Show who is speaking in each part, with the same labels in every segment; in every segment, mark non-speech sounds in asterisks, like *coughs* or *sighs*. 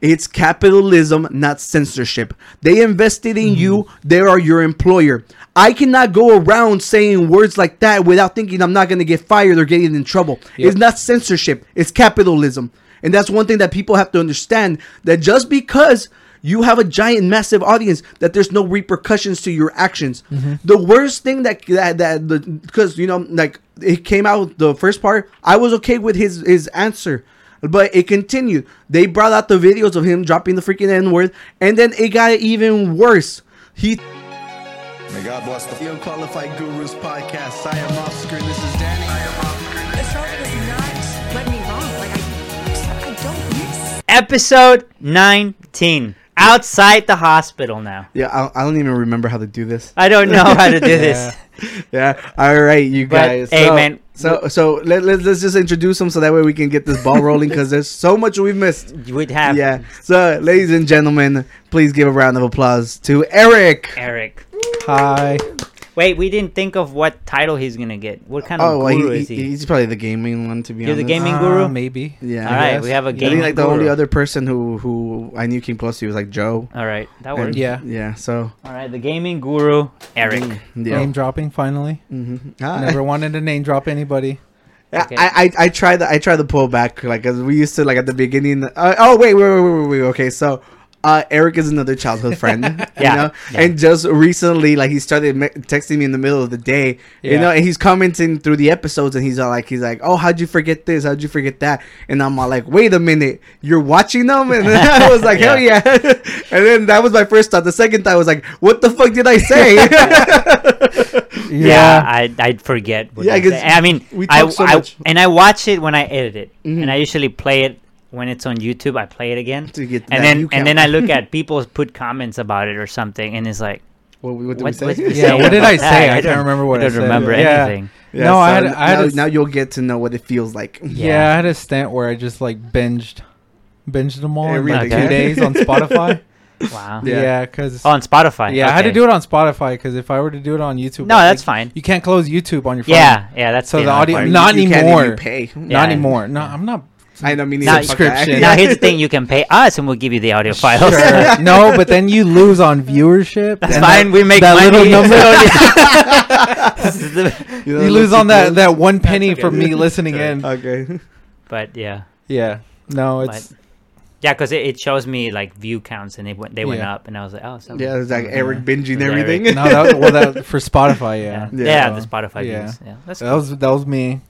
Speaker 1: It's capitalism, not censorship. They invested in you, they are your employer. I cannot go around saying words like that without thinking I'm not going to get fired or getting in trouble.
Speaker 2: Yep.
Speaker 1: It's not censorship, it's capitalism. And that's one thing that people have to understand that just because you have a giant massive audience that there's no repercussions to your actions. The worst thing that that that the because you know like it came out the first part, I was okay with his his answer. But it continued. They brought out the videos of him dropping the freaking N word, and then it got even worse. He
Speaker 3: May God bless the
Speaker 4: The Unqualified Gurus Podcast. I am Oscar, and this is Danny. I am Oscar.
Speaker 5: Charlotte does not let me wrong. Like I, I don't miss.
Speaker 2: Episode 19. Outside the hospital now.
Speaker 1: yeah, I, I don't even remember how to do this.
Speaker 2: I don't know how to do
Speaker 1: *laughs* Yeah.
Speaker 2: *laughs* this.
Speaker 1: Yeah. All right, you
Speaker 2: But,
Speaker 1: guys.
Speaker 2: hey,
Speaker 1: so,
Speaker 2: man.
Speaker 1: So so let, let let's just introduce them so that way we can get this
Speaker 2: *laughs*
Speaker 1: ball rolling because there's so much we've missed.
Speaker 2: You would have
Speaker 1: Yeah. So, ladies and gentlemen, please give a round of applause to Eric.
Speaker 2: Eric.
Speaker 4: Hi.
Speaker 2: Wait, we didn't think of what title he's gonna get. What kind
Speaker 1: Oh,
Speaker 2: of
Speaker 1: well,
Speaker 2: guru
Speaker 1: he,
Speaker 2: is he?
Speaker 1: he- he's probably the gaming one to be
Speaker 2: You're the
Speaker 1: honest.
Speaker 2: gaming- guru?
Speaker 4: Uh, maybe.
Speaker 1: Yeah.
Speaker 2: All right,
Speaker 4: Yes.
Speaker 2: we have a
Speaker 1: I
Speaker 2: game.
Speaker 1: think like the only other person who who I knew came close to was like Joe.
Speaker 2: All right, that
Speaker 1: And-
Speaker 2: works.
Speaker 4: Yeah.
Speaker 1: Yeah. Mm. So.
Speaker 2: All right, the gaming guru Eric.
Speaker 1: Yeah.
Speaker 4: Name dropping, finally.
Speaker 1: Mhm.
Speaker 2: *laughs*
Speaker 4: Never wanted to name drop anybody.
Speaker 1: I,
Speaker 2: Okay.
Speaker 1: I I- I try the I try to pull back like 'cause we used to like at the beginning. Uh, oh wait wait wait wait wait, wait okay so. Uh, Eric is another childhood friend, *laughs* you
Speaker 2: Yeah,
Speaker 1: know,
Speaker 2: yeah.
Speaker 1: and just recently, like he started me- texting me in the middle of the day, you
Speaker 4: Yeah.
Speaker 1: know, and he's commenting through the episodes, and he's all like, he's like, oh, how'd you forget this? How'd you forget that? And I'm all like, wait a minute, you're watching them? And then I was
Speaker 2: *laughs*
Speaker 1: like, hell yeah! *laughs* and then that was my first thought. The second thought was like, what the fuck did I *laughs* say?
Speaker 2: *laughs* Yeah, I I'd forget. What
Speaker 1: Yeah,
Speaker 2: I,
Speaker 1: 'cause
Speaker 2: say. I mean,
Speaker 1: we
Speaker 2: I,
Speaker 1: talk so
Speaker 2: I-
Speaker 1: much.
Speaker 2: and I watch it when I edit it,
Speaker 1: Mhm.
Speaker 2: and I usually play it when it's on YouTube. I play it again,
Speaker 1: To get that
Speaker 2: and then
Speaker 1: view
Speaker 2: and then I
Speaker 1: count. *laughs*
Speaker 2: look at people put comments about it or something, and it's like,
Speaker 1: what, what did
Speaker 2: what,
Speaker 1: we
Speaker 2: what
Speaker 1: say?
Speaker 2: did we
Speaker 4: Yeah,
Speaker 2: say
Speaker 4: what did
Speaker 2: *laughs* about
Speaker 4: I
Speaker 2: that?
Speaker 4: say? I
Speaker 2: don't-
Speaker 4: can't remember what I
Speaker 2: don't
Speaker 4: said.
Speaker 2: remember
Speaker 4: Yeah.
Speaker 2: anything.
Speaker 1: Yeah,
Speaker 4: No,
Speaker 1: so
Speaker 4: I had- I had
Speaker 1: now,
Speaker 4: a s-
Speaker 1: now you'll get to know what it feels like.
Speaker 4: Yeah. I had a stint where I just like binged, binged them all in like
Speaker 2: Everything. *laughs*
Speaker 4: two days
Speaker 1: *laughs*
Speaker 4: on Spotify.
Speaker 2: Wow.
Speaker 1: Yeah.
Speaker 4: yeah, because
Speaker 2: Oh, on Spotify.
Speaker 4: yeah, I had to
Speaker 2: okay.
Speaker 4: do it on Spotify because if I were to do it on YouTube,
Speaker 2: No,
Speaker 4: I-
Speaker 2: that's
Speaker 4: like,
Speaker 2: fine.
Speaker 4: You can't close YouTube on your phone.
Speaker 2: Yeah, yeah, that's
Speaker 4: So the
Speaker 2: another
Speaker 4: audio-
Speaker 2: part.
Speaker 1: You-
Speaker 4: not
Speaker 1: you can't if
Speaker 4: anymore.
Speaker 1: You pay.
Speaker 4: not
Speaker 2: Yeah.
Speaker 4: anymore. No,
Speaker 2: *laughs*
Speaker 4: I'm not.
Speaker 1: I know. Me
Speaker 2: Now-
Speaker 1: neither. fuck
Speaker 4: Subscription.
Speaker 1: that.
Speaker 2: Now here's the
Speaker 1: *laughs*
Speaker 2: thing: you *laughs* can pay us, and we'll give you the audio
Speaker 4: *laughs*
Speaker 2: files.
Speaker 4: Sure. no, but then you lose on viewership.
Speaker 2: That's
Speaker 4: and
Speaker 2: fine.
Speaker 4: that-
Speaker 2: we make
Speaker 4: that
Speaker 2: money.
Speaker 4: little
Speaker 2: *laughs*
Speaker 4: number. *laughs*
Speaker 2: number.
Speaker 1: You, know,
Speaker 4: you
Speaker 1: that's
Speaker 4: lose on that
Speaker 1: the-
Speaker 4: that one penny
Speaker 2: okay.
Speaker 4: from me listening
Speaker 2: *laughs*
Speaker 4: in.
Speaker 1: *laughs* Okay.
Speaker 2: but yeah,
Speaker 4: yeah. No,
Speaker 2: but
Speaker 4: it's
Speaker 2: yeah, because it, it shows me like view counts, and they went they went
Speaker 4: Yeah.
Speaker 2: up, and I was like, oh, so
Speaker 1: Yeah, it's like Eric binging
Speaker 2: Eric.
Speaker 1: everything.
Speaker 4: no that, well
Speaker 1: *laughs*
Speaker 4: that
Speaker 2: *laughs*
Speaker 4: for Spotify.
Speaker 2: yeah,
Speaker 4: Yeah.
Speaker 2: yeah,
Speaker 1: Yeah.
Speaker 2: the Spotify
Speaker 4: Yeah.
Speaker 2: views. Yeah, that's
Speaker 4: That was that was me.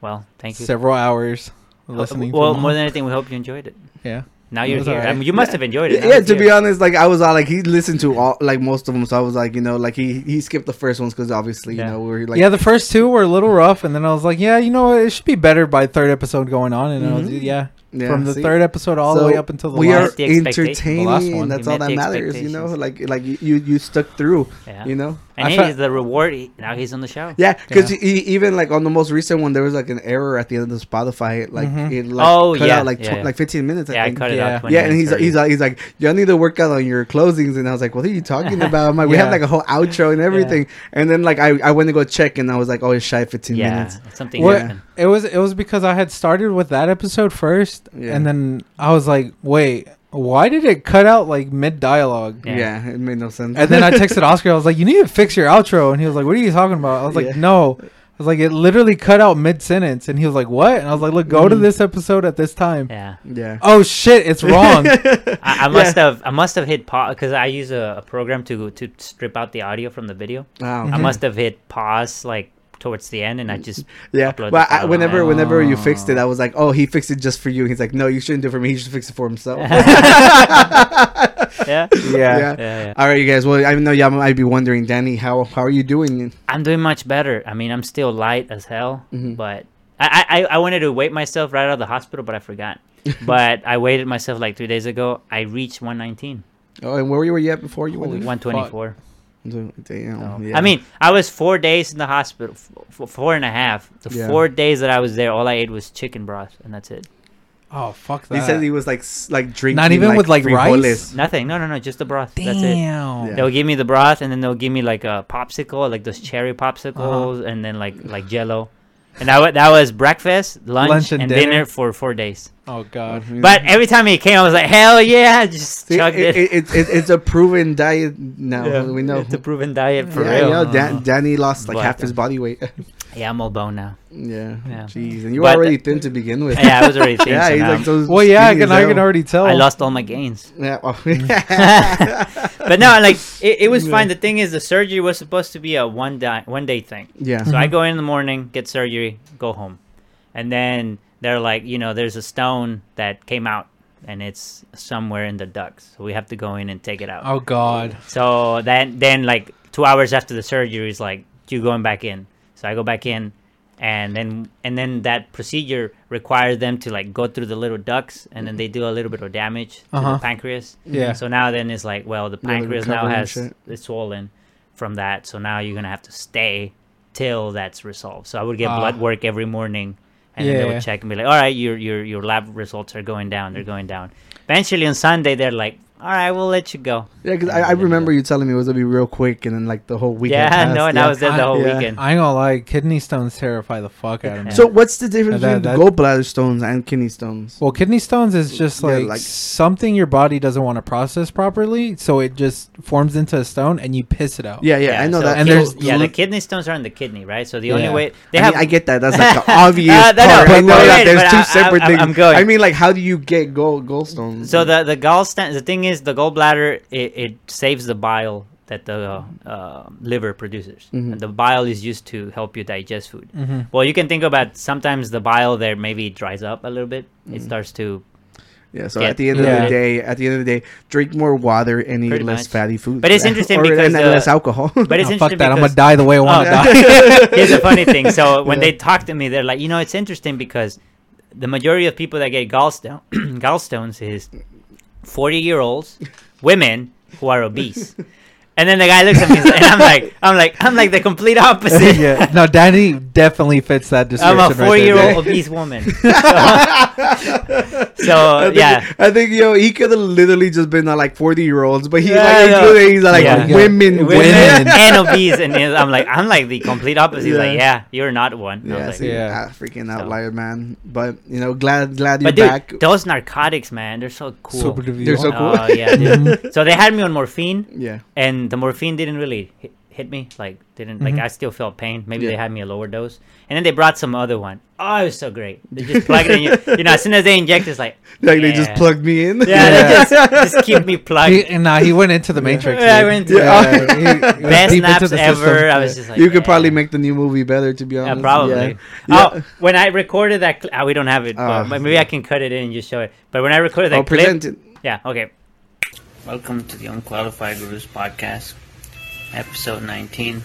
Speaker 2: well, thank you.
Speaker 4: Several hours
Speaker 2: Uh,
Speaker 4: listening. to
Speaker 2: well,
Speaker 4: them
Speaker 2: more
Speaker 4: all.
Speaker 2: than anything, we hope you enjoyed it.
Speaker 4: yeah.
Speaker 2: Now
Speaker 4: It
Speaker 2: you're
Speaker 4: was
Speaker 2: here. I
Speaker 4: alright.
Speaker 2: mean, you must have enjoyed it.
Speaker 1: Yeah, to be honest, like I was all like he listened to all like most of them, so I was like, you know, like he he skipped the first ones because obviously
Speaker 2: Yeah.
Speaker 1: you know we are like
Speaker 4: yeah, the first two were a little rough, and then I was like, yeah, you know, what, it should be better by third episode going on, and I was,
Speaker 1: Mhm.
Speaker 4: yeah,
Speaker 1: Yeah,
Speaker 4: from the
Speaker 1: see?
Speaker 4: third episode all the
Speaker 1: So
Speaker 4: way up until the
Speaker 1: we
Speaker 4: last.
Speaker 1: are
Speaker 2: The expectation-
Speaker 1: entertaining,
Speaker 4: The last one.
Speaker 1: and that's
Speaker 2: You
Speaker 1: all
Speaker 2: met
Speaker 1: that
Speaker 2: the
Speaker 1: matters, you know. Like
Speaker 2: expectations.
Speaker 1: like you you, you stuck through,
Speaker 2: Yeah.
Speaker 1: you know.
Speaker 2: and
Speaker 4: I
Speaker 2: hey,
Speaker 4: fe-
Speaker 2: he's the reward. he- Now he's on the show.
Speaker 1: Yeah, because
Speaker 4: Yeah.
Speaker 1: even like on the most recent one, there was like an error at the end of the Spotify. Like
Speaker 4: Mhm.
Speaker 1: it like
Speaker 2: Oh,
Speaker 1: cut
Speaker 2: yeah,
Speaker 1: out like
Speaker 2: yeah,
Speaker 1: tw-
Speaker 2: yeah.
Speaker 1: like 15 minutes.
Speaker 2: Yeah, I
Speaker 1: think.
Speaker 2: cut it
Speaker 4: Yeah.
Speaker 2: out. 20
Speaker 1: yeah, and he's
Speaker 2: minutes early.
Speaker 1: he's he's like, y'all need to work out on your closings, and I was like, what are you talking about? I'm like, we have
Speaker 4: Yeah.
Speaker 1: like a whole outro
Speaker 2: *laughs*
Speaker 1: and everything, and then like I, I went to go check, and I was like, oh, it's shy 15
Speaker 2: yeah,
Speaker 1: minutes.
Speaker 2: something
Speaker 4: What-
Speaker 2: happened.
Speaker 4: It was it was because I had started with that episode first,
Speaker 1: Yeah.
Speaker 4: and then I was like, wait, why did it cut out like mid dialogue?
Speaker 2: Yeah.
Speaker 1: Yeah. it made no sense.
Speaker 4: And
Speaker 1: *laughs*
Speaker 4: then I texted Oscar. I was like, you need to fix your outro, and he was like, what are you talking about? I was like,
Speaker 1: Yeah.
Speaker 4: no. I was like, it literally cut out mid sentence, and he was like, "What?" And I was like, "Look, go to
Speaker 1: Mhm.
Speaker 4: this episode at this time."
Speaker 2: Yeah.
Speaker 4: *laughs*
Speaker 1: yeah,
Speaker 4: Oh shit,
Speaker 1: *laughs*
Speaker 4: it's wrong.
Speaker 2: I, I must have I must have hit pause because I use a, a program to to strip out the audio from the video.
Speaker 1: Wow.
Speaker 4: Mm-hmm.
Speaker 2: I must have hit pause like towards the end, and I just
Speaker 1: yeah.
Speaker 2: upload the
Speaker 1: But I,
Speaker 2: file
Speaker 1: whenever
Speaker 2: online.
Speaker 1: whenever you fixed it, I was like, oh, he fixed it just for you. He's like, no, you shouldn't do it for me. He should fix it for
Speaker 2: *laughs*
Speaker 1: himself.
Speaker 2: yeah.
Speaker 1: *laughs* yeah.
Speaker 2: Yeah, yeah.
Speaker 1: All right, you guys. Well, I know y'all might be wondering, Danny, how how are you doing?
Speaker 2: I'm doing much better. I mean, I'm still light as hell,
Speaker 1: Mhm.
Speaker 2: but I, I I wanted to wait myself right out of the hospital, but I forgot. but I waited myself like three days ago. I reached 119,
Speaker 1: Oh, and where were you at before you went?
Speaker 2: 124.
Speaker 1: to- Damn.
Speaker 2: I mean, I was four days in the hospital, f- f- four and a half. The
Speaker 1: Yeah.
Speaker 2: four days that I was there, all I ate was chicken broth, and that's it.
Speaker 4: oh fuck that.
Speaker 1: he said he was like s- like drinking
Speaker 4: even with, like, rice?
Speaker 1: frijoles.
Speaker 2: Nothing. No, no, no. Just the broth. That's it.
Speaker 4: Damn.
Speaker 1: Yeah.
Speaker 2: They'll give me the broth, and then they'll give me like a popsicle, like those cherry
Speaker 1: Uh-huh.
Speaker 2: popsicles, and then like like Jello. And that wa- that was breakfast, lunch,
Speaker 4: Lunch and
Speaker 2: and, dinner.
Speaker 4: dinner.
Speaker 2: for four days.
Speaker 4: Oh god.
Speaker 2: But every time he came, I was like, hell yeah, just
Speaker 1: Uh, Mm-hmm. See,
Speaker 2: chugged
Speaker 1: it,
Speaker 2: it.
Speaker 1: it, it, it, it's a proven diet now.
Speaker 2: *laughs* Yeah,
Speaker 1: we
Speaker 2: *laughs*
Speaker 1: know.
Speaker 2: It's a proven diet for
Speaker 1: yeah, I
Speaker 2: real.
Speaker 1: know. Dan, Danny lost like
Speaker 2: Uh-huh. But-
Speaker 1: half his body weight. *laughs*
Speaker 2: Yeah, I'm all bone now.
Speaker 1: yeah.
Speaker 2: Yeah.
Speaker 1: Jeez, and you
Speaker 2: But-
Speaker 1: were already thin to begin with.
Speaker 2: *laughs* Yeah, I
Speaker 1: *laughs*
Speaker 2: was already thin.
Speaker 1: yeah,
Speaker 2: so
Speaker 1: he's
Speaker 2: now
Speaker 1: like
Speaker 2: I'm-
Speaker 1: those.
Speaker 4: Well, yeah, I
Speaker 1: skinny
Speaker 4: can,
Speaker 1: as
Speaker 4: I can
Speaker 1: hell.
Speaker 4: already tell.
Speaker 2: I lost all my
Speaker 1: *laughs*
Speaker 2: gains.
Speaker 1: Yeah. well, *laughs*
Speaker 2: But no, like it, it was fine. The thing is, the surgery was supposed to be a one day one day thing.
Speaker 1: yeah.
Speaker 2: So I go in the morning, get surgery, go home, and then they're like, you know, there's a stone that came out, and it's somewhere in the ducts. So we have to go in and take it out.
Speaker 4: Oh god.
Speaker 2: So then, then like two hours after the surgery is like you going back in. So I go back in, and then and then that procedure requires them to like go through the little ducts, and then they do a little bit of damage to
Speaker 4: Uh-huh.
Speaker 2: the pancreas.
Speaker 4: Yeah.
Speaker 2: So now then it's like, well, the
Speaker 1: they're
Speaker 2: pancreas now
Speaker 1: recovering
Speaker 2: has
Speaker 1: shit.
Speaker 2: it's swollen from that. So now you're gonna have to stay till that's resolved. So I would get
Speaker 4: Ah.
Speaker 2: blood work every morning. And then they
Speaker 4: Yeah.
Speaker 2: would check and be like, "All right, your your your lab results are going down. They're going down." Eventually, on Sunday, they're like, "All right, we'll let you go."
Speaker 1: Yeah, because I, I remember you telling me it was gonna be real quick, and then like the whole weekend.
Speaker 2: Yeah,
Speaker 1: passed,
Speaker 2: no, and I was there the whole
Speaker 1: Yeah.
Speaker 2: weekend.
Speaker 4: I ain't gonna lie, kidney stones terrify the fuck out of me.
Speaker 1: So what's the difference
Speaker 4: That-
Speaker 1: between
Speaker 4: that-
Speaker 1: gallbladder stones and kidney stones?
Speaker 4: Well, kidney stones is just
Speaker 1: Yeah,
Speaker 4: like,
Speaker 1: like-
Speaker 4: something your body doesn't want to process properly, so it just forms into a stone and you piss it out.
Speaker 1: Yeah, yeah, I know
Speaker 2: so
Speaker 1: that.
Speaker 4: And
Speaker 2: kid-
Speaker 4: there's
Speaker 2: yeah, the
Speaker 4: li-
Speaker 2: kidney stones are in the kidney, right? So the only
Speaker 4: Yeah.
Speaker 2: way
Speaker 1: I,
Speaker 2: they
Speaker 1: mean,
Speaker 2: have
Speaker 1: I get that. That's
Speaker 2: *laughs*
Speaker 1: like the *laughs* obvious
Speaker 2: Uh, no, no,
Speaker 1: part. I
Speaker 2: but
Speaker 1: know
Speaker 2: no,
Speaker 1: that
Speaker 2: wait,
Speaker 1: there's
Speaker 2: but
Speaker 1: two
Speaker 2: I- I-
Speaker 1: separate
Speaker 2: I'm-
Speaker 1: things.
Speaker 2: I'm going.
Speaker 1: I mean, like, how do you get gall gallstones?
Speaker 2: so the the gallstand. The thing is, the gallbladder it, it saves the bile that the uh, uh, liver produces,
Speaker 1: Mm-hmm.
Speaker 2: and the bile is used to help you digest food. Well, you can think about sometimes the bile there maybe dries up a little bit. It
Speaker 1: Mm-hmm.
Speaker 2: starts to
Speaker 1: yeah. So
Speaker 2: yeah.
Speaker 1: at the end of
Speaker 4: Yeah.
Speaker 1: the day, at the end of the day, drink more water and eat
Speaker 2: Pretty
Speaker 1: less
Speaker 2: much.
Speaker 1: fatty food.
Speaker 2: But it's
Speaker 1: *laughs*
Speaker 2: interesting
Speaker 1: Or- and
Speaker 2: because the-
Speaker 1: less alcohol. *laughs*
Speaker 2: but it's
Speaker 4: Oh, fuck
Speaker 2: interesting
Speaker 4: that. I'm
Speaker 2: because
Speaker 4: gonna die the way I want to
Speaker 2: Oh,
Speaker 4: die.
Speaker 2: *laughs* here's the funny thing.
Speaker 4: *laughs*
Speaker 1: *laughs*
Speaker 2: So when they talk to me, they're like, you know, it's interesting because the majority of people that get gallstone *clears throat* gallstones is forty year olds, women who are
Speaker 1: *laughs*
Speaker 2: obese. And then the guy looks at me and I'm like, I'm like, I'm like the complete opposite.
Speaker 4: *laughs* yeah. No, Danny definitely fits
Speaker 2: *laughs*
Speaker 4: that
Speaker 2: I'm
Speaker 4: description.
Speaker 2: a
Speaker 4: right
Speaker 2: four
Speaker 4: there,
Speaker 2: year
Speaker 4: dude.
Speaker 2: old obese woman.
Speaker 1: *laughs*
Speaker 2: So, *laughs* so,
Speaker 1: I think-
Speaker 2: yeah.
Speaker 1: I think yo, he could have literally just been uh, like forty year olds, but he
Speaker 2: Yeah, I
Speaker 1: like
Speaker 2: know.
Speaker 1: included, he's like
Speaker 2: Yeah.
Speaker 1: women,
Speaker 4: Women.
Speaker 1: women.
Speaker 2: *laughs* and obese, and I'm like, I'm like the complete opposite. He's like,
Speaker 1: Yeah.
Speaker 2: yeah, you're not one. And I
Speaker 1: Yeah,
Speaker 2: was
Speaker 1: see,
Speaker 2: like,
Speaker 4: Yeah.
Speaker 1: ah, freaking outlier, man. But you know, glad glad you're
Speaker 2: but dude,
Speaker 1: back.
Speaker 2: those narcotics, man, they're so cool.
Speaker 4: Super duper.
Speaker 1: There's So a- cool.
Speaker 2: Oh, yeah.
Speaker 1: *laughs*
Speaker 2: dude. so they had me on morphine,
Speaker 1: Yeah,
Speaker 2: and the morphine didn't really hit, hit me. Like didn't like I still felt pain. Maybe they
Speaker 1: Mm-hmm. Yeah.
Speaker 2: had me a lower dose, and then they brought some other one. Oh, it was so great. They just plugged it in.
Speaker 1: *laughs*
Speaker 2: You, you know, as soon as they inject, it's like
Speaker 1: like they just
Speaker 2: yeah.
Speaker 1: plugged me in.
Speaker 2: Yeah, they just just keep me plugged.
Speaker 1: *laughs*
Speaker 4: He, and, nah, he went into the matrix.
Speaker 2: Uh, Yeah, I
Speaker 4: dude.
Speaker 2: went into
Speaker 4: Yeah, he- he went
Speaker 2: *laughs* Best
Speaker 4: deep into
Speaker 2: naps
Speaker 4: the
Speaker 2: ever.
Speaker 4: system.
Speaker 2: I was just like,
Speaker 1: you could probably
Speaker 2: yeah.
Speaker 1: make the new movie better, to be honest.
Speaker 2: Yeah, probably.
Speaker 1: Yeah.
Speaker 2: Oh, when I recorded that, cl- oh, we don't have it,
Speaker 1: Ah.
Speaker 2: but maybe I can cut it in and just show it. But when I recorded that
Speaker 1: I'll
Speaker 2: clip,
Speaker 1: present it.
Speaker 2: yeah, okay.
Speaker 6: Welcome to the Unqualified Gurus Podcast, episode 19.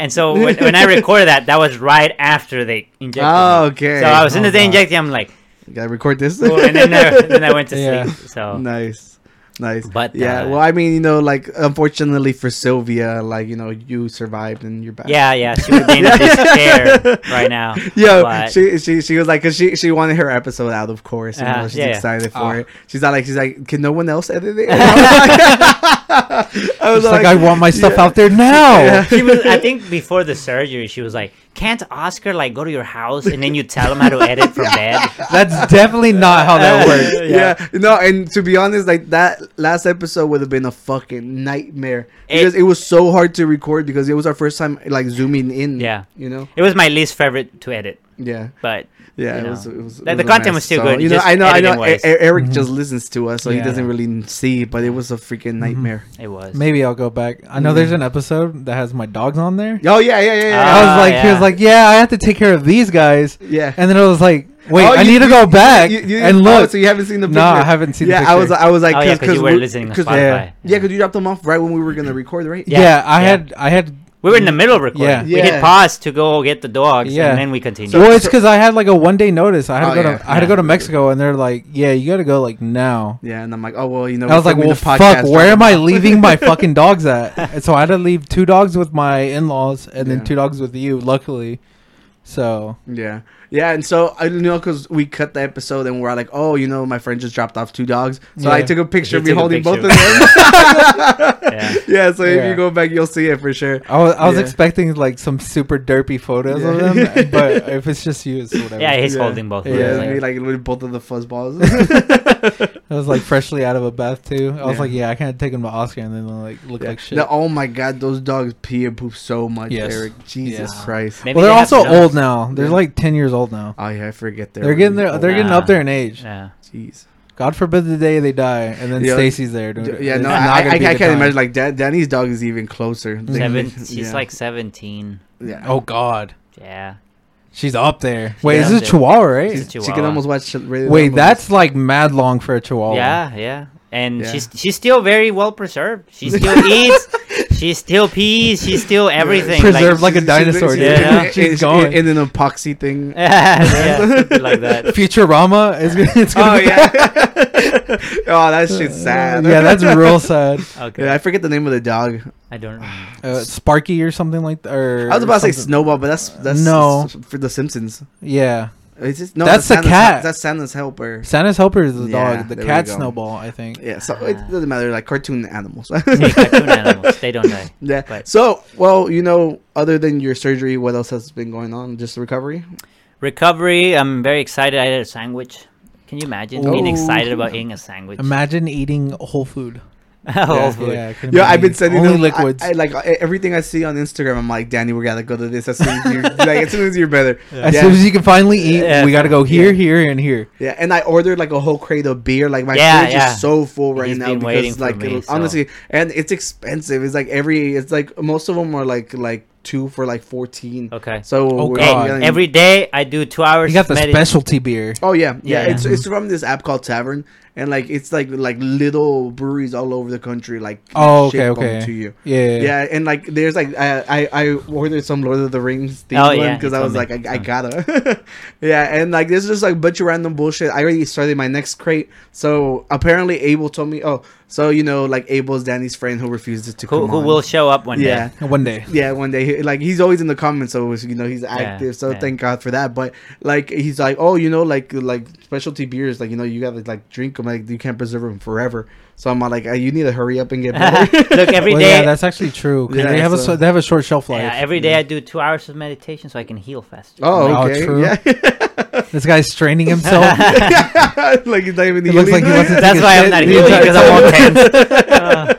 Speaker 2: And so when, when I recorded that, that was right after they injected.
Speaker 1: Oh,
Speaker 2: me.
Speaker 1: okay.
Speaker 2: So I was in
Speaker 4: Oh,
Speaker 2: the day
Speaker 4: God.
Speaker 2: injecting. I'm like,
Speaker 1: You gotta record this.
Speaker 2: oh, and then I, then
Speaker 1: *laughs*
Speaker 2: I went to
Speaker 4: Yeah.
Speaker 2: sleep. So
Speaker 1: nice nice
Speaker 2: But,
Speaker 1: yeah
Speaker 2: uh,
Speaker 1: well i mean you know like unfortunately for sylvia like you know you survived and you're back
Speaker 2: yeah, yeah, she would be in this chair right now.
Speaker 1: Yo,
Speaker 2: but-
Speaker 1: she, she she was like, cause she she wanted her episode out, of course. You know,
Speaker 2: Uh-huh,
Speaker 1: she's
Speaker 2: yeah, yeah.
Speaker 1: excited for
Speaker 4: Ah.
Speaker 1: it. She's not like, she's like, can no one else edit it? *laughs* I was
Speaker 4: It's like, I want my stuff out there now.
Speaker 2: Oh, she was i think before the surgery she was like can't oscar like go to your house and then you tell him how to edit from bed
Speaker 4: That's definitely not how
Speaker 2: *laughs*
Speaker 4: that
Speaker 1: *laughs*
Speaker 4: works.
Speaker 1: yeah. no, and to be honest, like that last episode would have been a fucking nightmare
Speaker 2: It-
Speaker 1: because it was so hard to record because it was our first time like zooming in.
Speaker 2: Yeah.
Speaker 1: you know,
Speaker 2: it was my least favorite to edit
Speaker 1: yeah.
Speaker 2: but
Speaker 1: Yeah,
Speaker 2: you
Speaker 1: it
Speaker 2: know.
Speaker 1: was. It was
Speaker 2: The-
Speaker 1: it
Speaker 2: the
Speaker 1: was a
Speaker 2: content
Speaker 1: mess.
Speaker 2: was still
Speaker 1: So,
Speaker 2: good,
Speaker 1: You know,
Speaker 2: just
Speaker 1: I know, I know. E-
Speaker 2: editing-wise.
Speaker 1: E- Eric just listens to us, so he
Speaker 4: Yeah.
Speaker 1: doesn't really see. But it was a freaking nightmare.
Speaker 2: it was
Speaker 4: Maybe I'll go back. I know there's an episode that has my dogs on there.
Speaker 1: Oh yeah, yeah, yeah, yeah.
Speaker 4: I was
Speaker 2: Ah,
Speaker 4: like, he
Speaker 2: Mm. yeah.
Speaker 4: was like, yeah, I have to take care of these guys.
Speaker 1: Yeah.
Speaker 4: And then I was like, wait,
Speaker 1: Oh,
Speaker 4: I
Speaker 1: you-
Speaker 4: need to go back
Speaker 1: You- you-
Speaker 4: and
Speaker 1: oh,
Speaker 4: look.
Speaker 1: so you haven't seen the picture?
Speaker 4: No, I haven't seen the
Speaker 1: Yeah, I was.
Speaker 4: picture.
Speaker 1: I was like,
Speaker 2: Oh, yeah, 'cause you were
Speaker 1: we-
Speaker 2: listening to
Speaker 1: 'cause-
Speaker 2: Spotify.
Speaker 1: Yeah, because you dropped them off right when we were gonna record, right?
Speaker 2: Yeah,
Speaker 4: yeah, I
Speaker 2: yeah.
Speaker 4: had, I had.
Speaker 2: we were in the middle of recording
Speaker 4: Mm. Yeah.
Speaker 2: we
Speaker 1: Yeah.
Speaker 2: hit pause to go get the dogs
Speaker 4: Yeah.
Speaker 2: and then we continued
Speaker 4: well, it's because I had like a one day notice. I had
Speaker 1: Oh,
Speaker 4: to go
Speaker 1: yeah.
Speaker 4: to, I had to
Speaker 2: Yeah.
Speaker 4: go to Mexico, and they're like, yeah, you got to go like now.
Speaker 1: Yeah, and I'm like, oh well, you know.
Speaker 4: I was
Speaker 1: we're
Speaker 4: like,
Speaker 1: filming
Speaker 4: well,
Speaker 1: the podcast
Speaker 4: fuck, where
Speaker 1: right
Speaker 4: am I
Speaker 1: now.
Speaker 4: leaving
Speaker 1: *laughs*
Speaker 4: my fucking dogs at? And so I had to leave two dogs with my in laws and then
Speaker 1: Yeah.
Speaker 4: two dogs with you, luckily. So
Speaker 1: Yeah, yeah, and so I you know because we cut the episode and we're like, oh, you know, my friend just dropped off two dogs, so I
Speaker 4: Yeah.
Speaker 1: took a picture
Speaker 2: He
Speaker 1: of me
Speaker 2: took a
Speaker 1: holding both
Speaker 2: picture.
Speaker 1: of them. *laughs*
Speaker 2: *laughs* Yeah.
Speaker 1: yeah, so if
Speaker 4: Yeah.
Speaker 1: you go back, you'll see it for sure.
Speaker 4: I was, I was
Speaker 1: Yeah.
Speaker 4: expecting like some super derpy photos of
Speaker 1: *laughs*
Speaker 4: them, but if it's just you, it's whatever.
Speaker 2: Yeah, he's
Speaker 1: Yeah.
Speaker 2: holding both of
Speaker 1: Yeah,
Speaker 4: Yeah.
Speaker 2: them.
Speaker 1: it's
Speaker 4: *laughs*
Speaker 2: Like,
Speaker 1: me, like with both of the fuzzballs.
Speaker 4: I was like freshly out of a bath too. I was
Speaker 1: Yeah.
Speaker 4: like, yeah, I can't take him to Oscar and then like look like shit.
Speaker 1: The- oh my god, those dogs pee and poop so much,
Speaker 4: Yes.
Speaker 1: Eric. Jesus
Speaker 4: Yes.
Speaker 1: Christ.
Speaker 2: maybe
Speaker 4: well, they're
Speaker 2: they have
Speaker 4: also
Speaker 2: to know.
Speaker 4: old now. They're
Speaker 1: Yeah.
Speaker 4: like ten years old now.
Speaker 1: Oh yeah, I forget
Speaker 4: They're getting
Speaker 1: really
Speaker 4: there. They're
Speaker 1: old.
Speaker 4: getting
Speaker 2: Nah.
Speaker 4: up there in age.
Speaker 2: Yeah.
Speaker 1: Jeez.
Speaker 4: God forbid the day they die, and then
Speaker 1: Yeah.
Speaker 4: Stacy's there. Dude.
Speaker 1: Yeah,
Speaker 4: It's
Speaker 1: no,
Speaker 4: not
Speaker 1: I, I,
Speaker 4: gonna
Speaker 1: I
Speaker 4: be the
Speaker 1: can't
Speaker 4: time.
Speaker 1: imagine. Like Dan, Danny's dog is even closer. They-
Speaker 2: Seven,
Speaker 1: *laughs*
Speaker 2: she's
Speaker 1: yeah.
Speaker 2: like 17.
Speaker 1: yeah.
Speaker 4: Oh God,
Speaker 2: Yeah.
Speaker 4: she's up there. Wait,
Speaker 2: Yeah.
Speaker 4: is this a Chihuahua? Right?
Speaker 2: She's a
Speaker 1: she can
Speaker 2: Chihuahua.
Speaker 1: almost watch. Ray
Speaker 4: Wait,
Speaker 1: Liotta.
Speaker 4: that's like mad long for a Chihuahua.
Speaker 2: Yeah, yeah. And
Speaker 1: Yeah.
Speaker 2: she's she's still very well preserved. *laughs* She
Speaker 4: *laughs*
Speaker 2: still eats. She still pees. She still everything.
Speaker 4: Preserved like a
Speaker 1: She's-
Speaker 4: dinosaur,
Speaker 1: she's-
Speaker 2: dude. Yeah.
Speaker 1: she's-
Speaker 4: *laughs* She's
Speaker 1: she's
Speaker 4: going.
Speaker 1: in, in an epoxy
Speaker 2: *laughs*
Speaker 1: thing.
Speaker 2: Oh,
Speaker 4: *laughs*
Speaker 2: yeah, something like that.
Speaker 4: Futurama is gonna, it's gonna
Speaker 1: Oh
Speaker 4: be-
Speaker 1: yeah. *laughs*
Speaker 4: *laughs*
Speaker 1: oh, that shit's sad.
Speaker 4: Uh,
Speaker 1: *laughs*
Speaker 4: yeah, that's real sad.
Speaker 2: Okay,
Speaker 1: Yeah, I forget the name of the dog.
Speaker 2: I
Speaker 4: *laughs*
Speaker 2: don't. Remember.
Speaker 4: Uh, Sparky or something like that. Or
Speaker 1: I was about to say
Speaker 4: something.
Speaker 1: Snowball, but that's that's
Speaker 4: No.
Speaker 1: s- for the Simpsons.
Speaker 4: Yeah,
Speaker 1: It's just, no,
Speaker 4: That's the
Speaker 1: Santa's-
Speaker 4: cat.
Speaker 1: That's Santa's
Speaker 4: *laughs*
Speaker 1: helper.
Speaker 4: Santa's helper is the
Speaker 1: Yeah,
Speaker 4: dog. The
Speaker 1: there we
Speaker 4: cat
Speaker 1: go.
Speaker 4: snowball, I think.
Speaker 1: Yeah, so it doesn't matter. Like cartoon animals. *laughs*
Speaker 2: Hey, cartoon animals, they don't die.
Speaker 1: yeah.
Speaker 2: But-
Speaker 1: So, well, you know, other than your surgery, what else has been going on? Just recovery.
Speaker 2: Recovery. I'm very excited. I had a sandwich. Can you imagine being
Speaker 4: Ooh.
Speaker 2: excited about eating a sandwich? *laughs* Oh,
Speaker 4: Imagine eating whole food.
Speaker 2: Whole food.
Speaker 4: Yeah, couldn't
Speaker 1: Yeah, I've
Speaker 4: believe-
Speaker 1: been sending
Speaker 4: only
Speaker 1: them,
Speaker 4: liquids.
Speaker 1: I, I, like e- everything I see on Instagram. I'm like, Danny, we gotta go to this as soon as
Speaker 2: *laughs*
Speaker 1: you're like as soon as you're better. Yeah.
Speaker 4: as soon as you can finally eat,
Speaker 2: Yeah.
Speaker 4: we got to go here,
Speaker 1: Yeah.
Speaker 4: here, and here.
Speaker 1: Yeah, and I ordered like a whole crate of beer. Like my
Speaker 2: Yeah,
Speaker 1: fridge
Speaker 2: yeah.
Speaker 1: is so full right
Speaker 2: He's
Speaker 1: now
Speaker 2: been waiting
Speaker 1: because
Speaker 2: for
Speaker 1: like
Speaker 2: me,
Speaker 1: it'll-
Speaker 2: so-
Speaker 1: honestly, and it's expensive. It's like every it's like most of them are like like two for like fourteen.
Speaker 2: Okay.
Speaker 1: So
Speaker 4: Oh,
Speaker 1: we're
Speaker 2: Hey,
Speaker 4: God.
Speaker 1: getting-
Speaker 2: every day I do two hours.
Speaker 4: You got the
Speaker 2: medi-
Speaker 4: specialty beer.
Speaker 1: Oh yeah, yeah.
Speaker 2: Yeah.
Speaker 1: It's it's from this app called Tavern, and like it's like like little breweries all over the country. Like
Speaker 4: Oh,
Speaker 1: ship
Speaker 4: okay,
Speaker 1: 'em
Speaker 4: okay.
Speaker 1: to you.
Speaker 4: Yeah, yeah,
Speaker 1: Yeah, and like there's like I I, I ordered some Lord of the Rings theme
Speaker 2: Oh,
Speaker 1: one
Speaker 2: yeah,
Speaker 1: because
Speaker 2: you
Speaker 1: I was
Speaker 2: told me.
Speaker 1: like I, I gotta, *laughs* yeah, and like this is just like a bunch of random bullshit. I already started my next crate, so apparently Abel told me, oh, so you know like Abel's Danny's friend who refuses to
Speaker 2: Who,
Speaker 1: come
Speaker 2: who
Speaker 1: on.
Speaker 2: will show up one *laughs*
Speaker 1: yeah.
Speaker 2: day?
Speaker 4: One day.
Speaker 1: Yeah, one day, he- like he's always in the comments, so you know he's active. so
Speaker 2: yeah.
Speaker 1: thank God for that. But like he's like, oh, you know, like like specialty beers, like you know you gotta like drink them, like you can't preserve them forever. So I'm like, uh, you need to hurry up and
Speaker 2: *laughs*
Speaker 1: get better.
Speaker 2: Look, every
Speaker 4: Well,
Speaker 2: day.
Speaker 4: yeah, that's actually true. 'cause
Speaker 1: Yeah,
Speaker 4: they have a
Speaker 1: so-
Speaker 4: so- they have a short shelf life.
Speaker 2: yeah, every day I do two hours of meditation so I can heal faster.
Speaker 1: *laughs* oh,
Speaker 4: Oh,
Speaker 1: okay,
Speaker 4: true.
Speaker 1: yeah, *laughs*
Speaker 4: this guy's straining
Speaker 2: *laughs*
Speaker 4: himself.
Speaker 1: like he's not even.
Speaker 4: it looks
Speaker 1: healing.
Speaker 4: like he wants
Speaker 2: *laughs*
Speaker 4: to.
Speaker 2: That's
Speaker 4: take a
Speaker 2: why I'm
Speaker 4: shit
Speaker 2: not
Speaker 4: the
Speaker 2: healing
Speaker 4: entire
Speaker 2: because
Speaker 4: time. *laughs*
Speaker 2: I'm all
Speaker 1: *laughs*
Speaker 2: tense. Uh,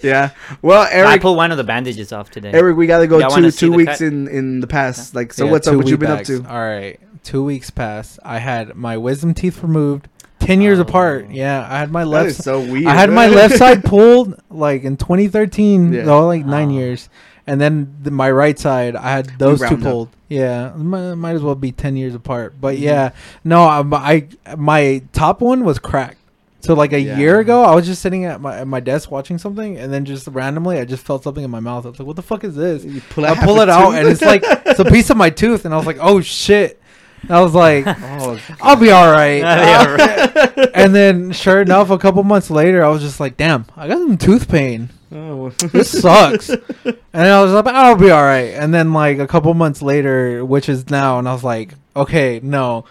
Speaker 1: yeah. Well,
Speaker 2: I
Speaker 1: Eric,
Speaker 2: pulled one of the bandages off today.
Speaker 1: Eric, we gotta go
Speaker 2: Y'all wanna
Speaker 1: two
Speaker 2: see
Speaker 1: two
Speaker 2: the
Speaker 1: weeks
Speaker 2: cut?
Speaker 1: in in the past. Like, so
Speaker 4: Yeah,
Speaker 1: what's up?
Speaker 4: two
Speaker 1: What you
Speaker 4: week
Speaker 1: been up
Speaker 4: backs.
Speaker 1: to?
Speaker 4: All right, two weeks passed. I had my wisdom teeth removed, ten years
Speaker 2: Oh.
Speaker 4: apart. Yeah, I had my
Speaker 1: That
Speaker 4: left.
Speaker 1: is so weird.
Speaker 4: *laughs* I had my left
Speaker 1: *laughs*
Speaker 4: side pulled like in 2013,
Speaker 1: Yeah.
Speaker 4: though, like nine
Speaker 2: Oh.
Speaker 4: years, and then the, my right side. I had those two
Speaker 1: round up.
Speaker 4: pulled. Yeah, might, might as well be ten years apart.
Speaker 1: Mm-hmm.
Speaker 4: But yeah, no, I, I my top one was cracked. So like a
Speaker 1: Yeah.
Speaker 4: year ago, I was just sitting at my at my desk watching something, and then just randomly, I just felt something in my mouth. I was like, "What the fuck is this?"
Speaker 1: You pull
Speaker 4: I
Speaker 1: out half
Speaker 4: pull
Speaker 1: a
Speaker 4: it out
Speaker 1: tooth?
Speaker 4: and it's like it's a piece of my tooth, and I was like, "Oh shit!" And I was
Speaker 1: *laughs* *laughs*
Speaker 4: like,
Speaker 1: Oh,
Speaker 4: "I'll be all
Speaker 2: *laughs*
Speaker 4: right."
Speaker 2: Yeah,
Speaker 4: Oh,
Speaker 2: right.
Speaker 4: and then, sure enough, a couple months later, I was just like, "Damn, I got some tooth pain. *laughs*
Speaker 1: *laughs* oh.
Speaker 4: This
Speaker 1: *laughs*
Speaker 4: sucks." and I was like, "I'll be all right." And then, like a couple months later, which is now, and I was like, "Okay, no."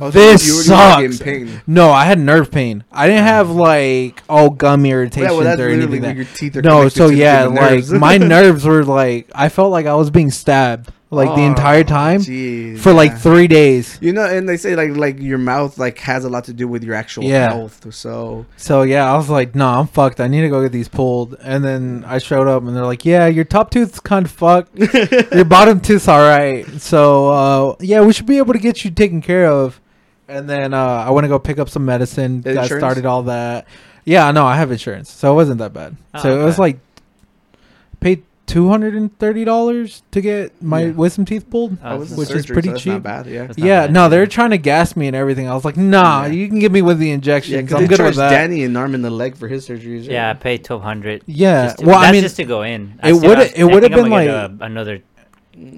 Speaker 1: Oh, so
Speaker 4: this
Speaker 1: you were- you were getting
Speaker 4: sucks.
Speaker 1: pain.
Speaker 4: No, I had nerve pain. I didn't have like all gum irritation
Speaker 1: Mm. Yeah, well, that's
Speaker 4: or
Speaker 1: literally when
Speaker 4: anything. That.
Speaker 1: your teeth are
Speaker 4: No,
Speaker 1: connected
Speaker 4: so
Speaker 1: to the
Speaker 4: yeah, like
Speaker 1: nerves. *laughs*
Speaker 4: my nerves were like I felt like I was being stabbed like the
Speaker 1: Oh,
Speaker 4: entire time
Speaker 1: jeez,
Speaker 4: for
Speaker 1: yeah.
Speaker 4: like three days.
Speaker 1: You know, and they say like like your mouth like has a lot to do with your actual
Speaker 4: Yeah.
Speaker 1: health.
Speaker 2: *laughs*
Speaker 1: So
Speaker 4: So yeah, I was like, no, nah, I'm fucked. I need to go get these pulled. And then I showed up, and they're like, yeah, your top tooth's kind of fucked.
Speaker 1: *laughs*
Speaker 4: your bottom tooth's all right. So uh, yeah, we should be able to get you taken care of. And then uh, I went to go pick up some medicine.
Speaker 1: The
Speaker 4: Got
Speaker 1: insurance?
Speaker 4: started all that. Yeah, no, I have insurance, so it wasn't that bad.
Speaker 2: Oh,
Speaker 4: so it was
Speaker 2: okay.
Speaker 4: like paid two hundred and thirty dollars to get my
Speaker 1: Yeah.
Speaker 4: wisdom teeth pulled.
Speaker 2: Oh, it's
Speaker 1: a
Speaker 4: which is
Speaker 1: surgery,
Speaker 4: pretty
Speaker 1: so that's
Speaker 4: cheap.
Speaker 1: Not bad, yeah.
Speaker 2: That's not
Speaker 4: Yeah,
Speaker 2: bad.
Speaker 4: no, they were trying to gas me and everything. I was like, nah,
Speaker 1: Yeah.
Speaker 4: you can get me with the
Speaker 1: Yeah,
Speaker 4: injections.
Speaker 1: because
Speaker 4: I'm
Speaker 1: they
Speaker 4: good with
Speaker 1: charged
Speaker 4: that.
Speaker 1: Danny an arm and a leg for his surgeries. right?
Speaker 2: Yeah, I paid twelve hundred.
Speaker 4: Yeah,
Speaker 2: Just to-
Speaker 4: well,
Speaker 2: that's
Speaker 4: I mean,
Speaker 2: just to go in. I
Speaker 4: it
Speaker 2: still
Speaker 4: would-
Speaker 2: have-
Speaker 4: it
Speaker 2: I
Speaker 4: would
Speaker 2: think
Speaker 4: have
Speaker 2: I'm
Speaker 4: been
Speaker 2: gonna get a- another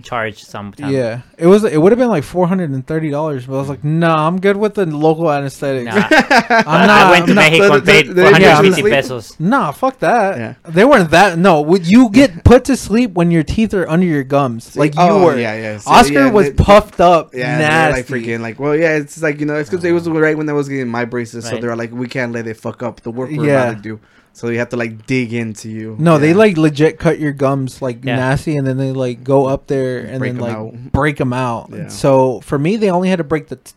Speaker 2: charge sometimes.
Speaker 4: Yeah, it was. It would have been like four hundred and thirty dollars, but I was like, no, nah, I'm good with the local anesthetic.
Speaker 1: *laughs*
Speaker 2: Nah.
Speaker 4: *laughs* I'm
Speaker 2: I
Speaker 4: not.
Speaker 2: went to
Speaker 4: I'm not-
Speaker 2: Mexico and
Speaker 1: the-
Speaker 2: paid
Speaker 1: the- the-
Speaker 2: 150
Speaker 1: yeah.
Speaker 2: pesos.
Speaker 4: Nah, fuck that.
Speaker 1: Yeah.
Speaker 4: They weren't that. No, would you get put to sleep when your teeth are under your gums? like you
Speaker 1: oh,
Speaker 4: were.
Speaker 1: yeah, yeah. So,
Speaker 4: Oscar
Speaker 1: yeah,
Speaker 4: was
Speaker 1: they-
Speaker 4: puffed up.
Speaker 1: Yeah, they're like
Speaker 4: nasty. Uh-huh.
Speaker 1: freaking like, well, yeah, it's like you know, it's because it was right when I was getting my braces, so
Speaker 2: Right.
Speaker 1: they're like, we can't let it fuck up the work we're
Speaker 4: Yeah.
Speaker 1: about to do. So you have to like dig into you.
Speaker 4: no, they
Speaker 1: Yeah.
Speaker 4: like legit cut your gums like
Speaker 2: Yeah.
Speaker 4: nasty, and then they like go up there and
Speaker 1: Break
Speaker 4: then
Speaker 1: 'em
Speaker 4: like
Speaker 1: out.
Speaker 4: break them out.
Speaker 1: Yeah.
Speaker 4: So for me, they only had to break the t-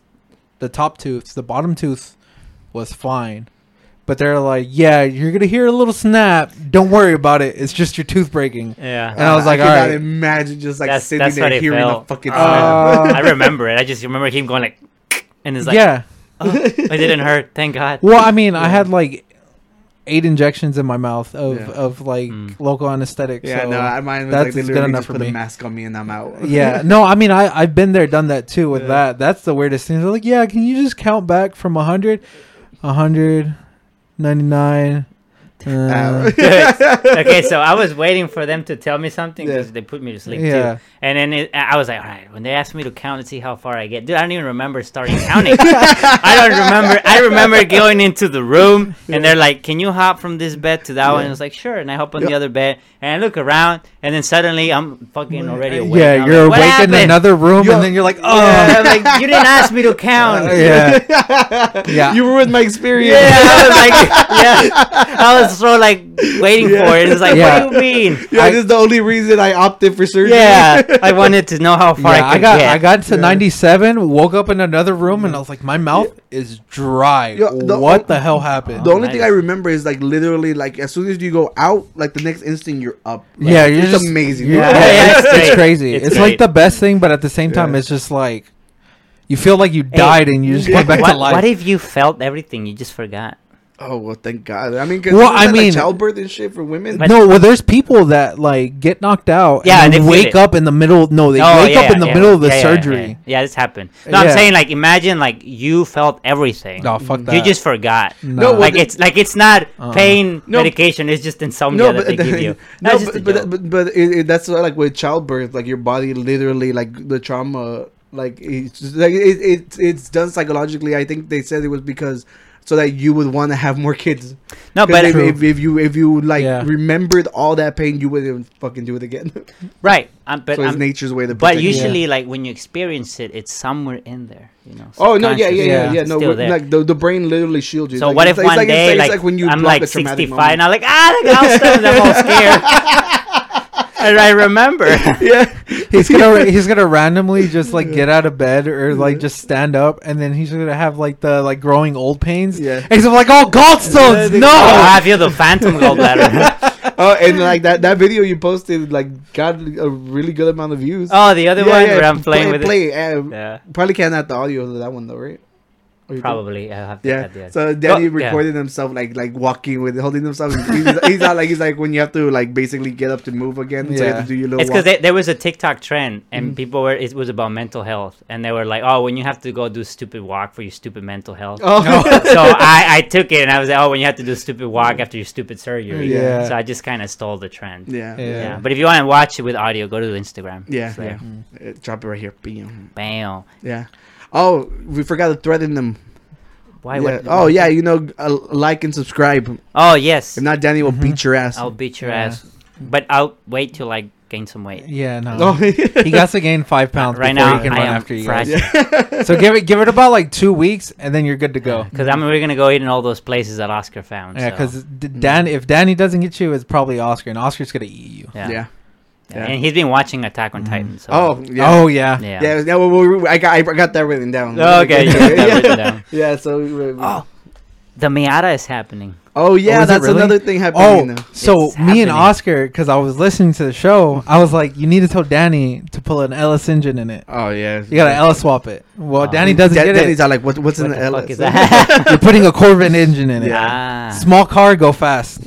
Speaker 4: the top tooth. The bottom tooth was fine, but they're like, yeah, you're gonna hear a little snap. Don't worry about it. It's just your tooth breaking.
Speaker 2: Yeah.
Speaker 4: And I was like,
Speaker 1: cannot
Speaker 4: alright.
Speaker 1: imagine just like
Speaker 2: That's-
Speaker 1: sitting
Speaker 2: that's
Speaker 1: there
Speaker 2: what it
Speaker 1: hearing a
Speaker 2: felt.
Speaker 1: fucking.
Speaker 2: *laughs*
Speaker 4: Uh,
Speaker 1: snap.
Speaker 2: I remember it. I just remember him going like, and it's like, yeah.
Speaker 4: yeah.
Speaker 1: *laughs*
Speaker 2: it didn't hurt. Thank God.
Speaker 4: Well, I mean, I had like eight injections in my mouth of
Speaker 1: Yeah.
Speaker 4: of like
Speaker 2: Mm.
Speaker 4: local anesthetic.
Speaker 1: yeah,
Speaker 4: so
Speaker 1: no, I mine was
Speaker 4: that's
Speaker 1: like they
Speaker 4: good
Speaker 1: literally
Speaker 4: enough
Speaker 1: just
Speaker 4: for
Speaker 1: put
Speaker 4: me.
Speaker 1: a mask on me and I'm out. *laughs*
Speaker 4: yeah, *laughs* no, I mean, I I've been there, done that too with
Speaker 1: Yeah.
Speaker 4: that. That's the weirdest thing. They're like, yeah, can you just count back from a hundred, a hundred, ninety nine?
Speaker 1: *laughs*
Speaker 4: Uh,
Speaker 2: *laughs* okay, so I was waiting for them to tell me something
Speaker 1: Yeah.
Speaker 2: because they put me to sleep
Speaker 4: Yeah.
Speaker 2: too. And then it, I was like, all right, when they asked me to count and see how far I get, dude, I don't even remember starting
Speaker 4: *laughs*
Speaker 2: counting. I don't remember. I remember going into the room and they're like, can you hop from this bed to that one? And I was like, sure. And I hop on the other bed and I look around and then suddenly I'm fucking already awake.
Speaker 4: *laughs* yeah,
Speaker 2: I'm
Speaker 4: you're
Speaker 2: like, "What
Speaker 4: awake in
Speaker 2: happened?"
Speaker 4: another room,
Speaker 1: Yo-
Speaker 4: and then
Speaker 1: *laughs*
Speaker 4: you're like, oh,
Speaker 2: Yeah, I'm like, you didn't ask me to count.
Speaker 4: *laughs* yeah, yeah.
Speaker 1: you ruined my experience.
Speaker 2: Yeah, I was like, *laughs* yeah, I was so like waiting for it. It's like,
Speaker 4: Yeah.
Speaker 2: what do you mean?
Speaker 1: Yeah,
Speaker 4: I-
Speaker 1: this is the only reason I opted for surgery.
Speaker 2: Yeah,
Speaker 1: *laughs*
Speaker 2: I wanted to know how far
Speaker 4: Yeah,
Speaker 2: I
Speaker 4: I
Speaker 2: could
Speaker 4: got
Speaker 2: get.
Speaker 4: I got to 97, woke up in another room, and I was like, my mouth is dry.
Speaker 1: Yo, the-
Speaker 4: what the hell happened?
Speaker 1: The only
Speaker 2: nice.
Speaker 1: thing I remember is like literally like as soon as you go out, like the next instant you're up. Like,
Speaker 4: yeah, you're
Speaker 1: it's
Speaker 4: just
Speaker 1: amazing.
Speaker 4: you're-
Speaker 2: Yeah,
Speaker 4: yeah,
Speaker 2: yeah,
Speaker 4: it's,
Speaker 2: it's
Speaker 4: it's
Speaker 2: great.
Speaker 4: crazy. It's,
Speaker 2: It's great.
Speaker 4: like the best thing, but at the same time,
Speaker 1: Yeah.
Speaker 4: it's just like you feel like you died and you just came back
Speaker 2: what,
Speaker 4: to life.
Speaker 2: what if you felt everything? You just forgot.
Speaker 1: *laughs* Oh well, thank God. I mean, 'cause
Speaker 4: Well,
Speaker 1: isn't
Speaker 4: I
Speaker 1: that, like,
Speaker 4: mean-
Speaker 1: childbirth and shit for women.
Speaker 2: But-
Speaker 4: no, well, there's people that like get knocked out.
Speaker 2: Yeah, and
Speaker 4: and then
Speaker 2: they feel it.
Speaker 4: wake up in the middle. No, they wake up in the middle of the surgery.
Speaker 2: Oh, Yeah, this happened. No, I'm
Speaker 4: Yeah.
Speaker 2: saying like imagine like you felt everything.
Speaker 4: No, fuck that.
Speaker 2: You just forgot.
Speaker 4: No, Uh-uh.
Speaker 1: well,
Speaker 2: like
Speaker 1: the-
Speaker 2: it's like it's not pain
Speaker 1: No.
Speaker 2: medication. It's just insomnia
Speaker 1: no,
Speaker 2: that
Speaker 1: but
Speaker 2: they
Speaker 1: *laughs*
Speaker 2: give you.
Speaker 1: no,
Speaker 2: That's just a
Speaker 1: but, but
Speaker 2: joke.
Speaker 1: but but it, it, that's like with childbirth, like your body literally like the trauma, like it's just- like it, it it's done psychologically. I think they said it was because so that you would want to have more kids.
Speaker 2: no,
Speaker 1: 'Cause
Speaker 2: Oh, but
Speaker 1: if, if, if you if you like
Speaker 4: Yeah.
Speaker 1: remembered all that pain, you wouldn't fucking do it again. *laughs*
Speaker 2: right. I'm, but
Speaker 1: so it's
Speaker 2: I'm-
Speaker 1: nature's way to.
Speaker 2: but
Speaker 1: protect you.
Speaker 2: usually like when you experience it, it's somewhere in there. You know.
Speaker 1: Oh no! Yeah, yeah,
Speaker 2: subconsciously,
Speaker 1: yeah,
Speaker 4: Yeah.
Speaker 1: yeah.
Speaker 2: it's
Speaker 1: No,
Speaker 2: still
Speaker 1: we're-
Speaker 2: there.
Speaker 1: like the, the brain literally shields you.
Speaker 2: So
Speaker 1: Like,
Speaker 2: what if
Speaker 1: it's- it's
Speaker 2: one
Speaker 1: like- it's
Speaker 2: day,
Speaker 1: it's
Speaker 2: like, I'm
Speaker 1: block
Speaker 2: like
Speaker 1: a traumatic
Speaker 2: 65,
Speaker 1: moment.
Speaker 2: and I'm like, ah, the gallstones, I'm all scared.
Speaker 1: *laughs*
Speaker 2: and I remember.
Speaker 1: *laughs* yeah,
Speaker 4: *laughs* he's
Speaker 1: *laughs*
Speaker 2: *laughs*
Speaker 4: gonna he's gonna randomly just like get out of bed or like just stand up and then he's gonna have like the like growing old pains
Speaker 1: Yeah.
Speaker 4: and he's gonna be like oh gallstones
Speaker 1: Yeah,
Speaker 4: no
Speaker 2: Oh, I feel the phantom
Speaker 1: *laughs*
Speaker 2: gallbladder.
Speaker 1: oh, and like that that video you posted like got a really good amount of views.
Speaker 2: oh, the other
Speaker 1: Yeah,
Speaker 2: one
Speaker 1: yeah,
Speaker 2: where I'm playing
Speaker 1: play,
Speaker 2: with
Speaker 1: play, it. Um,
Speaker 2: it. Yeah,
Speaker 1: Probably can't add the audio to that one though, right? Or you
Speaker 2: probably. I have
Speaker 1: did?
Speaker 2: to
Speaker 1: Yeah.
Speaker 2: add that.
Speaker 1: So Danny
Speaker 2: Oh, yeah.
Speaker 1: recorded himself like like walking with holding himself. He's, he's not like he's like when you have to like basically get up to move again. So you
Speaker 4: Yeah.
Speaker 1: have to do your little.
Speaker 2: It's
Speaker 1: walk.
Speaker 2: because there was a TikTok trend,
Speaker 1: Mm.
Speaker 2: and people were it was about mental health, and they were like, "Oh, when you have to go do stupid walk for your stupid mental health."
Speaker 4: *laughs*
Speaker 1: Oh.
Speaker 2: so I, I took it, and I was like, "Oh, when you have to do stupid
Speaker 1: Mm.
Speaker 2: walk after your stupid surgery."
Speaker 4: Yeah.
Speaker 2: So I just kind of stole the trend.
Speaker 1: yeah.
Speaker 4: Yeah.
Speaker 1: Yeah.
Speaker 2: Yeah. But if you want to watch it with audio, go to Instagram.
Speaker 1: Yeah.
Speaker 2: It's hmm. there.
Speaker 1: Uh, Drop it right here. Bam.
Speaker 2: Bam.
Speaker 1: Yeah. Oh, we forgot to threaten them.
Speaker 2: Why?
Speaker 1: Yeah.
Speaker 2: What,
Speaker 1: oh yeah, you know, uh, like and subscribe.
Speaker 2: Oh yes.
Speaker 1: If not, Danny will beat your ass.
Speaker 2: Mm-hmm. I'll beat your
Speaker 4: Yeah.
Speaker 2: ass, but I'll wait till I gain some weight.
Speaker 4: yeah no
Speaker 1: *laughs*
Speaker 2: *laughs*
Speaker 1: Oh,
Speaker 4: he got to gain five pounds
Speaker 2: Right
Speaker 4: before
Speaker 2: now,
Speaker 4: he can
Speaker 2: I
Speaker 4: run
Speaker 2: am
Speaker 4: after you guys.
Speaker 2: fragile *laughs*
Speaker 4: so give it give it about like two weeks and then you're good to go
Speaker 2: because I'm we're gonna go eat in all those places that Oscar found. so,
Speaker 4: yeah because Dan if Danny doesn't get you it's probably Oscar and Oscar's gonna eat you
Speaker 2: yeah.
Speaker 1: yeah. yeah. yeah.
Speaker 2: and he's been watching Attack on Titan. So,
Speaker 1: Oh yeah.
Speaker 4: oh yeah
Speaker 2: yeah.
Speaker 1: Yeah, yeah well, we- we- I got I got that written down.
Speaker 2: Oh, okay, you got that
Speaker 1: yeah.
Speaker 2: written down.
Speaker 1: *laughs* Yeah, so we- we-
Speaker 2: Oh, the Miata is happening.
Speaker 1: oh
Speaker 4: Oh,
Speaker 1: yeah,
Speaker 4: is it
Speaker 1: that's
Speaker 4: really?
Speaker 1: another thing happening.
Speaker 4: Oh,
Speaker 1: now.
Speaker 4: so
Speaker 2: It's
Speaker 4: me
Speaker 2: happening.
Speaker 4: and Oscar, because I was listening to the show, I was like, "You need to tell Danny to pull an LS engine in it.
Speaker 1: Oh yeah,
Speaker 4: You gotta LS swap it." Well,
Speaker 2: Oh.
Speaker 4: Danny doesn't
Speaker 1: Um, Dan-
Speaker 4: get it.
Speaker 1: Danny's all like, what, what's
Speaker 2: What
Speaker 1: in
Speaker 2: the
Speaker 1: the LS? *laughs*
Speaker 2: fuck is that? Ah.
Speaker 4: You're putting a Corvette engine in it.
Speaker 2: yeah.
Speaker 4: Small car, go fast.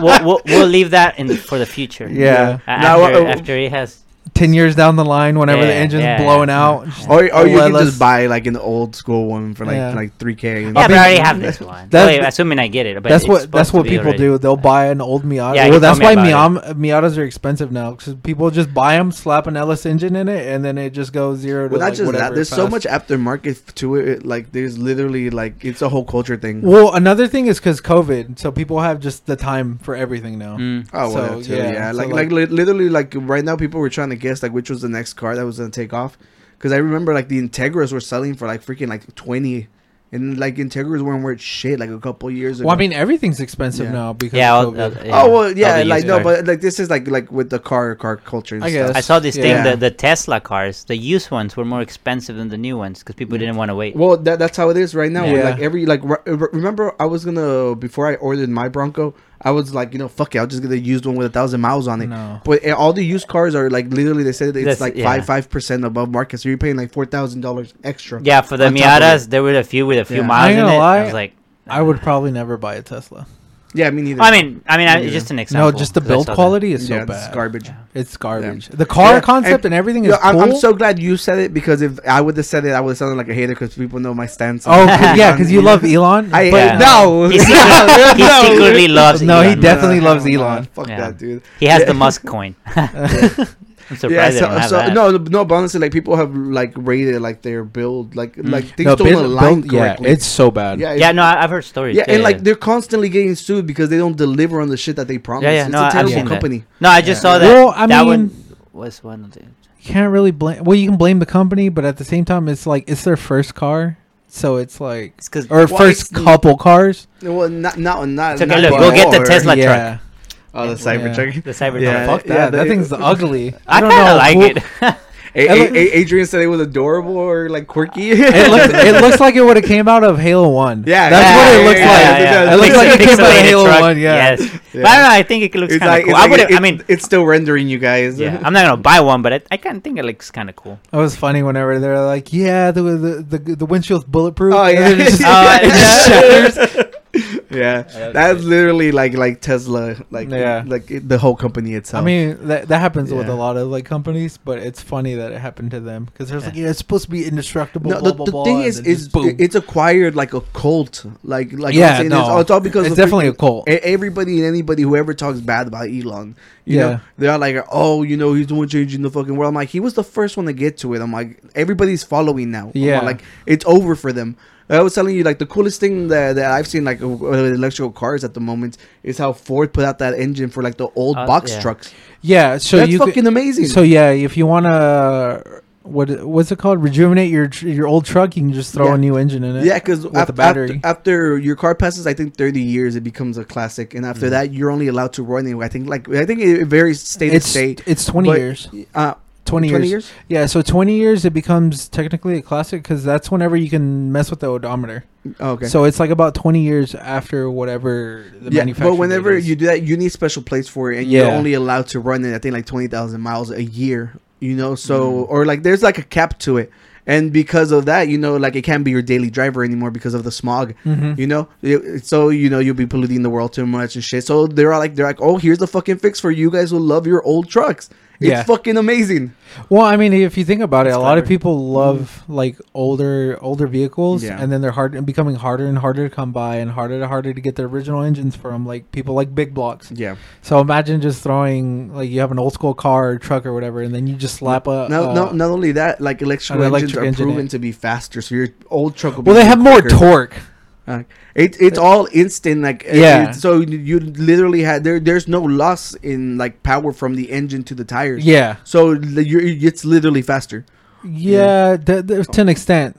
Speaker 1: *laughs*
Speaker 2: we'll, we'll, we'll leave that in the, for the future.
Speaker 4: Yeah.
Speaker 2: Uh,
Speaker 1: Now,
Speaker 2: after,
Speaker 1: uh,
Speaker 2: after he has
Speaker 4: ten years down the line, whenever the
Speaker 2: Yeah,
Speaker 4: engine's
Speaker 2: yeah,
Speaker 4: blowing
Speaker 2: yeah.
Speaker 4: out,
Speaker 1: *laughs* Or, or you
Speaker 4: Well,
Speaker 1: can
Speaker 4: let's-
Speaker 1: just buy like an old school one for like
Speaker 4: Yeah.
Speaker 1: like three k.
Speaker 2: Yeah, but I already
Speaker 4: That's-
Speaker 2: have this one.
Speaker 4: that's-
Speaker 2: Wait, assuming I get it. But
Speaker 4: that's
Speaker 2: it's
Speaker 4: what
Speaker 2: supposed
Speaker 4: that's
Speaker 2: to
Speaker 4: what
Speaker 2: be
Speaker 4: people
Speaker 2: already-
Speaker 4: do. They'll buy an old Miata.
Speaker 2: Yeah, you
Speaker 4: well,
Speaker 2: told
Speaker 4: that's
Speaker 2: me
Speaker 4: why
Speaker 2: about
Speaker 4: Miam- Miatas are expensive now because people just buy them, slap an LS engine in it, and then it just goes zero to
Speaker 1: Well, not
Speaker 4: like,
Speaker 1: just that.
Speaker 4: whatever
Speaker 1: There's so
Speaker 4: fast.
Speaker 1: much aftermarket to it. it, Like, there's literally like it's a whole culture thing.
Speaker 4: Well, another thing is because COVID, so people have just the time for everything now.
Speaker 2: Mm.
Speaker 1: Oh,
Speaker 4: So,
Speaker 1: well, too,
Speaker 4: yeah,
Speaker 1: yeah.
Speaker 4: so,
Speaker 1: like,
Speaker 4: like-
Speaker 1: like, li- literally, like right now, people were trying to guess like which was the next car that was gonna take off. Because I remember like the Integras were selling for like freaking like twenty, and like Integras weren't worth shit like a couple years ago.
Speaker 4: Well, I mean, everything's expensive
Speaker 1: Yeah.
Speaker 4: now because
Speaker 2: Yeah,
Speaker 4: of
Speaker 2: I'll,
Speaker 4: COVID.
Speaker 2: I'll- yeah,
Speaker 1: oh well, yeah,
Speaker 2: I'll be
Speaker 1: like
Speaker 2: used
Speaker 1: no,
Speaker 2: car.
Speaker 1: but like this is like like with the car car culture. And
Speaker 4: I
Speaker 1: stuff.
Speaker 4: guess.
Speaker 2: I saw this thing.
Speaker 1: Yeah.
Speaker 2: The, the Tesla cars, the used ones, were more expensive than the new ones because people didn't want to wait.
Speaker 1: Well, that, that's how it is right now.
Speaker 4: Yeah.
Speaker 1: Like every like re- re- remember I was gonna before I ordered my Bronco, I was like you know fuck it, I'll just get a used one with a thousand miles on it.
Speaker 4: No.
Speaker 1: But uh, all the used cars are like literally they said it's
Speaker 2: That's-
Speaker 1: like
Speaker 2: yeah.
Speaker 1: five five percent above market, so you're paying like four thousand dollars extra.
Speaker 2: yeah, for the
Speaker 1: on top of
Speaker 2: Miatas, there were a few with a few
Speaker 1: Yeah.
Speaker 4: I
Speaker 2: miles
Speaker 4: ain't
Speaker 2: in it.
Speaker 4: gonna
Speaker 2: I
Speaker 4: lie.
Speaker 2: was like,
Speaker 4: I would probably never buy a Tesla.
Speaker 1: Yeah, me neither.
Speaker 2: I mean, I mean, I,
Speaker 1: Yeah.
Speaker 2: just an example.
Speaker 4: No, just the
Speaker 2: 'cause I
Speaker 4: build
Speaker 2: saw that.
Speaker 4: quality is so
Speaker 1: yeah,
Speaker 4: bad.
Speaker 1: it's garbage.
Speaker 4: It's garbage.
Speaker 1: Yeah.
Speaker 4: The car
Speaker 1: Yeah,
Speaker 4: concept and, everything is
Speaker 1: Yo, I'm,
Speaker 4: cool.
Speaker 1: I'm so glad you said it because if I would have said it, I would have sounded like a hater because people know my stance.
Speaker 4: oh
Speaker 1: *laughs* on-
Speaker 4: cause, *laughs* yeah,
Speaker 1: on
Speaker 4: because you
Speaker 1: Elon.
Speaker 4: love Elon.
Speaker 1: I
Speaker 4: but
Speaker 2: Yeah.
Speaker 1: no,
Speaker 2: He secretly, he secretly loves.
Speaker 4: No, he
Speaker 2: Elon.
Speaker 4: def- definitely loves
Speaker 1: Nah,
Speaker 4: Elon.
Speaker 1: Fuck
Speaker 2: Yeah.
Speaker 1: that dude.
Speaker 2: He has
Speaker 1: Yeah.
Speaker 2: the Musk coin. I'm surprised they don't have that.
Speaker 1: no, no, but honestly, like people have like rated like their build, like like things
Speaker 4: no,
Speaker 1: don't
Speaker 4: build-
Speaker 1: align
Speaker 4: build- yeah,
Speaker 1: correctly.
Speaker 4: it's so bad.
Speaker 1: yeah,
Speaker 2: Mm. yeah,
Speaker 1: it's-
Speaker 2: no, I- I've heard stories.
Speaker 1: yeah, and like
Speaker 2: yeah,
Speaker 1: they're constantly getting sued because they don't deliver on the shit that they promised.
Speaker 2: yeah,
Speaker 1: it's
Speaker 2: no, I-
Speaker 1: a
Speaker 2: I've
Speaker 1: terrible
Speaker 2: seen that.
Speaker 1: company.
Speaker 2: no, I just saw that.
Speaker 4: Well, I
Speaker 2: that
Speaker 4: mean-
Speaker 2: one was one of the.
Speaker 4: You can't really blame. Well, you can blame the company, but at the same time, it's like it's their first car, so it's like
Speaker 2: It's because
Speaker 4: or
Speaker 1: Well,
Speaker 4: first
Speaker 1: it's-
Speaker 4: couple cars.
Speaker 1: Well, not not not.
Speaker 2: It's okay,
Speaker 1: not
Speaker 2: look, we'll get the
Speaker 1: anymore.
Speaker 2: Tesla truck.
Speaker 4: yeah,
Speaker 1: Oh, the
Speaker 4: Yeah.
Speaker 1: Cybertruck.
Speaker 2: the Cybertruck.
Speaker 1: Yeah.
Speaker 4: fuck that. that
Speaker 1: they-
Speaker 4: thing's *laughs* ugly.
Speaker 2: I
Speaker 4: don't
Speaker 2: kind
Speaker 4: know,
Speaker 2: of like
Speaker 1: *laughs*
Speaker 4: who-
Speaker 2: it.
Speaker 1: A-
Speaker 4: It look-
Speaker 1: A- A- Adrian said it was adorable or like quirky.
Speaker 4: *laughs* It looks, it looks like it would have came out of Halo One.
Speaker 1: Yeah,
Speaker 4: that's
Speaker 1: yeah,
Speaker 4: what it
Speaker 1: yeah,
Speaker 4: looks
Speaker 1: yeah,
Speaker 4: like.
Speaker 1: yeah, yeah.
Speaker 4: It looks
Speaker 1: Pixel-
Speaker 4: like it came out of
Speaker 2: Pixelated
Speaker 4: Halo
Speaker 2: truck,
Speaker 4: One. Yeah,
Speaker 2: Yes. But I don't know. I think it looks
Speaker 1: it's
Speaker 2: kind of
Speaker 1: like,
Speaker 2: cool.
Speaker 1: it's
Speaker 2: I would.
Speaker 1: like it,
Speaker 2: I
Speaker 1: *laughs*
Speaker 2: mean,
Speaker 1: it's still rendering, you guys.
Speaker 2: yeah, I'm not gonna buy one, but I, I kind of think it looks kind of
Speaker 4: *laughs*
Speaker 2: cool.
Speaker 4: it was funny whenever they're like, "Yeah, the the the, the windshield's bulletproof."
Speaker 1: Oh
Speaker 4: *laughs* and
Speaker 1: yeah,
Speaker 4: then it just-
Speaker 2: *laughs* Oh,
Speaker 4: it just *laughs* shatters.
Speaker 1: *laughs* yeah. That's literally like like Tesla, like
Speaker 4: Yeah.
Speaker 1: like it- the whole company
Speaker 4: I
Speaker 1: itself.
Speaker 4: mean, that that happens with a
Speaker 1: Yeah.
Speaker 4: lot of like companies, but it's funny that it happened to them because there's like, yeah, it's supposed to be indestructible.
Speaker 1: No,
Speaker 4: blah,
Speaker 1: the,
Speaker 4: blah,
Speaker 1: the
Speaker 4: blah,
Speaker 1: thing
Speaker 4: and
Speaker 1: is,
Speaker 4: then
Speaker 1: is
Speaker 4: just boom.
Speaker 1: it's acquired like a cult, like like
Speaker 4: Yeah,
Speaker 1: I'm saying,
Speaker 4: no.
Speaker 1: it's, it's all because
Speaker 4: It's
Speaker 1: of freaking-
Speaker 4: definitely a cult.
Speaker 1: e- Everybody and anybody whoever talks bad about Elon, you
Speaker 4: Yeah.
Speaker 1: know, they're all like, oh, you know, he's the one changing the fucking world. I'm like, he was the first one to get to it. I'm like, everybody's following now. I'm
Speaker 4: Yeah.
Speaker 1: like it's over for them. I was telling you, like the coolest thing that, that I've seen, like uh, with electrical cars at the moment, is how Ford put out that engine for like the old
Speaker 2: Uh,
Speaker 1: box
Speaker 2: yeah.
Speaker 1: trucks.
Speaker 4: yeah, so
Speaker 1: That's
Speaker 4: you could-
Speaker 1: fucking amazing.
Speaker 4: So yeah, if you want to, what what's it called? Rejuvenate your tr- your old truck. You can just throw
Speaker 1: Yeah.
Speaker 4: a new engine in it.
Speaker 1: Yeah, because
Speaker 4: with the battery.
Speaker 1: after, your car passes, I think thirty years, it becomes a classic, and
Speaker 4: Mm-hmm.
Speaker 1: after that, you're only allowed to run it. I think like I think it varies state
Speaker 4: it's
Speaker 1: to state.
Speaker 4: it's twenty
Speaker 1: but-
Speaker 4: years.
Speaker 1: Uh,
Speaker 4: 20,
Speaker 1: 20
Speaker 4: years.
Speaker 1: years?
Speaker 4: Yeah, so 20 years it becomes technically a classic because that's whenever you can mess with the odometer.
Speaker 1: oh, okay.
Speaker 4: So it's like about 20 years after whatever the
Speaker 1: yeah,
Speaker 4: manufacturer.
Speaker 1: but whenever you do that, you need special plates for it, and you're
Speaker 4: Yeah.
Speaker 1: only allowed to run it. I think like twenty thousand miles a year. You know, so
Speaker 4: Mm-hmm.
Speaker 1: or like there's like a cap to it, and because of that, you know, like it can't be your daily driver anymore because of the smog.
Speaker 4: Mhm.
Speaker 1: You know, It- so you know you'll be polluting the world too much and shit. So they're all like they're like, oh, here's the fucking fix for you guys who love your old trucks. It's
Speaker 4: Yeah.
Speaker 1: fucking amazing.
Speaker 4: Well, I mean, if you think about it, a
Speaker 2: That's
Speaker 4: lot of
Speaker 2: clever.
Speaker 4: people love like older older vehicles,
Speaker 1: Mm-hmm. Yeah.
Speaker 4: and then they're hard and becoming harder and harder to come by, and harder and harder to get the original engines from. Like people like big blocks.
Speaker 1: Yeah.
Speaker 4: So imagine just throwing like you have an old school car or truck or whatever, and then you just slap a
Speaker 1: No,
Speaker 4: uh,
Speaker 1: no, not only that, like electrical
Speaker 4: an
Speaker 1: engines
Speaker 4: electric
Speaker 1: are
Speaker 4: engine,
Speaker 1: proven
Speaker 4: yeah.
Speaker 1: to be faster, so your old truck. Will be
Speaker 4: Well, they have more
Speaker 1: quicker.
Speaker 4: torque.
Speaker 1: Uh, it, it's all instant, like uh, it-
Speaker 4: Yeah.
Speaker 1: it's- so you literally had there. There's no loss in like power from the engine to the tires.
Speaker 4: Yeah.
Speaker 1: So the- you're, it's literally faster.
Speaker 4: Yeah, th- th- to an extent.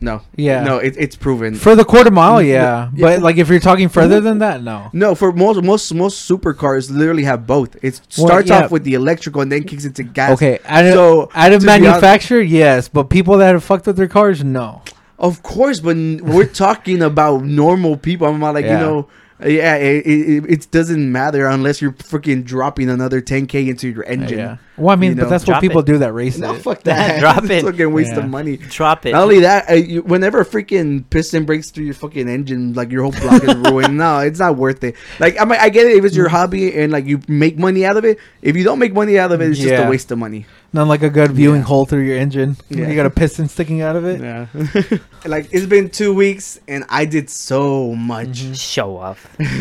Speaker 1: No.
Speaker 4: Yeah.
Speaker 1: No, it, it's proven.
Speaker 4: For the quarter mile, yeah.
Speaker 1: yeah.
Speaker 4: But like if you're talking further than that, no.
Speaker 1: no, for most most most supercars, literally have both. It
Speaker 4: Well,
Speaker 1: starts
Speaker 4: yeah.
Speaker 1: off with the electrical and then kicks into gas.
Speaker 4: Okay, out of,
Speaker 1: So,
Speaker 4: out of
Speaker 1: to be honest-
Speaker 4: manufacture, yes, but people that have fucked with their cars, no.
Speaker 1: Of course, but n- we're talking about normal people. I'm not like
Speaker 4: Yeah.
Speaker 1: you know Yeah, it, it, it doesn't matter unless you're freaking dropping another 10k into your engine.
Speaker 4: Yeah. Well, I mean,
Speaker 1: You
Speaker 4: but
Speaker 1: know.
Speaker 4: that's what
Speaker 2: Drop
Speaker 4: people
Speaker 2: it.
Speaker 4: do that race.
Speaker 1: No,
Speaker 4: it.
Speaker 1: fuck
Speaker 2: *laughs*
Speaker 1: that.
Speaker 2: Drop
Speaker 1: *laughs* It's
Speaker 2: it.
Speaker 1: Fucking waste
Speaker 4: Yeah.
Speaker 1: of money.
Speaker 2: *laughs* Drop it.
Speaker 1: Not only that, uh, you, whenever a freaking piston breaks through your fucking engine, like your whole block is
Speaker 2: *laughs*
Speaker 1: ruined. No, it's not worth it. Like I, mean, I get it if it's
Speaker 2: Mm.
Speaker 1: your hobby and like you make money out of it. If you don't make money out of it, it's just
Speaker 4: Yeah.
Speaker 1: a waste of money.
Speaker 4: Not like a good viewing hole through your engine.
Speaker 1: Yeah.
Speaker 4: You got a piston sticking out of it.
Speaker 1: Yeah. *laughs* like it's been two weeks and I did so much.
Speaker 2: Show
Speaker 4: *laughs*
Speaker 2: off.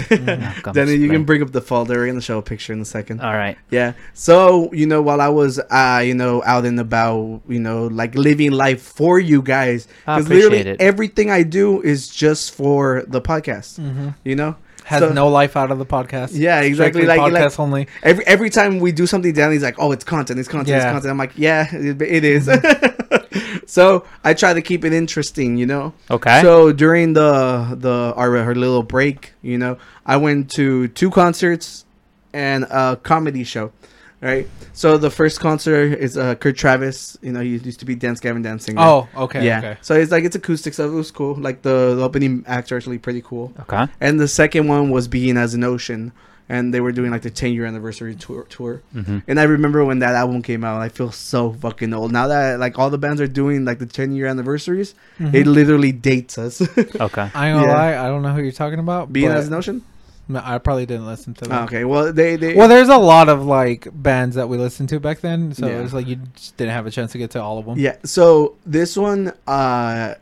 Speaker 1: Then you can bring up the folder. We're gonna show a picture in a second.
Speaker 2: All right.
Speaker 1: Yeah. So, you know, while I was, uh, you know, out and about, you know, like living life for you guys,
Speaker 2: I
Speaker 1: because literally
Speaker 2: appreciate it.
Speaker 1: everything I do is just for the podcast, you know?
Speaker 4: Mm-hmm. Has
Speaker 1: So-
Speaker 4: no life out of the podcast.
Speaker 1: Yeah, exactly,
Speaker 4: Mm. Strictly
Speaker 1: like- like-
Speaker 4: podcast only.
Speaker 1: Every every time we do something, Danny's like, "Oh, it's content, it's content,
Speaker 4: Yeah.
Speaker 1: it's content." I'm like, "Yeah, it, it is." *laughs* so I try to keep it interesting, you know.
Speaker 2: Okay.
Speaker 4: Eh?
Speaker 1: So during the the our, our little break, you know, I went to two concerts and a comedy show. Right. So the first concert is uh, Kurt Travis. You know, he used to be Dance Gavin Dancing.
Speaker 4: Oh, okay.
Speaker 1: yeah.
Speaker 4: Okay.
Speaker 1: So it's like it's acoustic, so it was cool. Like the, the opening acts are actually pretty cool.
Speaker 2: okay.
Speaker 1: And the second one was Being as an Ocean, and they were doing like the 10 year anniversary tour. tour.
Speaker 2: Mm-hmm.
Speaker 1: And I remember when that album came out, I feel so fucking old. Now that like all the bands are doing like the 10 year anniversaries,
Speaker 4: Mm-hmm.
Speaker 1: it literally dates us. *laughs*
Speaker 2: Okay.
Speaker 4: I ain't gonna
Speaker 1: Yeah.
Speaker 4: lie, I don't know who you're talking about.
Speaker 1: Being
Speaker 4: but
Speaker 1: as an Ocean?
Speaker 4: no, I probably didn't listen to that.
Speaker 1: Ah, Okay, well, they. they
Speaker 4: Well, there's a lot of like bands that we listened to back then, so
Speaker 1: Yeah.
Speaker 4: it was like you just didn't have a chance to get to all of them.
Speaker 1: Yeah. So this one, uh,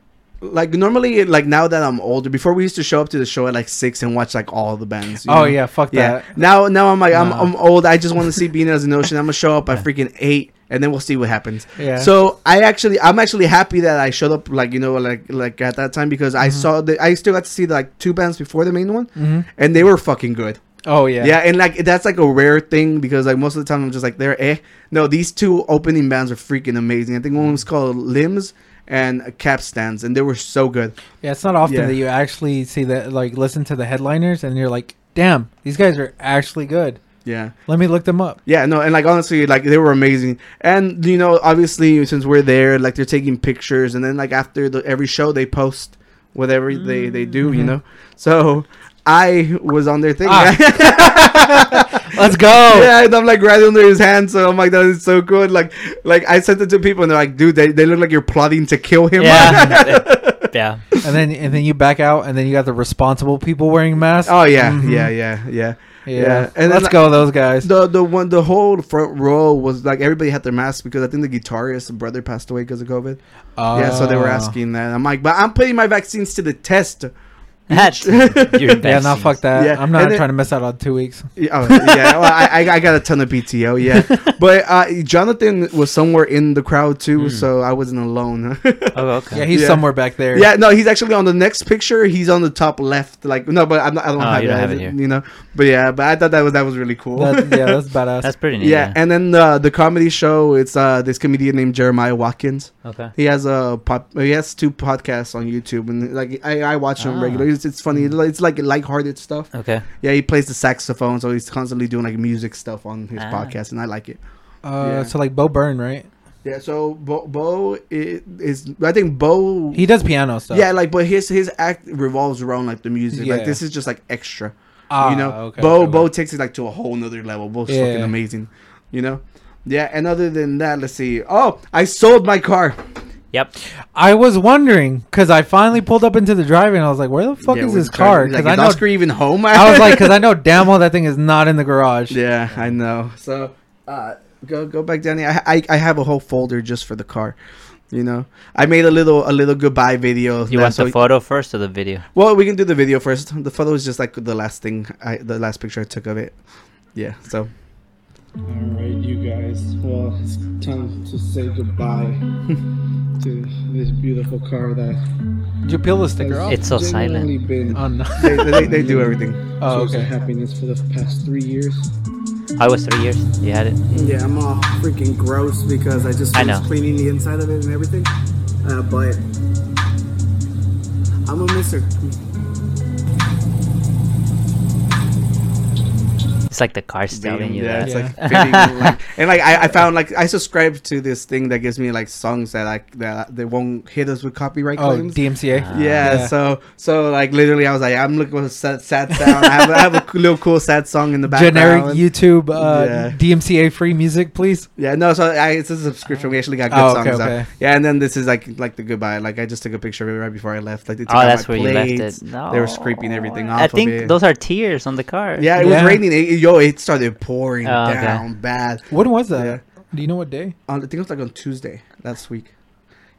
Speaker 1: like normally, like now that I'm older, before we used to show up to the show at like six and watch like all the bands. you
Speaker 4: Oh
Speaker 1: know?
Speaker 4: yeah, fuck
Speaker 1: Yeah.
Speaker 4: that.
Speaker 1: Now, now I'm like, I'm,
Speaker 4: No.
Speaker 1: I'm old. I just want to see Being as an Ocean. I'm gonna show up by freaking eight, and then we'll see what happens.
Speaker 4: Yeah.
Speaker 1: So I actually, I'm actually happy that I showed up, like you know, like like at that time because
Speaker 4: Mm-hmm.
Speaker 1: I saw the, I still got to see like two bands before the main one, and they were fucking good.
Speaker 4: Oh yeah.
Speaker 1: Yeah. and like that's like a rare thing because like most of the time I'm just like they're eh. No, these two opening bands are freaking amazing. I think one was called Limbs and Cap Stands, and they were so good.
Speaker 4: Yeah, it's not often
Speaker 1: Yeah.
Speaker 4: that you actually see that, like, listen to the headliners, and you're like, "Damn, these guys are actually good."
Speaker 1: Yeah.
Speaker 4: Let me look them up.
Speaker 1: Yeah, no, and like honestly, like they were amazing, and you know, obviously, since we're there, like they're taking pictures, and then like after the, every show, they post whatever they they do,
Speaker 4: Mm-hmm.
Speaker 1: you know. So I was on their thing,
Speaker 4: Ah.
Speaker 1: *laughs*
Speaker 4: Let's go.
Speaker 1: yeah, and I'm like right under his hand, so I'm like, that is so good. Like, like I sent it to people, and they're like, dude, they, they look like you're plotting to kill him.
Speaker 2: *laughs* Yeah.
Speaker 4: *laughs*
Speaker 2: yeah.
Speaker 4: And then and then you back out, and then you got the responsible people wearing masks.
Speaker 1: *laughs* oh yeah,
Speaker 4: Mhm.
Speaker 1: yeah, yeah, yeah,
Speaker 4: yeah.
Speaker 1: And then,
Speaker 4: Let's
Speaker 1: like,
Speaker 4: go, those guys.
Speaker 1: The the one the whole front row was like everybody had their masks because I think the guitarist's brother passed away because of COVID. Yeah, so they were
Speaker 2: Ah.
Speaker 4: Oh.
Speaker 1: asking that. I'm like, but I'm putting my vaccines to the test.
Speaker 2: That's your
Speaker 4: Yeah, no,
Speaker 2: vaccines.
Speaker 4: fuck that.
Speaker 1: Yeah,
Speaker 4: I'm not
Speaker 1: and then-
Speaker 4: trying to miss out on two weeks.
Speaker 1: Yeah, Oh, yeah, *laughs* well, I, I- I got a ton of PTO.
Speaker 2: *laughs*
Speaker 1: Yeah, but uh, Jonathan was somewhere in the crowd too, so I wasn't alone. *laughs*
Speaker 2: Oh, Hmm. okay.
Speaker 4: Yeah, he's
Speaker 1: Yeah.
Speaker 4: somewhere back there.
Speaker 1: yeah, no, he's actually on the next picture. He's on the top left. Like, no, but I'm not, I don't,
Speaker 2: Oh,
Speaker 1: have,
Speaker 2: you
Speaker 1: it,
Speaker 2: don't have it here.
Speaker 1: You know, but yeah, but I thought that was that was really cool.
Speaker 4: That- yeah, that's badass.
Speaker 2: That's pretty neat.
Speaker 1: *laughs* yeah,
Speaker 2: Yeah.
Speaker 1: and then uh, the comedy show. It's uh, this comedian named Jeremiah Watkins.
Speaker 2: okay.
Speaker 1: He has a pop. He has two podcasts on YouTube, and like I, I watch them
Speaker 2: Ah.
Speaker 1: regularly. It's, it's funny.
Speaker 4: Hmm.
Speaker 1: It's like lighthearted stuff.
Speaker 4: Oh.
Speaker 2: Okay.
Speaker 1: Yeah, he plays the saxophone, so he's constantly doing like music stuff on his
Speaker 2: Ah.
Speaker 1: podcast, and I like it.
Speaker 4: uh,
Speaker 1: yeah.
Speaker 4: So like Bo Byrne, right?
Speaker 1: Yeah, so Bo, Bo i- is I think Bo.
Speaker 4: He does piano stuff.
Speaker 1: yeah, like but his his act revolves around like the music. Like
Speaker 4: Yeah.
Speaker 1: this is just like extra.
Speaker 4: Ah,
Speaker 1: you know,
Speaker 4: okay,
Speaker 1: Bo
Speaker 4: okay,
Speaker 1: Bo
Speaker 4: okay.
Speaker 1: takes it like to a whole nother level. Bo's
Speaker 4: Yeah.
Speaker 1: fucking amazing. You know. Yeah, and other than that, let's see. Oh, I sold my car.
Speaker 2: Yep.
Speaker 4: I was wondering because I finally pulled up into the drive and I was like, "Where the fuck
Speaker 1: Yeah,
Speaker 4: is
Speaker 1: we're
Speaker 4: this
Speaker 1: trying-
Speaker 4: car?"
Speaker 1: Like,
Speaker 4: Because
Speaker 1: is
Speaker 4: I know
Speaker 1: Oscar even home?
Speaker 4: *laughs* I was like, because
Speaker 1: *laughs*
Speaker 4: I know damn well that thing is not in the garage.
Speaker 1: Yeah, I know. So uh, go go back, Danny. I, I I have a whole folder just for the car. You know, I made a little a little goodbye video.
Speaker 2: You
Speaker 1: That's
Speaker 2: want the
Speaker 1: what-
Speaker 2: photo first or the video?
Speaker 1: Well, we can do the video first. The photo is just like the last thing, I, the last picture I took of it. Yeah. So.
Speaker 7: Alright, you guys. Well, it's time to say goodbye *laughs* to this beautiful car that
Speaker 4: Did you peel the sticker off?
Speaker 2: It's so
Speaker 7: genuinely been
Speaker 4: oh
Speaker 7: *laughs*
Speaker 4: no.
Speaker 1: They, they, they do everything.
Speaker 4: Oh,
Speaker 7: source of
Speaker 4: okay.
Speaker 7: happiness for the past three years.
Speaker 2: I was three years. You had it.
Speaker 8: Yeah, I'm all freaking gross because I just
Speaker 2: I
Speaker 8: finished
Speaker 2: know.
Speaker 8: cleaning the inside of it and everything. Uh, but I'm a miss her.
Speaker 2: It's like the car telling you
Speaker 1: yeah,
Speaker 2: that.
Speaker 1: it's
Speaker 4: Yeah.
Speaker 1: like fitting, like-
Speaker 2: *laughs*
Speaker 1: and like I, I found like I subscribe to this thing that gives me like songs that like that they won't hit us with copyright
Speaker 4: Oh,
Speaker 1: claims.
Speaker 4: DMCA.
Speaker 1: yeah,
Speaker 4: yeah.
Speaker 1: so so like literally, I was like, I'm looking for a sad, sad sound. I have, I have a
Speaker 4: *laughs*
Speaker 1: cool- little cool sad song in the background.
Speaker 4: Generic YouTube uh,
Speaker 1: Yeah.
Speaker 4: DMCA free music, please.
Speaker 1: Yeah, no, so I, it's a subscription. We actually got good
Speaker 4: Oh, okay,
Speaker 1: songs
Speaker 4: okay.
Speaker 1: out. Yeah, and then this is like like the goodbye. Like I just took a picture of it right before I left. Like they took
Speaker 2: Oh,
Speaker 1: out
Speaker 2: that's
Speaker 1: my
Speaker 2: where you
Speaker 1: plates.
Speaker 2: left it. No.
Speaker 1: They were scraping everything off.
Speaker 2: I think
Speaker 1: of it.
Speaker 2: those are tears on the car.
Speaker 1: Yeah, it
Speaker 4: Yeah.
Speaker 1: was raining. It- yo, it started pouring
Speaker 2: Oh, okay.
Speaker 1: down bad.
Speaker 4: When was that?
Speaker 1: Yeah.
Speaker 4: Do you know what *laughs* day?
Speaker 1: On, I think it was like on Tuesday last week.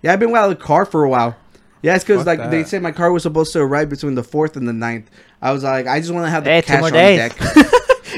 Speaker 1: Yeah, I've been without a car for a while. Yeah, it's because
Speaker 4: Fuck
Speaker 1: like they
Speaker 4: that.
Speaker 1: said my car was supposed to arrive between the fourth and the 9th. I was like, I just want to have the
Speaker 2: Hey, two
Speaker 1: cash
Speaker 2: more
Speaker 1: on
Speaker 2: days. *laughs*
Speaker 1: deck.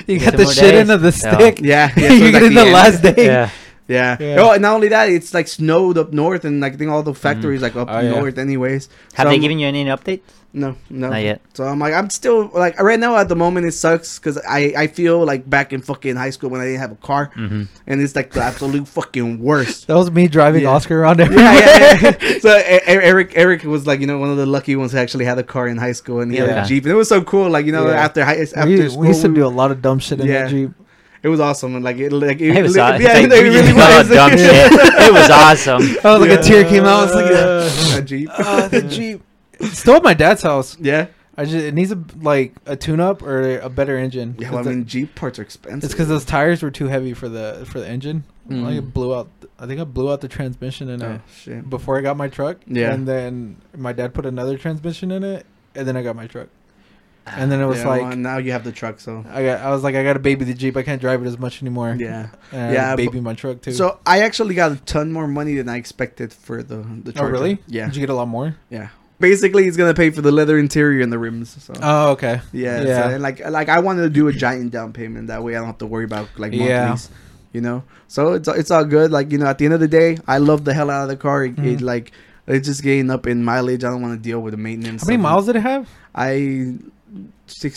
Speaker 4: You
Speaker 2: Yeah,
Speaker 4: got
Speaker 2: two
Speaker 4: the
Speaker 2: more
Speaker 4: shit
Speaker 2: days.
Speaker 4: into the
Speaker 2: No.
Speaker 4: stick. *laughs*
Speaker 1: yeah, yeah, so
Speaker 4: you
Speaker 1: it's
Speaker 4: get
Speaker 1: like
Speaker 4: in the
Speaker 1: end.
Speaker 4: last day.
Speaker 2: Yeah.
Speaker 1: Yeah.
Speaker 4: Oh. Yeah.
Speaker 1: Oh, and not only that, it's like snowed up north, and like I think all the factories like up
Speaker 4: Oh, yeah.
Speaker 1: north, anyways.
Speaker 2: Have
Speaker 1: So
Speaker 2: they
Speaker 1: I'm-
Speaker 2: given you any updates?
Speaker 1: No, no.
Speaker 2: Not yet.
Speaker 1: So I'm like, I'm still like right now at the moment it sucks because I I feel like back in fucking high school when I didn't have a car,
Speaker 2: Mm.
Speaker 1: and it's like the absolute fucking worst.
Speaker 4: That was me driving
Speaker 1: Yeah.
Speaker 4: Oscar
Speaker 1: *laughs*
Speaker 4: around everywhere.
Speaker 1: Yeah, yeah, yeah. *laughs* so E- E- Eric Eric was like you know one of the lucky ones who actually had a car in high school and he had
Speaker 2: Yeah.
Speaker 1: a jeep and it was so cool like you know
Speaker 4: Yeah.
Speaker 1: after high after
Speaker 4: we,
Speaker 1: school
Speaker 4: we used to
Speaker 1: we-
Speaker 4: do a lot of dumb shit in
Speaker 1: Yeah.
Speaker 4: that Jeep.
Speaker 1: it was awesome and like it like it,
Speaker 2: It was,
Speaker 1: li-
Speaker 2: aw-
Speaker 1: yeah,
Speaker 2: like,
Speaker 1: it
Speaker 2: you
Speaker 1: really
Speaker 2: know,
Speaker 1: was.
Speaker 2: dumb
Speaker 1: *laughs*
Speaker 2: shit. It was awesome.
Speaker 4: Oh, like a tear came out. It's like a, *laughs*
Speaker 1: a jeep
Speaker 4: oh, the Jeep. It's still at my dad's house.
Speaker 1: *laughs* yeah
Speaker 4: I just it needs a like a tune up or a better engine.
Speaker 1: yeah
Speaker 4: 'Cause
Speaker 1: well, I
Speaker 4: the-
Speaker 1: mean jeep parts are expensive
Speaker 4: it's because those tires were too heavy for the for the engine.
Speaker 1: Mm.
Speaker 4: Like it blew out. I think I blew out the transmission in
Speaker 1: oh,
Speaker 4: it
Speaker 1: shit.
Speaker 4: before I got my truck.
Speaker 1: Yeah.
Speaker 4: and then my dad put another transmission in it, and then I got my truck. And then it was
Speaker 1: *sighs* Yeah,
Speaker 4: like
Speaker 1: well, now you have the truck so
Speaker 4: I got. I was like, I got to baby the Jeep. I can't drive it as much anymore.
Speaker 1: yeah.
Speaker 4: and
Speaker 1: Yeah,
Speaker 4: yeah,
Speaker 1: but-
Speaker 4: baby my truck too.
Speaker 1: So I actually got a ton more money than I expected for the the
Speaker 4: oh
Speaker 1: charger.
Speaker 4: really?
Speaker 1: Yeah,
Speaker 4: Did you get a lot more?
Speaker 1: yeah. Basically, he's gonna pay for the leather interior and the rims. So
Speaker 4: Oh okay.
Speaker 1: Uh, yeah, so,
Speaker 4: yeah.
Speaker 1: and like like I wanted to do a giant down payment. That way, I don't have to worry about like monthlies.
Speaker 4: Yeah.
Speaker 1: You know, so it's it's all good. Like you know, at the end of the day, I love the hell out of the car. It,
Speaker 4: Mm.
Speaker 1: it, like it's just getting up in mileage. I don't want to deal with the maintenance.
Speaker 4: How many
Speaker 1: of it.
Speaker 4: miles did it have?
Speaker 1: I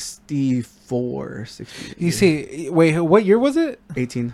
Speaker 1: 64, 68,
Speaker 4: You see, wait, what year was it?
Speaker 1: 18.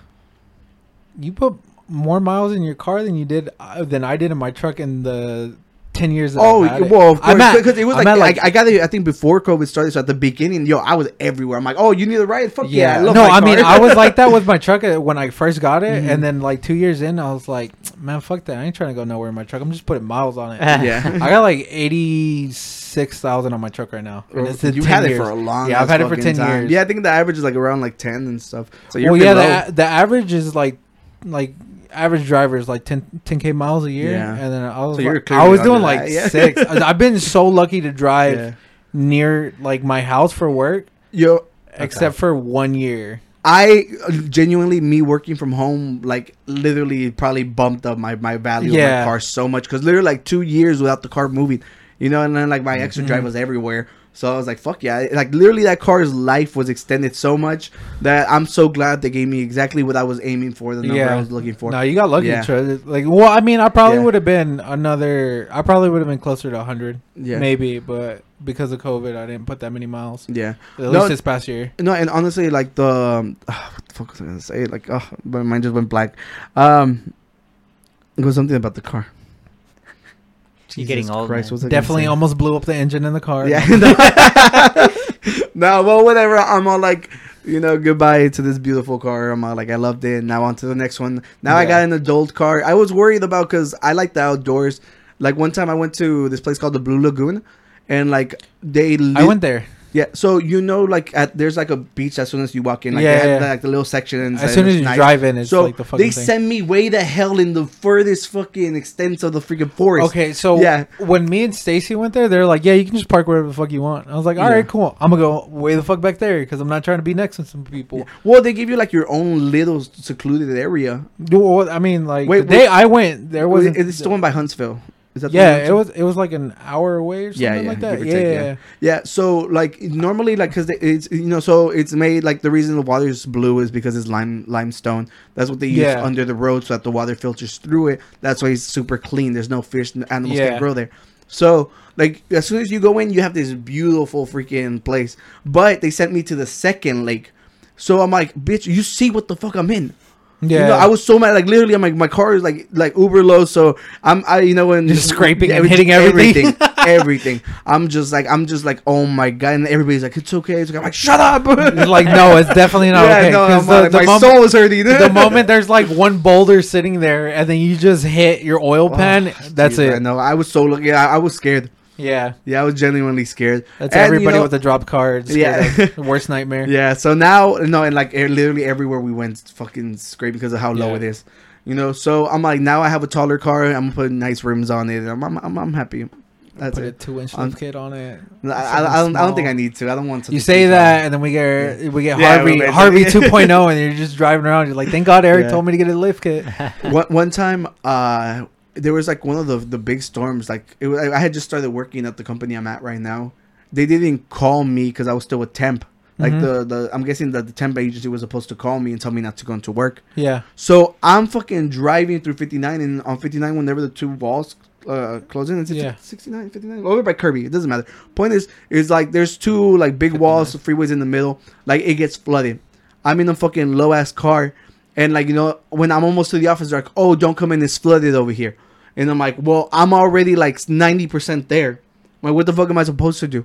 Speaker 4: You put more miles in your car than you did uh, than I did in my truck in the ten years. That
Speaker 1: Oh
Speaker 4: I've had it.
Speaker 1: well, of course,
Speaker 4: I'm at-
Speaker 1: because it was
Speaker 4: I'm
Speaker 1: like,
Speaker 4: at,
Speaker 1: I, I got it. I think before COVID started, so at the beginning, yo, I was everywhere. I'm like, oh, you need a ride? Fuck yeah,
Speaker 4: yeah.
Speaker 1: I love
Speaker 4: no,
Speaker 1: my
Speaker 4: I mean,
Speaker 1: car. Mm-hmm.
Speaker 4: I was like that
Speaker 1: *laughs*
Speaker 4: with my truck uh, when I first got it, and then like two years in, I was like, man, fuck that. I ain't trying to go nowhere in my truck. I'm just putting miles on it.
Speaker 1: *laughs*
Speaker 4: I
Speaker 1: yeah.
Speaker 4: got like eighty six thousand on my truck right now. and it's in
Speaker 1: you
Speaker 4: 10
Speaker 1: had it
Speaker 4: years.
Speaker 1: for a long.
Speaker 4: Yeah, I've
Speaker 1: ass
Speaker 4: had it for
Speaker 1: fucking
Speaker 4: ten
Speaker 1: time.
Speaker 4: years.
Speaker 1: Yeah, I think the average is like around like ten and stuff. So you're
Speaker 4: well, yeah,
Speaker 1: below.
Speaker 4: the, the average is like like average driver is like 10 k miles a year,
Speaker 1: Yeah.
Speaker 4: and then I was
Speaker 1: So you're
Speaker 4: like- I
Speaker 1: clearly
Speaker 4: was
Speaker 1: under
Speaker 4: doing
Speaker 1: that,
Speaker 4: like
Speaker 1: yeah.
Speaker 4: six.
Speaker 1: *laughs*
Speaker 4: I- I've been so lucky to drive
Speaker 1: Yeah.
Speaker 4: near like my house for work,
Speaker 1: yo.
Speaker 4: except for one year.
Speaker 1: I genuinely, me working from home, like literally probably bumped up my, my value of
Speaker 4: Yeah.
Speaker 1: my car so much because literally like two years without the car moving, you know, and then like my extra
Speaker 4: Mm-hmm.
Speaker 1: drive was everywhere. So I was like, fuck yeah. Like literally that car's life was extended so much that I'm so glad they gave me exactly what I was aiming for, the number I
Speaker 4: Yeah.
Speaker 1: was looking for.
Speaker 4: No, you got lucky.
Speaker 1: Yeah.
Speaker 4: Trey. Like, well, I mean, I probably
Speaker 1: Yeah.
Speaker 4: would have been another. I probably would have been closer to hundred,
Speaker 1: Yeah.
Speaker 4: maybe, but because of COVID, I didn't put that many miles.
Speaker 1: Yeah.
Speaker 4: At
Speaker 1: No,
Speaker 4: least this past year.
Speaker 1: No, and honestly, like the um, what the fuck was I gonna say? Like, oh, my mind just went blank. Um, it was something about the car.
Speaker 2: You're getting
Speaker 1: Jesus
Speaker 2: old,
Speaker 1: Christ,
Speaker 2: man.
Speaker 1: what was I gonna
Speaker 4: Definitely
Speaker 1: say?
Speaker 4: almost blew up the engine in the car.
Speaker 1: Yeah. *laughs* no, well, whatever. I'm all like, you know, goodbye to this beautiful car. I'm all like, I loved it. Now on to the next one. Now I
Speaker 4: Yeah.
Speaker 1: got an adult car. I was worried about because I like the outdoors. Like one time I went to this place called the Blue Lagoon, and like they lit-
Speaker 4: I
Speaker 1: *laughs*
Speaker 4: went there.
Speaker 1: yeah. So you know, like at there's like a beach as soon as you walk in. Like
Speaker 4: Yeah,
Speaker 1: they have
Speaker 4: yeah.
Speaker 1: like the little section. inside,
Speaker 4: As soon
Speaker 1: it's
Speaker 4: as you
Speaker 1: nice.
Speaker 4: drive in, it's
Speaker 1: so
Speaker 4: like the fucking
Speaker 1: they
Speaker 4: thing.
Speaker 1: send me way the hell in the furthest fucking extents of the freaking forest.
Speaker 4: Okay, so
Speaker 1: Yeah.
Speaker 4: when me and Stacy went there, they're like, "Yeah, you can just park wherever the fuck you want." I was like, "All right,
Speaker 1: Yeah.
Speaker 4: cool. I'm gonna go way the fuck back there because I'm not trying to be next to some people."
Speaker 1: Well, they give you like your own little secluded area.
Speaker 4: Do what I mean, like
Speaker 1: Wait,
Speaker 4: the day
Speaker 1: wait.
Speaker 4: I went, there
Speaker 1: Was
Speaker 4: wasn't.
Speaker 1: it, it's the one by Huntsville. Is that the one
Speaker 4: yeah, it
Speaker 1: Huntsville?
Speaker 4: was. It was like an hour away or something
Speaker 1: Yeah, yeah,
Speaker 4: like
Speaker 1: give
Speaker 4: that.
Speaker 1: or
Speaker 4: Yeah,
Speaker 1: take,
Speaker 4: yeah.
Speaker 1: yeah. Yeah, so like normally, like because it's you know, so it's made like the reason the water is blue is because it's lime limestone. That's what they use
Speaker 4: Yeah.
Speaker 1: under the road so that the water filters through it. That's why it's super clean. There's no fish, n- animals
Speaker 4: Yeah.
Speaker 1: can't grow there. So like as soon as you go in, you have this beautiful freaking place. But they sent me to the second lake, so I'm like, bitch, you see what the fuck I'm in.
Speaker 4: Yeah.
Speaker 1: You know, I was so mad. Like literally, I'm like my car is like like uber low, so I'm I you know when
Speaker 4: Just scraping and
Speaker 1: every-
Speaker 4: hitting everything.
Speaker 1: everything,
Speaker 4: *laughs*
Speaker 1: everything. I'm just like I'm just like oh my god, and everybody's like it's okay, it's okay. I'm like shut up.
Speaker 4: *laughs* It's like no, it's definitely not
Speaker 1: *laughs* yeah,
Speaker 4: okay.
Speaker 1: no,
Speaker 4: 'cause
Speaker 1: I'm like, my
Speaker 4: moment-
Speaker 1: soul is hurting. *laughs*
Speaker 4: the moment there's like one boulder sitting there, and then you just hit your oil
Speaker 1: Oh,
Speaker 4: pan. that's
Speaker 1: Dude, I
Speaker 4: it.
Speaker 1: know. I was so lucky. Yeah, I, I was scared.
Speaker 4: Yeah,
Speaker 1: Yeah, I was genuinely scared.
Speaker 4: that's
Speaker 1: And, you
Speaker 4: everybody
Speaker 1: know-
Speaker 4: with the drop cards.
Speaker 1: Yeah. *laughs*
Speaker 4: worst nightmare.
Speaker 1: Yeah, so now no, and like e- literally everywhere we went, it's fucking scrape because of how low
Speaker 4: Yeah.
Speaker 1: it is, you know. So I'm like, now I have a taller car. I'm putting nice rims on it. I'm I'm, I'm, I'm happy. That's
Speaker 4: Put a
Speaker 1: it.
Speaker 4: two-inch
Speaker 1: Um,
Speaker 4: lift kit on it.
Speaker 1: I, I, I don't I don't think I need to. I don't want to.
Speaker 4: You say that, and then we get we get
Speaker 1: Yeah,
Speaker 4: Harvey
Speaker 1: well, *laughs*
Speaker 4: Harvey
Speaker 1: basically.
Speaker 4: 2.0, and you're just driving around. You're like, thank God Eric
Speaker 1: Yeah.
Speaker 4: told me to get a lift
Speaker 1: *laughs*
Speaker 4: kit.
Speaker 1: one, one time uh there was like one of the the big storms like it was, i I had just started working at the company i'm at right now they didn't call me because i was still a temp like
Speaker 4: Mm-hmm.
Speaker 1: the, the i'm guessing that the temp agency was supposed to call me and tell me not to go into work
Speaker 4: Yeah,
Speaker 1: so i'm fucking driving through 59 and on 59 whenever the two walls uh close in it's yeah.
Speaker 4: Yeah.
Speaker 1: 69 59 over by kirby it doesn't matter point is is like there's two like big walls freeways in the middle like it gets flooded i'm in a fucking low ass car and like you know when i'm almost to the office they're like oh don't come in it's flooded over here and i'm like well i'm already like 90% there like what the fuck am i supposed to do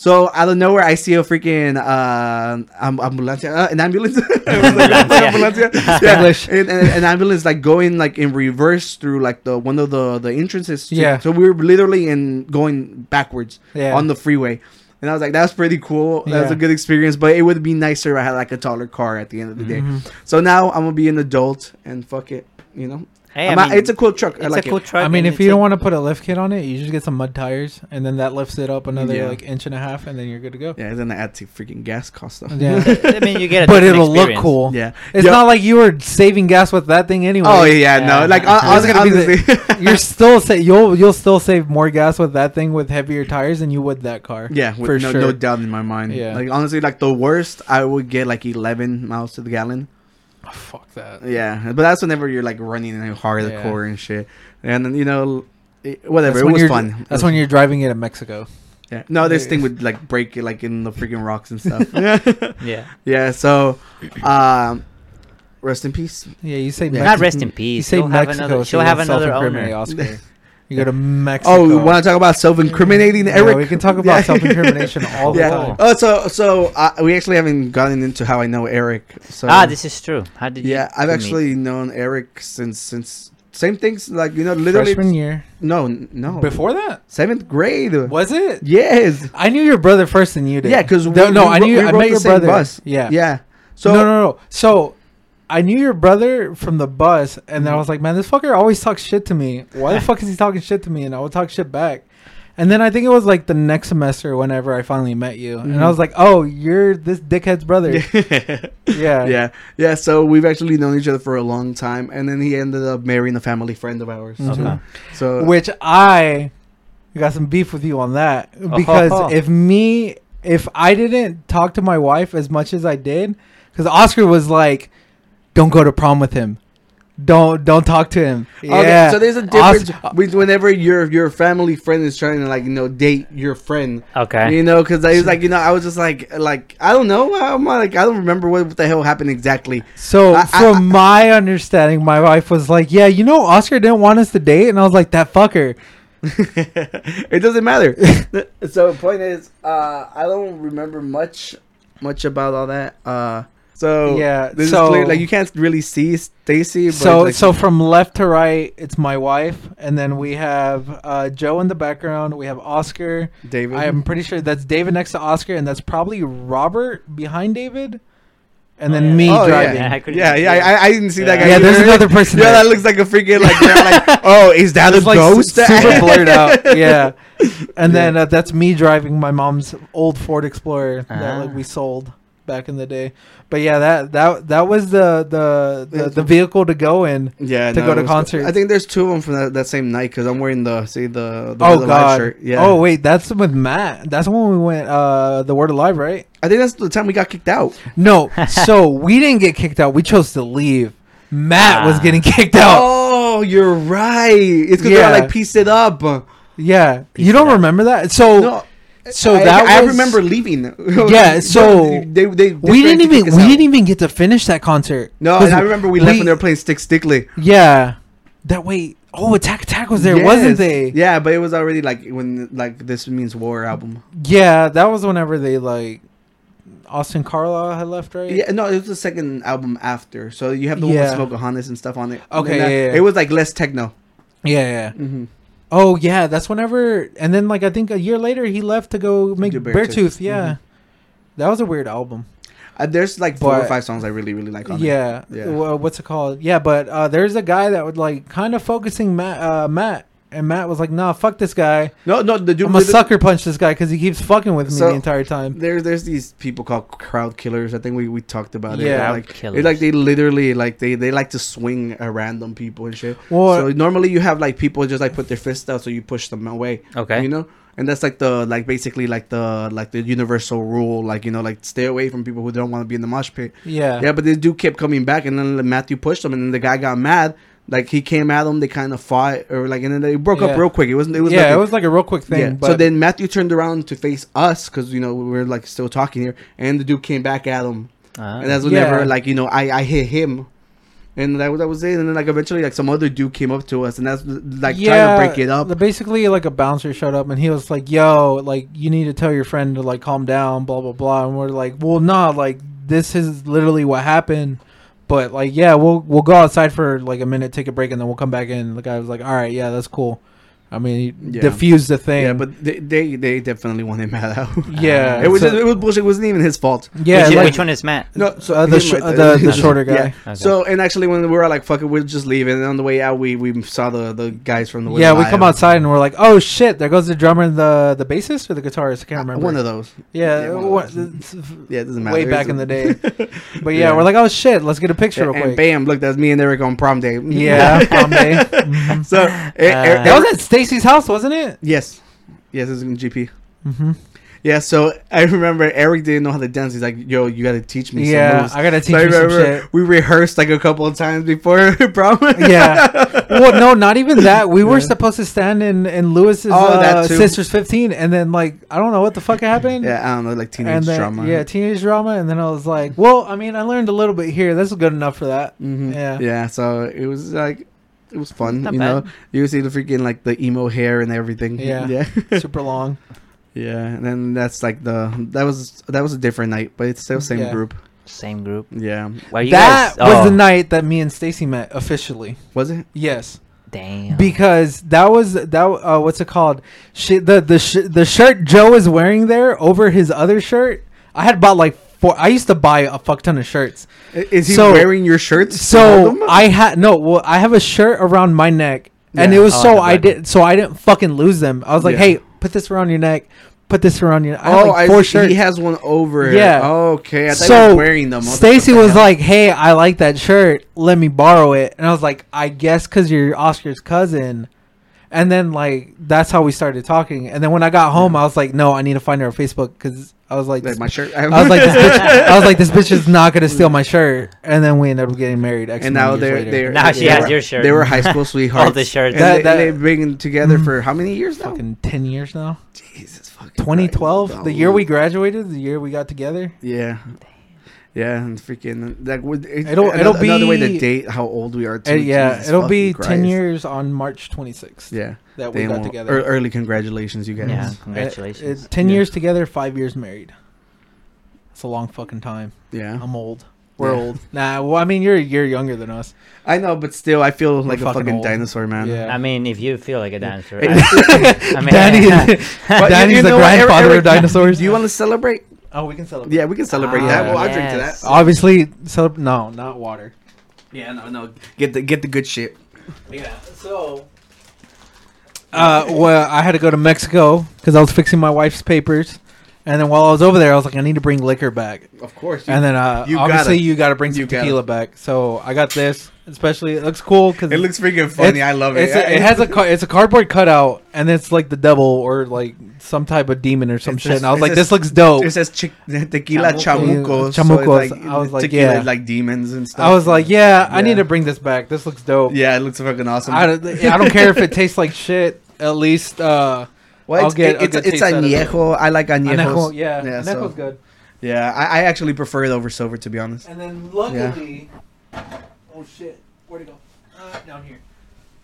Speaker 1: so out of nowhere, I see a freaking uh, um, ambulance, uh, an ambulance, *laughs* I was like, ambulance, yeah. Yeah.
Speaker 4: English.
Speaker 1: And, and, an ambulance like going like in reverse through like the one of the the entrances. to-
Speaker 4: Yeah.
Speaker 1: So we were literally in going backwards
Speaker 4: Yeah.
Speaker 1: on the freeway, and I was like, "That's pretty cool. That's
Speaker 4: Yeah.
Speaker 1: a good experience." But it would be nicer if I had like a taller car at the end of the
Speaker 4: Mm-hmm.
Speaker 1: day. So now I'm gonna be an adult and fuck it, you know.
Speaker 2: Hey, I
Speaker 1: I'm a-
Speaker 2: mean,
Speaker 1: it's a cool truck. I
Speaker 2: it's
Speaker 1: like
Speaker 2: a cool
Speaker 1: it.
Speaker 2: truck.
Speaker 4: I mean,
Speaker 2: and
Speaker 4: if
Speaker 2: it's
Speaker 4: you
Speaker 2: a-
Speaker 4: don't want to put a lift kit on it, you just get some mud tires, and then that lifts it up another
Speaker 1: Yeah.
Speaker 4: like inch and a half, and then you're good to go.
Speaker 1: Yeah, then I add to freaking gas cost though. *laughs*
Speaker 4: Yeah. *laughs*
Speaker 2: I mean, you get a
Speaker 4: but
Speaker 2: different
Speaker 4: it'll look
Speaker 2: experience.
Speaker 4: cool.
Speaker 1: Yeah.
Speaker 4: It's
Speaker 1: Yo-
Speaker 4: not like you were saving gas with that thing anyway.
Speaker 1: Oh yeah,
Speaker 2: Yeah.
Speaker 1: no. Like I, I was
Speaker 4: It's
Speaker 1: gonna
Speaker 4: gonna be
Speaker 1: honestly,
Speaker 4: the- *laughs*
Speaker 1: *laughs*
Speaker 4: you're still sa- you'll you'll still save more gas with that thing with heavier tires than you would that *laughs* car.
Speaker 1: Yeah, with
Speaker 4: for
Speaker 1: no,
Speaker 4: sure.
Speaker 1: no doubt in my mind.
Speaker 4: Yeah.
Speaker 1: Like honestly, like the worst, I would get like 11 miles to the gallon.
Speaker 4: Oh, fuck that.
Speaker 1: Yeah, but that's whenever you're like running in hardcore
Speaker 4: Yeah.
Speaker 1: core and shit, and then you know, it,
Speaker 4: That's
Speaker 1: whatever.
Speaker 4: when
Speaker 1: it was
Speaker 4: you're-
Speaker 1: fun.
Speaker 4: That's when you're driving it in Mexico.
Speaker 1: *laughs* Yeah. No, this
Speaker 4: Yeah. *laughs*
Speaker 1: thing would like break it like in the freaking rocks and stuff. *laughs* yeah.
Speaker 2: Yeah.
Speaker 1: So, um, rest in peace.
Speaker 4: Yeah, you say
Speaker 1: Yeah.
Speaker 2: Not
Speaker 4: Mexico.
Speaker 2: rest in
Speaker 4: You
Speaker 2: peace.
Speaker 4: say
Speaker 2: She'll have
Speaker 4: Mexico.
Speaker 2: another.
Speaker 4: so
Speaker 2: She'll
Speaker 4: you
Speaker 2: have
Speaker 4: don't
Speaker 2: another
Speaker 4: self-incriminate,
Speaker 2: owner.
Speaker 1: *laughs*
Speaker 2: *laughs*
Speaker 4: Oscar. You go to Mexico.
Speaker 1: Oh, we want to talk about self-incriminating,
Speaker 4: Yeah,
Speaker 1: Eric?
Speaker 4: we can talk
Speaker 1: *laughs*
Speaker 4: about
Speaker 1: Yeah.
Speaker 4: self-incrimination all the
Speaker 1: yeah.
Speaker 4: time.
Speaker 1: Oh, so so uh, we actually haven't gotten into how I know Eric. So
Speaker 2: Ah, this is true. How did you?
Speaker 1: Yeah, I've
Speaker 2: meet?
Speaker 1: actually known Eric since since same things like you know literally
Speaker 4: Freshman year.
Speaker 1: no n- no
Speaker 4: Before that,
Speaker 1: seventh grade
Speaker 4: was it?
Speaker 1: yes
Speaker 4: I knew your brother first than you did.
Speaker 1: yeah because
Speaker 4: no, no, I knew I met your brother. Yeah,
Speaker 1: yeah so
Speaker 4: no, no, no. So I knew your brother from the bus, and then I was like, man, this fucker always talks shit to me. Why *laughs* the fuck is he talking shit to me? And I would talk shit back. And then I think it was like the next semester whenever I finally met you, and I was like, oh, you're this dickhead's brother. *laughs*
Speaker 1: *laughs*
Speaker 4: Yeah, yeah,
Speaker 1: yeah yeah so we've actually known each other for a long time and then he ended up marrying a family friend of ours
Speaker 4: Mhm.
Speaker 1: too. so
Speaker 4: Which I got some beef with you on that
Speaker 1: Uh-huh.
Speaker 4: because if me, if I didn't talk to my wife as much as I did, because Oscar was like, don't go to prom with him. Don't don't talk to him. yeah.
Speaker 1: so there's a
Speaker 4: Os-
Speaker 1: difference with whenever your your family friend is trying to like you know date your friend
Speaker 2: Okay.
Speaker 1: You know, because I was like, you know, I was just like, like I don't know, I'm like, I don't remember what the hell happened exactly.
Speaker 4: So
Speaker 1: I- I-
Speaker 4: from my understanding, my wife was like, "Yeah, you know, Oscar didn't want us to date," and I was like, "That fucker." *laughs*
Speaker 1: it doesn't matter. *laughs* so point is, uh, I don't remember much, much about all that. Uh, so
Speaker 4: Yeah,
Speaker 1: this
Speaker 4: so-
Speaker 1: is clear, like you can't really see Stacy. but
Speaker 4: So
Speaker 1: like,
Speaker 4: so from left to right, it's my wife, and then we have uh, Joe in the background. We have Oscar.
Speaker 1: David.
Speaker 4: I am pretty sure that's David next to Oscar, and that's probably Robert behind David, and then me
Speaker 1: Oh,
Speaker 4: driving.
Speaker 2: Yeah, I
Speaker 1: yeah,
Speaker 2: couldn't
Speaker 1: yeah,
Speaker 2: even
Speaker 1: yeah.
Speaker 2: see
Speaker 1: I, I didn't see that
Speaker 2: Yeah.
Speaker 1: guy.
Speaker 4: Yeah, there's
Speaker 1: either.
Speaker 4: another person
Speaker 1: Yeah,
Speaker 4: there.
Speaker 1: that looks like a freaking like, they're
Speaker 4: *laughs*
Speaker 1: like oh, is that a
Speaker 4: It's like su-
Speaker 1: ghost? *laughs*
Speaker 4: super blurred out. Yeah, and then uh, that's me driving my mom's old Ford Explorer that
Speaker 2: Ah.
Speaker 4: like, we sold back in the day. But yeah, that that that was the the the,
Speaker 1: That's-
Speaker 4: the vehicle to go in.
Speaker 1: yeah,
Speaker 4: to
Speaker 1: no,
Speaker 4: go
Speaker 1: it
Speaker 4: to
Speaker 1: was-
Speaker 4: concert.
Speaker 1: I think there's two of them from that, that same night because I'm wearing the see the, the Word
Speaker 4: oh
Speaker 1: Alive
Speaker 4: God!
Speaker 1: shirt. Yeah.
Speaker 4: Oh wait, that's with Matt. That's when we went uh the Word Alive, right?
Speaker 1: I think that's the time we got kicked out. *laughs*
Speaker 4: No, so we didn't get kicked out. We chose to leave. Matt was
Speaker 2: Ah.
Speaker 4: getting kicked out.
Speaker 1: Oh, you're right. It's because
Speaker 4: Yeah. Oh,
Speaker 1: they like pieced it up.
Speaker 4: Yeah,
Speaker 2: Piece
Speaker 4: you
Speaker 2: of
Speaker 4: don't
Speaker 2: that.
Speaker 4: remember that? So
Speaker 1: No,
Speaker 4: So
Speaker 1: I,
Speaker 4: that
Speaker 1: I
Speaker 4: was-
Speaker 1: remember leaving. *laughs*
Speaker 4: Yeah, so
Speaker 1: they, they, they
Speaker 4: we didn't
Speaker 1: tried to
Speaker 4: even
Speaker 1: kick us
Speaker 4: we
Speaker 1: out.
Speaker 4: didn't even get to finish that concert.
Speaker 1: No,
Speaker 4: 'Cause
Speaker 1: and I remember we, left when they were playing Stick Stickly.
Speaker 4: Yeah, that way. Oh, Attack Attack was there,
Speaker 1: Yes.
Speaker 4: wasn't they?
Speaker 1: Yeah, but it was already like when like this means war album.
Speaker 4: Yeah, that was whenever they like Austin Carlisle had left, right?
Speaker 1: Yeah, no, it was the second album after. So you have the
Speaker 4: Yeah.
Speaker 1: one with Pocahontas and stuff on it.
Speaker 4: Okay,
Speaker 1: And that-
Speaker 4: yeah, yeah.
Speaker 1: it was like less techno.
Speaker 4: yeah, yeah.
Speaker 1: Mhm.
Speaker 4: Oh yeah, that's whenever. And then like I think a year later he left to go make
Speaker 1: do Mm-hmm. Beartooth.
Speaker 4: Beartooth. Yeah, that was a weird album.
Speaker 1: Uh, there's like four or
Speaker 4: But-
Speaker 1: five songs I really really like on it.
Speaker 4: Yeah.
Speaker 1: Yeah.
Speaker 4: Wha- what's it called? Yeah, but uh, there's a guy that would like kind of focusing Matt. Uh, Matt and Matt was like, "Nah, fuck this guy.
Speaker 1: No, no, the dude.
Speaker 4: I'm a
Speaker 1: with the-
Speaker 4: sucker punch this guy because he keeps fucking with me
Speaker 1: So-
Speaker 4: the entire time."
Speaker 1: There's there's these people called crowd killers. I think we, we talked about it.
Speaker 4: Yeah.
Speaker 1: They're
Speaker 4: Crowd
Speaker 1: like
Speaker 2: killers.
Speaker 1: it's like they literally like they, they like to swing at random people and shit.
Speaker 4: Well-
Speaker 1: so normally you have like people just like put their fists out so you push them away.
Speaker 2: Okay.
Speaker 1: You know? And that's like the like basically like the like the universal rule, like you know, like stay away from people who don't want to be in the mosh pit.
Speaker 4: Yeah.
Speaker 1: Yeah, but this dude kept coming back, and then Matthew pushed him, and then the guy got mad. Like he came at him, they kind of fought, or like, and then they broke
Speaker 4: Yeah.
Speaker 1: up real quick. It wasn't. It was
Speaker 4: yeah,
Speaker 1: like
Speaker 4: it
Speaker 1: a-
Speaker 4: was like a real quick thing.
Speaker 1: yeah.
Speaker 4: But
Speaker 1: so then Matthew turned around to face us because you know we were like still talking here, and the dude came back at him,
Speaker 2: Ah.
Speaker 1: and that's whenever
Speaker 4: Uh, Yeah.
Speaker 1: like you know I I hit him, and that was that was it, and then like eventually like some other dude came up to us, and that's like trying to break it up.
Speaker 4: the- Basically, like a bouncer showed up and he was like, "Yo, like you need to tell your friend to like calm down, blah blah blah." And we're like, "Well, nah, like this is literally what happened." But like, yeah, we'll we'll go outside for like a minute, take a break, and then we'll come back in. The guy was like, "All right, yeah, that's cool." I mean,
Speaker 1: Yeah.
Speaker 4: diffuse the thing.
Speaker 1: Yeah, but they, they they definitely want him mad out. *laughs*
Speaker 4: yeah,
Speaker 1: it was
Speaker 4: so-
Speaker 1: just, it was bullshit. It wasn't even his fault.
Speaker 4: yeah,
Speaker 2: which,
Speaker 4: like-
Speaker 2: which one is Matt?
Speaker 1: No, so
Speaker 4: Uh, the
Speaker 1: him
Speaker 4: sh-
Speaker 1: right
Speaker 4: uh,
Speaker 1: there. *laughs*
Speaker 4: the- the shorter guy.
Speaker 1: Yeah.
Speaker 2: Okay.
Speaker 1: So and actually, when we were like, "Fuck it, we're just leaving," and on the way out, we we saw the the guys from the
Speaker 4: yeah, we
Speaker 1: Live.
Speaker 4: come outside and we're like, "Oh shit!" There goes the drummer and the the bassist or the guitarist. I can't remember.
Speaker 1: Uh, One of those.
Speaker 4: yeah,
Speaker 1: yeah, one of
Speaker 4: what-
Speaker 1: Yeah, it doesn't matter.
Speaker 4: way
Speaker 1: It's
Speaker 4: back
Speaker 1: a-
Speaker 4: in
Speaker 1: *laughs*
Speaker 4: the day. But yeah,
Speaker 1: Yeah.
Speaker 4: we're like, "Oh shit!" Let's get a picture real
Speaker 1: and
Speaker 4: quick.
Speaker 1: bam, look, that's me and Eric on prom day. *laughs*
Speaker 4: Yeah, prom day. *laughs*
Speaker 1: so e- e-
Speaker 2: Uh,
Speaker 4: That
Speaker 1: Eric-
Speaker 4: was at Stacy's house, wasn't it?
Speaker 1: yes, yes, it's in GP.
Speaker 4: Mm-hmm.
Speaker 1: Yeah, so I remember Eric didn't know how to dance. He's like, "Yo, you gotta teach me." some
Speaker 4: Yeah,
Speaker 1: moves.
Speaker 4: I gotta teach
Speaker 1: So I
Speaker 4: you some
Speaker 1: remember
Speaker 4: shit.
Speaker 1: we rehearsed like a couple of times before *laughs* prom. *laughs*
Speaker 4: Yeah. Well, no, not even that. We were
Speaker 1: Yeah.
Speaker 4: supposed to stand in in Lewis's
Speaker 1: Oh, that
Speaker 4: uh,
Speaker 1: too.
Speaker 4: sister's fifteen, and then like I don't know what the fuck happened.
Speaker 1: yeah, I don't know, like teenage
Speaker 4: and then,
Speaker 1: drama.
Speaker 4: Yeah, teenage drama, and then I was like, well, I mean, I learned a little bit here. This is good enough
Speaker 1: *laughs*
Speaker 4: for that.
Speaker 1: Mhm.
Speaker 4: Yeah.
Speaker 1: yeah. So it was like, it was fun.
Speaker 2: Not
Speaker 1: you
Speaker 2: bad.
Speaker 1: know, you see the freaking like the emo hair and everything.
Speaker 4: Yeah.
Speaker 1: *laughs* yeah,
Speaker 4: *laughs* Super long.
Speaker 1: yeah. And then that's like the that was that was a different night, but it's still same
Speaker 4: Yeah.
Speaker 1: group.
Speaker 2: Same group.
Speaker 1: Yeah,
Speaker 2: Why you
Speaker 4: that
Speaker 2: guys-
Speaker 4: was
Speaker 2: oh,
Speaker 4: the night that me and Stacy met officially.
Speaker 1: was it?
Speaker 4: Yes.
Speaker 2: Damn.
Speaker 4: because that was that uh, what's it called Shi the the sh- the shirt joe is wearing there over his other shirt i had bought like four i used to buy a fuck ton of shirts
Speaker 1: I- Is he
Speaker 4: So-
Speaker 1: wearing your shirts?
Speaker 4: so
Speaker 1: Adam?
Speaker 4: i had no well i have a shirt around my neck and
Speaker 1: Yeah.
Speaker 4: it was
Speaker 2: Oh,
Speaker 4: so
Speaker 2: the
Speaker 4: i
Speaker 2: black one.
Speaker 4: did so i didn't fucking lose them i was like
Speaker 1: Yeah.
Speaker 4: hey put this around your neck put this around your i had
Speaker 1: oh,
Speaker 4: like
Speaker 1: I
Speaker 4: four
Speaker 1: see.
Speaker 4: shirts
Speaker 1: He has one over.
Speaker 4: Yeah.
Speaker 1: okay. I thought he
Speaker 4: so
Speaker 1: was wearing them. What the
Speaker 4: Stacy
Speaker 1: fuck the
Speaker 4: was
Speaker 1: hell?
Speaker 4: like, "Hey, I like that shirt. Let me borrow it." And I was like, "I guess because you're Oscar's cousin." And then like that's how we started talking. And then when I got home, I was like, "No, I need to find her on Facebook because I was like,
Speaker 1: Like, my shirt.
Speaker 4: *laughs* I
Speaker 1: *laughs*
Speaker 4: was like, this bitch, I was like, this bitch is not gonna steal my shirt." And then we ended up getting married. X
Speaker 1: and now they're
Speaker 4: they're
Speaker 1: they're
Speaker 2: Now
Speaker 1: they
Speaker 2: she
Speaker 1: *laughs*
Speaker 2: has
Speaker 1: were-
Speaker 2: your shirt.
Speaker 1: They
Speaker 2: *laughs*
Speaker 1: were high school sweethearts.
Speaker 2: the shirts.
Speaker 1: And
Speaker 4: That-
Speaker 1: they,
Speaker 4: that-
Speaker 1: they've been together for how many years now?
Speaker 4: fucking ten years now.
Speaker 1: Jesus fucking. Christ.
Speaker 4: 2012, the year
Speaker 1: Oh,
Speaker 4: we graduated, the year we got together.
Speaker 1: Yeah. Yeah, and freaking like would it,
Speaker 4: It'll-
Speaker 1: another,
Speaker 4: it'll
Speaker 1: another way to
Speaker 4: be-
Speaker 1: date how old we are. Too.
Speaker 4: And yeah,
Speaker 1: Jesus
Speaker 4: it'll
Speaker 1: fucking
Speaker 4: be ten
Speaker 1: Christ.
Speaker 4: years on March 26th.
Speaker 1: Yeah,
Speaker 4: that we
Speaker 1: Damn,
Speaker 4: got
Speaker 1: well,
Speaker 4: together.
Speaker 1: ear- Early congratulations, you guys.
Speaker 2: yeah,
Speaker 1: Yeah,
Speaker 2: congratulations.
Speaker 4: Uh, uh, Ten
Speaker 1: Yeah.
Speaker 4: years together, five years married. That's a long fucking time. I'm old. We're
Speaker 1: Yeah.
Speaker 4: old. Nah, well, I mean, you're you're younger than us.
Speaker 1: I know, but still, I feel like a
Speaker 4: fucking
Speaker 1: fucking,
Speaker 4: old.
Speaker 1: dinosaur, man.
Speaker 4: Yeah.
Speaker 2: I mean, if you feel like a dancer,
Speaker 1: Hey,
Speaker 2: I, I
Speaker 1: *laughs*
Speaker 2: mean,
Speaker 4: *laughs* Danny, is-
Speaker 1: But you-
Speaker 4: Danny's
Speaker 1: you
Speaker 4: the
Speaker 1: know what, Eric-
Speaker 4: grandfather
Speaker 1: Eric,
Speaker 4: of dinosaurs.
Speaker 1: Do you want to celebrate?
Speaker 4: oh, we can celebrate.
Speaker 1: Yeah, we can celebrate
Speaker 2: Ah,
Speaker 1: that. Well, I drink to
Speaker 2: yes.
Speaker 1: that.
Speaker 4: Obviously, so no, not water.
Speaker 1: Yeah, no, no. Get the get the good shit.
Speaker 4: Yeah. So. Uh, well, I had to go to Mexico because I was fixing my wife's papers, and then while I was over there, I was like, I need to bring liquor back.
Speaker 1: Of course.
Speaker 4: And then uh,
Speaker 1: you
Speaker 4: obviously
Speaker 1: gotta-
Speaker 4: you got to bring some
Speaker 1: you gotta.
Speaker 4: tequila back. So I got this. Especially, it looks cool because
Speaker 1: it looks freaking funny.
Speaker 4: It's-
Speaker 1: I love it.
Speaker 4: It's a,
Speaker 1: *laughs*
Speaker 4: it has a ca- it's a cardboard cutout, and it's like the devil or like some type of demon or some
Speaker 1: It's
Speaker 4: shit.
Speaker 1: just-
Speaker 4: and I was
Speaker 1: it's
Speaker 4: like,
Speaker 1: just-
Speaker 4: this looks dope.
Speaker 1: It says chi- tequila
Speaker 4: Chamuco.
Speaker 1: chamucos.
Speaker 4: Chamucos.
Speaker 1: So it's
Speaker 4: I was like,
Speaker 1: tequila
Speaker 4: yeah.
Speaker 1: is like demons and stuff.
Speaker 4: I was like, yeah, I
Speaker 1: Yeah.
Speaker 4: need to bring this back. This looks dope.
Speaker 1: yeah, it looks fucking awesome. *laughs*
Speaker 4: I don't, I don't care if it tastes like shit. At least uh,
Speaker 1: Well,
Speaker 4: I'll
Speaker 1: it's,
Speaker 4: get-
Speaker 1: it-
Speaker 4: I'll
Speaker 1: it's,
Speaker 4: get
Speaker 1: it's
Speaker 4: taste out of it.
Speaker 1: añejo. I like añejos.
Speaker 4: Anejo, yeah,
Speaker 1: yeah.
Speaker 4: Anejo's
Speaker 1: so-
Speaker 4: good.
Speaker 1: Yeah, I, I actually prefer it over silver to be honest.
Speaker 4: And then
Speaker 1: luckily-
Speaker 4: oh shit, where'd it go? Uh, down here.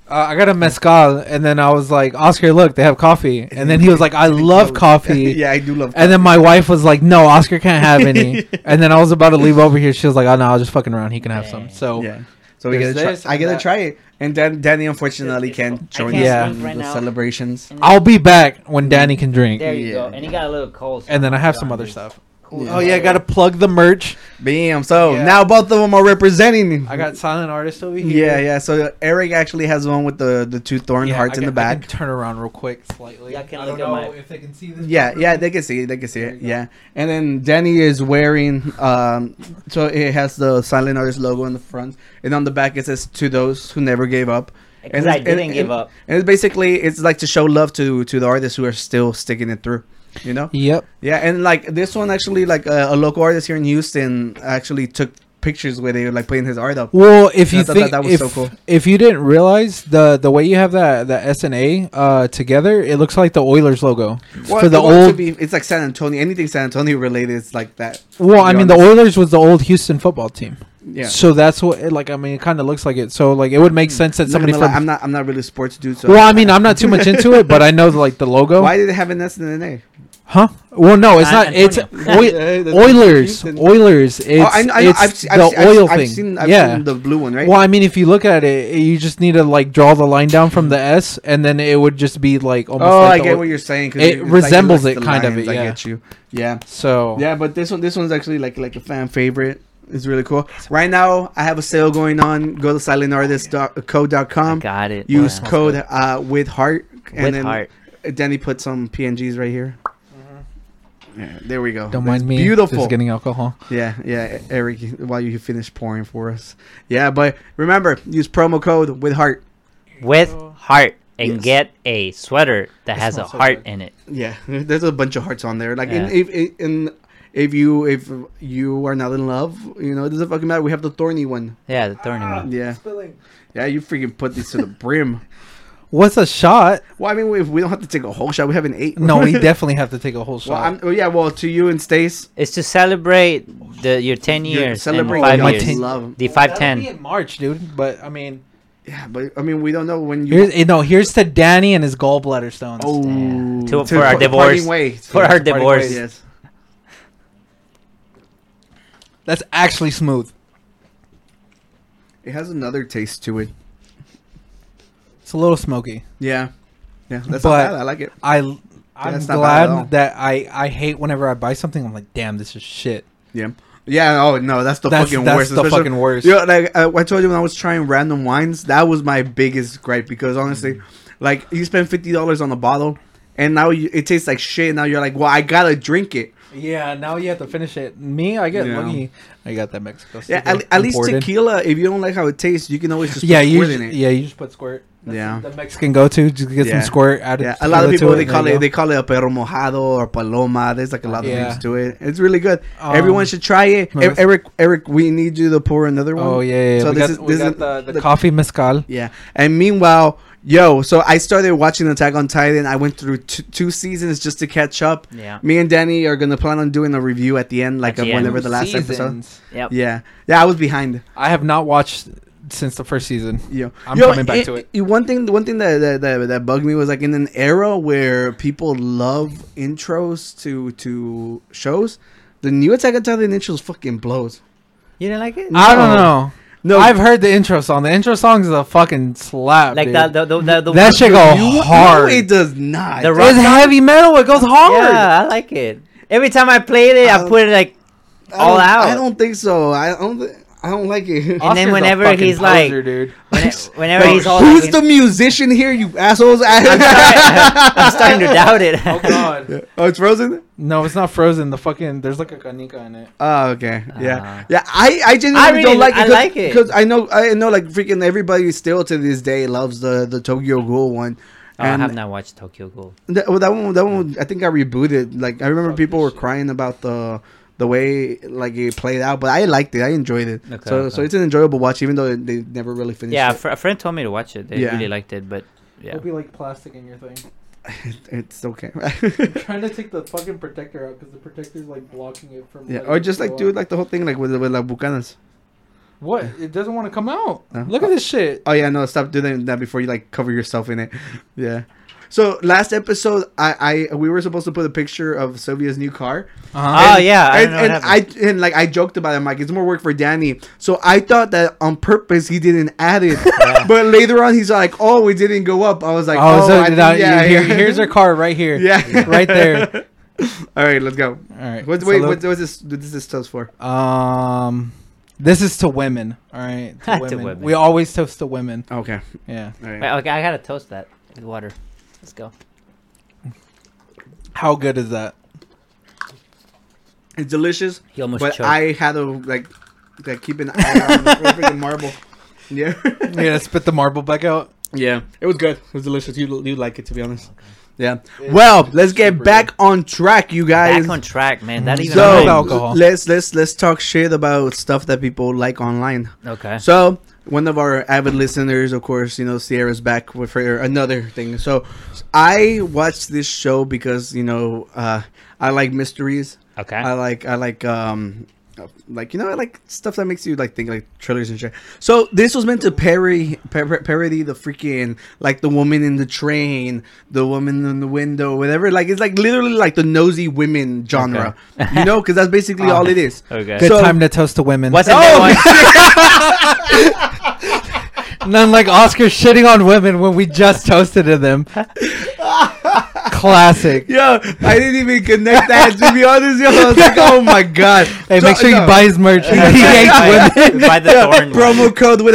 Speaker 4: Uh, I got a mezcal, and then I was like, Oscar, look, they have coffee. And then he was
Speaker 1: *laughs*
Speaker 4: like, I love coffee.
Speaker 1: yeah, I do love.
Speaker 4: And then my wife was like, "No, Oscar can't *laughs* have any." and then I was about to leave over here. She was like, "Oh no, I was just fucking around. He can have some." So
Speaker 1: yeah. So we
Speaker 4: There's
Speaker 1: gotta try,
Speaker 4: this
Speaker 1: I
Speaker 4: and
Speaker 1: gotta
Speaker 4: that.
Speaker 1: try it, and Dan, Danny unfortunately can't join
Speaker 2: can't
Speaker 1: us
Speaker 4: drink
Speaker 1: in
Speaker 2: right
Speaker 1: the
Speaker 2: now.
Speaker 1: celebrations.
Speaker 4: I'll be back when Danny can drink.
Speaker 2: There you go.
Speaker 1: Yeah.
Speaker 2: And he got a little cold. so
Speaker 4: And then I have
Speaker 2: got
Speaker 4: some other
Speaker 2: me.
Speaker 4: stuff.
Speaker 2: Cool.
Speaker 4: Oh yeah, I gotta plug the merch.
Speaker 1: Bam! So
Speaker 4: Yeah.
Speaker 1: now both of them are representing.
Speaker 4: I got silent artist over here.
Speaker 1: Yeah, yeah. So Eric actually has one with the the two thorn
Speaker 4: Yeah,
Speaker 1: hearts
Speaker 4: I
Speaker 1: in the
Speaker 4: can- I can
Speaker 1: back.
Speaker 4: turn around real quick, slightly.
Speaker 2: Yeah, I can
Speaker 4: I
Speaker 2: look
Speaker 4: don't
Speaker 2: at
Speaker 4: know
Speaker 2: my-
Speaker 4: if they can see this.
Speaker 1: Yeah,
Speaker 4: properly.
Speaker 1: yeah, they can see it. They can see
Speaker 4: There
Speaker 1: it.
Speaker 4: you go.
Speaker 1: Yeah. And then Danny is wearing, um, so it has the Silent Artist logo in the front. And on the back, it says, To those who never gave up.
Speaker 2: Because
Speaker 1: And
Speaker 2: I
Speaker 1: it's-
Speaker 2: didn't
Speaker 1: and-
Speaker 2: give
Speaker 1: and-
Speaker 2: up.
Speaker 1: And it's basically, it's like to show love to to the artists who are still sticking it through, you know?
Speaker 4: Yep.
Speaker 1: Yeah. And like this one, actually, like uh, a, a local artist here in Houston actually took pictures where they were like putting his art up.
Speaker 4: Well, if
Speaker 1: Yeah,
Speaker 4: you
Speaker 1: I thought
Speaker 4: think
Speaker 1: that- that was
Speaker 4: if,
Speaker 1: so cool.
Speaker 4: if you didn't realize the the way you have that the S and A uh, together, it looks like the Oilers logo
Speaker 1: Well,
Speaker 4: for the
Speaker 1: well, to
Speaker 4: old.
Speaker 1: be- it's like San Antonio. Anything San Antonio related, it's like that.
Speaker 4: well, I
Speaker 1: You
Speaker 4: mean, the
Speaker 1: understand?
Speaker 4: Oilers was the old Houston football team.
Speaker 1: Yeah.
Speaker 4: So that's what, it, like, I mean, it kind of looks like it. So, like, it would make sense that
Speaker 1: I'm not
Speaker 4: somebody
Speaker 1: gonna
Speaker 4: from.
Speaker 1: lie, I'm not. I'm not really a sports dude. So
Speaker 4: well, I mean, I'm not too much into it, but I
Speaker 1: *laughs*
Speaker 4: know, like, the logo.
Speaker 1: Why did it have an S and an A?
Speaker 4: Huh? Well, no, it's
Speaker 2: San
Speaker 4: not. It's
Speaker 2: Antonio.
Speaker 1: *laughs*
Speaker 4: Oi-
Speaker 1: Yeah, that's
Speaker 4: Oilers.
Speaker 1: Houston.
Speaker 4: Oilers. It's,
Speaker 1: oh, I, I, know,
Speaker 4: it's
Speaker 1: I've, se- I've,
Speaker 4: the
Speaker 1: se- I've,
Speaker 4: oil
Speaker 1: I've
Speaker 4: thing.
Speaker 1: seen, I've
Speaker 4: yeah.
Speaker 1: seen the blue one, right?
Speaker 4: Well, I mean, if you look at it, you just need to like draw the line down from the S, and then it would just be like almost.
Speaker 1: oh,
Speaker 4: like
Speaker 1: I
Speaker 4: the
Speaker 1: get
Speaker 4: oil-
Speaker 1: what you're saying. 'cause
Speaker 4: It
Speaker 1: it's like
Speaker 4: resembles
Speaker 1: looks
Speaker 4: it,
Speaker 1: the
Speaker 4: kind of, it,
Speaker 1: I
Speaker 4: yeah.
Speaker 1: get you. Yeah,
Speaker 4: So
Speaker 1: yeah, but this one, this one's actually like like a fan favorite. It's really cool. Right now, I have a sale going on. Go to
Speaker 2: I
Speaker 1: silentartist.co.com.
Speaker 2: Oh, got it.
Speaker 1: Use
Speaker 2: Wow.
Speaker 1: code uh, with heart, and
Speaker 2: With
Speaker 1: then
Speaker 2: heart.
Speaker 1: Danny put some PNGs right here. Yeah, there we go.
Speaker 4: don't
Speaker 1: That's
Speaker 4: mind me.
Speaker 1: Beautiful.
Speaker 4: Just getting alcohol.
Speaker 1: Yeah, yeah, Eric, while you finish pouring for us. Yeah, but remember, use promo code with heart.
Speaker 2: With heart. And
Speaker 1: Yes.
Speaker 2: get a sweater that has a
Speaker 4: smells so
Speaker 2: heart
Speaker 4: good.
Speaker 2: in it.
Speaker 1: Yeah, *laughs* there's a bunch of hearts on there. Like, in,
Speaker 2: Yeah.
Speaker 1: if in, if you if you are not in love, you know, it doesn't fucking matter. We have the thorny one.
Speaker 2: Yeah, the thorny one.
Speaker 1: Yeah, yeah, you freaking put these to the brim. *laughs*
Speaker 4: What's a shot?
Speaker 1: Well, I mean, we, we don't have to take a whole shot. We have an eight. *laughs*
Speaker 4: No, we definitely have to take a whole shot.
Speaker 1: well, I'm, well, yeah, well, to you and Stace,
Speaker 2: It's to celebrate the your 10
Speaker 1: you're
Speaker 2: years.
Speaker 1: celebrating
Speaker 2: and
Speaker 1: your
Speaker 2: five years.
Speaker 4: ten-
Speaker 1: love.
Speaker 2: The
Speaker 4: Well, that'll be
Speaker 2: 510.
Speaker 4: in March, dude. But I mean,
Speaker 1: Yeah, but I mean, we don't know when you.
Speaker 4: here's eh, no. Here's to Danny and his gallbladder stones.
Speaker 1: oh,
Speaker 2: Yeah. To-
Speaker 1: to
Speaker 2: for our
Speaker 1: par-
Speaker 2: divorce.
Speaker 1: parting ways.
Speaker 2: For our
Speaker 1: Yes, parting
Speaker 2: divorce.
Speaker 1: ways, Yes.
Speaker 4: That's actually smooth.
Speaker 1: It has another taste to it.
Speaker 4: It's a little smoky.
Speaker 1: Yeah. Yeah, that's
Speaker 4: But-
Speaker 1: not bad. I like it.
Speaker 4: I l- I'm
Speaker 1: it's not bad at all.
Speaker 4: glad that I I hate whenever I buy something. I'm like, damn, this is shit.
Speaker 1: Yeah. Yeah. Oh no, that's the
Speaker 4: That's-
Speaker 1: fucking
Speaker 4: that's
Speaker 1: worst.
Speaker 4: the
Speaker 1: especially-
Speaker 4: fucking worst.
Speaker 1: You know, like uh, I told you when I was trying random wines, that was my biggest gripe because
Speaker 4: Mm.
Speaker 1: honestly, like you spend fifty dollars on a bottle, and now you, it tastes like shit. And now you're like, well, I gotta drink it.
Speaker 4: Yeah, now you have to finish it. Me, I get
Speaker 1: Yeah.
Speaker 4: lucky. I got that Mexico.
Speaker 1: Yeah.
Speaker 4: sticker
Speaker 1: At, at least
Speaker 4: imported.
Speaker 1: tequila, if you don't like how it tastes, you can always just
Speaker 4: Yeah,
Speaker 1: put
Speaker 4: you
Speaker 1: squirt
Speaker 4: just,
Speaker 1: in it.
Speaker 4: yeah, you just put squirt. That's
Speaker 1: Yeah.
Speaker 4: The Mexican go to just get
Speaker 1: Yeah.
Speaker 4: some squirt added.
Speaker 1: Yeah, a lot of
Speaker 4: tequila
Speaker 1: people
Speaker 4: to
Speaker 1: they
Speaker 4: and
Speaker 1: call
Speaker 4: there
Speaker 1: it
Speaker 4: you
Speaker 1: they call it a perro mojado or paloma. There's like a lot of
Speaker 4: Yeah.
Speaker 1: names to it. It's really good.
Speaker 4: Um,
Speaker 1: Everyone should try it. E-
Speaker 4: Melissa-
Speaker 1: Eric, Eric, we need you to pour another
Speaker 4: go.
Speaker 1: one.
Speaker 4: Oh yeah, yeah.
Speaker 1: So
Speaker 4: we
Speaker 1: this
Speaker 4: got,
Speaker 1: is
Speaker 4: we
Speaker 1: this
Speaker 4: got
Speaker 1: is
Speaker 4: the, the, coffee mezcal.
Speaker 1: Yeah. And meanwhile, yo, so I started watching Attack on Titan. I went through t- two seasons just to catch up.
Speaker 2: Yeah.
Speaker 1: Me and Danny are going to plan on doing a review at the end, like
Speaker 2: At
Speaker 1: of
Speaker 2: the end.
Speaker 1: whenever the last episode.
Speaker 4: Seasons.
Speaker 2: Yep.
Speaker 1: Yeah. Yeah, I was behind.
Speaker 4: I have not watched since the first season.
Speaker 1: Yo.
Speaker 4: I'm
Speaker 1: Yo,
Speaker 4: coming back to it.
Speaker 1: One thing one thing that, that, that, that bugged me was like in an era where people love intros to to shows, the new Attack on Titan intros fucking blows.
Speaker 2: You didn't like it?
Speaker 4: I don't know.
Speaker 1: No.
Speaker 4: I've heard the intro song. The intro song is a fucking slap.
Speaker 2: Like
Speaker 4: dude.
Speaker 2: the, the, the, the, the
Speaker 4: that shit go
Speaker 1: No,
Speaker 4: Oh, hard.
Speaker 1: it does not.
Speaker 2: The rock
Speaker 4: it's heavy metal. It goes hard.
Speaker 2: Yeah, I like it. Every time I played it, I
Speaker 1: Um,
Speaker 2: put it like
Speaker 1: I
Speaker 2: all
Speaker 1: don't-
Speaker 2: out.
Speaker 1: I don't think so. I don't thi- I don't like it. *laughs*
Speaker 2: And then
Speaker 4: Oscar's a
Speaker 2: whenever
Speaker 4: fucking
Speaker 2: he's like-
Speaker 4: poser, dude.
Speaker 2: when- whenever
Speaker 1: Like,
Speaker 2: he's all
Speaker 1: who's
Speaker 2: like,
Speaker 1: the musician here, you assholes?
Speaker 2: *laughs*
Speaker 1: *laughs*
Speaker 2: I'm starting to doubt it.
Speaker 4: Oh god.
Speaker 1: oh, it's Frozen.
Speaker 4: *laughs* No, it's not frozen. The fucking there's like a canica in it.
Speaker 1: Oh, okay,
Speaker 2: Uh.
Speaker 1: yeah, yeah. I I genuinely
Speaker 2: I really-
Speaker 1: don't like it.
Speaker 2: I
Speaker 1: 'cause-
Speaker 2: like it.
Speaker 1: because I know I know like freaking everybody still to this day loves the the Tokyo Ghoul one.
Speaker 2: Oh, I
Speaker 1: And
Speaker 2: have not watched Tokyo Ghoul.
Speaker 1: that, well, that one, that one, I think I rebooted. Like I remember people were crying about the the way like it played out, but I liked it. I enjoyed it.
Speaker 2: Okay,
Speaker 1: so
Speaker 2: okay.
Speaker 1: so it's an enjoyable watch, even though they never really finished.
Speaker 2: Yeah, a
Speaker 1: it. *laughs*
Speaker 2: fr- a friend told me to watch it. They
Speaker 1: Yeah.
Speaker 2: really liked it, but yeah.
Speaker 4: It'll be like plastic in your thing. *laughs*
Speaker 1: It's okay. *laughs*
Speaker 4: trying to take the fucking protector out because the protector's like blocking it from.
Speaker 1: yeah,
Speaker 4: letting
Speaker 1: or
Speaker 4: it
Speaker 1: just
Speaker 4: go
Speaker 1: like do
Speaker 4: out.
Speaker 1: like the whole thing like with with la bucanas.
Speaker 4: what? It doesn't want to come out.
Speaker 1: No.
Speaker 4: Look at this shit.
Speaker 1: Oh yeah, no, stop doing that before you like cover yourself in it. *laughs* Yeah. So last episode, I, I we were supposed to put a picture of Sylvia's new car.
Speaker 4: Uh-huh.
Speaker 2: Oh
Speaker 1: and,
Speaker 2: yeah, I don't know what
Speaker 1: and
Speaker 2: happened.
Speaker 1: I and like I joked about it. I'm like, it's more work for Danny. So I thought that on purpose he didn't add
Speaker 4: *laughs*
Speaker 1: it. But later on, he's like, "Oh, it didn't go up." I was like, "Oh,
Speaker 4: oh, so
Speaker 1: I think-
Speaker 4: now-
Speaker 1: yeah,
Speaker 4: here-
Speaker 1: yeah. *laughs*
Speaker 4: here's her car right here.
Speaker 1: Yeah.
Speaker 4: *laughs* right
Speaker 1: *laughs*
Speaker 4: there.
Speaker 1: All right, let's go.
Speaker 4: All right.
Speaker 1: What,
Speaker 4: so
Speaker 1: wait, what,
Speaker 4: look-
Speaker 1: what's this? What is this toast for?
Speaker 4: Um, this is to women. All right,
Speaker 2: *laughs*
Speaker 4: to
Speaker 2: To
Speaker 4: women.
Speaker 2: women.
Speaker 4: We always toast to women.
Speaker 1: Okay.
Speaker 4: Yeah.
Speaker 1: All right.
Speaker 2: Wait, okay, I gotta toast that with water. Let's go.
Speaker 4: How good is that?
Speaker 1: It's delicious,
Speaker 2: He almost
Speaker 1: but
Speaker 2: choked.
Speaker 1: I had to like, like keep an eye on the *laughs* freaking marble. Yeah.
Speaker 4: Yeah, spit the marble back out.
Speaker 1: *laughs* Yeah, it was good. It was delicious. You you like it to be honest. Yeah. Well, let's get back on track, you guys.
Speaker 2: Back on track, man. That even
Speaker 4: So-
Speaker 2: helped.
Speaker 4: alcohol.
Speaker 1: let's let's let's talk shit about stuff that people like online.
Speaker 2: okay.
Speaker 1: So one of our avid listeners, of course, you know Sierra's back with her another thing. So I watched this show because you know uh, I like mysteries.
Speaker 2: Okay.
Speaker 1: I like I like um like you know I like stuff that makes you like think like thrillers and shit. So this was meant to parody par- parody the freaking like the woman in the train, the woman in the window, whatever. Like it's like literally like the nosy women genre, you know, because that's
Speaker 2: *laughs*
Speaker 1: basically all it is.
Speaker 2: Oh, Okay.
Speaker 4: Good
Speaker 1: So- Oh,
Speaker 4: time to toast to women.
Speaker 2: What's another one?
Speaker 4: None like Oscar shitting on women when we just toasted
Speaker 2: *laughs*
Speaker 4: to them. Classic.
Speaker 1: Yo, I didn't even connect that. to be honest, yo, I was like, oh my god.
Speaker 4: Hey, make
Speaker 1: So-
Speaker 4: sure you
Speaker 1: no.
Speaker 4: buy
Speaker 1: *laughs*
Speaker 4: his merch. He
Speaker 2: By-
Speaker 4: hates women.
Speaker 2: *laughs* By the thorn. one.
Speaker 4: *laughs*
Speaker 1: promo code with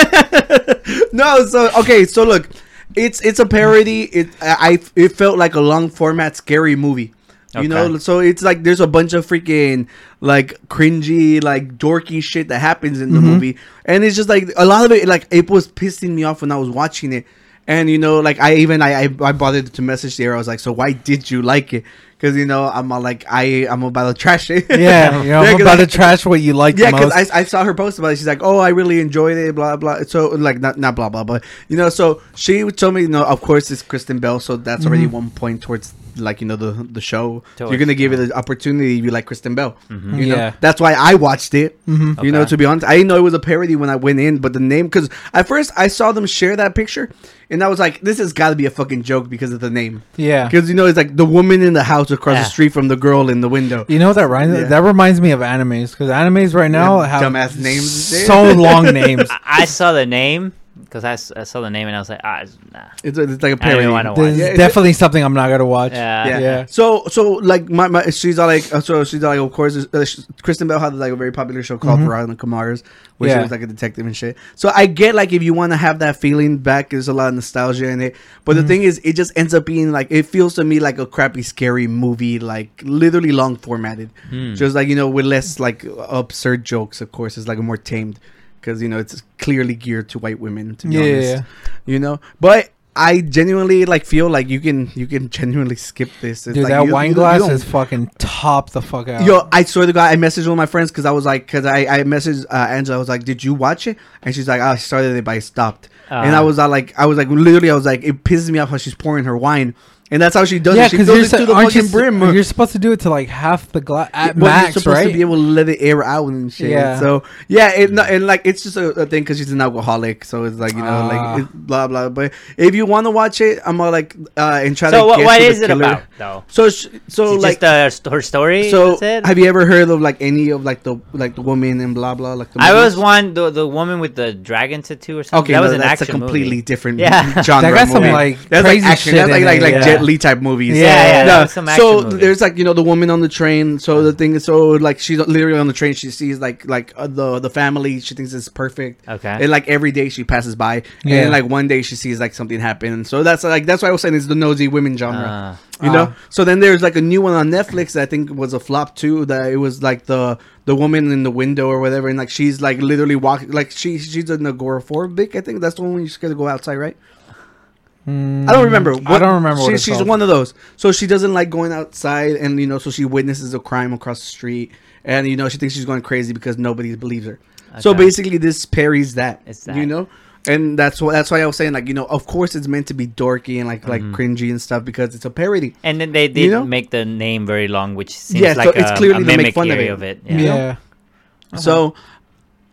Speaker 1: heart. no, so okay, so look, it's it's a parody. It I I- it felt like a long format scary movie. You know,
Speaker 2: Okay.
Speaker 1: so it's like there's a bunch of freaking like cringy, like dorky shit that happens
Speaker 4: Mm-hmm.
Speaker 1: in the movie, and it's just like a lot of it. Like it was pissing me off when I was watching it, and you know, like I even I I, I bothered to message there. I was like, so why did you like it? Because you know, I'm all like I I'm about to trash *laughs* it.
Speaker 4: Yeah, you know, I'm
Speaker 1: 'cause
Speaker 4: about
Speaker 1: I-
Speaker 4: to trash what you like
Speaker 1: yeah,
Speaker 4: the
Speaker 1: because
Speaker 4: most.
Speaker 1: I, I saw her post about it. She's like, "Oh, I really enjoyed it." Blah blah. So like, not not blah blah, but you know. So she would tell me, you know, of course it's Kristen Bell, so that's already
Speaker 4: Mm-hmm.
Speaker 1: one point towards like you know the the show.
Speaker 2: Towards-
Speaker 1: You're gonna give it an opportunity. if You like Kristen Bell, you know.
Speaker 4: Yeah. Mm-hmm.
Speaker 1: That's why I watched it. You know,
Speaker 2: Mm-hmm. Okay.
Speaker 1: to be honest, I didn't know it was a parody when I went in, but the name because at first I saw them share that picture, and I was like, "This has got to be a fucking joke because of the name."
Speaker 4: yeah.
Speaker 1: Because you know, it's like the woman in the house across
Speaker 2: Yeah.
Speaker 1: the street from the girl in the window.
Speaker 4: You know what that reminds
Speaker 1: Yeah.
Speaker 4: that reminds me of animes because animes right now
Speaker 1: Yeah,
Speaker 4: have
Speaker 1: dumbass names.
Speaker 4: so long names.
Speaker 1: *laughs*
Speaker 2: I- I saw the name because I, s- I saw the name and I was like, ah, it's- nah.
Speaker 1: It's, it's like a
Speaker 2: I don't
Speaker 1: parody.
Speaker 2: even want to watch.
Speaker 1: Oh,
Speaker 4: This
Speaker 1: Yeah,
Speaker 4: is
Speaker 1: it's-
Speaker 4: definitely something I'm not gonna watch.
Speaker 2: Yeah.
Speaker 1: yeah.
Speaker 4: Yeah.
Speaker 1: So so like my, my she's all like uh, so she's all like of course uh, sh- Kristen Bell had like a very popular show called Veronica Mars where she
Speaker 4: Mm-hmm. Yeah.
Speaker 1: was like a detective and shit. So I get like if you want to have that feeling back, there's a lot of nostalgia in it. But
Speaker 4: Mm-hmm.
Speaker 1: the thing is, it just ends up being like it feels to me like a crappy scary movie, like literally long formatted, just like you know with less like absurd jokes. Of course, it's like more tamed because you know it's clearly geared to white women. To be
Speaker 4: Yeah, yeah,
Speaker 1: honest
Speaker 4: yeah.
Speaker 1: you know but i genuinely like feel like you can you can genuinely skip this it's
Speaker 4: Dude,
Speaker 1: like
Speaker 4: that
Speaker 1: you-
Speaker 4: wine
Speaker 1: you- you
Speaker 4: glass
Speaker 1: don't-
Speaker 4: is fucking top the fuck out.
Speaker 1: Yo, I swear to God, I messaged one of my friends because I was like, because I, I messaged uh, Angela, I was like, did you watch it? And she's like, "Oh, I started it, but I stopped. and I
Speaker 4: Ah.
Speaker 2: Uh.
Speaker 1: was uh, like, I was like, literally, I was like, it pisses me off how she's pouring her wine, and that's how she does
Speaker 4: yeah,
Speaker 1: it. She
Speaker 4: because
Speaker 1: fills
Speaker 4: you're,
Speaker 1: it to
Speaker 4: su-
Speaker 1: the
Speaker 4: aren't you
Speaker 1: fucking
Speaker 4: s-
Speaker 1: brim.
Speaker 4: you're supposed to do it to like half the glass at
Speaker 1: Well,
Speaker 4: max,
Speaker 1: you're supposed
Speaker 4: right?
Speaker 1: to be able to let it air out and shit.
Speaker 4: Yeah.
Speaker 1: So yeah, it, no, and like it's just a, a thing because she's an alcoholic, so it's like you know,
Speaker 4: Ah.
Speaker 1: like it, blah blah. But if you want to watch it, I'm all like uh, and try
Speaker 2: So
Speaker 1: to.
Speaker 2: what,
Speaker 1: guess
Speaker 2: what
Speaker 1: who the
Speaker 2: is it
Speaker 1: killer-
Speaker 2: about though?
Speaker 1: So sh- so
Speaker 2: It's
Speaker 1: like
Speaker 2: just uh, st- her story.
Speaker 1: so
Speaker 2: that's it?
Speaker 1: have you ever heard of like any of like the like the woman and blah blah like the
Speaker 2: I was
Speaker 1: movies?
Speaker 2: one the the woman with the dragon tattoo or something.
Speaker 1: Okay,
Speaker 2: that
Speaker 1: no,
Speaker 2: was an
Speaker 1: that's a
Speaker 2: action movie.
Speaker 1: completely different
Speaker 2: Yeah.
Speaker 1: genre.
Speaker 2: *laughs*
Speaker 4: That got some,
Speaker 1: movie.
Speaker 4: like,
Speaker 1: that's
Speaker 4: crazy
Speaker 1: like action.
Speaker 4: shit
Speaker 1: That's like
Speaker 4: in
Speaker 1: like,
Speaker 4: it,
Speaker 1: like
Speaker 4: yeah.
Speaker 1: Jet Li type movies.
Speaker 4: Yeah, yeah,
Speaker 2: that
Speaker 1: No,
Speaker 2: was some
Speaker 1: so
Speaker 2: action movie. Uh-huh.
Speaker 1: there's like you know the woman on the train. So the thing is, so like she's literally on the train. She sees like like uh, the the family. She thinks it's perfect.
Speaker 2: Okay.
Speaker 1: And like every day she passes by, and
Speaker 4: Yeah.
Speaker 1: then, like one day she sees like something happen. So that's like that's why I was saying it's the nosy women genre.
Speaker 2: Ah.
Speaker 1: You
Speaker 4: Ah.
Speaker 1: know. So then there's like a new one on Netflix that I think was a flop too. That it was like the the woman in the window or whatever, and like she's like literally walking, like she she's an agoraphobic. I think that's the one when you're scared to go outside, right? I don't remember.
Speaker 4: Hmm. I don't remember what
Speaker 1: she-
Speaker 4: it's
Speaker 1: she's
Speaker 4: called.
Speaker 1: one of those. So she doesn't like going outside, and you know, so she witnesses a crime across the street, and you know, she thinks she's going crazy because nobody believes her. So
Speaker 2: Okay.
Speaker 1: basically, this parries that.
Speaker 2: It's
Speaker 1: You
Speaker 2: that.
Speaker 1: know, and that's why that's why I was saying like you know of course it's meant to be dorky and like
Speaker 2: Mm-hmm.
Speaker 1: like cringy and stuff because it's a parody.
Speaker 2: And then they did
Speaker 1: know?
Speaker 2: make the name very long, which seems
Speaker 1: Yeah, so
Speaker 2: like
Speaker 1: it's
Speaker 2: a,
Speaker 1: clearly
Speaker 2: a
Speaker 1: to make
Speaker 2: mimicry
Speaker 1: fun of it.
Speaker 2: of it.
Speaker 4: Yeah.
Speaker 2: Uh-huh.
Speaker 1: So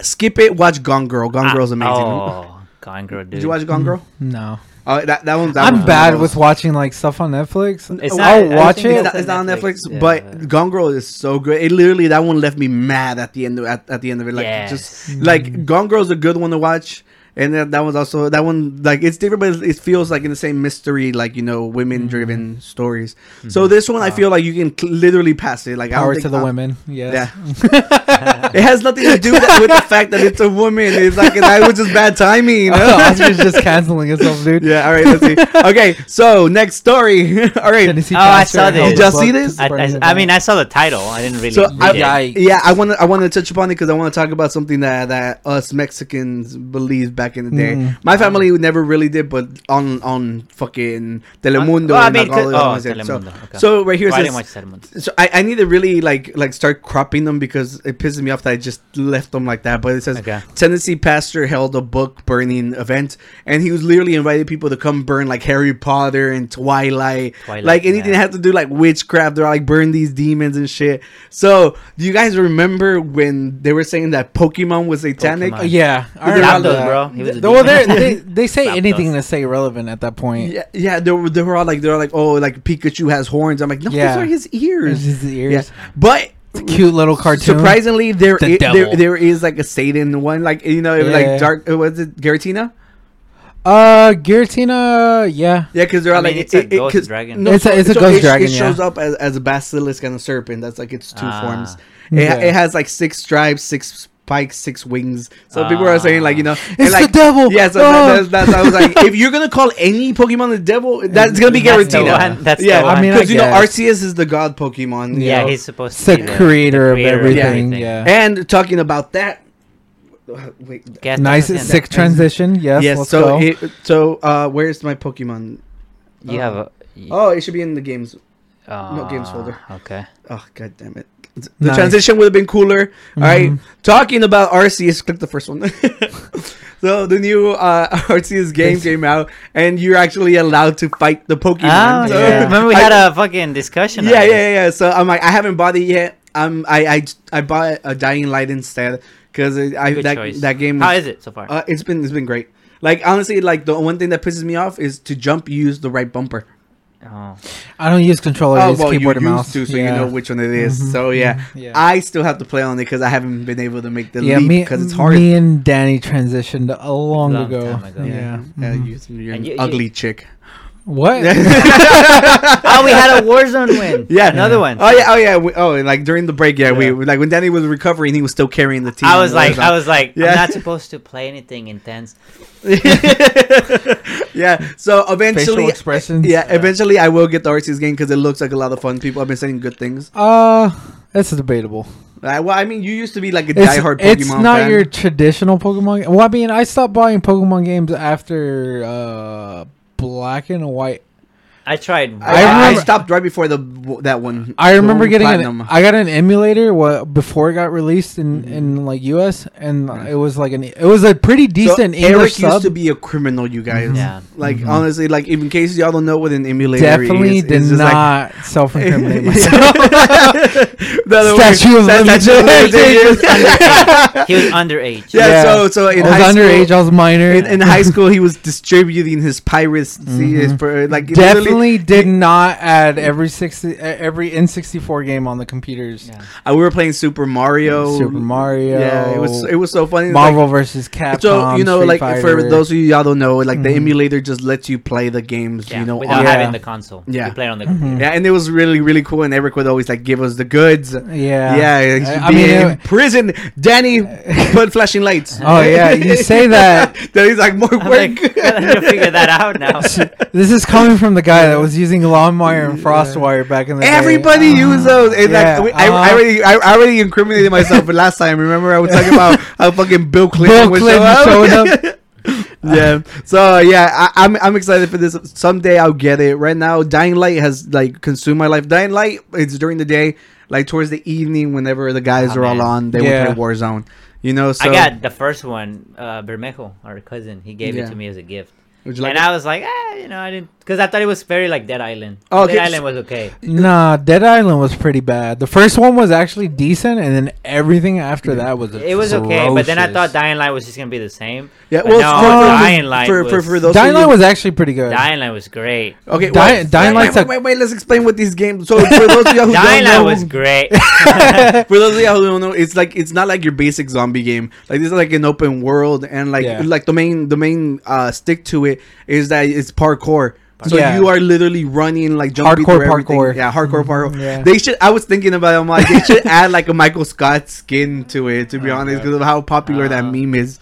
Speaker 1: skip it, watch Gone Girl. Gone Girl's amazing.
Speaker 2: Ah, Oh, Gone Girl, dude. Mm-hmm.
Speaker 1: Did you watch Gone Girl?
Speaker 4: No.
Speaker 1: Oh, that that one. That
Speaker 4: I'm
Speaker 1: one's
Speaker 4: bad
Speaker 1: one of
Speaker 4: with
Speaker 1: those.
Speaker 4: watching like stuff on Netflix.
Speaker 2: It's not-
Speaker 4: I'll
Speaker 2: I don't
Speaker 4: watch
Speaker 2: think
Speaker 1: It's
Speaker 4: it.
Speaker 1: not, it's not on Netflix,
Speaker 2: Netflix,
Speaker 1: but
Speaker 2: yeah.
Speaker 1: Gone Girl is so good. It literally that one left me mad at the end. Of, at, at the end of it, like
Speaker 2: Yes.
Speaker 1: just like Gone Girl's a good one to watch, and that, that was also that one like it's different, but it feels like in the same mystery, like you know, women driven stories. So this one, I feel like you can cl- literally pass it. Like I don't
Speaker 4: Power
Speaker 1: think
Speaker 4: to the
Speaker 1: I'm-
Speaker 4: women. Yes. *laughs*
Speaker 1: Yeah. it has nothing to do that- with the fact that it's a woman. It's like that was just bad timing. You
Speaker 4: *laughs*
Speaker 1: know?
Speaker 4: Oscar's just canceling himself, dude.
Speaker 1: Yeah. All right. Let's see. Okay. So next story. *laughs* all right.
Speaker 4: Tennessee
Speaker 2: Oh, I
Speaker 4: pastor
Speaker 2: saw
Speaker 4: helped
Speaker 2: this. Did
Speaker 1: y'all see
Speaker 4: plug
Speaker 1: this?
Speaker 4: to
Speaker 2: I,
Speaker 4: spread
Speaker 2: I,
Speaker 4: the
Speaker 2: I mean, I saw the title. I didn't really.
Speaker 1: So I,
Speaker 2: read it.
Speaker 4: Yikes.
Speaker 1: yeah, I want to I want to touch upon it because I want to talk about something that that us Mexicans believed back in the day.
Speaker 4: Mm.
Speaker 1: My family never really did, but on on fucking Telemundo.
Speaker 2: Oh, I
Speaker 1: and,
Speaker 2: mean,
Speaker 1: like, all the
Speaker 2: oh,
Speaker 1: ones that- so,
Speaker 2: Telemundo, okay.
Speaker 1: so right here
Speaker 2: Well, I
Speaker 1: it
Speaker 2: didn't watch
Speaker 1: says.
Speaker 2: that one.
Speaker 1: So I, I need to really like like start cropping them because it pisses me off that I just left them like that. But it says
Speaker 2: Okay.
Speaker 1: Tennessee pastor held a book burning event and he was literally invited people to come burn like Harry Potter and Twilight,
Speaker 2: Twilight,
Speaker 1: like anything
Speaker 2: yeah.
Speaker 1: that had to do like witchcraft. They're like burn these demons and shit. So do you guys remember when they were saying that Pokemon was satanic?
Speaker 2: Pokemon.
Speaker 4: Uh, Yeah, I
Speaker 1: They're
Speaker 4: remember
Speaker 1: Zapdos,
Speaker 4: that.
Speaker 2: bro. He was a
Speaker 4: Th-
Speaker 2: *laughs*
Speaker 4: well,
Speaker 2: demon.
Speaker 4: they're- they they say
Speaker 2: Zapdos.
Speaker 4: anything to stay relevant at that point.
Speaker 1: Yeah, yeah, they were they were all like they're like oh like Pikachu has horns. I'm like no,
Speaker 4: Yeah.
Speaker 1: those are his
Speaker 4: It's
Speaker 1: ears.
Speaker 4: just the
Speaker 1: Yeah,
Speaker 4: ears.
Speaker 1: but
Speaker 4: Cute little cartoon.
Speaker 1: Surprisingly, there,
Speaker 4: The
Speaker 1: i- there
Speaker 4: devil.
Speaker 1: there is like a Satan one, like you know, it was
Speaker 4: Yeah.
Speaker 1: like dark. uh, Was it Garatina?
Speaker 4: Uh, Giratina. Yeah.
Speaker 1: Yeah, because they're all
Speaker 2: I mean,
Speaker 1: like
Speaker 2: it's a
Speaker 1: it- it-
Speaker 2: ghost
Speaker 1: 'cause-
Speaker 2: dragon.
Speaker 4: It's a- it's a ghost
Speaker 1: it, sh-
Speaker 4: dragon,
Speaker 1: It shows
Speaker 4: yeah.
Speaker 1: up as, as a basilisk and a serpent. That's like its two
Speaker 2: Ah.
Speaker 1: forms. It,
Speaker 4: Yeah.
Speaker 1: it has like six stripes, six spikes, six wings. So
Speaker 2: Ah.
Speaker 1: people are saying like you know, and,
Speaker 4: It's the
Speaker 1: like,
Speaker 4: devil!
Speaker 1: Yeah, so
Speaker 4: Ah!
Speaker 1: that, that's, that's I was like, if you're gonna call any Pokemon the
Speaker 2: *laughs*
Speaker 1: devil, that's gonna be
Speaker 2: That's the
Speaker 1: Garatina.
Speaker 2: one- that's the
Speaker 1: yeah,
Speaker 2: one.
Speaker 4: I mean, I
Speaker 1: because you know
Speaker 4: guess.
Speaker 1: Arceus is the god Pokemon. you
Speaker 2: Yeah,
Speaker 1: know?
Speaker 2: he's supposed
Speaker 4: It's
Speaker 2: to
Speaker 4: the
Speaker 2: be the
Speaker 4: creator of
Speaker 2: creator of
Speaker 4: everything.
Speaker 2: everything.
Speaker 4: Yeah.
Speaker 1: And talking about that, wait,
Speaker 2: Get
Speaker 4: Nice,
Speaker 2: that.
Speaker 4: sick transition. Yes.
Speaker 1: yes.
Speaker 4: let's
Speaker 1: so
Speaker 4: go.
Speaker 1: it, so uh, where's my Pokemon?
Speaker 2: You have a. y-
Speaker 1: Oh, it should be in the games.
Speaker 2: uh,
Speaker 1: games folder.
Speaker 2: Okay.
Speaker 1: Oh god damn it! The
Speaker 4: Nice.
Speaker 1: transition would have been cooler. All right. Talking about Arceus, click the first one. *laughs* so the new uh, *laughs* Arceus game came out, and you're actually allowed to fight the Pokemon.
Speaker 2: Oh,
Speaker 1: So-
Speaker 2: yeah. Remember we
Speaker 1: *laughs*
Speaker 2: had
Speaker 1: I-
Speaker 2: a fucking discussion. on
Speaker 1: yeah,
Speaker 2: this.
Speaker 1: yeah, yeah. So I'm like, I haven't bought it yet. Um, I I, I bought a Dying Light instead because I
Speaker 2: Good
Speaker 1: that
Speaker 2: choice.
Speaker 1: that game.
Speaker 2: How
Speaker 1: was-
Speaker 2: is it so far?
Speaker 1: Uh, it's been it's been great. Like honestly, like the one thing that pisses me off is to jump you use the right bumper.
Speaker 2: oh.
Speaker 4: I don't use controller. I
Speaker 1: Oh
Speaker 4: use
Speaker 1: well, you
Speaker 4: keyboard
Speaker 1: used
Speaker 4: and mouse.
Speaker 1: to, so
Speaker 4: yeah. Mm-hmm.
Speaker 1: you know which one it is. So yeah.
Speaker 4: yeah.
Speaker 1: I still have to play on it because I haven't been able to make the
Speaker 4: yeah,
Speaker 1: leap
Speaker 4: me,
Speaker 1: because it's hard.
Speaker 4: me and Danny transitioned a long,
Speaker 2: Long
Speaker 4: ago.
Speaker 2: time ago.
Speaker 4: Yeah.
Speaker 1: *laughs*
Speaker 4: Mm-hmm.
Speaker 1: Yeah, you, you're an
Speaker 2: And you- you-
Speaker 1: ugly
Speaker 2: *laughs*
Speaker 1: chick.
Speaker 4: What?
Speaker 2: oh, we had a Warzone win.
Speaker 1: *laughs* Yeah,
Speaker 2: another one.
Speaker 1: Oh yeah, oh yeah, we, oh and, like during the break, yeah,
Speaker 2: Yeah.
Speaker 1: we like when Danny was recovering, he was still carrying the team.
Speaker 2: I was like, I was like,
Speaker 1: Yeah.
Speaker 2: I'm not supposed to play anything intense.
Speaker 1: yeah. So eventually,
Speaker 4: Facial expressions.
Speaker 1: yeah, eventually I will get the Arceus game because it looks like a lot of fun. People have been saying good things.
Speaker 4: Uh, that's debatable.
Speaker 1: Like, well, I mean, you used to be like a
Speaker 4: It's,
Speaker 1: diehard Pokemon
Speaker 4: it's not
Speaker 1: fan.
Speaker 4: your traditional Pokemon. Well, I mean, I stopped buying Pokemon games after uh, Black and White.
Speaker 2: I tried.
Speaker 1: I, I
Speaker 4: remember-
Speaker 1: stopped right before the that one.
Speaker 4: I
Speaker 1: the one
Speaker 4: remember
Speaker 1: with
Speaker 4: getting
Speaker 1: platinum. Mm-hmm.
Speaker 4: an, I got an emulator wa- before it got released in, in like US, and it was like an it was a pretty decent
Speaker 1: so Eric used
Speaker 4: English sub. Mm-hmm.
Speaker 1: to be a criminal, you guys.
Speaker 2: Yeah.
Speaker 1: Like honestly, like in case y'all don't know what an emulator
Speaker 4: Definitely
Speaker 1: is,
Speaker 4: did
Speaker 1: it's just like- *laughs*
Speaker 4: not self incriminate myself.
Speaker 1: The other way-
Speaker 4: Statue of
Speaker 1: Sta- statue
Speaker 2: *laughs*
Speaker 4: limitations.
Speaker 1: of
Speaker 4: *laughs*
Speaker 1: limitations.
Speaker 2: he was underage.
Speaker 1: Yeah,
Speaker 4: Yeah.
Speaker 1: So so in
Speaker 4: I was
Speaker 1: high
Speaker 4: underage.
Speaker 1: school,
Speaker 4: I was minor.
Speaker 1: in, in high school, he was distributing his piracy. His, pir- like literally-
Speaker 4: Mm-hmm. Definitely did not add every sixty uh, every N sixty four game on the computers.
Speaker 2: Yeah.
Speaker 1: Uh, we were playing Super Mario.
Speaker 4: Super Mario.
Speaker 1: Yeah, it was it was so funny.
Speaker 4: Marvel
Speaker 1: Like,
Speaker 4: versus Capcom.
Speaker 1: so you know,
Speaker 4: Street
Speaker 1: like for
Speaker 4: Fighter. Mm-hmm.
Speaker 1: those of you y'all don't know, like the emulator just lets you play the games.
Speaker 2: Yeah,
Speaker 1: you know,
Speaker 2: without
Speaker 1: on-
Speaker 4: Yeah.
Speaker 2: having the console.
Speaker 1: Yeah. Mm-hmm.
Speaker 2: you play on the computer.
Speaker 1: yeah, and it was really really cool. And Eric would always like give us the goods.
Speaker 4: Yeah.
Speaker 1: Yeah, he should
Speaker 4: I, I
Speaker 1: be
Speaker 4: mean,
Speaker 1: in
Speaker 4: it-
Speaker 1: prison.
Speaker 4: *laughs*
Speaker 1: Danny, put flashing lights.
Speaker 4: oh yeah, you say that.
Speaker 1: *laughs* Then he's like more work.
Speaker 2: I'm like, *laughs* I need to figure that
Speaker 1: *laughs*
Speaker 2: out now.
Speaker 4: This is coming from the guy that was using lawnmower and frost wire back in the
Speaker 1: Everybody
Speaker 4: day. Uh,
Speaker 1: use those. And
Speaker 4: Uh-huh. yeah,
Speaker 1: like, we- I, I
Speaker 4: uh-huh.
Speaker 1: already, I, I already incriminated myself but last time. Remember, I was talking about how fucking Bill Clinton
Speaker 4: Bill
Speaker 1: was
Speaker 4: Clinton showed up.
Speaker 1: *laughs* yeah. So yeah, I, I'm I'm excited for this. Someday I'll get it. Right now, Dying Light has like consumed my life. Dying Light, it's during the day. like towards the evening whenever the guys
Speaker 2: Oh,
Speaker 1: are all
Speaker 2: man.
Speaker 1: on, they
Speaker 4: Yeah.
Speaker 1: would play Warzone. You know, so
Speaker 2: I got the first one, uh, Bermejo, our cousin. He gave
Speaker 1: Yeah.
Speaker 2: it to me as a gift.
Speaker 1: Would you like
Speaker 2: and
Speaker 1: it?
Speaker 2: I was like, ah, you know, I didn't, because I thought it was very like Dead Island.
Speaker 1: Oh, okay,
Speaker 2: Dead Island
Speaker 1: so-
Speaker 2: was okay.
Speaker 4: Nah, Dead Island was pretty bad. The first one was actually decent, and then everything after that was
Speaker 2: It was okay, but then I thought
Speaker 4: ferocious.
Speaker 2: Dying Light was just gonna be the same.
Speaker 1: yeah.
Speaker 2: But
Speaker 1: Well,
Speaker 2: no,
Speaker 1: for- for-
Speaker 2: Dying Light
Speaker 1: for, for,
Speaker 2: was-
Speaker 1: for those
Speaker 4: Dying
Speaker 1: of you-
Speaker 4: Light was actually pretty good.
Speaker 2: Dying Light was great.
Speaker 1: okay.
Speaker 4: Dy-
Speaker 1: well,
Speaker 4: Dying
Speaker 1: wait,
Speaker 4: Light's
Speaker 1: wait,
Speaker 4: a-
Speaker 1: wait, wait, Let's explain what these games. So
Speaker 4: *laughs*
Speaker 1: for those of you who don't
Speaker 2: Dying Light
Speaker 1: know,
Speaker 2: was great.
Speaker 1: for those of you who don't know, it's like it's not like your basic zombie game. Like this is like an open world, and like
Speaker 4: Yeah.
Speaker 1: like the main the main uh, stick to it is that it's parkour. So
Speaker 4: Yeah.
Speaker 1: you are literally running like jumping
Speaker 4: Hardcore
Speaker 1: through everything.
Speaker 4: parkour. Mm-hmm.
Speaker 1: Yeah, hardcore parkour.
Speaker 4: yeah.
Speaker 1: They should. I was thinking about it. I'm like, they
Speaker 4: *laughs*
Speaker 1: should add like a Michael Scott skin to it.
Speaker 2: Oh
Speaker 1: To be honest, because of how popular that
Speaker 2: Uh,
Speaker 1: meme is.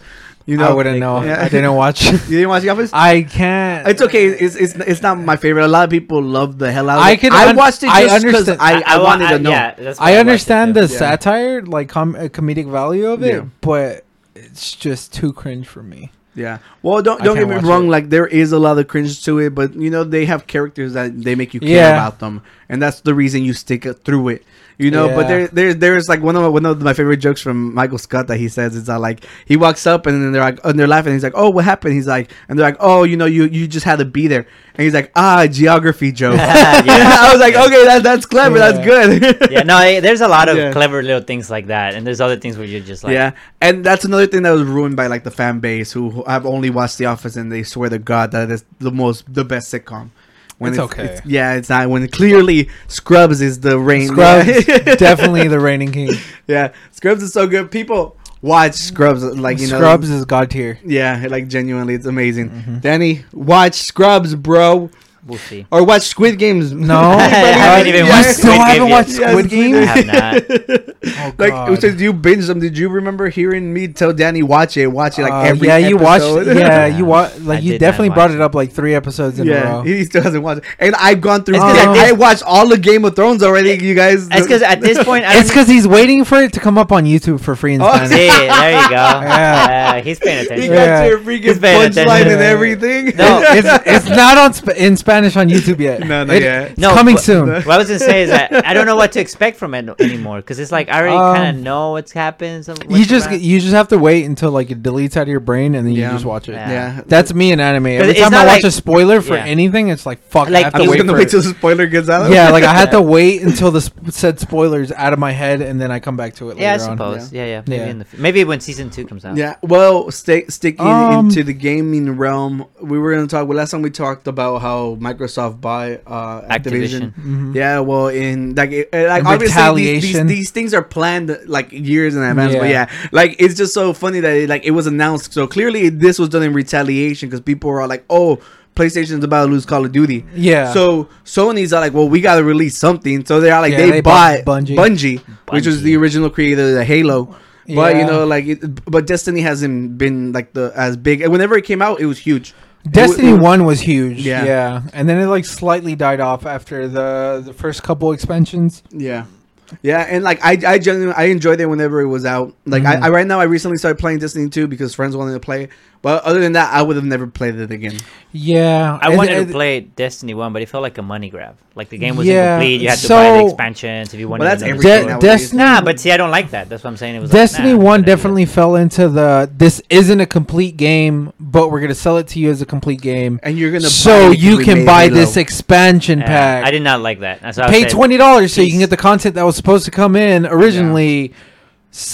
Speaker 1: You know,
Speaker 4: I wouldn't know.
Speaker 1: Yeah.
Speaker 4: I
Speaker 1: *laughs*
Speaker 4: didn't watch.
Speaker 1: you didn't watch The Office?
Speaker 4: I can't.
Speaker 1: it's okay. It's, it's it's not my favorite. A lot of people love the hell out. of
Speaker 4: I
Speaker 1: it.
Speaker 4: could
Speaker 1: I
Speaker 4: un-
Speaker 1: watched it
Speaker 4: I
Speaker 1: just because
Speaker 4: understand-
Speaker 1: I, I,
Speaker 2: wa-
Speaker 1: wanted
Speaker 2: I-
Speaker 1: to know.
Speaker 2: yeah, that's why
Speaker 4: I
Speaker 2: watched it
Speaker 4: understand
Speaker 2: too.
Speaker 4: the
Speaker 1: Yeah.
Speaker 4: satire, like com- uh, comedic value of it,
Speaker 1: Yeah.
Speaker 4: but it's just too cringe for me.
Speaker 1: Yeah. Well, don't
Speaker 4: I
Speaker 1: don't get
Speaker 4: can't
Speaker 1: me
Speaker 4: watch
Speaker 1: wrong.
Speaker 4: it.
Speaker 1: Like there is a lot of cringe to it, but you know they have characters that they make you care
Speaker 4: Yeah.
Speaker 1: about them, and that's the reason you stick it- through it. You know, but
Speaker 4: Yeah.
Speaker 1: there there there's like one of my, one of my favorite jokes from Michael Scott that he says is that like he walks up and then they're like and they're laughing. he's like, oh, what happened? He's like, and they're like, oh, you know, you you just had to be there. And he's like, ah, geography
Speaker 2: *laughs*
Speaker 1: joke. *laughs* I was like, okay, that that's clever.
Speaker 4: Yeah.
Speaker 1: That's good. *laughs*
Speaker 2: yeah, no, eh, there's a lot of
Speaker 1: Yeah.
Speaker 2: clever little things like that, and there's other things where you're just like,
Speaker 1: yeah, and that's another thing that was ruined by like the fan base who, who have only watched The Office and they swear to God that it's the most the best sitcom. When
Speaker 4: It's okay.
Speaker 1: yeah, it's not when clearly Scrubs is the rain.
Speaker 4: Scrubs,
Speaker 1: *laughs* yeah.
Speaker 4: definitely the reigning king.
Speaker 1: yeah, Scrubs is so good. People watch Scrubs like you know
Speaker 4: Scrubs Mm-hmm. is god tier.
Speaker 1: Yeah, like genuinely, it's amazing. Danny, watch Scrubs, bro,
Speaker 2: we'll
Speaker 4: *laughs*
Speaker 2: see.
Speaker 1: or watch Squid Games. *laughs*
Speaker 4: No,
Speaker 2: I haven't even
Speaker 4: you
Speaker 2: watched
Speaker 4: still
Speaker 2: Squid Game
Speaker 4: haven't
Speaker 2: yet.
Speaker 4: watched
Speaker 1: Yes, Squid
Speaker 4: Squid Game.
Speaker 2: I have
Speaker 1: *laughs*
Speaker 4: *laughs*
Speaker 2: not.
Speaker 4: Oh,
Speaker 1: Like
Speaker 4: God.
Speaker 1: it said, you binge them. Did you remember hearing me tell Danny watch it, watch it like
Speaker 4: Uh,
Speaker 1: every?
Speaker 4: yeah, you watched.
Speaker 1: episode? *laughs*
Speaker 4: Yeah,
Speaker 2: Yeah.
Speaker 4: you watched. Like
Speaker 2: I
Speaker 4: you
Speaker 2: did not
Speaker 4: definitely
Speaker 2: watch
Speaker 4: brought
Speaker 2: it.
Speaker 4: it up like three episodes in a
Speaker 1: Yeah,
Speaker 4: row.
Speaker 1: he still hasn't watched. it. And I've gone through.
Speaker 4: It's 'cause at
Speaker 1: like,
Speaker 4: this-
Speaker 1: I watched all of Game of Thrones already, you guys.
Speaker 2: It's
Speaker 1: *laughs*
Speaker 2: because at this point, I don't
Speaker 4: *laughs* it's
Speaker 2: *laughs*
Speaker 4: because he's waiting for it to come up on YouTube for free in
Speaker 1: Oh, *laughs*
Speaker 4: Spanish.
Speaker 2: See, there you go.
Speaker 4: *laughs* Yeah.
Speaker 2: Yeah, he's paying
Speaker 1: he
Speaker 2: attention.
Speaker 1: got
Speaker 4: Yeah.
Speaker 1: your freaking
Speaker 2: He's paying
Speaker 1: punchline and
Speaker 4: attention.
Speaker 1: everything.
Speaker 2: No,
Speaker 4: it's, it's not on sp- in Spanish on YouTube yet.
Speaker 1: No, not
Speaker 4: It-
Speaker 1: yet.
Speaker 4: It's
Speaker 2: No,
Speaker 4: coming
Speaker 2: but-
Speaker 1: *laughs*
Speaker 4: soon.
Speaker 2: What I was gonna say is that I don't know what to expect from it anymore because it's like I already
Speaker 4: Um,
Speaker 2: kind of know what's happened. so
Speaker 4: You
Speaker 2: what's
Speaker 4: just
Speaker 2: about-
Speaker 4: you just have to wait until like it deletes out of your brain and then
Speaker 1: Yeah.
Speaker 4: you just watch it.
Speaker 2: Yeah.
Speaker 1: *laughs* yeah,
Speaker 4: That's me in anime. Every
Speaker 2: it's
Speaker 4: time I
Speaker 2: not
Speaker 4: watch
Speaker 2: like-
Speaker 4: a spoiler for
Speaker 2: yeah.
Speaker 4: anything, it's like fuck.
Speaker 2: Like,
Speaker 4: I have
Speaker 1: I'm
Speaker 4: to
Speaker 1: just
Speaker 4: wait
Speaker 1: gonna
Speaker 4: for
Speaker 1: wait
Speaker 4: it.
Speaker 1: till the spoiler gets out. *laughs*
Speaker 4: yeah, like I had
Speaker 2: *laughs*
Speaker 4: to wait until the sp- said spoilers out of my head and then I come back to it.
Speaker 2: yeah, I
Speaker 4: later On.
Speaker 2: suppose. Yeah, yeah. Maybe
Speaker 4: Yeah.
Speaker 2: in the f- maybe when season two comes out.
Speaker 1: Yeah, well, stay, sticking
Speaker 4: Um,
Speaker 1: into the gaming realm, we were gonna talk. Well, last time we talked about how Microsoft bought uh, Activision.
Speaker 2: Activision.
Speaker 1: Yeah, well, in like, it- uh, like
Speaker 4: In
Speaker 1: obviously these, these,
Speaker 4: Mm-hmm. retaliation.
Speaker 1: these things are planned like years in advance. But
Speaker 4: Yeah.
Speaker 1: yeah, like it's just so funny that it, like it was announced. So clearly this was done in retaliation because people are like, oh. PlayStation's about to lose Call of Duty.
Speaker 4: Yeah.
Speaker 1: So Sony's are like, well, we gotta release something. So they're like,
Speaker 4: Yeah,
Speaker 1: they,
Speaker 4: they
Speaker 1: bought,
Speaker 4: bought Bungie.
Speaker 1: Bungie, which was
Speaker 2: Bungie.
Speaker 1: the original creator of the Halo. But you
Speaker 4: Yeah.
Speaker 1: know, like it, but destiny hasn't been like the as big and whenever it came out it was huge
Speaker 4: Destiny
Speaker 1: It wa- it wa-
Speaker 4: One was huge.
Speaker 1: Yeah.
Speaker 4: Yeah. and then it like slightly died off after the the first couple expansions.
Speaker 1: yeah yeah and like i i genuinely i enjoyed it whenever it was out like
Speaker 4: Mm-hmm.
Speaker 1: I, I right now i recently started playing destiny 2 because friends wanted to play it but other than that i would have never played it again
Speaker 4: Yeah,
Speaker 2: I
Speaker 4: and-
Speaker 2: wanted
Speaker 4: and-
Speaker 2: to play Destiny One, but it felt like a money grab. Like the game was
Speaker 4: Yeah,
Speaker 2: incomplete. You had to buy the
Speaker 4: so-
Speaker 2: expansions if you wanted.
Speaker 1: Well, that's
Speaker 2: another
Speaker 1: everything
Speaker 2: story.
Speaker 4: De-
Speaker 1: nowadays.
Speaker 4: Destiny.
Speaker 2: Nah, but see, I don't like that. That's what I'm saying. It was
Speaker 4: Destiny
Speaker 2: like, nah, I'm
Speaker 4: One
Speaker 2: not gonna do that.
Speaker 4: definitely fell into the this isn't a complete game, but we're gonna sell it to you as a complete game.
Speaker 1: and you're gonna
Speaker 4: so
Speaker 1: buy it
Speaker 4: you
Speaker 1: because we
Speaker 4: can
Speaker 1: made
Speaker 4: buy
Speaker 1: Halo.
Speaker 4: this expansion
Speaker 2: Yeah,
Speaker 4: pack.
Speaker 2: I did not like that. That's why I
Speaker 4: Pay
Speaker 2: said-
Speaker 4: twenty dollars so you can
Speaker 2: Peace.
Speaker 4: get the content that was supposed to come in originally.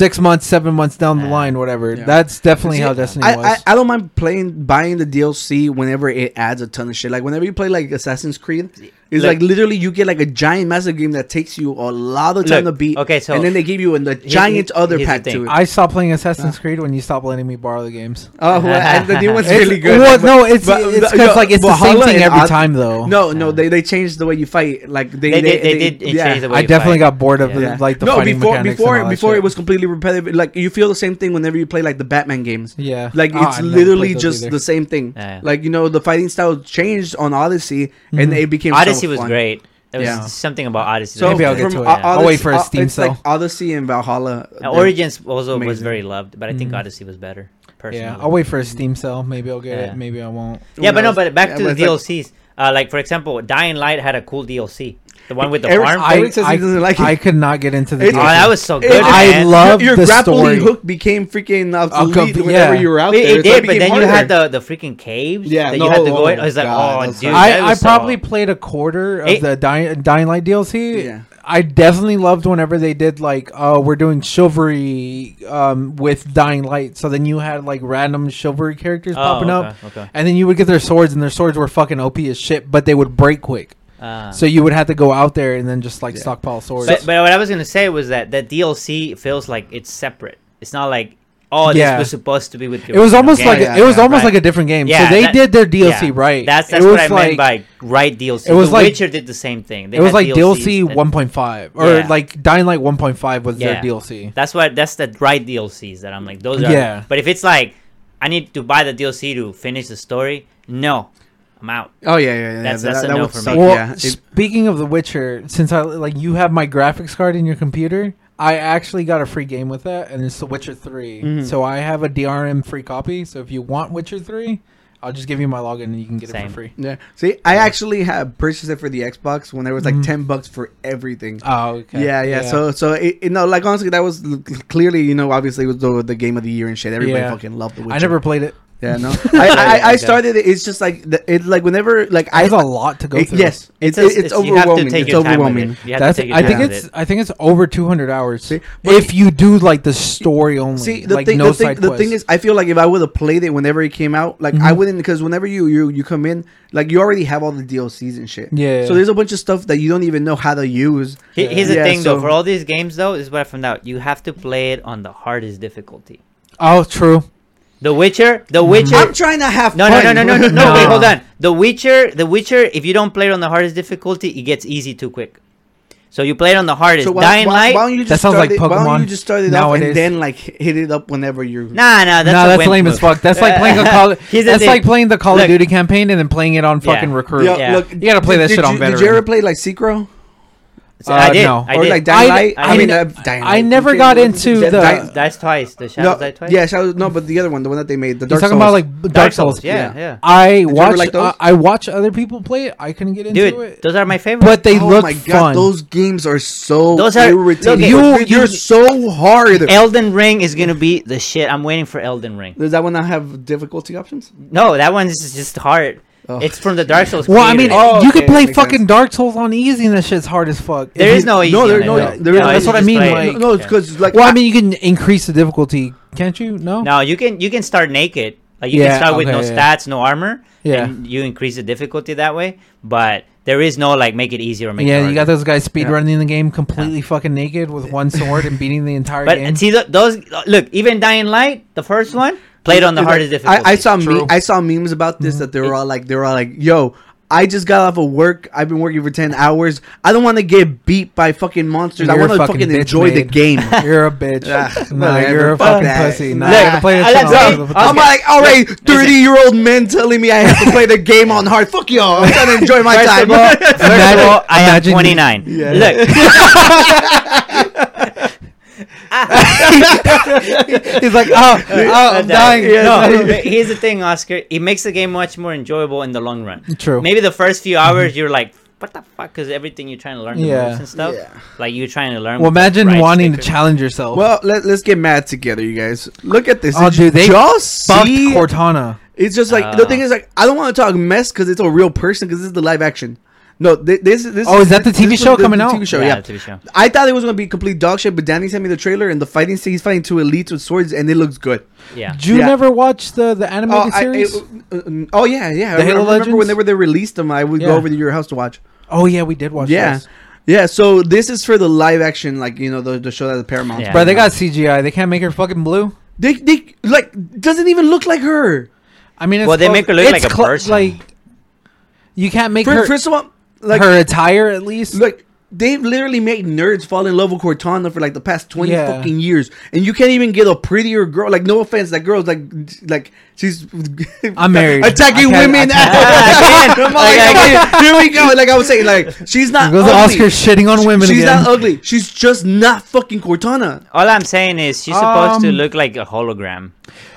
Speaker 4: Six months, seven months down the
Speaker 2: Yeah.
Speaker 4: line, whatever.
Speaker 1: Yeah.
Speaker 4: That's definitely
Speaker 1: See,
Speaker 4: how Destiny
Speaker 1: I,
Speaker 4: was.
Speaker 1: I, I don't mind playing buying the DLC whenever it adds a ton of shit. Like whenever you play like Assassin's Creed, it's
Speaker 2: Look-
Speaker 1: like literally you get like a giant massive game that takes you a lot of time
Speaker 2: Look,
Speaker 1: to beat.
Speaker 2: okay, so-
Speaker 1: and then they give you an- a
Speaker 2: he-
Speaker 1: giant other
Speaker 2: here's the
Speaker 1: pack to
Speaker 2: thing.
Speaker 1: it.
Speaker 4: I stopped playing Assassin's Creed when you stopped letting me borrow the games.
Speaker 1: Oh, well, and the new one's
Speaker 4: *laughs* It's-
Speaker 1: really good.
Speaker 4: well, no, it's-
Speaker 1: But-
Speaker 4: it's
Speaker 1: but-
Speaker 4: 'cause, like, it's the same
Speaker 1: Valhalla
Speaker 4: thing
Speaker 1: and
Speaker 4: every
Speaker 1: Odd-
Speaker 4: time, though.
Speaker 1: No, no, they, they changed the way you fight. Like they
Speaker 2: They did- they did change the way
Speaker 4: I
Speaker 2: you
Speaker 4: definitely
Speaker 2: fight.
Speaker 4: got bored of
Speaker 1: Yeah.
Speaker 4: the, like the
Speaker 1: no,
Speaker 4: fighting
Speaker 1: before
Speaker 4: mechanics.
Speaker 1: before
Speaker 4: and all that
Speaker 1: before
Speaker 4: shit.
Speaker 1: it was completely repetitive. Like you feel the same thing whenever you play like the Batman games.
Speaker 4: Yeah.
Speaker 1: like
Speaker 4: Oh,
Speaker 1: it's
Speaker 4: I've never played
Speaker 1: literally
Speaker 4: those
Speaker 1: just
Speaker 4: either.
Speaker 1: the same thing.
Speaker 2: Yeah.
Speaker 1: Like you know, the fighting style changed on Odyssey,
Speaker 4: Mm-hmm.
Speaker 1: and it became so
Speaker 2: Odyssey was
Speaker 1: fun.
Speaker 2: great. There was
Speaker 1: Yeah.
Speaker 2: something about Odyssey.
Speaker 1: So
Speaker 2: that
Speaker 4: Maybe I'll
Speaker 2: was
Speaker 4: get
Speaker 2: good.
Speaker 4: to
Speaker 1: from
Speaker 4: it.
Speaker 1: O-
Speaker 2: Yeah.
Speaker 4: I'll wait for a
Speaker 1: O-
Speaker 4: Steam
Speaker 1: it's
Speaker 4: sale.
Speaker 1: Like Odyssey and Valhalla.
Speaker 2: Uh,
Speaker 1: they're-
Speaker 2: Origins also was
Speaker 1: amazing.
Speaker 2: very loved, but I think Odyssey was better. Personally.
Speaker 4: Mm-hmm. yeah, I'll wait for a Steam sale. Maybe I'll get
Speaker 2: Yeah.
Speaker 4: it. Maybe I won't.
Speaker 2: Yeah,
Speaker 1: Who
Speaker 2: but no,
Speaker 1: knows?
Speaker 2: but back
Speaker 1: Yeah,
Speaker 2: to
Speaker 1: but
Speaker 2: the
Speaker 1: it's like-
Speaker 2: DLCs. uh, like for example, Dying Light had a cool DLC. The one with the
Speaker 1: Eric-
Speaker 2: arm.
Speaker 1: I- Eric says he doesn't like it.
Speaker 4: I could not get into the.
Speaker 1: It's-
Speaker 2: oh,
Speaker 4: DLC.
Speaker 2: that was so good.
Speaker 1: Eric-
Speaker 4: I
Speaker 2: man.
Speaker 4: love
Speaker 1: your
Speaker 4: the
Speaker 1: grappling
Speaker 4: story.
Speaker 1: hook became freaking obsolete
Speaker 4: Alcab-
Speaker 1: whenever
Speaker 4: yeah.
Speaker 1: you were out
Speaker 2: It,
Speaker 1: there.
Speaker 2: it
Speaker 1: so
Speaker 2: did, but
Speaker 1: became
Speaker 2: then
Speaker 1: harder.
Speaker 2: you had the, the freaking caves
Speaker 1: Yeah,
Speaker 2: that
Speaker 1: no,
Speaker 2: you had to go
Speaker 1: oh
Speaker 2: in.
Speaker 1: my
Speaker 2: I was like,
Speaker 1: God,
Speaker 2: oh,
Speaker 1: that's
Speaker 2: dude,
Speaker 1: hard.
Speaker 2: that
Speaker 4: I, I
Speaker 2: was so-
Speaker 4: probably played a quarter of
Speaker 2: It-
Speaker 4: the Dying, Dying Light DLC.
Speaker 1: Yeah.
Speaker 4: I definitely loved whenever they did like, oh, we're doing chivalry um, with Dying Light. So then you had like random chivalry characters
Speaker 2: Oh,
Speaker 4: popping up,
Speaker 2: okay, okay.
Speaker 4: and then you would get their swords, and their swords were fucking OP as shit, but they would break quick.
Speaker 2: Ah.
Speaker 4: So you would have to go out there and then just like stockpile swords.
Speaker 2: But, but what I was gonna say was that that DLC feels like it's separate. It's not like oh
Speaker 4: Yeah.
Speaker 2: this was supposed to be with your
Speaker 4: it was
Speaker 2: original
Speaker 4: almost
Speaker 2: game.
Speaker 4: like
Speaker 1: Yeah,
Speaker 4: it was
Speaker 1: yeah,
Speaker 4: almost
Speaker 2: right.
Speaker 4: like a different game.
Speaker 2: Yeah,
Speaker 4: so they
Speaker 2: that-
Speaker 4: did their DLC
Speaker 2: Yeah.
Speaker 4: right.
Speaker 2: That's
Speaker 4: It
Speaker 2: that's
Speaker 4: was
Speaker 2: what I meant by right DLC.
Speaker 4: it was
Speaker 2: the
Speaker 4: like-
Speaker 2: Witcher did the same thing. They
Speaker 4: it was
Speaker 2: had
Speaker 4: like
Speaker 2: DLCs
Speaker 4: DLC
Speaker 2: that-
Speaker 4: 1.5 or
Speaker 2: Yeah.
Speaker 4: like Dying Light 1.5 was their DLC.
Speaker 2: That's what that's the right DLCs that I'm like those are.
Speaker 4: Yeah.
Speaker 2: But if it's like I need to buy the DLC to finish the story, no, I'm out.
Speaker 1: Oh yeah, yeah, yeah.
Speaker 2: That's-
Speaker 1: that,
Speaker 2: that's a
Speaker 1: that
Speaker 2: no
Speaker 1: would
Speaker 2: for me.
Speaker 1: suck,
Speaker 4: Well,
Speaker 1: Oh, yeah. It-
Speaker 4: speaking of The Witcher, since I like you have my graphics card in your computer, I actually got a free game with that, and it's The Witcher 3.
Speaker 1: Mm-hmm.
Speaker 4: So I have a DRM free copy. So if you want Witcher 3, I'll just give you my login and you can get it
Speaker 2: Same.
Speaker 4: for free.
Speaker 1: yeah. See, I actually had purchased it for the Xbox when there was like
Speaker 4: Mm-hmm.
Speaker 1: ten bucks for everything.
Speaker 4: Oh, okay.
Speaker 1: Yeah, yeah, So, so it, you know, like honestly, that was l- clearly, you know, obviously it was the, the game of the year and shit. Everybody
Speaker 4: Yeah.
Speaker 1: fucking loved the Witcher.
Speaker 4: I never played it.
Speaker 1: Yeah,
Speaker 4: *laughs*
Speaker 1: no. I, I, I started it. It's just like the, it, like whenever, like I.
Speaker 4: There's a lot to go
Speaker 1: it-
Speaker 4: through.
Speaker 1: yes, it's
Speaker 2: a-
Speaker 1: it's, overwhelming. It's
Speaker 2: time with
Speaker 1: overwhelming.
Speaker 2: it. You have
Speaker 4: That's,
Speaker 2: to take your
Speaker 4: I think
Speaker 2: time with
Speaker 4: it's
Speaker 2: it.
Speaker 4: I think it's over 200 hours
Speaker 1: but-
Speaker 4: if you do like the story only.
Speaker 1: See, the
Speaker 4: like
Speaker 1: thing,
Speaker 4: no
Speaker 1: the, thing
Speaker 4: side Mm-hmm.
Speaker 1: the thing is,
Speaker 4: quests.
Speaker 1: I feel like if I would have played it whenever it came out, like I wouldn't, because whenever you you you come in, like you already have all the DLCs and shit.
Speaker 4: Yeah.
Speaker 1: So there's a bunch of stuff that you don't even know how to use.
Speaker 2: He- Here's
Speaker 1: Yeah,
Speaker 2: the thing
Speaker 1: so-
Speaker 2: though, for all these games though, this is what I found out. You have to play it on the hardest difficulty.
Speaker 4: oh, true.
Speaker 2: The Witcher, The Witcher.
Speaker 1: Mm-hmm. I'm trying to have
Speaker 2: No, no,
Speaker 1: fun.
Speaker 2: no, no, no, no, no. Wait,
Speaker 4: No.
Speaker 2: hold on. The Witcher, The Witcher. If you don't play it on the hardest difficulty, it gets easy too quick. So you play it on the hardest.
Speaker 1: So why,
Speaker 2: Dying
Speaker 1: why,
Speaker 2: Light.
Speaker 1: why don't you just
Speaker 4: That sounds
Speaker 1: start
Speaker 4: like
Speaker 1: it, Why don't you
Speaker 4: Pokemon
Speaker 1: just start it off
Speaker 4: nowadays.
Speaker 1: and then like hit it up whenever you?
Speaker 2: nah, nah, that's,
Speaker 4: Nah,
Speaker 2: a
Speaker 4: that's
Speaker 2: wimp
Speaker 4: lame as
Speaker 2: move.
Speaker 4: fuck. That's like
Speaker 2: *laughs*
Speaker 4: playing a call.
Speaker 2: Here's the
Speaker 4: that's
Speaker 2: thing.
Speaker 4: like playing the Call
Speaker 2: Look,
Speaker 4: of Duty campaign and then playing it on
Speaker 2: Yeah.
Speaker 4: fucking recruit.
Speaker 1: Yeah,
Speaker 2: Yeah.
Speaker 1: look,
Speaker 4: You gotta play that
Speaker 1: did you-
Speaker 4: shit on
Speaker 1: Did you
Speaker 4: veteran.
Speaker 1: ever play like Secro?
Speaker 2: I
Speaker 4: Uh,
Speaker 2: did.
Speaker 4: no.
Speaker 2: I
Speaker 1: or
Speaker 2: did.
Speaker 1: like
Speaker 4: I-
Speaker 1: Dying Light.
Speaker 2: I
Speaker 1: mean,
Speaker 2: did.
Speaker 1: uh, Dying
Speaker 4: I
Speaker 1: Light
Speaker 4: never
Speaker 1: became
Speaker 4: got
Speaker 1: one-
Speaker 4: into
Speaker 1: Dying-
Speaker 4: the-
Speaker 1: Dying-
Speaker 2: That's twice. The
Speaker 1: No,
Speaker 2: shadows die twice.
Speaker 1: yeah, Shadows, no, but the other one, the one that they made, the
Speaker 4: You're
Speaker 1: Dark
Speaker 4: talking
Speaker 1: Souls.
Speaker 4: about like b- Dark Souls.
Speaker 2: Yeah,
Speaker 1: yeah.
Speaker 2: yeah.
Speaker 4: I
Speaker 1: ever
Speaker 4: watch.
Speaker 1: like those?
Speaker 4: I, I watch other people play it. I couldn't get into
Speaker 2: Dude,
Speaker 4: it.
Speaker 2: those are my favorite.
Speaker 4: But they
Speaker 1: oh
Speaker 4: look
Speaker 1: my god,
Speaker 4: fun.
Speaker 1: those games are so
Speaker 2: Those are-
Speaker 1: irritating.
Speaker 2: okay.
Speaker 1: You,
Speaker 2: You-
Speaker 1: you're
Speaker 2: you-
Speaker 1: so hard.
Speaker 2: Elden Ring is gonna be the shit. I'm waiting for Elden Ring.
Speaker 1: Does that one not have difficulty options?
Speaker 2: No, that one is just hard.
Speaker 1: Oh.
Speaker 2: It's from the Dark Souls.
Speaker 4: well, I mean,
Speaker 2: creators.
Speaker 1: Oh,
Speaker 4: you could
Speaker 1: okay,
Speaker 4: play
Speaker 1: makes sense.
Speaker 4: fucking Dark Souls on easy, and that shit's hard as fuck. If
Speaker 2: there
Speaker 4: you-
Speaker 2: is no easy.
Speaker 1: no,
Speaker 2: on
Speaker 1: there-
Speaker 2: it,
Speaker 1: no,
Speaker 2: though.
Speaker 1: there is
Speaker 2: No,
Speaker 1: no-
Speaker 2: it's
Speaker 4: that's what I
Speaker 2: just
Speaker 4: mean,
Speaker 2: play-
Speaker 4: like-
Speaker 1: No, it's because like
Speaker 4: Well, I
Speaker 1: I-
Speaker 4: mean, you can increase the difficulty, can't you? No.
Speaker 2: No, you can you can start naked. Like you
Speaker 4: Yeah,
Speaker 2: can start with no
Speaker 4: okay, yeah.
Speaker 2: stats, no armor.
Speaker 4: Yeah.
Speaker 2: And you increase the difficulty that way. But there is no like make it easier or make it
Speaker 4: Yeah, you
Speaker 2: harder.
Speaker 4: got those guys speed running the game completely fucking naked with one sword and beating the entire
Speaker 2: But
Speaker 4: game.
Speaker 2: see tho- those look, even Dying Light, the first one, played on the hardest difficulty.
Speaker 1: I, I saw me
Speaker 4: True. Mm-hmm.
Speaker 1: I saw memes about this that they were all like they were all like, "Yo, I just got off of work. I've been working for ten hours. I don't want to get beat by fucking monsters. I
Speaker 4: You're a
Speaker 1: want to
Speaker 4: fucking
Speaker 1: fucking
Speaker 4: bitch
Speaker 1: enjoy the
Speaker 4: made." *laughs*
Speaker 1: game."
Speaker 4: *laughs* You're a
Speaker 2: *laughs*
Speaker 4: bitch. nah,
Speaker 1: whatever,
Speaker 4: you're a
Speaker 1: fuck
Speaker 4: fucking
Speaker 1: that.
Speaker 4: pussy. Nah,
Speaker 1: Look,
Speaker 4: I can play this
Speaker 2: I-
Speaker 4: shit on
Speaker 2: that's-
Speaker 4: other-
Speaker 1: I'm like, all right, thirty year old men telling me I have to play the game on hard. Fuck y'all. I'm trying to enjoy my
Speaker 2: First
Speaker 1: time.
Speaker 2: of all, first of
Speaker 4: Imagine-
Speaker 2: all, I am
Speaker 4: imagine-
Speaker 2: 29. Look,
Speaker 4: He's like, oh, oh I'm dying.
Speaker 2: No, *laughs* but here's the thing, Oscar. It makes the game much more enjoyable in the long run.
Speaker 4: True. Mm-hmm.
Speaker 2: Maybe the first few hours you're like, what the fuck? Because everything you're trying to learn, the
Speaker 4: Yeah.
Speaker 2: moves and stuff. Like you're trying to learn.
Speaker 4: Well,
Speaker 2: with the
Speaker 4: imagine
Speaker 2: right
Speaker 4: wanting
Speaker 2: sticker.
Speaker 4: to challenge yourself.
Speaker 1: well, let, let's get mad together, you guys. Look at this.
Speaker 4: oh,
Speaker 1: Did you
Speaker 4: dude, they
Speaker 1: just
Speaker 4: fucked
Speaker 1: see-
Speaker 4: Cortana.
Speaker 1: It's just like the thing is like I don't want to talk mess because it's a real person because this is the live action. No, thi- this this.
Speaker 4: Oh, is that the TV
Speaker 1: this was
Speaker 4: show coming out?
Speaker 1: TV show,
Speaker 2: Yeah,
Speaker 1: yeah.
Speaker 2: the TV show.
Speaker 1: I thought it was gonna be complete dog shit, but Danny sent me the trailer and the fighting scene. He's fighting two elites with swords, and it looks good.
Speaker 2: Yeah.
Speaker 4: Did you
Speaker 1: Yeah.
Speaker 4: never watch the the
Speaker 1: Oh,
Speaker 4: animated
Speaker 1: I, it-
Speaker 4: series?
Speaker 1: uh, uh, oh yeah, yeah. I re- I
Speaker 4: The Halo
Speaker 1: remember
Speaker 4: Legends?
Speaker 1: whenever they released them, I would
Speaker 4: Yeah.
Speaker 1: go over to your house to watch.
Speaker 4: oh yeah, we did watch.
Speaker 1: yeah,
Speaker 4: those.
Speaker 1: yeah. So this is for the live action, like you know, the, the show that the Paramount.
Speaker 2: Yeah.
Speaker 4: bro, they got CGI. They can't make her fucking blue.
Speaker 1: They they like doesn't even look like her.
Speaker 4: I mean, it's
Speaker 2: Well, they
Speaker 4: close-
Speaker 2: make her look
Speaker 4: it's
Speaker 2: like a
Speaker 4: clo-
Speaker 2: person.
Speaker 4: Like you can't make
Speaker 1: Fir-
Speaker 4: her
Speaker 1: first of all, like
Speaker 4: her attire at least.
Speaker 1: Like they've literally made nerds fall in love with Cortana for like the past twenty
Speaker 4: Yeah.
Speaker 1: fucking years, and you can't even get a prettier girl. Like no offense, that girl's like like she's
Speaker 4: *laughs* I'm married.
Speaker 1: *laughs* attacking
Speaker 4: I can't-
Speaker 1: women.
Speaker 4: I can't- *laughs*
Speaker 1: I'm like, okay, here we go. Like I was saying, like she's not.
Speaker 4: Goes to
Speaker 1: ugly.
Speaker 4: Oscar shitting on women
Speaker 1: She's
Speaker 4: again.
Speaker 1: not ugly. She's just not fucking Cortana.
Speaker 2: All I'm saying is she's supposed to
Speaker 4: Um,
Speaker 2: look like a
Speaker 4: *laughs*
Speaker 2: hologram.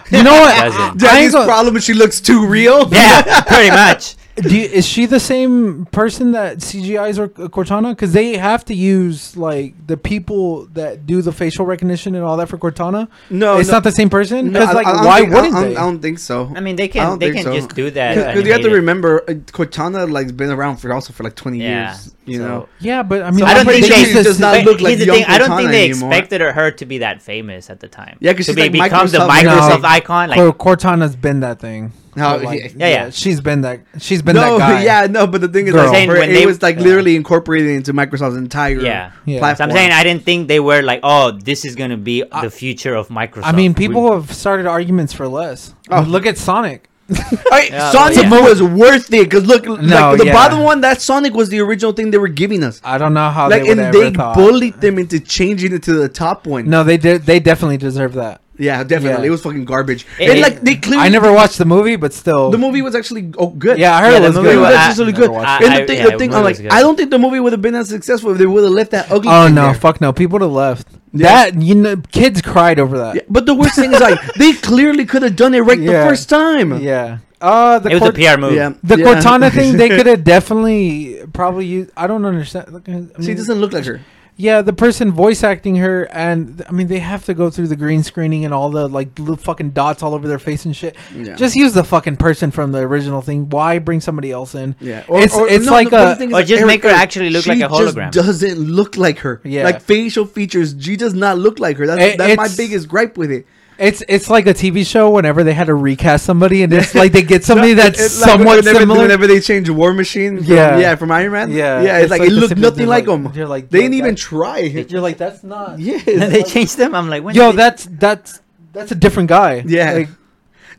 Speaker 4: you know what?
Speaker 2: Does it?
Speaker 4: I
Speaker 1: Daddy's
Speaker 4: ain't gonna-
Speaker 1: problem is she looks too real.
Speaker 2: Yeah, pretty much.
Speaker 4: Do you, is she the same person that CGI's or uh, Cortana? Because they have to use like the people that do the facial recognition and all that for Cortana.
Speaker 1: No,
Speaker 4: it's
Speaker 1: no.
Speaker 4: not the same person.
Speaker 1: No,
Speaker 4: Because
Speaker 1: I-
Speaker 4: like,
Speaker 1: I don't
Speaker 4: why
Speaker 1: think- I-
Speaker 4: wouldn't
Speaker 1: I,
Speaker 4: they?
Speaker 1: I don't think so.
Speaker 2: I mean, they
Speaker 1: I
Speaker 2: can
Speaker 1: don't
Speaker 2: they
Speaker 1: think so.
Speaker 2: can just do that.
Speaker 1: Because you have to
Speaker 2: animated.
Speaker 1: remember, uh, Cortana like's been around for also for like twenty
Speaker 2: Yeah,
Speaker 1: years. You
Speaker 2: so-
Speaker 1: know,
Speaker 4: yeah, but I mean,
Speaker 1: So
Speaker 4: why
Speaker 2: I don't
Speaker 4: would
Speaker 2: think
Speaker 4: they
Speaker 2: they
Speaker 4: use
Speaker 1: she does
Speaker 4: this-
Speaker 1: not
Speaker 2: but
Speaker 1: look like
Speaker 2: here's the
Speaker 1: young
Speaker 2: thing, I don't
Speaker 1: Cortana
Speaker 2: think they
Speaker 1: anymore.
Speaker 2: expected her to be that famous at the time.
Speaker 1: Yeah, 'cause
Speaker 2: to
Speaker 1: she's
Speaker 2: be,
Speaker 1: like
Speaker 2: become the
Speaker 1: Microsoft- No.
Speaker 2: Microsoft icon. Like,
Speaker 4: Cor- Cortana's been that thing.
Speaker 1: No,
Speaker 4: But, like,
Speaker 1: yeah,
Speaker 2: yeah.
Speaker 4: she's been that. She's been
Speaker 1: no, *laughs*
Speaker 4: that guy.
Speaker 1: yeah, no. But the thing is,
Speaker 4: Girl.
Speaker 1: like,
Speaker 2: Saying
Speaker 1: her-
Speaker 2: when
Speaker 1: it
Speaker 2: they-
Speaker 1: was like
Speaker 2: yeah.
Speaker 1: literally incorporated into Microsoft's entire
Speaker 2: Yeah.
Speaker 4: Yeah.
Speaker 1: platform.
Speaker 2: so I'm saying I didn't think they were like, oh, this is gonna be the future of Microsoft.
Speaker 4: I mean, people have started arguments for less.
Speaker 1: Oh.
Speaker 4: Look at Sonic.
Speaker 1: All right,
Speaker 2: Yeah,
Speaker 1: Sonic
Speaker 2: well,
Speaker 1: was worth it because look, like the
Speaker 4: yeah.
Speaker 1: bottom one, that Sonic was the original thing they were giving us.
Speaker 4: I don't know how
Speaker 1: like,
Speaker 4: Oh, they would
Speaker 1: and
Speaker 4: ever
Speaker 1: they
Speaker 4: thought.
Speaker 1: bullied them into changing it to the top one.
Speaker 4: No, they did. They definitely deserve that.
Speaker 1: Yeah, definitely,
Speaker 4: Yeah.
Speaker 1: it was fucking garbage.
Speaker 2: It-
Speaker 1: and
Speaker 2: it-
Speaker 1: like they clearly,
Speaker 4: I never watched the movie, but still,
Speaker 1: The movie was actually oh, good.
Speaker 4: Yeah, I heard
Speaker 2: Yeah,
Speaker 4: it
Speaker 2: the
Speaker 4: was
Speaker 2: movie
Speaker 4: good.
Speaker 2: was-
Speaker 1: That's
Speaker 2: I-
Speaker 1: actually
Speaker 4: never
Speaker 1: good.
Speaker 4: watched
Speaker 2: I-
Speaker 1: and the
Speaker 2: I-
Speaker 1: thing,
Speaker 2: yeah,
Speaker 1: the
Speaker 2: it
Speaker 1: thing,
Speaker 2: really
Speaker 1: I'm
Speaker 2: was
Speaker 1: like,
Speaker 2: good.
Speaker 1: I don't think the movie would have been as successful if they would have left that ugly.
Speaker 4: Oh
Speaker 1: thing
Speaker 4: no,
Speaker 1: there.
Speaker 4: fuck no. People would have left.
Speaker 1: Yeah.
Speaker 4: That you know, kids cried over that.
Speaker 1: Yeah, but the worst thing is like they clearly could have done it right
Speaker 4: Yeah.
Speaker 1: the first time.
Speaker 4: Yeah. Uh, the
Speaker 2: it was a
Speaker 4: Cort-
Speaker 2: PR move. *laughs*
Speaker 1: Yeah.
Speaker 4: The
Speaker 1: Yeah. *laughs*
Speaker 4: Cortana thing, they could have definitely probably used. I don't understand. Look, I mean,
Speaker 1: She doesn't look like her.
Speaker 4: Yeah, the person voice acting her, and I mean, they have to go through the green screening and all the like little fucking dots all over their face and shit.
Speaker 1: Yeah.
Speaker 4: Just use the fucking person from the original thing. Why bring somebody else in?
Speaker 1: Yeah,
Speaker 4: it's it's
Speaker 1: no,
Speaker 4: like
Speaker 1: the funny
Speaker 4: a
Speaker 1: thing is,
Speaker 2: Or just
Speaker 1: Eric
Speaker 2: make her
Speaker 1: Eric,
Speaker 2: actually look
Speaker 1: she
Speaker 2: like a
Speaker 1: just
Speaker 2: hologram.
Speaker 1: doesn't look like her.
Speaker 4: Yeah.
Speaker 1: like facial features, she does not look like her. That's
Speaker 4: It-
Speaker 1: that's my
Speaker 4: it's-
Speaker 1: biggest gripe with it.
Speaker 4: it's it's like a TV show. Whenever they had to recast somebody, and it's like they
Speaker 1: *laughs*
Speaker 4: get somebody that's
Speaker 1: It's like
Speaker 4: somewhat
Speaker 1: whenever,
Speaker 4: similar.
Speaker 1: Whenever they change War Machine, from, yeah,
Speaker 4: Yeah.
Speaker 1: yeah, from Iron Man,
Speaker 4: Yeah,
Speaker 1: yeah, it's,
Speaker 4: it's
Speaker 1: like,
Speaker 4: like
Speaker 1: it
Speaker 4: the
Speaker 1: looked
Speaker 4: same-
Speaker 1: nothing
Speaker 4: they're
Speaker 1: like
Speaker 4: like-
Speaker 1: him.
Speaker 4: they're like- "Oh,
Speaker 1: they
Speaker 4: they're
Speaker 1: didn't
Speaker 4: like-
Speaker 1: even
Speaker 4: *laughs*
Speaker 1: try.
Speaker 4: You're like, that's not. *laughs*
Speaker 1: Yeah,
Speaker 2: they changed them. I'm like, when
Speaker 4: Yo,
Speaker 2: did they-
Speaker 4: that's that's that's a different guy.
Speaker 1: *laughs* Yeah.
Speaker 4: *laughs* Like,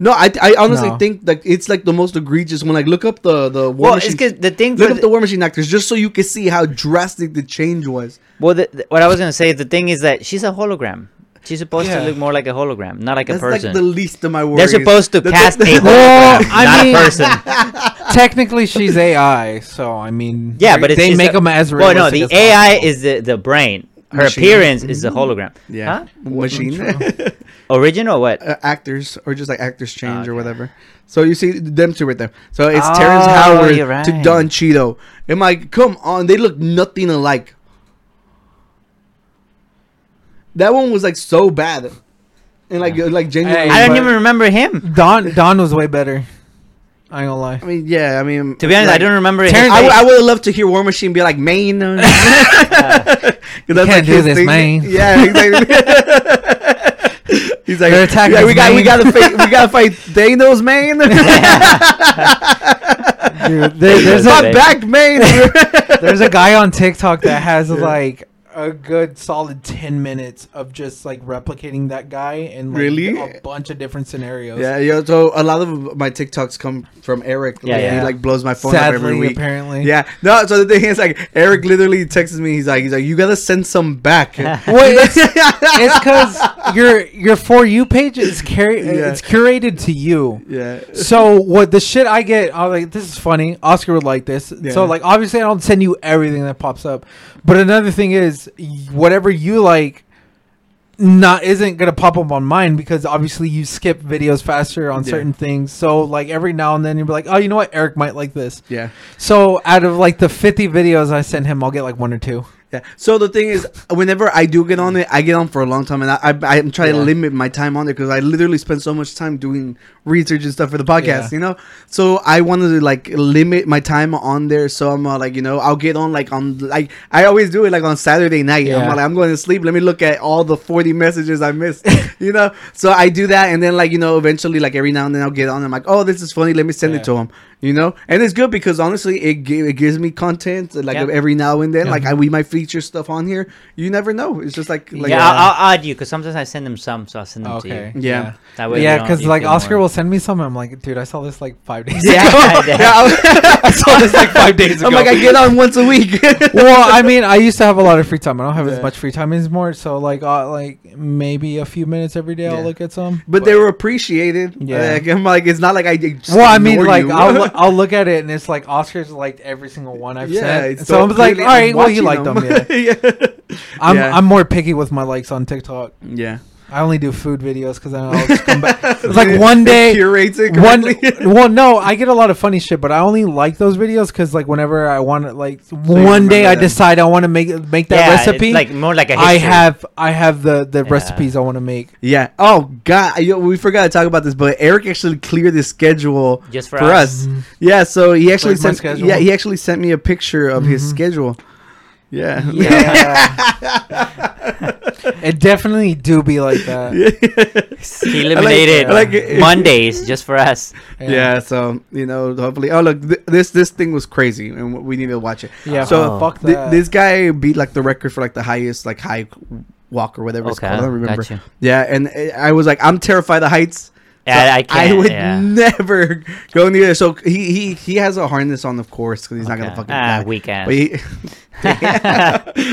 Speaker 1: No, I, I honestly
Speaker 4: No.
Speaker 1: think like it's like the most egregious one. Like look up the the war
Speaker 2: well, it's
Speaker 1: machine.
Speaker 2: because the thing.
Speaker 1: Look
Speaker 2: for
Speaker 1: up the war machine actors just so you can see how drastic the change was.
Speaker 2: Well, the, the- what I was gonna say, the thing is that she's a hologram. She's supposed
Speaker 4: Yeah.
Speaker 2: to look more like a hologram, not like
Speaker 1: That's
Speaker 2: a person.
Speaker 1: like the least of my
Speaker 2: They're
Speaker 1: worries.
Speaker 2: supposed to
Speaker 1: The- *laughs*
Speaker 2: cast a
Speaker 4: Well,
Speaker 2: hologram,
Speaker 4: I
Speaker 2: not
Speaker 4: mean-
Speaker 2: a person.
Speaker 4: technically, she's AI, so I mean,
Speaker 2: Yeah, but it's,
Speaker 4: they
Speaker 2: it's
Speaker 4: make
Speaker 2: a-
Speaker 4: them as
Speaker 2: Well, no,
Speaker 4: realistic.
Speaker 2: the
Speaker 4: as
Speaker 2: AI
Speaker 4: possible. Mm-hmm.
Speaker 2: is the the brain. Her
Speaker 1: Machine.
Speaker 2: appearance is the hologram.
Speaker 1: yeah,
Speaker 2: Huh?
Speaker 1: machine
Speaker 2: Original what?
Speaker 1: *laughs* Uh, actors or just like actors change
Speaker 2: Okay.
Speaker 1: or whatever. So you see them two right there. So it's
Speaker 2: Oh,
Speaker 1: Terrence Howard
Speaker 2: you're
Speaker 1: to
Speaker 2: right.
Speaker 1: Don Cheeto. I'm like, come on, they look nothing alike. That one was like so bad, and like like genuinely.
Speaker 2: I don't
Speaker 4: but-
Speaker 2: even remember him.
Speaker 4: Don Don was way better. I ain't gonna lie.
Speaker 1: I mean, yeah, I mean,
Speaker 2: To be honest, I
Speaker 1: like-
Speaker 2: don't remember him.
Speaker 1: I would have loved to hear War Machine be like, "Main,
Speaker 4: *laughs*
Speaker 1: uh, 'cause that's
Speaker 4: can't do
Speaker 1: his
Speaker 4: this,
Speaker 1: thing.
Speaker 4: man."
Speaker 1: Yeah, exactly. *laughs* He's like,
Speaker 4: They're attacking
Speaker 1: yeah, we
Speaker 4: us,
Speaker 1: got, we
Speaker 4: man."
Speaker 1: got to fight, we got to
Speaker 4: *laughs*
Speaker 1: fight Thanos, man.
Speaker 4: Dude, there- there's
Speaker 2: Fuck
Speaker 1: My
Speaker 4: a
Speaker 2: baby.
Speaker 1: back, man.
Speaker 4: *laughs* there's a guy on TikTok that has like a good solid ten minutes of just like replicating that guy and like,
Speaker 1: Really?
Speaker 4: a bunch of different scenarios.
Speaker 1: yeah, yeah. So a lot of my TikToks come from Eric. Like,
Speaker 2: Yeah,
Speaker 1: He
Speaker 2: yeah.
Speaker 1: like blows my phone up every
Speaker 4: Sadly,
Speaker 1: week.
Speaker 4: apparently. *laughs*
Speaker 1: Yeah. No. So the thing is, like, Eric literally texts me. He's like, he's like, you gotta send some
Speaker 2: *laughs*
Speaker 1: back.
Speaker 4: *laughs* Well,
Speaker 1: *laughs*
Speaker 4: it's it's because your your for you page is carry
Speaker 1: Yeah.
Speaker 4: it's curated to you.
Speaker 1: yeah.
Speaker 4: So what the shit I get, I'm like, this is funny. Oscar would like this.
Speaker 1: Yeah.
Speaker 4: So like, obviously, I don't send you everything that pops up. But another thing is, y- whatever you like, not isn't gonna pop up on mine because obviously you skip videos faster on
Speaker 1: Yeah.
Speaker 4: certain things. So like every now and then you'll be like, oh, you know what, Eric might like this.
Speaker 1: Yeah.
Speaker 4: So out of like the 50 videos I send him, I'll get like one or two.
Speaker 1: Yeah. So the thing is, whenever I do get on it, I get on for a long time, and I, I I'm trying to
Speaker 4: Yeah.
Speaker 1: limit my time on it because I literally spend so much time doing research and stuff for the podcast,
Speaker 4: Yeah.
Speaker 1: you know. So I wanted to like limit my time on there, so I'm uh, like, you know, I'll get on like on like I always do it like on Saturday night. I'm
Speaker 4: Yeah.
Speaker 1: like, I'm going to sleep. Let me look at all the 40 messages I
Speaker 4: *laughs*
Speaker 1: missed, you know. So I do that, and then like you know, eventually like every now and then I'll get on. I'm like, oh, this is funny. Let me send it
Speaker 4: Yeah.
Speaker 1: to him, you know. And it's good because honestly, it gi- it gives me content like
Speaker 2: Yeah.
Speaker 1: every now and then.
Speaker 4: Yeah.
Speaker 1: Like I, we might feature stuff on here. You never know. It's just like, like
Speaker 2: yeah,
Speaker 1: yeah,
Speaker 2: I'll, I'll add you because sometimes I send them some, so I'll send them
Speaker 4: Okay.
Speaker 2: to you.
Speaker 1: Yeah.
Speaker 2: That
Speaker 4: Yeah,
Speaker 2: way
Speaker 4: 'cause
Speaker 2: you
Speaker 4: yeah,
Speaker 2: don't-
Speaker 4: because
Speaker 2: you
Speaker 4: like
Speaker 2: feel
Speaker 4: Oscar
Speaker 2: more-
Speaker 4: will send me some. I'm like, dude, I saw this like five days.
Speaker 1: *laughs* *laughs* yeah.
Speaker 2: Yeah.
Speaker 1: *laughs* I, I saw this like
Speaker 2: *laughs*
Speaker 1: five days
Speaker 2: Oh
Speaker 1: ago. I'm like, I get on once a week. *laughs*
Speaker 4: well, I mean, I used to have a lot of free time. I don't have
Speaker 1: Yeah.
Speaker 4: as much free time anymore. So like, uh, like maybe a few minutes every day,
Speaker 1: Yeah.
Speaker 4: I'll look at some.
Speaker 1: but they were appreciated. Yeah,
Speaker 4: Yeah.
Speaker 1: like, I'm like, it's not like I. Just
Speaker 4: well, I mean,
Speaker 1: ignore
Speaker 4: like
Speaker 1: you. *laughs*
Speaker 4: I'll, lo- I'll look at it and it's like Oscars liked every single one I've
Speaker 1: yeah.
Speaker 4: said. So I'm like, all right, well, you
Speaker 1: like *laughs*
Speaker 4: liked them. Yeah.
Speaker 1: yeah.
Speaker 4: I'm
Speaker 1: Yeah.
Speaker 4: I'm more picky with my likes on TikTok.
Speaker 1: yeah.
Speaker 4: I only do food videos because I I'll just
Speaker 1: *laughs*
Speaker 4: come back. It's like one day,
Speaker 1: curates it
Speaker 4: one.
Speaker 1: correctly.
Speaker 4: Well, no, I get a lot of funny shit, but I only like those videos because like whenever I want to, like one
Speaker 1: remember
Speaker 4: day I
Speaker 1: them.
Speaker 4: decide I want to make make that
Speaker 2: yeah, it's
Speaker 4: recipe.
Speaker 2: like more like a history.
Speaker 4: I have I have the the recipes I want to make.
Speaker 1: *laughs* Yeah. Oh God, yo, we forgot to talk about this, but Eric actually cleared his schedule
Speaker 2: Just for us.
Speaker 1: Yeah. So he actually
Speaker 4: Like my
Speaker 1: sent.
Speaker 4: schedule? Mm-hmm.
Speaker 1: Yeah, he actually sent me a picture of his schedule. Yeah. *laughs*
Speaker 4: Yeah, *laughs* it definitely do be like that. *laughs*
Speaker 2: He eliminated
Speaker 1: I like it.
Speaker 2: Mondays just for us.
Speaker 1: yeah. So you know, hopefully. Oh look, th- this this thing was crazy, and we need to watch it.
Speaker 4: Yeah,
Speaker 1: So
Speaker 4: Oh. fuck
Speaker 1: thi-
Speaker 4: that.
Speaker 1: this guy beat like the record for like the highest like high walk or whatever it's
Speaker 2: Okay,
Speaker 1: called. I don't remember.
Speaker 2: gotcha.
Speaker 1: Yeah, and uh, I was like, I'm terrified of heights.
Speaker 2: Yeah,
Speaker 1: So
Speaker 2: I can't.
Speaker 1: would
Speaker 2: yeah.
Speaker 1: never go near. So he he he has a harness on, of course, because he's not gonna
Speaker 2: Okay.
Speaker 1: fucking
Speaker 2: Ah,
Speaker 1: die.
Speaker 2: weak ass.
Speaker 1: But he,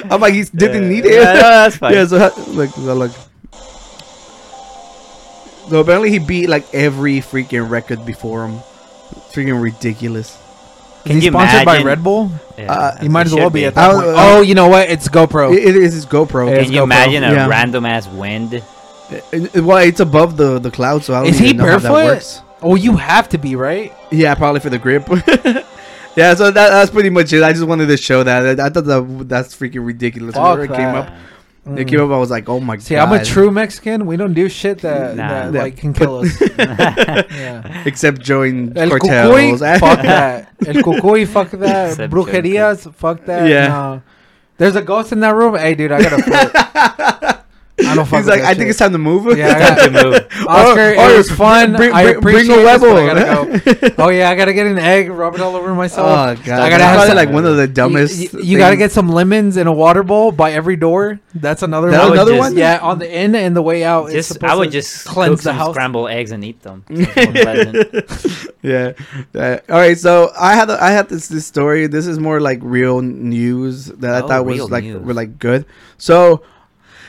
Speaker 1: I'm like,
Speaker 2: *laughs*
Speaker 1: he *laughs* didn't need it.
Speaker 2: Uh, Yeah, *laughs* no,
Speaker 1: *laughs*
Speaker 2: that's fine.
Speaker 1: Yeah, so ha- look, so look. So apparently he beat like every freaking record before him. Freaking ridiculous.
Speaker 2: Can
Speaker 4: Is he
Speaker 2: you
Speaker 4: sponsored by
Speaker 2: imagine-
Speaker 4: Red Bull?
Speaker 2: Yeah,
Speaker 1: uh,
Speaker 4: You might as
Speaker 2: should
Speaker 4: well be,
Speaker 2: be.
Speaker 4: at that
Speaker 1: I'll-
Speaker 4: point.
Speaker 1: uh,
Speaker 4: oh, you know what? It's GoPro.
Speaker 1: It, it is his GoPro.
Speaker 4: Yeah.
Speaker 2: Can you
Speaker 4: GoPro.
Speaker 2: imagine a
Speaker 1: Yeah.
Speaker 2: random ass
Speaker 4: *laughs*
Speaker 2: wind? *laughs*
Speaker 1: It- it- well, it's above the the cloud, so I don't
Speaker 4: Is
Speaker 1: even
Speaker 4: he
Speaker 1: know how that
Speaker 4: barefoot?
Speaker 1: works.
Speaker 4: Oh, you have to be right.
Speaker 1: Yeah, probably for the grip. *laughs* yeah, so that, that's pretty much it. I just wanted to show that. I, I thought that that's freaking ridiculous.
Speaker 4: Fuck
Speaker 1: Whenever it came up,
Speaker 4: that.
Speaker 1: it came up. I was like, oh my
Speaker 4: See,
Speaker 1: god.
Speaker 4: I'm a true Mexican. We don't do shit that,
Speaker 2: Nah.
Speaker 4: that
Speaker 1: Yeah,
Speaker 4: like can
Speaker 1: but-
Speaker 4: kill us. yeah.
Speaker 1: Except join
Speaker 4: El
Speaker 1: cartels.
Speaker 4: cucuy,
Speaker 1: *laughs*
Speaker 4: fuck that. El cucuy, fuck that.
Speaker 2: Except
Speaker 4: Brujerías, fuck that.
Speaker 1: Yeah.
Speaker 4: No. There's a ghost in that room. Hey, dude, I gotta. Quit. I don't
Speaker 1: *laughs*
Speaker 4: fuck.
Speaker 1: He's like, I think it's time to move.
Speaker 4: Yeah, I
Speaker 1: *laughs*
Speaker 2: Time
Speaker 4: got-
Speaker 2: to move.
Speaker 4: Oscar,
Speaker 1: or
Speaker 4: it was fun.
Speaker 1: bring-
Speaker 4: I
Speaker 1: bring- bring
Speaker 4: appreciate
Speaker 1: a
Speaker 4: this, but
Speaker 1: *laughs*
Speaker 4: I
Speaker 1: Rebel.
Speaker 4: gotta go. oh yeah, I gotta get an egg, rub it all over
Speaker 1: Oh
Speaker 4: myself.
Speaker 1: god,
Speaker 4: I gotta
Speaker 1: that's
Speaker 4: have
Speaker 1: probably
Speaker 4: some,
Speaker 1: like one of the dumbest.
Speaker 4: You, you gotta get
Speaker 1: things.
Speaker 4: some lemons in a water bowl by every door. That's another
Speaker 1: That
Speaker 4: one.
Speaker 1: was
Speaker 2: another just- one?
Speaker 4: Yeah, on the in and the way out. *laughs* it's
Speaker 2: Just
Speaker 4: supposed
Speaker 2: I would
Speaker 4: to
Speaker 2: just cleanse cook some scrambled eggs and eat
Speaker 4: *laughs*
Speaker 2: them. It's more pleasant.
Speaker 1: *laughs* Yeah. Uh, all right. So I had a, I had this this story. This is more like real news that I
Speaker 2: Oh,
Speaker 1: thought was
Speaker 2: real
Speaker 1: like
Speaker 2: news. Oh,
Speaker 1: were like good. So.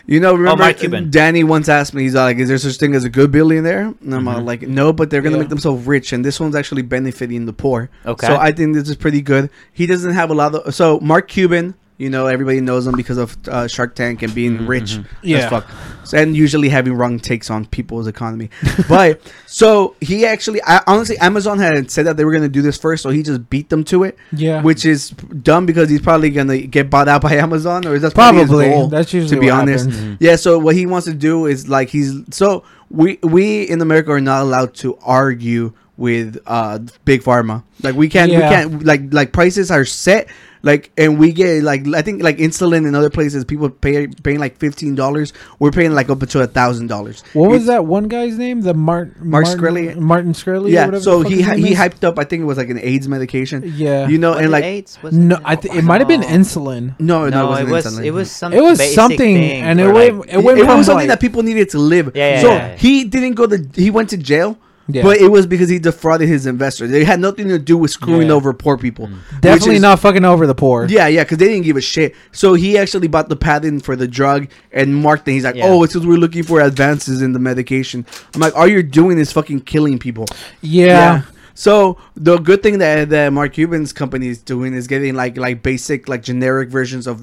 Speaker 1: You know, remember
Speaker 2: Mark Cuban.
Speaker 1: Danny once asked me, he's like, "Is there such thing as a good billionaire?" And I'm
Speaker 2: Mm-hmm.
Speaker 1: uh, like, "No, but they're gonna
Speaker 4: Yeah.
Speaker 1: make themselves rich, and this one's actually benefiting the poor."
Speaker 2: Okay.
Speaker 1: So I think this is pretty good. He doesn't have a lot of. So Mark Cuban, you know, everybody knows him because of uh, Shark Tank and being rich
Speaker 4: Yeah.
Speaker 1: as fuck, so, and usually having wrong takes on people's economy. *laughs* but so he actually, I, honestly, Amazon had said that they were gonna do this first, so he just beat them to it.
Speaker 4: Yeah.
Speaker 1: Which is dumb because he's probably gonna get bought out by *laughs* Amazon, or is that
Speaker 4: Probably. That's usually
Speaker 1: to be
Speaker 4: what
Speaker 1: honest.
Speaker 4: happens.
Speaker 1: Yeah. So what he wants to do is like he's so we we in America are not allowed to argue with uh big pharma. Like we can't we
Speaker 4: Yeah.
Speaker 1: can't like like prices are set. Like and we get like I think like insulin and other places people pay paying like fifteen dollars. We're paying like up to a thousand dollars.
Speaker 4: What was that one guy's name? The Mart-
Speaker 1: Mark
Speaker 4: Martin
Speaker 1: Shkreli?
Speaker 4: Martin Shkreli. or
Speaker 1: Yeah.
Speaker 4: whatever
Speaker 1: So
Speaker 4: the fuck
Speaker 1: he
Speaker 4: his
Speaker 1: hy-
Speaker 4: name
Speaker 1: he
Speaker 4: is?
Speaker 1: hyped up. I think it was like an AIDS medication.
Speaker 4: Yeah.
Speaker 1: You know
Speaker 2: Was
Speaker 1: and
Speaker 2: it
Speaker 1: like
Speaker 2: AIDS? Was it- Oh,
Speaker 4: No, I th- it might have been insulin.
Speaker 1: Oh, no, no,
Speaker 2: No,
Speaker 1: it wasn't
Speaker 2: it was
Speaker 1: insulin.
Speaker 2: it was some
Speaker 4: It was
Speaker 2: basic
Speaker 4: something,
Speaker 2: thing
Speaker 4: and it
Speaker 2: for,
Speaker 4: went.
Speaker 2: like-
Speaker 4: it went.
Speaker 1: it,
Speaker 4: from,
Speaker 1: was something
Speaker 4: like-
Speaker 1: that people needed to live.
Speaker 2: Yeah, yeah,
Speaker 1: so
Speaker 2: yeah.
Speaker 1: he didn't go to he went to jail,
Speaker 4: Yeah.
Speaker 1: but it was because he defrauded his investors. It had nothing to do with screwing
Speaker 4: Yeah.
Speaker 1: over poor
Speaker 2: Mm.
Speaker 1: people. which
Speaker 4: definitely
Speaker 1: is-
Speaker 4: not fucking over the poor.
Speaker 1: Yeah, yeah, because they didn't give a shit. So he actually bought the patent for the drug and marked it. He's like,
Speaker 2: Yeah.
Speaker 1: "Oh, it's because we're looking for advances in the medication." I'm like, "All you're doing is fucking killing people."
Speaker 4: yeah.
Speaker 1: So the good thing that that Mark Cuban's company is doing is getting like like basic like generic versions of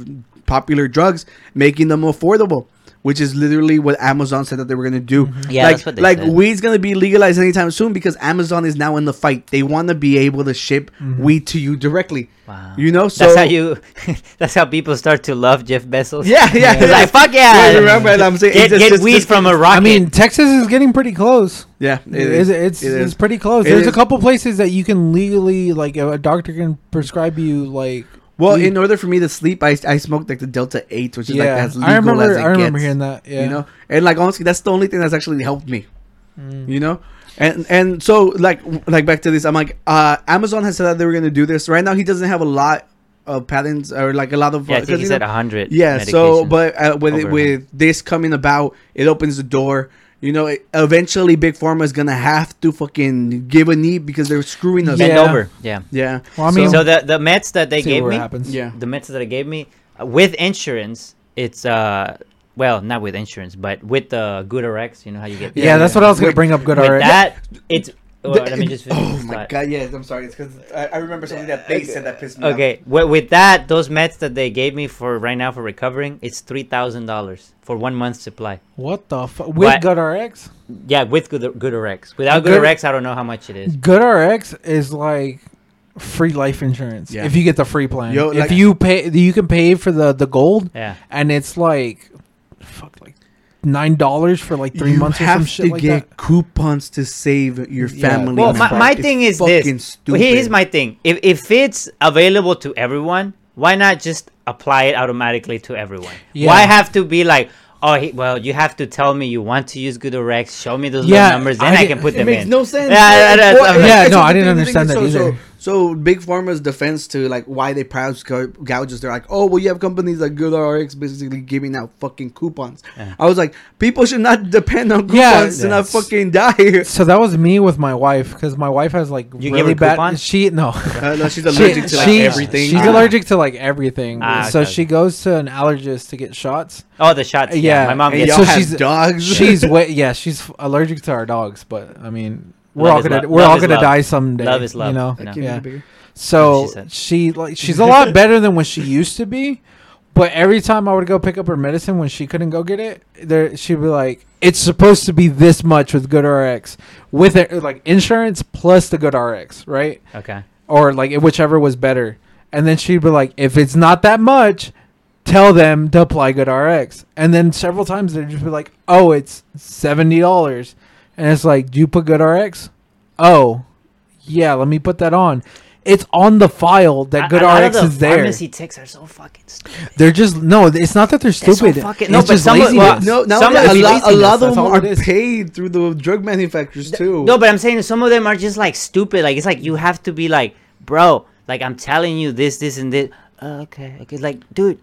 Speaker 1: popular drugs, making them affordable, which is literally what Amazon said that they were gonna do.
Speaker 4: Mm-hmm.
Speaker 2: Yeah,
Speaker 1: like
Speaker 2: that's what they
Speaker 1: like
Speaker 2: said.
Speaker 1: weed's gonna be legalized anytime soon because Amazon is now in the fight. They want to be able to ship
Speaker 4: Mm-hmm.
Speaker 1: weed to you directly.
Speaker 2: Wow.
Speaker 1: You know, so
Speaker 2: That's how you. *laughs* that's how people start to love Jeff Bezos.
Speaker 1: Yeah, yeah,
Speaker 2: *laughs* It's like fuck yeah.
Speaker 1: Yeah, remember, and I'm saying
Speaker 2: get,
Speaker 1: it's just-
Speaker 2: get
Speaker 1: just-
Speaker 2: weed
Speaker 1: just-
Speaker 2: from a rocket.
Speaker 4: I mean, Texas is getting pretty close.
Speaker 1: yeah, it is.
Speaker 4: It's, it's,
Speaker 1: It is.
Speaker 4: it's pretty close.
Speaker 1: It
Speaker 4: There's a
Speaker 1: is.
Speaker 4: couple places that you can legally, like, a, a doctor can prescribe you, like.
Speaker 1: Well,
Speaker 4: weed.
Speaker 1: in order for me to sleep, I, I smoked like the Delta Eight, which is
Speaker 4: yeah,
Speaker 1: like as legal
Speaker 4: I remember.
Speaker 1: as it
Speaker 4: I remember
Speaker 1: gets.
Speaker 4: hearing that. Yeah,
Speaker 1: you know and like honestly that's the only thing that's actually helped me
Speaker 4: Mm.
Speaker 1: you know and and so like like back to this i'm like uh amazon has said that they were going to do this right now he doesn't have a lot of patents or like a lot of
Speaker 2: yeah, I
Speaker 1: because,
Speaker 2: think
Speaker 1: you
Speaker 2: he's at
Speaker 1: know-
Speaker 2: hundred.
Speaker 1: yeah so but uh, with it,
Speaker 2: over
Speaker 1: with this coming about it opens the door you know it, eventually big pharma is going to have to fucking give a knee because they're screwing us
Speaker 2: bend
Speaker 4: Yeah.
Speaker 2: over. Yeah.
Speaker 1: yeah
Speaker 4: Well, I mean,
Speaker 2: so the the meds that they
Speaker 4: see
Speaker 2: gave
Speaker 4: what
Speaker 2: me,
Speaker 4: happens.
Speaker 1: yeah
Speaker 2: the meds that they gave me uh, with insurance, it's uh, well, not with insurance, but with the GoodRx, you know how you get.
Speaker 4: yeah, that's what I was gonna
Speaker 1: Wait,
Speaker 4: bring up. Good,
Speaker 2: With
Speaker 4: alright.
Speaker 2: that, it's Well,
Speaker 1: The-
Speaker 2: let me just
Speaker 1: *laughs*
Speaker 2: finish
Speaker 1: *coughs* oh
Speaker 2: this
Speaker 1: my
Speaker 2: thought.
Speaker 1: god, yes, I'm sorry. It's because I, I remember something that they said that pissed me off.
Speaker 2: Okay, wi- with that, those meds that they gave me for right now for recovering, it's three thousand dollars for one month's supply.
Speaker 4: What the fuck?
Speaker 2: What?
Speaker 4: With GoodRx?
Speaker 2: Yeah, with good GoodRx. Without
Speaker 4: Good-
Speaker 2: GoodRx, I don't know how much it is.
Speaker 4: GoodRx is like free life insurance.
Speaker 1: Yeah.
Speaker 4: If you get the free plan,
Speaker 1: Yo, like-
Speaker 4: if you pay, you can pay for the the gold,
Speaker 2: Yeah,
Speaker 4: and it's like, fuck, like nine dollars for like three
Speaker 1: you
Speaker 4: months or
Speaker 1: have
Speaker 4: some shit
Speaker 1: to
Speaker 4: like
Speaker 1: get
Speaker 4: that.
Speaker 1: coupons to save your
Speaker 4: Yeah.
Speaker 1: family.
Speaker 2: Well,
Speaker 1: member.
Speaker 2: my, my
Speaker 1: It's
Speaker 2: thing is
Speaker 1: fucking
Speaker 2: this.
Speaker 1: Stupid.
Speaker 2: Here's my thing. If if it's available to everyone, why not just apply it automatically to everyone?
Speaker 4: Yeah.
Speaker 2: Why have to be like, oh, he, well, you have to tell me you want to use GoodRx, show me those little
Speaker 4: Yeah,
Speaker 2: numbers,
Speaker 4: I
Speaker 2: then I,
Speaker 4: get-
Speaker 2: can *laughs* put
Speaker 1: It
Speaker 2: them
Speaker 1: makes
Speaker 2: in.
Speaker 1: no sense. Like,
Speaker 2: Yeah, yeah,
Speaker 1: or-
Speaker 2: that's-
Speaker 1: or-
Speaker 4: Yeah,
Speaker 1: it's
Speaker 4: no,
Speaker 1: the
Speaker 4: I didn't
Speaker 1: thing is,
Speaker 4: understand
Speaker 1: so,
Speaker 4: that
Speaker 1: so-
Speaker 4: either.
Speaker 1: So, big pharma's defense to like why they price gou- gouges, they're like, oh, well, you have companies like GoodRx basically giving out fucking coupons. I was like, people should not depend on
Speaker 4: Yeah,
Speaker 1: coupons to not
Speaker 4: that's-
Speaker 1: fucking die.
Speaker 4: So that was me with my wife because my wife has like
Speaker 2: You give
Speaker 4: really
Speaker 2: her
Speaker 4: bad.
Speaker 2: coupons?
Speaker 1: *laughs*
Speaker 4: She no.
Speaker 1: Uh, no, she's allergic to like
Speaker 4: she-
Speaker 1: everything.
Speaker 4: She's
Speaker 1: Ah.
Speaker 4: allergic to like everything.
Speaker 2: Ah,
Speaker 4: so
Speaker 2: okay.
Speaker 4: she goes to an allergist to get shots.
Speaker 2: Oh, the shots. Yeah,
Speaker 4: Yeah,
Speaker 2: my mom
Speaker 1: And
Speaker 4: Yeah,
Speaker 2: gets.
Speaker 1: y'all
Speaker 4: so
Speaker 1: have
Speaker 4: she's-
Speaker 1: dogs. *laughs*
Speaker 2: *laughs*
Speaker 4: She's way yeah, she's f- allergic to our dogs, but I mean we're
Speaker 2: Love
Speaker 4: all
Speaker 2: is
Speaker 4: gonna
Speaker 2: love.
Speaker 4: we're
Speaker 2: Love
Speaker 4: all
Speaker 2: is
Speaker 4: gonna
Speaker 2: love.
Speaker 4: die someday.
Speaker 2: Love is love,
Speaker 4: You know?
Speaker 2: you know?
Speaker 1: Give me
Speaker 4: Yeah.
Speaker 1: the beer.
Speaker 4: So
Speaker 2: That's what
Speaker 4: she like she's a lot better than what she used to be. But every time I would go pick up her medicine when she couldn't go get it, there she'd be like, "It's supposed to be this much with Good RX, with it like insurance plus the Good RX, right?
Speaker 2: Okay.
Speaker 4: Or like whichever was better." And then she'd be like, "If it's not that much, tell them to apply Good RX." And then several times they'd just be like, "Oh, it's seventy dollars," and it's like, "Do you put Good RX?" Oh, yeah, let me put that on. It's on the file that
Speaker 2: A- a lot of
Speaker 4: GoodRx
Speaker 2: the
Speaker 4: is there.
Speaker 2: Pharmacy techs are so fucking stupid.
Speaker 4: They're just no. It's not that they're
Speaker 2: so
Speaker 4: stupid.
Speaker 2: fucking-
Speaker 4: it's
Speaker 2: no, but
Speaker 4: just
Speaker 2: some of- well,
Speaker 4: laziness.
Speaker 1: No, now
Speaker 2: Some
Speaker 1: a,
Speaker 2: of it
Speaker 1: lot,
Speaker 4: is
Speaker 1: a lot
Speaker 4: laziness,
Speaker 1: of
Speaker 4: that's
Speaker 1: them
Speaker 4: all
Speaker 1: are
Speaker 4: it is.
Speaker 1: paid through the drug manufacturers too.
Speaker 2: No, but I'm saying some of them are just like stupid. Like it's like you have to be like, bro, like I'm telling you this, this, and this. "Oh, okay, okay. Like, dude,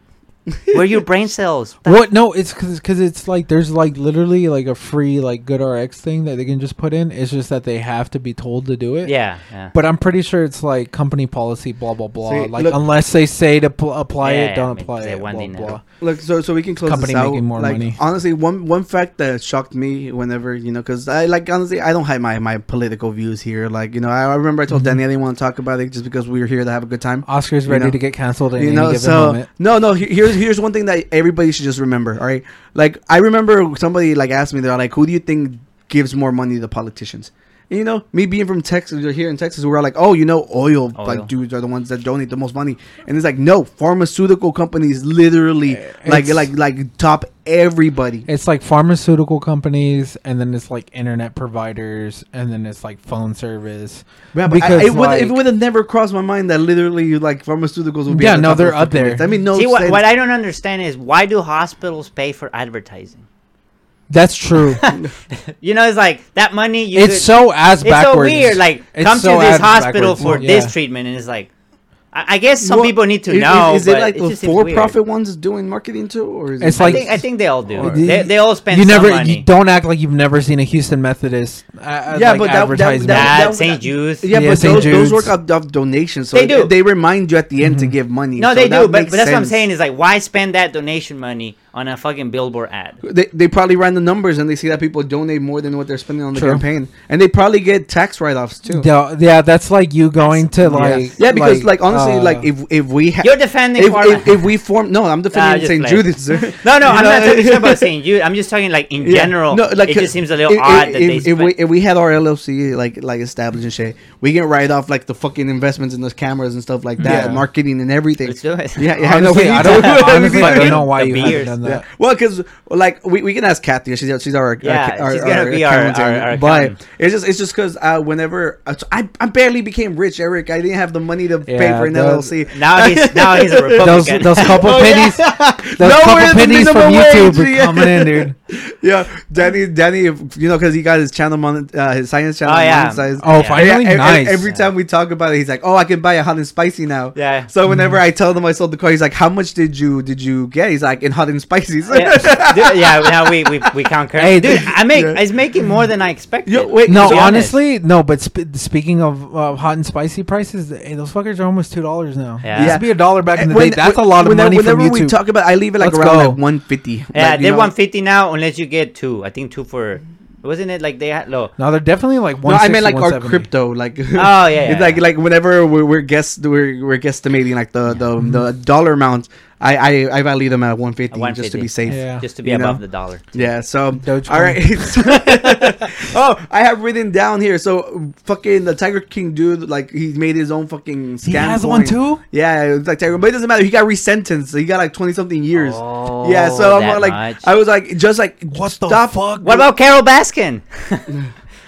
Speaker 2: where are your brain cells?
Speaker 4: *laughs* What? No, it's because it's like there's like literally like a free like GoodRx thing that they can just put in. It's just that they have to be told to do it.
Speaker 2: Yeah, yeah.
Speaker 4: But I'm pretty sure it's like company policy, blah blah blah.
Speaker 1: See,
Speaker 4: like
Speaker 1: look-
Speaker 4: unless they say to pl- apply
Speaker 2: Yeah,
Speaker 4: it,
Speaker 2: yeah,
Speaker 4: don't
Speaker 2: I mean,
Speaker 4: apply
Speaker 2: they
Speaker 4: it.
Speaker 2: want
Speaker 4: Blah,
Speaker 2: the
Speaker 4: blah.
Speaker 2: know.
Speaker 1: Look, so so we can close
Speaker 4: Company
Speaker 1: this out.
Speaker 4: making more
Speaker 1: like
Speaker 4: money.
Speaker 1: honestly, one one fact that shocked me whenever you know, because I like honestly, I don't hide my my political views here. Like you know, I, I remember I told
Speaker 4: Mm-hmm.
Speaker 1: Danny I didn't want to talk about it just because we were here to have a good time.
Speaker 4: Oscar's
Speaker 1: You
Speaker 4: ready
Speaker 1: know-
Speaker 4: to get canceled at
Speaker 1: you
Speaker 4: any
Speaker 1: know,
Speaker 4: given
Speaker 1: so
Speaker 4: moment.
Speaker 1: no, no. he- Here's here's one thing that everybody should just remember. All right, like I remember somebody like asked me, they're like, "Who do you think gives more money to politicians?" And, you know, me being from Texas, or here in Texas, we're like, "Oh, you know, oil,
Speaker 2: Oil.
Speaker 1: like dudes are the ones that donate the most money," and it's like, no, pharmaceutical companies literally like
Speaker 4: Eh, it's- Eh,
Speaker 1: like like top everybody.
Speaker 4: It's like pharmaceutical companies, and then it's like internet providers, and then it's like phone service.
Speaker 1: Yeah, but I, it, would, it would have never crossed my mind that literally like pharmaceuticals would be.
Speaker 4: Yeah,
Speaker 1: at the
Speaker 4: no,
Speaker 1: top of
Speaker 4: they're
Speaker 1: the
Speaker 4: up
Speaker 1: fucking
Speaker 4: there.
Speaker 1: list. I mean, no.
Speaker 2: See what,
Speaker 1: sense.
Speaker 2: what I don't understand is why do hospitals pay for advertising?
Speaker 4: that's
Speaker 1: *laughs*
Speaker 4: true.
Speaker 2: You know, it's like that money. You
Speaker 4: it's
Speaker 2: could-
Speaker 4: so
Speaker 2: it's
Speaker 4: ass
Speaker 2: so
Speaker 4: backwards.
Speaker 2: weird. Like,
Speaker 4: It's
Speaker 2: come
Speaker 4: so
Speaker 2: to this
Speaker 4: ass
Speaker 2: hospital
Speaker 4: backwards.
Speaker 2: for
Speaker 4: Yeah.
Speaker 2: this treatment, and it's like, I, I guess some
Speaker 1: Well,
Speaker 2: people need to
Speaker 1: is- is-
Speaker 2: know.
Speaker 1: Is, it like the
Speaker 2: for-profit?
Speaker 1: for-profit ones doing marketing too, or is it
Speaker 4: It's
Speaker 2: I
Speaker 4: like-
Speaker 2: think I think they all do.
Speaker 4: Or-
Speaker 2: They, they all spend.
Speaker 4: You
Speaker 2: some
Speaker 4: never,
Speaker 2: money.
Speaker 4: you don't act like you've never seen a Houston Methodist. Uh,
Speaker 1: Yeah,
Speaker 4: yeah,
Speaker 1: but
Speaker 4: like but
Speaker 1: that- that-
Speaker 4: advertisement.
Speaker 1: that-
Speaker 2: That St. Jude's.
Speaker 1: Yeah,
Speaker 4: Yeah,
Speaker 1: but
Speaker 4: St.
Speaker 1: those, those
Speaker 4: Jude's. Mm-hmm.
Speaker 1: work up of donations. So
Speaker 2: They
Speaker 1: they
Speaker 2: do.
Speaker 1: They remind you at the end to give money.
Speaker 2: No,
Speaker 1: so
Speaker 2: they
Speaker 1: that
Speaker 2: do, but,
Speaker 1: makes
Speaker 2: but that's what I'm
Speaker 1: sense.
Speaker 2: saying is like, why spend that donation money on a fucking billboard ad?
Speaker 1: They, they probably ran the numbers and they see that people donate more than what they're spending on the
Speaker 4: True.
Speaker 1: campaign, and they probably get tax write-offs too. Yeah,
Speaker 4: Yeah, yeah, that's like you going to like
Speaker 1: because like, honestly,
Speaker 4: uh,
Speaker 1: like if if we ha-
Speaker 2: You're defending
Speaker 1: if,
Speaker 2: Carla.
Speaker 1: if, if we form no, I'm defending
Speaker 2: just
Speaker 1: St.
Speaker 2: playing.
Speaker 1: Judas.
Speaker 2: *laughs* No, no,
Speaker 1: You
Speaker 2: I'm
Speaker 1: know?
Speaker 2: not
Speaker 1: *laughs*
Speaker 2: talking just about saying you. I'm just talking like in
Speaker 1: Yeah.
Speaker 2: general.
Speaker 1: No,
Speaker 2: it
Speaker 1: uh,
Speaker 2: just seems a little
Speaker 1: if-
Speaker 2: odd
Speaker 1: if,
Speaker 2: that they
Speaker 1: if, if
Speaker 2: spend.
Speaker 1: we if we had our LLC like like established and shit, we can write off like the fucking investments in those cameras and stuff like that,
Speaker 4: Yeah.
Speaker 1: marketing and everything.
Speaker 2: Let's do it.
Speaker 1: Yeah, yeah. I know
Speaker 4: honestly,
Speaker 1: we
Speaker 4: I
Speaker 1: need
Speaker 4: don't,
Speaker 1: to do *laughs* it.
Speaker 4: honestly, I don't know why
Speaker 2: The
Speaker 4: you haven't
Speaker 2: beers.
Speaker 4: done
Speaker 1: Yeah.
Speaker 4: that.
Speaker 1: Well, because like we, we can ask Kathy. She's our- she's our
Speaker 2: Yeah,
Speaker 1: our,
Speaker 2: she's gonna be our-
Speaker 1: accountant.
Speaker 2: our- our
Speaker 1: but
Speaker 2: accountant.
Speaker 1: it's just it's just because uh, whenever uh, so I I barely became rich, Eric. I didn't have the money to pay
Speaker 4: Yeah,
Speaker 1: for an
Speaker 4: those-
Speaker 1: LLC.
Speaker 2: now
Speaker 1: *laughs*
Speaker 2: he's now he's a
Speaker 4: Those,
Speaker 2: Republican. *laughs*
Speaker 4: those couple pennies, those
Speaker 1: Oh, Nowhere in the
Speaker 4: couple pennies from
Speaker 1: minimum
Speaker 4: YouTube
Speaker 1: wage, yeah.
Speaker 4: are coming
Speaker 1: *laughs*
Speaker 4: in, dude.
Speaker 1: yeah, Danny Danny, you know, because he got his channel mon- uh, his science channel
Speaker 2: Oh, yeah.
Speaker 1: monetized.
Speaker 4: Oh,
Speaker 2: Yeah.
Speaker 4: finally,
Speaker 1: Yeah, e- e-
Speaker 4: nice.
Speaker 1: Every time we talk about it, he's like, "Oh, I can buy a hot and spicy now."
Speaker 2: Yeah.
Speaker 1: So whenever
Speaker 4: Mm-hmm.
Speaker 1: I tell them I sold the car, he's like, "How much did you did you get?" He's like, "In hot and spicy." *laughs*
Speaker 2: yeah, dude, yeah, now we we, we count currency.
Speaker 4: Hey,
Speaker 2: dude,
Speaker 4: dude.
Speaker 2: I make
Speaker 1: Yeah.
Speaker 2: it's making more than I expected.
Speaker 1: Yo, wait,
Speaker 4: No,
Speaker 2: to be honest.
Speaker 4: honestly, no. But sp- speaking of uh, hot and spicy prices, th- hey, those fuckers are almost two dollars now.
Speaker 2: Yeah.
Speaker 4: It used to be a dollar
Speaker 1: Eh,
Speaker 4: back in the day. That's a lot of
Speaker 1: whenever,
Speaker 4: money from
Speaker 1: Whenever we
Speaker 4: YouTube.
Speaker 1: talk about, I leave it like
Speaker 4: Let's
Speaker 1: around
Speaker 4: go.
Speaker 1: like one fifty.
Speaker 2: Yeah,
Speaker 1: like, you
Speaker 2: they're
Speaker 1: know,
Speaker 2: 150 now unless you get two. I think two for Wasn't it like they had low?
Speaker 4: No, they're definitely like
Speaker 1: No,
Speaker 4: one.
Speaker 1: I meant like our crypto, like
Speaker 2: Oh,
Speaker 1: *laughs*
Speaker 2: yeah,
Speaker 1: it's
Speaker 2: yeah.
Speaker 1: like like whenever we're we're guess we're we're guesstimating like the the,
Speaker 4: Mm-hmm.
Speaker 1: the dollar amount. I I I value them at one fifty just to
Speaker 2: 150.
Speaker 1: be safe. Yeah.
Speaker 4: Yeah.
Speaker 2: Just to be
Speaker 1: You
Speaker 2: above
Speaker 1: know?
Speaker 2: the
Speaker 1: *laughs*
Speaker 2: dollar. *laughs*
Speaker 1: so
Speaker 4: Dogecoin.
Speaker 1: all right. *laughs* oh, I have written down here. So fucking the Tiger King dude, like he made his own fucking scam.
Speaker 4: he has one
Speaker 1: coin.
Speaker 4: too.
Speaker 1: Yeah, it was like Tiger, but it doesn't matter. He got resentenced. So he got like twenty something years.
Speaker 2: Oh,
Speaker 1: yeah, so I'm
Speaker 2: that
Speaker 1: like,
Speaker 2: much.
Speaker 1: I was like, just like
Speaker 4: What the
Speaker 1: stop.
Speaker 4: fuck?
Speaker 2: What about Carol Baskin?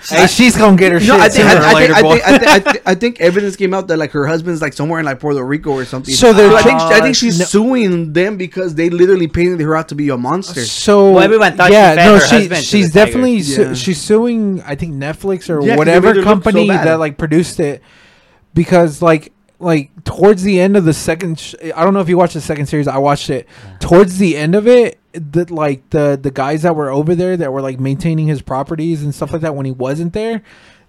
Speaker 4: Hey, she's gonna get her
Speaker 1: No,
Speaker 4: shit
Speaker 1: I think,
Speaker 4: sooner or
Speaker 1: I, I,
Speaker 4: later,
Speaker 1: think, I,
Speaker 4: boy.
Speaker 1: think, I, think, I, think, I think evidence came out that like her husband's like somewhere in like Puerto Rico or something.
Speaker 4: So they're
Speaker 1: I think I think
Speaker 4: just-
Speaker 1: she's
Speaker 4: no-
Speaker 1: suing them because they literally painted her out to be a monster.
Speaker 4: So
Speaker 2: Well, everyone thought she
Speaker 4: yeah,
Speaker 2: fed
Speaker 4: no,
Speaker 2: her
Speaker 4: she,
Speaker 2: husband to
Speaker 4: she's
Speaker 2: the tiger.
Speaker 4: definitely su-
Speaker 1: Yeah.
Speaker 4: she's suing I think Netflix or
Speaker 1: Yeah, 'cause they made
Speaker 4: whatever
Speaker 1: her look so
Speaker 4: company
Speaker 1: bad.
Speaker 4: that like produced it because like like towards the end of the second sh- I don't know if you watched the second series I watched it towards the end of it that like the the guys that were over there that were like maintaining his properties and stuff like that when he wasn't there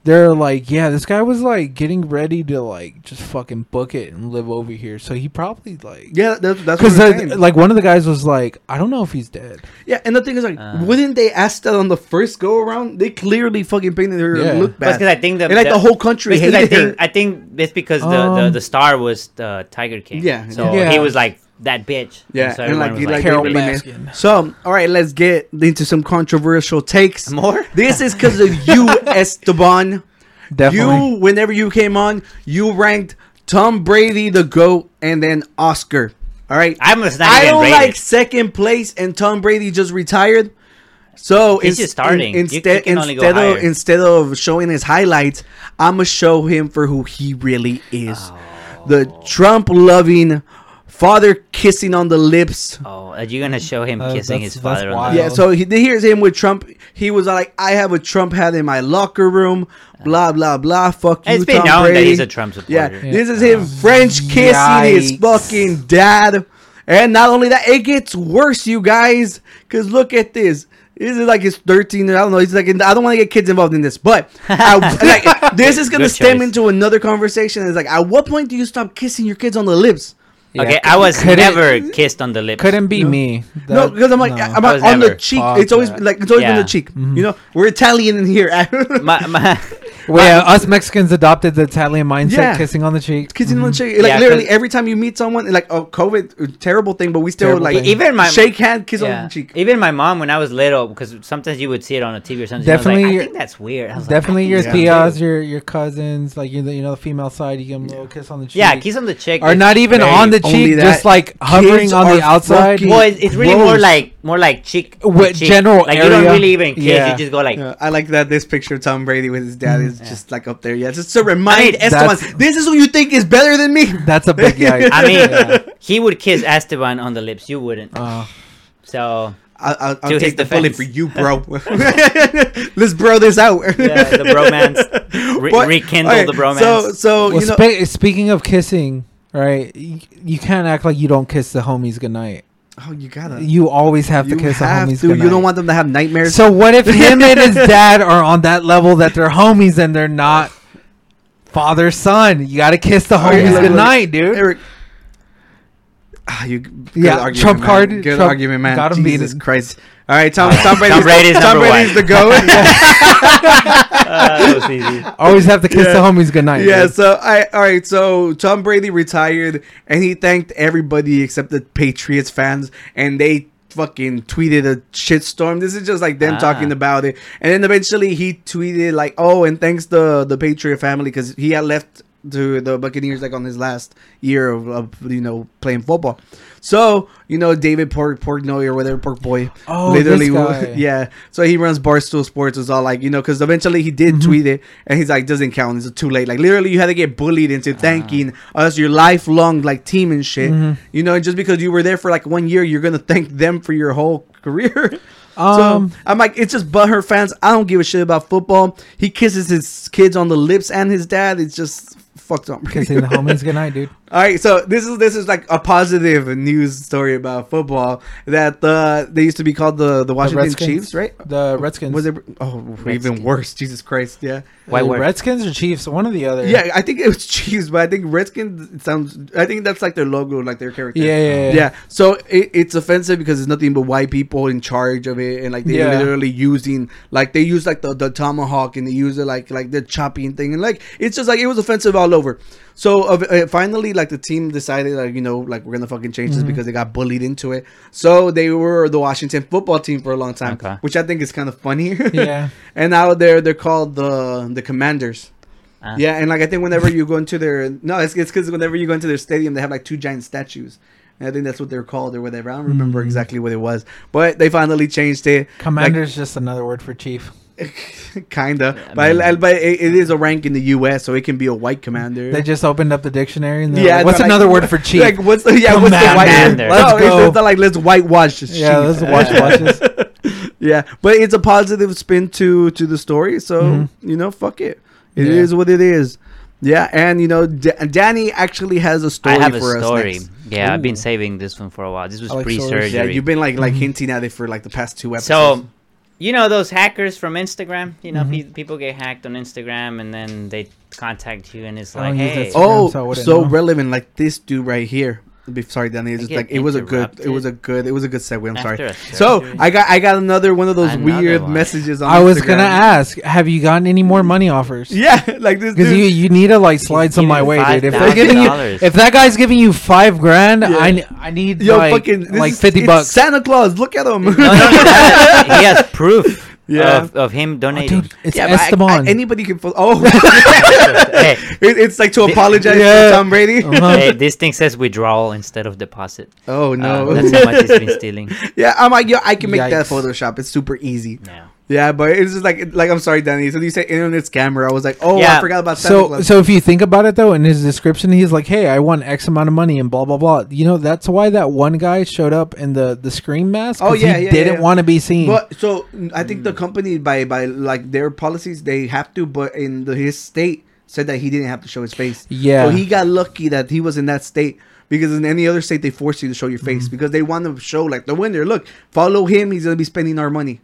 Speaker 4: they're like yeah this guy was like getting ready to like just fucking book it and live over here so he probably like
Speaker 1: Yeah, that's that's what
Speaker 4: because
Speaker 1: I'm saying.
Speaker 4: like one of the guys was like I don't know if he's dead
Speaker 1: yeah, and the thing is like,
Speaker 2: Uh.
Speaker 1: wouldn't they ask that on the first go around? They clearly fucking painted her
Speaker 4: Yeah.
Speaker 1: look
Speaker 2: Because
Speaker 1: bad.
Speaker 2: I think the
Speaker 1: and like the, whole country
Speaker 2: because
Speaker 1: hated
Speaker 2: I think
Speaker 1: her.
Speaker 2: I think it's because the, the
Speaker 4: Um,
Speaker 2: the star was the Tiger King.
Speaker 1: Yeah,
Speaker 2: so
Speaker 4: yeah.
Speaker 2: he was like that bitch.
Speaker 1: yeah,
Speaker 2: so
Speaker 1: and like,
Speaker 2: everyone
Speaker 1: you,
Speaker 2: was
Speaker 1: like
Speaker 4: Carol
Speaker 1: they *laughs* made-
Speaker 4: Baskin.
Speaker 1: So, all right, let's get into some controversial takes.
Speaker 2: More?
Speaker 1: This is because of
Speaker 2: *laughs*
Speaker 1: you, Esteban.
Speaker 4: definitely
Speaker 1: You, whenever you came on, you ranked Tom Brady the GOAT and then Oscar. All right.
Speaker 2: I'm not even
Speaker 1: I don't
Speaker 2: rated.
Speaker 1: like second place, and Tom Brady just retired. So
Speaker 2: He's just starting. You- you
Speaker 1: instead,
Speaker 2: can only go
Speaker 1: instead of
Speaker 2: higher.
Speaker 1: instead of showing his highlights, I'm gonna show him for who he really is,
Speaker 2: Oh.
Speaker 1: the Trump loving, father kissing on the lips.
Speaker 2: Oh, are you gonna show him
Speaker 4: Uh,
Speaker 2: kissing
Speaker 4: that's-
Speaker 2: his
Speaker 4: that's
Speaker 2: father?
Speaker 4: wild.
Speaker 2: On the
Speaker 1: Yeah, so he, here's him with Trump. He was like, "I have a Trump hat in my locker room." Blah blah blah. Fuck you,
Speaker 2: It's been
Speaker 1: Tom
Speaker 2: known
Speaker 1: Brady.
Speaker 2: that he's a Trump
Speaker 1: Yeah,
Speaker 2: supporter.
Speaker 1: this is him French kissing his
Speaker 4: Yikes.
Speaker 1: fucking dad. And not only that, it gets worse, you guys. Cause look at this. This is like his 13. I don't know. He's like, I don't want to get kids involved in this, but
Speaker 2: *laughs*
Speaker 1: I, like, this is gonna
Speaker 2: Good
Speaker 1: stem
Speaker 2: choice.
Speaker 1: into another conversation. It's like, at what point do you stop kissing your kids on the lips?
Speaker 2: Okay, I was
Speaker 4: Couldn't-
Speaker 2: never kissed on the lips.
Speaker 4: couldn't be me
Speaker 1: no,
Speaker 4: That-
Speaker 1: because I'm like,
Speaker 4: no.
Speaker 1: I'm
Speaker 2: I
Speaker 1: like
Speaker 2: was
Speaker 1: on the
Speaker 2: never.
Speaker 1: cheek.
Speaker 4: Fuck
Speaker 1: It's always
Speaker 4: that. Mm-hmm.
Speaker 1: like it's always on
Speaker 2: Yeah.
Speaker 1: the cheek. You know, we're Italian in here. *laughs*
Speaker 2: My, *laughs* my,
Speaker 4: Well, yeah, uh, us Mexicans adopted the Italian mindset,
Speaker 1: Yeah.
Speaker 4: kissing on the cheek.
Speaker 1: kissing on the cheek. Like
Speaker 2: Yeah,
Speaker 1: literally
Speaker 2: 'cause-
Speaker 1: every time you meet someone, like oh, COVID, terrible thing, but we still
Speaker 4: Terrible
Speaker 1: like
Speaker 4: thing.
Speaker 2: even my
Speaker 1: shake hand, kiss on
Speaker 2: yeah.
Speaker 1: the cheek.
Speaker 2: Even my mom, when I was little, because sometimes you would see it on a TV or something. I, was
Speaker 4: Definitely-
Speaker 2: like, I think that's weird. I was like,
Speaker 4: Definitely
Speaker 2: I
Speaker 4: your
Speaker 2: think so
Speaker 4: tias,
Speaker 2: too."
Speaker 4: your your cousins, like you, you know, the female side. You give them a little kiss on the cheek.
Speaker 2: Yeah, kiss on the cheek.
Speaker 4: or not even
Speaker 2: very-
Speaker 4: on the
Speaker 1: Only
Speaker 4: cheek,
Speaker 1: that
Speaker 4: just like
Speaker 1: kids
Speaker 4: hovering on
Speaker 1: are
Speaker 4: the outside.
Speaker 1: fucking-
Speaker 2: Well, it's, it's really more
Speaker 1: Gross.
Speaker 2: like more like cheek. to
Speaker 4: With
Speaker 2: cheek.
Speaker 4: general
Speaker 2: like you don't
Speaker 4: area.
Speaker 2: really even kiss.
Speaker 4: Yeah.
Speaker 2: You just go like.
Speaker 1: Yeah,
Speaker 2: Mm.
Speaker 1: I like that this picture of Tom Brady with his dad is just like up there. Yeah, just to remind
Speaker 2: I mean,
Speaker 1: Esteban,
Speaker 4: that's-
Speaker 1: this is who you think is better than me.
Speaker 4: That's
Speaker 1: *laughs*
Speaker 4: a big yikes.
Speaker 2: I mean,
Speaker 4: Yeah.
Speaker 2: he would kiss Esteban on the lips. You wouldn't.
Speaker 1: Oh,
Speaker 4: Uh,
Speaker 2: So
Speaker 1: I'll, I'll, I'll
Speaker 2: To his
Speaker 1: take the bullet
Speaker 2: defense.
Speaker 1: for you, bro. *laughs* Let's bro this out.
Speaker 2: yeah, the bromance re-
Speaker 1: But-
Speaker 2: rekindle
Speaker 1: okay,
Speaker 2: the bromance.
Speaker 1: So, so
Speaker 4: well,
Speaker 1: you know,
Speaker 4: spe- speaking of kissing, right? You, you can't act like you don't kiss the homies goodnight.
Speaker 1: oh, you gotta,
Speaker 4: You always have to
Speaker 1: you
Speaker 4: kiss
Speaker 1: have
Speaker 4: the homies
Speaker 1: to.
Speaker 4: goodnight.
Speaker 1: You don't want them to have nightmares.
Speaker 4: So what if him
Speaker 1: *laughs*
Speaker 4: and his dad are on that level that they're homies and they're not father son? You gotta kiss the
Speaker 1: All right,
Speaker 4: homies
Speaker 1: look, look,
Speaker 4: goodnight, dude.
Speaker 1: Oh, Eric. Ah, you good
Speaker 4: Yeah,
Speaker 1: argument,
Speaker 4: Trump
Speaker 1: man.
Speaker 4: card,
Speaker 1: Good
Speaker 4: Trump
Speaker 1: argument, man.
Speaker 4: got him
Speaker 1: Jesus
Speaker 4: beaten.
Speaker 1: Christ! All right, Tom,
Speaker 2: *laughs*
Speaker 1: Tom Brady's,
Speaker 2: Brady's
Speaker 1: Tom
Speaker 2: number
Speaker 1: Brady's
Speaker 2: one.
Speaker 1: the
Speaker 2: *laughs*
Speaker 1: goat.
Speaker 2: Uh, *laughs* OCD.
Speaker 4: Always have to kiss
Speaker 1: Yeah.
Speaker 4: the homies goodnight.
Speaker 1: Yeah,
Speaker 4: dude.
Speaker 1: so I all right, so Tom Brady retired and he thanked everybody except the Patriots fans and they fucking tweeted a shitstorm. This is just like them
Speaker 2: Ah.
Speaker 1: talking about it. And then eventually he tweeted like, "Oh, and thanks the the Patriot family cuz he had left to the Buccaneers like on his last year of, of you know playing football." So, you know, David Pork Portnoy or whatever Pork Boy
Speaker 4: Oh,
Speaker 1: literally
Speaker 4: this guy.
Speaker 1: *laughs* yeah so he runs barstool sports was all like you know because eventually he
Speaker 4: Mm-hmm.
Speaker 1: did tweet it and he's like doesn't count it's too late like literally you had to get bullied
Speaker 4: Ah.
Speaker 1: into thanking us your lifelong like team and shit
Speaker 4: Mm-hmm.
Speaker 1: you know and just because you were there for like one year you're gonna thank them for your whole *laughs* career
Speaker 4: Um,
Speaker 1: so I'm like, it's just but her fans. I don't give a shit about football. He kisses his kids on the lips and his dad. It's just fucked up. *laughs*
Speaker 4: kissing the homies goodnight, dude.
Speaker 1: All right, so this is this is like a positive news story about football that uh, they used to be called the the Washington
Speaker 4: Redskins.
Speaker 1: Chiefs, right?
Speaker 4: The Redskins.
Speaker 1: Was it? Oh, even worse. Jesus Christ! Yeah,
Speaker 2: Why
Speaker 4: The
Speaker 2: word?
Speaker 4: Redskins or Chiefs? One or the other.
Speaker 1: yeah. I think it was *laughs* Chiefs, but I think Redskins sounds. I think that's like their logo, like their character.
Speaker 4: Yeah, yeah, yeah.
Speaker 1: Yeah, so it, it's offensive because it's nothing but white people in charge of it, and like they're
Speaker 4: Yeah.
Speaker 1: literally using like they use like the, the tomahawk and they use it like like the chopping thing, and like it's just like it was offensive all over. So of- uh, finally, like the team decided like you know like we're gonna fucking change
Speaker 4: Mm-hmm.
Speaker 1: this because they got bullied into it. So they were the Washington football team for a long time,
Speaker 2: Okay.
Speaker 1: which I think is kind of funny.
Speaker 4: Yeah.
Speaker 1: and now they're they're called the the Commanders.
Speaker 2: Ah.
Speaker 1: Yeah, and like I think whenever you go into their *laughs* no, it's it's because whenever you go into their stadium, they have like two giant statues. And I think that's what they're called or whatever. I don't
Speaker 4: Mm.
Speaker 1: remember exactly what it was, but they finally changed it.
Speaker 4: Commander's just another word for chief.
Speaker 1: like, *laughs* kinda. but I- I- but it, it is a rank in the U.S., so it can be a white commander.
Speaker 4: They just opened up the dictionary and they're like, what's
Speaker 1: they're like-
Speaker 4: another word
Speaker 1: *laughs*
Speaker 4: for chief?
Speaker 1: Like what's the yeah? What's the white?
Speaker 2: Commander.
Speaker 1: Let's
Speaker 4: Let's
Speaker 1: no, it's-
Speaker 4: go.
Speaker 1: it's not like let's whitewash the
Speaker 4: yeah,
Speaker 1: sheep. *laughs*
Speaker 4: those watch watches.
Speaker 1: Yeah, but it's a positive spin to to the story. So you know, fuck it. It is
Speaker 4: Mm-hmm. Yeah.
Speaker 1: what it is. Yeah, and you know, D- Danny actually has a story
Speaker 2: I have a
Speaker 1: for
Speaker 2: story.
Speaker 1: us. Next.
Speaker 2: Yeah, I've been
Speaker 4: Ooh.
Speaker 2: saving this one for a while. This was
Speaker 4: I like stories.
Speaker 2: pre-surgery.
Speaker 1: Yeah, you've been like like
Speaker 4: Mm-hmm.
Speaker 1: hinting at it for like the past two episodes.
Speaker 2: So, you know those hackers from Instagram? You know,
Speaker 1: Mm-hmm.
Speaker 2: pe- people get hacked on Instagram and then they contact you and it's
Speaker 4: I
Speaker 2: like,
Speaker 4: don't use
Speaker 2: hey,
Speaker 1: *laughs*
Speaker 4: that stuff.
Speaker 1: oh,
Speaker 4: Instagram, so I wouldn't
Speaker 1: so
Speaker 4: know.
Speaker 1: relevant. Like this dude right here. Be- Sorry, Danny. It's just
Speaker 2: get
Speaker 1: like it was a good. It was
Speaker 2: interrupted.
Speaker 1: a good. It was a good segue. I'm
Speaker 2: After
Speaker 1: sorry.
Speaker 2: a
Speaker 1: So
Speaker 2: surgery.
Speaker 1: I got I got another one of those
Speaker 2: Another
Speaker 1: weird
Speaker 2: one.
Speaker 1: messages. on
Speaker 4: I was gonna
Speaker 1: Instagram.
Speaker 4: ask, have you gotten any more money offers?
Speaker 1: *laughs* Yeah, like this
Speaker 4: Because
Speaker 1: dude.
Speaker 4: you you need to like slide some my
Speaker 2: giving
Speaker 4: way,
Speaker 2: five
Speaker 4: dude. If they're giving you,
Speaker 2: dollars.
Speaker 4: if that guy's giving you five grand,
Speaker 1: Yeah.
Speaker 4: I ne- I need
Speaker 1: Yo,
Speaker 4: like
Speaker 1: fucking this
Speaker 4: like
Speaker 1: is-
Speaker 4: fifty
Speaker 1: it's
Speaker 4: bucks.
Speaker 1: Santa Claus, look at him.
Speaker 2: no, no, no, that- *laughs* he has proof
Speaker 1: *laughs* Yeah. Oh,
Speaker 2: of, of him donating.
Speaker 4: Dude, it's
Speaker 1: Yeah, but I-
Speaker 4: Esteban.
Speaker 1: I- anybody can. Fo- oh,
Speaker 2: *laughs*
Speaker 1: *laughs*
Speaker 2: hey,
Speaker 1: It, it's like to apologize
Speaker 4: Yeah.
Speaker 1: to Tom Brady.
Speaker 2: *laughs*
Speaker 4: Uh-huh.
Speaker 2: hey, this thing says withdrawal instead of deposit.
Speaker 1: Oh no!
Speaker 2: Uh, that's how much he's been stealing.
Speaker 1: *laughs* yeah, I'm like, yo, I can make that
Speaker 4: Yikes.
Speaker 1: Photoshop. It's super easy.
Speaker 2: Now.
Speaker 1: Yeah, but it's just like, like I'm sorry, Danny. So you said internet scammer. I was like, oh, I
Speaker 2: Yeah.
Speaker 1: forgot about Santa
Speaker 4: So,
Speaker 1: Claus.
Speaker 4: so if you think about it though, in his description, he's like, "Hey, I won X amount of money and blah blah blah." You know, that's why that one guy showed up in the the scream mask. 'cause
Speaker 1: Oh, yeah,
Speaker 4: he
Speaker 1: yeah,
Speaker 4: didn't
Speaker 1: yeah.
Speaker 4: want to be seen.
Speaker 1: but so mm, I
Speaker 4: Hmm.
Speaker 1: think the company by by like their policies they have to, but in the, his state said that he didn't have to show his face.
Speaker 4: Yeah.
Speaker 1: So he got lucky that he was in that state because in any other state they force you to show your face
Speaker 4: Hmm.
Speaker 1: because they want to show like the winner. Look, follow him. He's gonna be spending our money.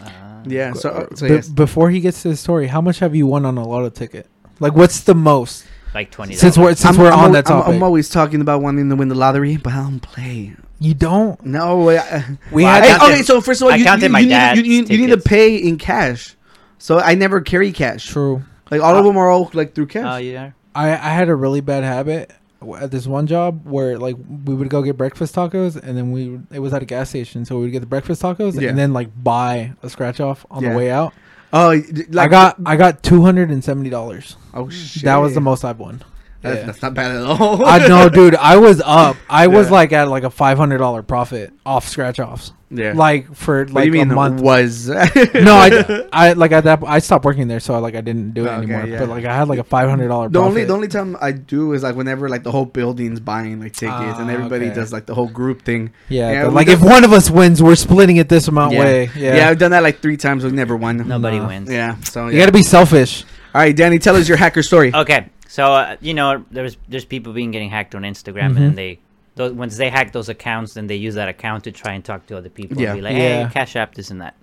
Speaker 4: Ah.
Speaker 1: yeah. So, so
Speaker 4: Be-
Speaker 1: yes.
Speaker 4: before he gets to the story, how much have you won on a lotto ticket? Like, what's the most
Speaker 2: Like twenty.
Speaker 4: since we're since we're on
Speaker 1: al-
Speaker 4: that topic?
Speaker 1: I'm, I'm always talking about wanting to win the lottery, but I don't play.
Speaker 4: you don't.
Speaker 1: No, I,
Speaker 4: We
Speaker 2: Well, I
Speaker 4: had
Speaker 1: Hey,
Speaker 4: that-
Speaker 2: got- counted-
Speaker 1: okay. So first of all,
Speaker 2: I
Speaker 1: you,
Speaker 2: counted
Speaker 1: you,
Speaker 2: my
Speaker 1: you need,
Speaker 2: dad's
Speaker 1: you, need- you need to
Speaker 2: tickets.
Speaker 1: pay in cash. So I never carry cash.
Speaker 4: true.
Speaker 1: Like all
Speaker 2: Uh,
Speaker 1: of them are all like through cash.
Speaker 2: Oh, you are.
Speaker 4: I I had a really bad habit w- at this one job where like we would go get breakfast tacos and then we would- it was at a gas station, so we would get the breakfast tacos
Speaker 1: Yeah.
Speaker 4: and then like buy a scratch off on
Speaker 1: Yeah.
Speaker 4: the way out.
Speaker 1: Oh, y- d- like
Speaker 4: I got I got two hundred and seventy dollars.
Speaker 1: Oh shit.
Speaker 4: That was the most I've won.
Speaker 1: That's,
Speaker 4: Yeah.
Speaker 1: that's not bad at all.
Speaker 4: I
Speaker 1: *laughs*
Speaker 4: know, dude. I was up. I was
Speaker 1: Yeah.
Speaker 4: like at like a five hundred dollar profit off scratch offs.
Speaker 1: Yeah.
Speaker 4: Like for
Speaker 1: What do
Speaker 4: like
Speaker 1: you mean
Speaker 4: a month.
Speaker 1: was? *laughs* the
Speaker 4: *laughs* no,
Speaker 1: *laughs*
Speaker 4: I, I like at that I stopped working there, so I like I didn't do it
Speaker 1: Okay,
Speaker 4: anymore.
Speaker 1: yeah.
Speaker 4: But like I had like a five hundred dollar.
Speaker 1: only the only time I do is like whenever like the whole building's buying like tickets and
Speaker 4: Ah,
Speaker 1: everybody
Speaker 4: okay.
Speaker 1: does like the whole group thing.
Speaker 4: Yeah,
Speaker 1: Yeah,
Speaker 4: but,
Speaker 1: we
Speaker 4: like
Speaker 1: don't-
Speaker 4: if one of us wins, we're splitting it this amount way.
Speaker 1: yeah.
Speaker 4: Yeah,
Speaker 1: I've done that like three times. We never won.
Speaker 2: Nobody
Speaker 4: Nah.
Speaker 2: wins.
Speaker 1: Yeah. So
Speaker 4: you
Speaker 1: yeah.
Speaker 4: got to be selfish.
Speaker 1: all right, Danny, tell
Speaker 2: *laughs*
Speaker 1: us your hacker story.
Speaker 2: Okay, so uh, you know there's there's people being getting hacked on Instagram, and
Speaker 1: Mm-hmm.
Speaker 2: then they those, once they hack those accounts, then they use that account to try and talk to other people.
Speaker 1: Yeah.
Speaker 2: and be like,
Speaker 4: Yeah.
Speaker 2: hey, Cash App this and that.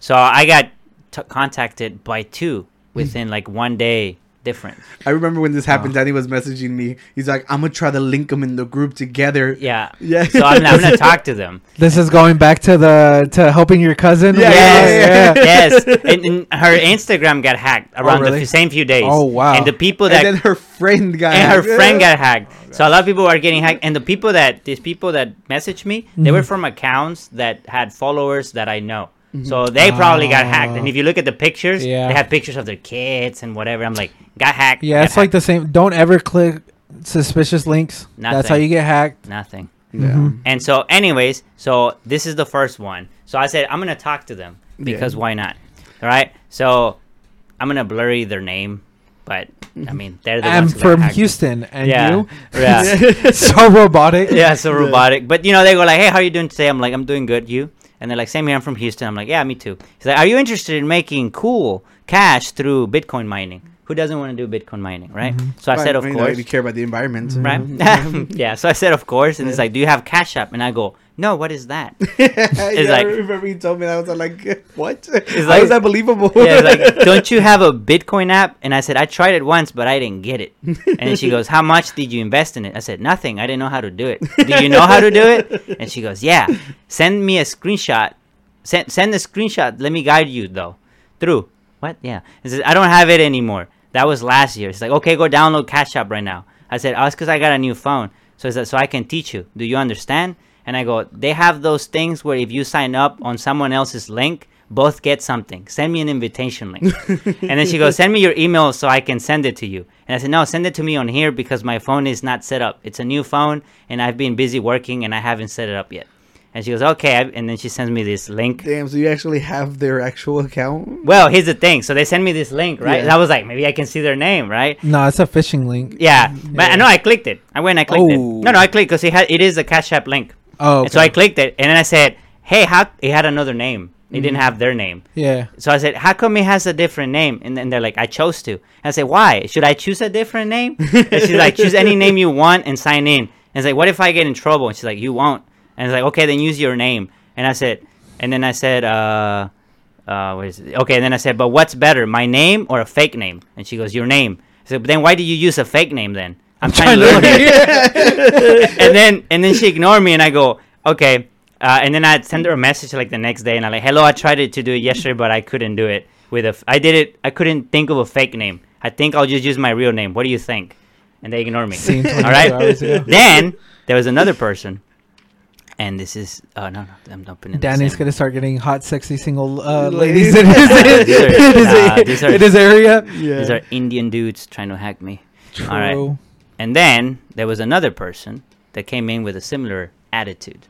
Speaker 2: So I got t- contacted by two within like one day difference.
Speaker 1: I remember when
Speaker 2: uh.
Speaker 1: this happened, Danny was messaging me. He's like, I'm gonna try to link them in the group together.
Speaker 2: Yeah,
Speaker 1: Yeah.
Speaker 2: So I'm, I'm gonna talk to them.
Speaker 4: This is going back to the to helping your
Speaker 1: *laughs*
Speaker 4: cousin.
Speaker 1: Yeah,
Speaker 2: Yes,
Speaker 1: yeah, *laughs* Oh,
Speaker 2: yes. And, and her Instagram got hacked around the
Speaker 4: really?
Speaker 2: f- same few days.
Speaker 4: Oh, wow.
Speaker 2: And the people
Speaker 1: And
Speaker 2: that
Speaker 1: then her friend got
Speaker 2: and her
Speaker 4: *laughs*
Speaker 1: hacked.
Speaker 2: friend got hacked.
Speaker 4: Oh,
Speaker 2: So a lot of people are getting hacked, and the people that these people that messaged me, they
Speaker 4: Mm-hmm.
Speaker 2: were from accounts that had followers that I know. So they probably got hacked. And if you look at the pictures,
Speaker 4: Ah. Yeah.
Speaker 2: they have pictures of their kids and whatever. I'm like, got hacked.
Speaker 4: yeah.
Speaker 2: got
Speaker 4: It's
Speaker 2: hacked.
Speaker 4: like the same. Don't ever click suspicious links. That's
Speaker 2: Nothing.
Speaker 4: how you get hacked.
Speaker 2: nothing.
Speaker 1: Yeah.
Speaker 4: Mm-hmm.
Speaker 2: And so, anyways, so this is the first one. So I said I'm gonna talk to them because why not? All right. So I'm gonna blurry their name, but I mean they're the
Speaker 4: I'm
Speaker 2: ones who got
Speaker 4: from
Speaker 2: hacked.
Speaker 4: Houston, and
Speaker 2: Yeah.
Speaker 4: you *laughs*
Speaker 2: Yeah.
Speaker 4: so robotic.
Speaker 2: yeah, so robotic. But you know, they go like, "Hey, how you doing today?" I'm like, "I'm doing good. You?" And they're like, "Same here. I'm from Houston." I'm like, "Yeah, me too." He's like, "Are you interested in making cool cash through Bitcoin mining?" who doesn't want to do Bitcoin mining, right? So
Speaker 1: Mm-hmm. Right,
Speaker 2: I
Speaker 1: Mm-hmm.
Speaker 2: said, of
Speaker 1: I mean, I
Speaker 2: course, Mm-hmm.
Speaker 1: really care about the environment.
Speaker 2: right? *laughs* yeah. So I said, of course, and it's like, do you have Cash App? And I go, no. What is
Speaker 1: *laughs*
Speaker 2: that?
Speaker 1: *laughs* yeah,
Speaker 2: like-
Speaker 1: I remember you told me that. I was like, *laughs* what? How
Speaker 2: like-
Speaker 1: is that believable?
Speaker 2: *laughs* yeah, it's like, don't you have a Bitcoin app? And I said, I tried it once, but I didn't get it. And she goes, How much did you invest in it? I said, Nothing. I didn't know how to do it. Do you know how to do it? And she goes, Yeah. Send me a screenshot. Send send a screenshot. Let me guide you though. Through. What? Yeah. I says, I don't have it anymore. That was last year. She's like, Okay, go download Cash App right now. I said, Oh, it's because I got a new phone. So it's like, so I can teach you. Do you understand? And I go, they have those things where if you sign up on someone else's link, both get something. Send me an invitation link. and then she goes, send me your email so I can send it to you. And I said, no, send it to me on here because my phone is not set up. It's a new phone and I've been busy working and I haven't set it up yet. And she goes, okay. I- And then she sends me this
Speaker 1: *laughs*
Speaker 2: link.
Speaker 1: Damn, so you actually have their actual
Speaker 2: *laughs*
Speaker 1: account?
Speaker 2: Well, here's the thing. So they send me this link, right?
Speaker 1: Yeah.
Speaker 2: And I was like, maybe I can see their name, right?
Speaker 4: No, it's a phishing link.
Speaker 2: Yeah. But I know I clicked it. I went and I clicked it.
Speaker 1: Oh.
Speaker 2: No, no, I clicked because it, had- it is a Cash App link.
Speaker 4: Oh, okay.
Speaker 2: And so I clicked it, and then I said, "Hey, how?" It had another name. It didn't have their name.
Speaker 4: yeah.
Speaker 2: So I said, "How come it has a different name?" And then they're like, "I chose to." I said, "Why? Should I choose a different name?" and she's like, "Choose any name you want and sign in." And it's like, "What if I get in trouble?" And she's like, "You won't." And it's like, "Okay, then use your name." And I said, and then I said, uh, uh, what is it? okay. And then I said, "But what's better, my name or a fake name?" And she goes, "Your name." I said, "But then why do you use a fake name then?" I'm trying to learn *laughs* and then and then she ignored me, and I go, okay. Uh, and then I send her a message like the next day, and I'm like, hello, I tried it to do it yesterday, but I couldn't do it with a. F- I did it. I couldn't think of a fake name. I think I'll just use my real name. What do you think? And they ignore me.
Speaker 4: Seen 24
Speaker 2: All right.
Speaker 4: hours ago.
Speaker 2: Then there was another person, and this is oh no, no I'm not putting.
Speaker 4: Danny's
Speaker 2: going
Speaker 4: gonna start getting hot, sexy
Speaker 1: *laughs*
Speaker 4: single uh,
Speaker 1: Ladies.
Speaker 4: ladies
Speaker 2: *laughs*
Speaker 4: in his,
Speaker 2: These are-
Speaker 4: in his-
Speaker 2: nah, these are-
Speaker 4: in his area.
Speaker 1: Yeah.
Speaker 2: These are Indian dudes trying to hack me. All right.
Speaker 4: True.
Speaker 2: And then there was another person that came in with a similar attitude.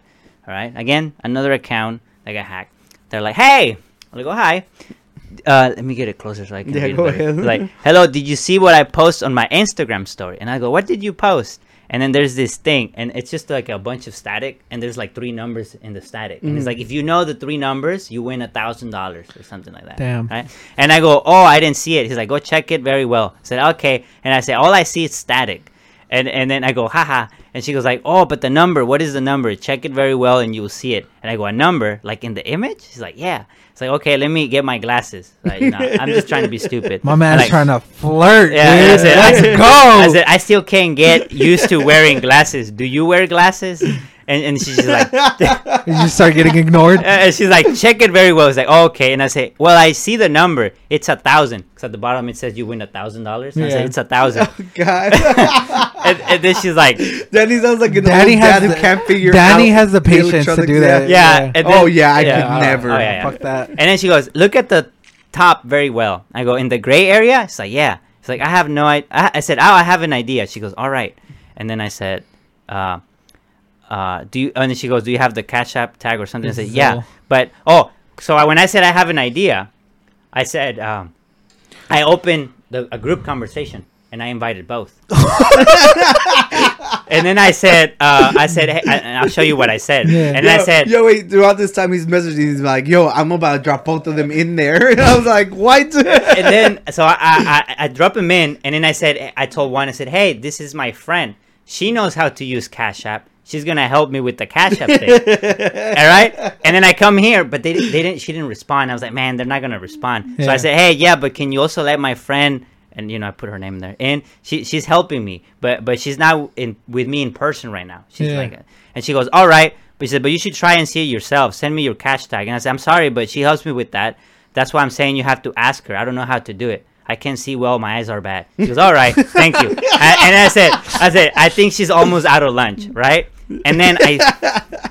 Speaker 2: All right. Again, another account that got hacked. They're like, hey. I'm like, oh, hi. Uh, let me get it closer so I can
Speaker 1: Yeah,
Speaker 2: read it
Speaker 1: go
Speaker 2: better.
Speaker 1: ahead.
Speaker 2: Like, hello, did you see what I post on my Instagram story? And I go, what did you post? And then there's this thing, and it's just like a bunch of static, and there's like three numbers in the static. And it's like, if you know the three numbers, you win a $1,000 or something like that.
Speaker 4: Damn.
Speaker 2: Right? And I go, oh, I didn't see it. He's like, go check it very well. I said, okay. And I say, all I see is static. And and then I go, haha. And she goes like, oh, but the number, what is the number? Check it very well and you will see it. And I go, a number? Like in the image? She's like, yeah. It's like, okay, let me get my glasses. Like, no, I'm just trying to be stupid.
Speaker 4: My man's
Speaker 2: like,
Speaker 4: trying to flirt,
Speaker 2: Yeah,
Speaker 4: dude.
Speaker 2: that's it.
Speaker 4: Let's
Speaker 2: *laughs* I- I
Speaker 4: go.
Speaker 2: said, I still can't get used to wearing glasses. Do you wear glasses? And, and she's just like,
Speaker 4: *laughs* you just start
Speaker 2: *laughs*
Speaker 4: getting ignored.
Speaker 2: and she's like, check it very well. It's like, okay. And I say, well, I see the number. It's a thousand. Because at the bottom it says you win a thousand dollars. I
Speaker 4: Yeah.
Speaker 2: say, it's a
Speaker 4: *laughs*
Speaker 2: thousand.
Speaker 1: *laughs* God. *laughs*
Speaker 2: and, and then she's like,
Speaker 1: Danny sounds like an
Speaker 4: Danny
Speaker 1: old
Speaker 4: has
Speaker 1: dad who
Speaker 4: the-
Speaker 1: can't figure
Speaker 4: Danny
Speaker 1: out
Speaker 4: has the
Speaker 1: the
Speaker 4: patience to
Speaker 1: electronic-
Speaker 4: do that.
Speaker 1: Yeah.
Speaker 2: yeah.
Speaker 4: Yeah.
Speaker 2: and then-
Speaker 1: Oh, yeah, I could
Speaker 2: all right.
Speaker 1: never.
Speaker 2: Oh, yeah, yeah.
Speaker 4: Fuck that.
Speaker 2: And then she goes, look at the top very well. I go, in the gray area? It's like, yeah. It's like, I have no idea. I, I said, oh, I have an idea. She goes, all right. And then I said, uh, uh, do you, and then she goes, do you have the Cash App tag or something? I said, yeah.
Speaker 4: Zelle.
Speaker 2: But, oh, so I, when I said I have an idea, I said, um, I opened the, a group conversation and I invited
Speaker 4: *laughs*
Speaker 2: both. and then I said, uh, I said, hey, I, and I'll show you what I said.
Speaker 4: Yeah.
Speaker 2: And
Speaker 1: Yo,
Speaker 2: I said,
Speaker 1: yo, wait. Throughout this time, he's messaging. He's like, "Yo, I'm about to drop both of them in there." *laughs* And I was like, "What?" *laughs*
Speaker 2: and then so I, I I- I drop him in, and then I said I told one I said, hey, this is my friend. She knows how to use Cash App. She's gonna help me with the Cash App thing. All right. And then I come here, but they didn't- they didn't. She didn't respond. I was like, man, they're not gonna respond. So I
Speaker 4: Yeah.
Speaker 2: said, hey, yeah, but can you also let my friend and you know I put her name there, and she she's helping me, but but she's not in with me in person right now. She's
Speaker 4: Yeah.
Speaker 2: like, and she goes, all right. But she said, but you should try and see it yourself. Send me your cash tag. And I said, I'm sorry, but she helps me with that. That's why I'm saying you have to ask her. I don't know how to do it. I can't see well. My eyes are bad. She goes, all right, thank
Speaker 4: *laughs*
Speaker 2: you. I, and I said, I said, I think she's almost out of lunch, right? And then
Speaker 4: *laughs*
Speaker 2: I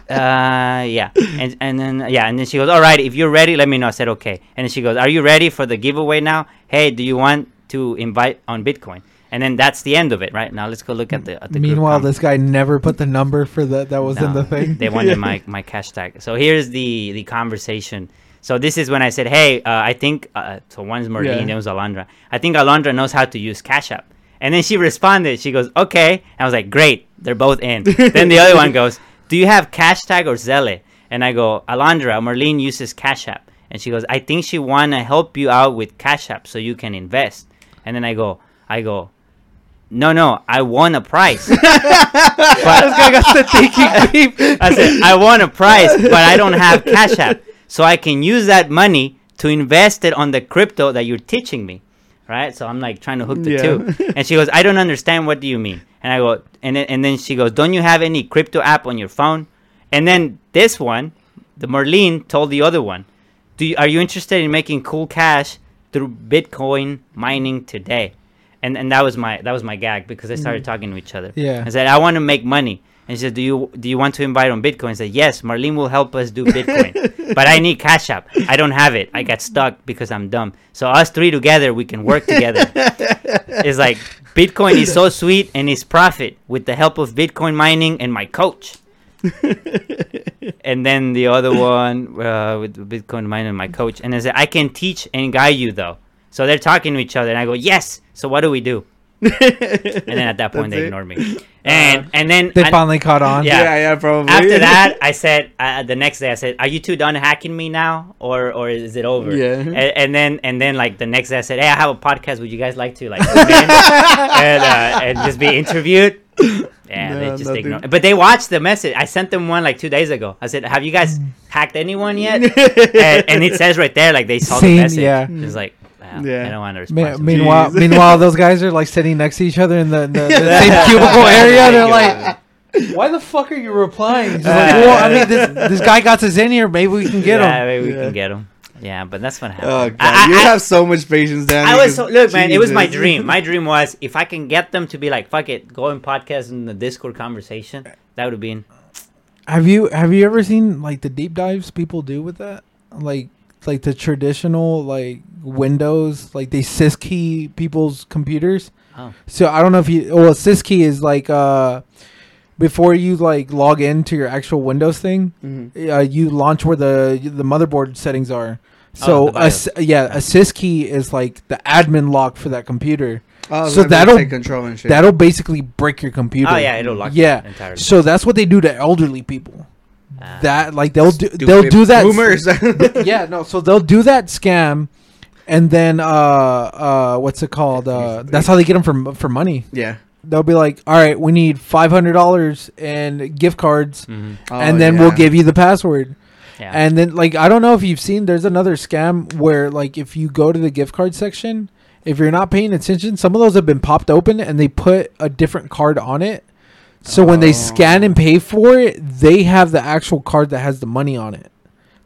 Speaker 2: uh yeah and and then yeah and then she goes all right if you're ready let me know i said okay and then she goes are you ready for the giveaway now hey do you want to invite on bitcoin and then that's the end of it right now let's go look at the at the group
Speaker 4: Meanwhile,
Speaker 2: comment.
Speaker 4: this guy never put the number for the that was in
Speaker 2: No,
Speaker 4: the thing.
Speaker 2: they wanted
Speaker 4: *laughs*
Speaker 2: my my cash tag so here's the the conversation so this is when i said hey uh, i think uh, so one's Maureen,
Speaker 4: Yeah.
Speaker 2: and it was alondra i think alondra knows how to use cash app and then she responded she goes okay and i was like great they're both in
Speaker 4: *laughs*
Speaker 2: then the other one goes do you have cash tag or zelle and i go alondra Marlene uses cash app and she goes i think she want to help you out with cash app so you can invest And then I go, I go, no, no, I won a prize. but I
Speaker 4: got the thinking deep.
Speaker 2: said, I won a prize, but I don't have Cash App. So I can use that money to invest it on the crypto that you're teaching me. Right? So I'm like trying to hook the
Speaker 1: Yeah.
Speaker 2: two. And she goes, I don't understand. What do you mean? And I go, and then, and then she goes, Don't you have any crypto app on your phone? And then this one, the Merlin told the other one, do you, are you interested in making cool cash through Bitcoin mining today? And and that was my that was my gag because they started talking to each other.
Speaker 4: Yeah.
Speaker 2: I said I want to make money. And she said, "Do you do you want to invite on Bitcoin?" I said, "Yes, Marlene will help us do Bitcoin, but I need Cash App. I don't have it. I got stuck because I'm dumb. So us three together, we can work together. it's like Bitcoin is so sweet and it's profit with the help of Bitcoin mining and my coach." and then the
Speaker 1: *coughs*
Speaker 2: other one uh, with the Bitcoin miner, my coach, and I said, I can teach and guide you though. So they're talking to each other, and I go, yes. So what do we do? and then at that
Speaker 1: That's
Speaker 2: point, they
Speaker 1: it.
Speaker 2: ignored me, and and then
Speaker 4: They
Speaker 2: I-
Speaker 4: finally caught on.
Speaker 2: Yeah.
Speaker 1: yeah, probably.
Speaker 2: after
Speaker 1: *laughs*
Speaker 2: that, I said uh, the next day, I said, "Are you two done hacking me now, or or is it over?"
Speaker 1: Yeah.
Speaker 2: And, and then and then like the next day, I said, "Hey, I have a podcast. Would you guys like
Speaker 1: *laughs*
Speaker 2: to like come in and, uh, and just be interviewed?" Yeah,
Speaker 1: No,
Speaker 2: they just
Speaker 1: nothing.
Speaker 2: ignored. But they watched the message. I sent them one like two days ago. I said, "Have you guys
Speaker 1: Mm.
Speaker 2: hacked anyone yet?"
Speaker 1: *laughs*
Speaker 2: and, and it says right there, like they saw
Speaker 4: Seen,
Speaker 2: the message.
Speaker 4: yeah.
Speaker 2: It's like, wow,
Speaker 1: Yeah.
Speaker 2: I don't want to respond.
Speaker 4: Me-
Speaker 2: to this.
Speaker 4: meanwhile,
Speaker 1: Jeez.
Speaker 4: meanwhile, those guys are like sitting next to each other in the,
Speaker 2: *laughs*
Speaker 4: the, the same cubicle area. They're like, "Why the fuck are you replying?" Just like, well, I mean, this, this guy got us in here. Maybe we can get
Speaker 2: Uh, yeah,
Speaker 4: him.
Speaker 2: maybe we
Speaker 1: Yeah.
Speaker 2: can get them. Yeah, but that's what happened.
Speaker 1: Oh, God.
Speaker 2: I- I-
Speaker 1: you
Speaker 2: I-
Speaker 1: have so much patience, Dan.
Speaker 2: I was so, look, man. It was my dream. My dream was if I can get them to be like, fuck it, go and podcast in the Discord conversation. That would have been
Speaker 4: Have you have you ever seen like the deep dives people do with that? Like like the traditional like Windows, like they syskey people's computers.
Speaker 2: Oh.
Speaker 4: So I don't know if you well syskey is like uh before you like log into your actual Windows thing,
Speaker 1: Mm-hmm.
Speaker 4: uh, you launch where the the motherboard settings are. So
Speaker 2: Oh, the
Speaker 4: a
Speaker 2: BIOS.
Speaker 4: s yeah, a syskey is like the admin lock for that computer.
Speaker 1: Oh,
Speaker 4: So
Speaker 1: so that'll
Speaker 4: that'll-
Speaker 1: take control and shit.
Speaker 4: That'll basically break your computer.
Speaker 2: Oh, yeah, it'll lock it
Speaker 4: yeah.
Speaker 2: entirely.
Speaker 4: So that's what they do to elderly people.
Speaker 2: Ah.
Speaker 4: that like they'll do
Speaker 1: Stupid
Speaker 4: they'll do that. *laughs*
Speaker 1: Boomers. *laughs*
Speaker 4: yeah, no. So they'll do that scam, and then uh uh what's it called? Uh, that's how they get them for for money.
Speaker 1: yeah.
Speaker 4: They'll be like, all right, we need five hundred dollars and gift cards,
Speaker 1: Oh,
Speaker 4: and then we'll
Speaker 1: yeah.
Speaker 4: give you the password.
Speaker 2: Mm-hmm. yeah.
Speaker 4: And then like I don't know if you've seen there's another scam where like if you go to the gift card section, if you're not paying attention, some of those have been popped open and they put a different card on it. So when
Speaker 1: Oh.
Speaker 4: they scan and pay for it, they have the actual card that has the money on it.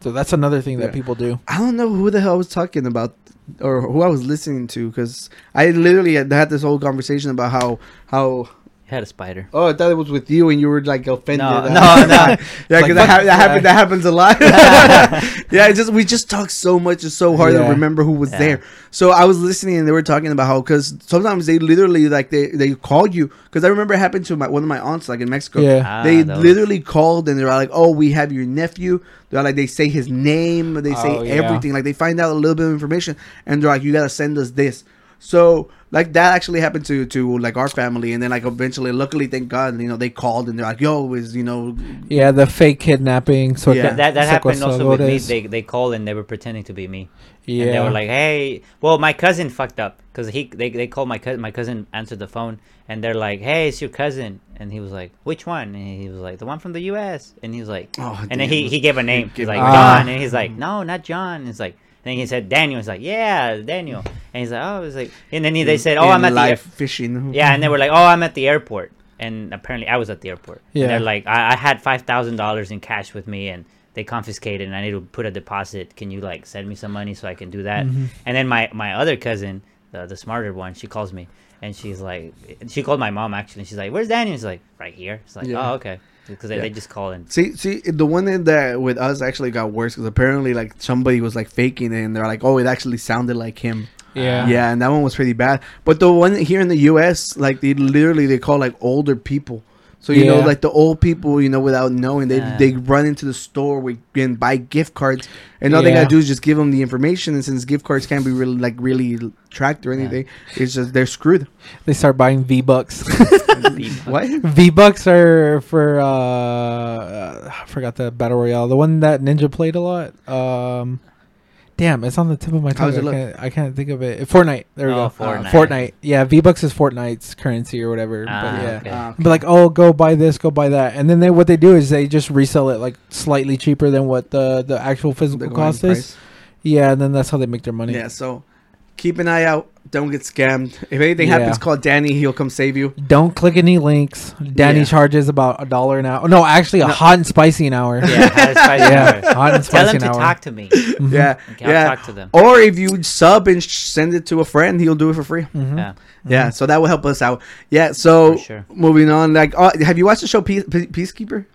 Speaker 4: So that's another thing
Speaker 1: Yeah.
Speaker 4: that people do.
Speaker 1: I don't know who the hell I was talking about or who I was listening to because I literally had had this whole conversation about how how
Speaker 2: He had a spider.
Speaker 1: oh I thought it was with you and you were like offended.
Speaker 2: No,
Speaker 1: I-
Speaker 2: no,
Speaker 1: *laughs*
Speaker 4: *laughs*
Speaker 2: no.
Speaker 1: yeah,
Speaker 4: Like,
Speaker 1: because that,
Speaker 4: fuck
Speaker 1: hap- that
Speaker 4: this
Speaker 1: happens.
Speaker 4: guy.
Speaker 1: That happens a lot.
Speaker 4: *laughs*
Speaker 1: *laughs* yeah, it's just we just talk so much. It's so hard to
Speaker 4: Yeah.
Speaker 1: remember who was
Speaker 2: Yeah.
Speaker 1: there. So I was listening, and they were talking about how because sometimes they literally like they they call you because I remember it happened to my one of my aunts like in Mexico.
Speaker 4: Yeah.
Speaker 2: Ah,
Speaker 1: they
Speaker 2: those.
Speaker 1: literally called and they're like, "Oh, we have your nephew." They're like, they say his name, they say
Speaker 4: Oh, yeah.
Speaker 1: everything. Like they find out a little bit of information, and they're like, "You gotta send us this." So like that actually happened to to like our family, and then like eventually, luckily, thank God, you know, they called and they're like, "Yo, is you know,
Speaker 4: Yeah, the fake kidnapping. So
Speaker 1: Yeah.
Speaker 2: That, that, that happened also with me.
Speaker 4: secuestradores.
Speaker 2: They, they called and they were pretending to be me.
Speaker 4: yeah.
Speaker 2: And they were like, "Hey, well, my cousin fucked up because he they, they called my cousin. My cousin answered the phone, and they're like, "Hey, it's your cousin," and he was like, "Which one?" And he was like, "The one from the U.S." And he was like,
Speaker 1: Oh,
Speaker 2: and then he,
Speaker 1: damn.
Speaker 2: he gave a name.
Speaker 1: gave
Speaker 2: He's like
Speaker 1: a Ah.
Speaker 4: name.
Speaker 2: John, and he's like, "No, not John." And he's like, and then he said Daniel. He's like, "Yeah, Daniel." And he's like, "Oh," he's like, and then he, they said, "Oh,
Speaker 1: in
Speaker 2: I'm at
Speaker 1: live
Speaker 2: the air-
Speaker 4: uh-huh.
Speaker 1: fishing."
Speaker 2: yeah," and they were like, "Oh, I'm at the airport." And apparently, I was at the airport. And
Speaker 4: Yeah.
Speaker 2: they're like, I, "I had five thousand dollars in cash with me, and they confiscated, and I need to put a deposit. Can you like send me some money so I can do that?" And then my my other cousin, the the smarter one, she calls me, and she's like, she called my mom actually, and she's like, "Where's Daniel?" She's like, "Right here." It's like,
Speaker 1: Yeah.
Speaker 2: "Oh, okay," because they, they just call and
Speaker 1: See, see, the one that- that with us actually got worse because apparently, like somebody was like faking it, and they're like, "Oh, it actually sounded like him."
Speaker 4: yeah.
Speaker 1: Yeah, and that one was pretty bad. But the one here in the U.S., like they literally they call like older people. So you know,
Speaker 4: Yeah.
Speaker 1: like the old people, you know, without knowing, they
Speaker 2: Yeah.
Speaker 1: they run into the store with, and buy gift cards, and all they
Speaker 4: Yeah.
Speaker 1: gotta do is just give them the information. And since gift cards can't be really like really tracked or anything, it's just they're screwed.
Speaker 4: They start buying V Bucks.
Speaker 1: What?
Speaker 4: V Bucks are for uh, I forgot the battle royale, the one that Ninja played a lot. Um, Damn, it's on the tip of my
Speaker 1: How
Speaker 4: tongue.
Speaker 1: does
Speaker 4: I
Speaker 1: it look?
Speaker 4: can't, I can't think of it. Fortnite. There we
Speaker 2: Oh,
Speaker 4: go.
Speaker 2: Fortnite.
Speaker 4: Fortnite. Yeah, V Bucks is Fortnite's currency or whatever.
Speaker 2: Ah,
Speaker 4: but yeah.
Speaker 2: okay.
Speaker 1: Ah,
Speaker 4: But like, oh, go buy this, go buy that, and then they what they do is they just resell it like slightly cheaper than what the the actual
Speaker 1: the
Speaker 4: physical
Speaker 1: going
Speaker 4: cost is.
Speaker 1: price.
Speaker 4: Yeah, and then that's how they make their money.
Speaker 1: Yeah, so keep an eye out. Don't get scammed. If anything happens,
Speaker 4: Yeah.
Speaker 1: call Danny. He'll come save you.
Speaker 4: Don't click any links. Danny
Speaker 1: Yeah.
Speaker 4: charges about a dollar an hour. Oh, No, actually, a hot and spicy
Speaker 1: *laughs*
Speaker 4: an hour.
Speaker 2: Yeah, how does Spicy
Speaker 4: Yeah,
Speaker 2: work?
Speaker 4: *laughs* hot
Speaker 2: Tell
Speaker 4: and spicy
Speaker 2: them
Speaker 4: an
Speaker 2: to
Speaker 4: hour.
Speaker 2: talk to me.
Speaker 4: Mm-hmm.
Speaker 1: Yeah,
Speaker 2: Okay, I'll
Speaker 1: yeah. Oh,
Speaker 2: talk to them.
Speaker 1: Or if you sub and sh- send it to a friend, he'll do it for free.
Speaker 4: Mm-hmm.
Speaker 2: Yeah.
Speaker 1: Yeah, so that will help us out. Yeah, so
Speaker 2: For sure.
Speaker 1: moving on, like, uh, have you watched the show Peace, Pe- Peacekeeper?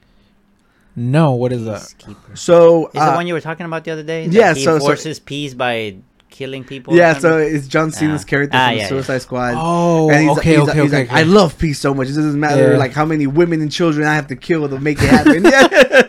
Speaker 4: No, what is that?
Speaker 2: Peacekeeper. Is
Speaker 1: So
Speaker 2: the
Speaker 1: uh,
Speaker 2: one you were talking about the other day? that
Speaker 1: yeah,
Speaker 2: He
Speaker 1: so- so-
Speaker 2: forces peace by killing people. or
Speaker 1: yeah, so
Speaker 2: something?
Speaker 1: it's John Cena's
Speaker 2: Ah.
Speaker 1: character
Speaker 2: Ah,
Speaker 1: from
Speaker 2: yeah, yeah.
Speaker 1: the Suicide Squad.
Speaker 4: Oh,
Speaker 1: And he's,
Speaker 4: okay,
Speaker 1: he's,
Speaker 4: okay,
Speaker 1: he's
Speaker 4: okay,
Speaker 1: like,
Speaker 4: okay.
Speaker 1: I love peace so much. It doesn't matter
Speaker 4: Yeah.
Speaker 1: like how many women and children I have to kill to
Speaker 4: *laughs*
Speaker 1: make it happen. *laughs* yeah.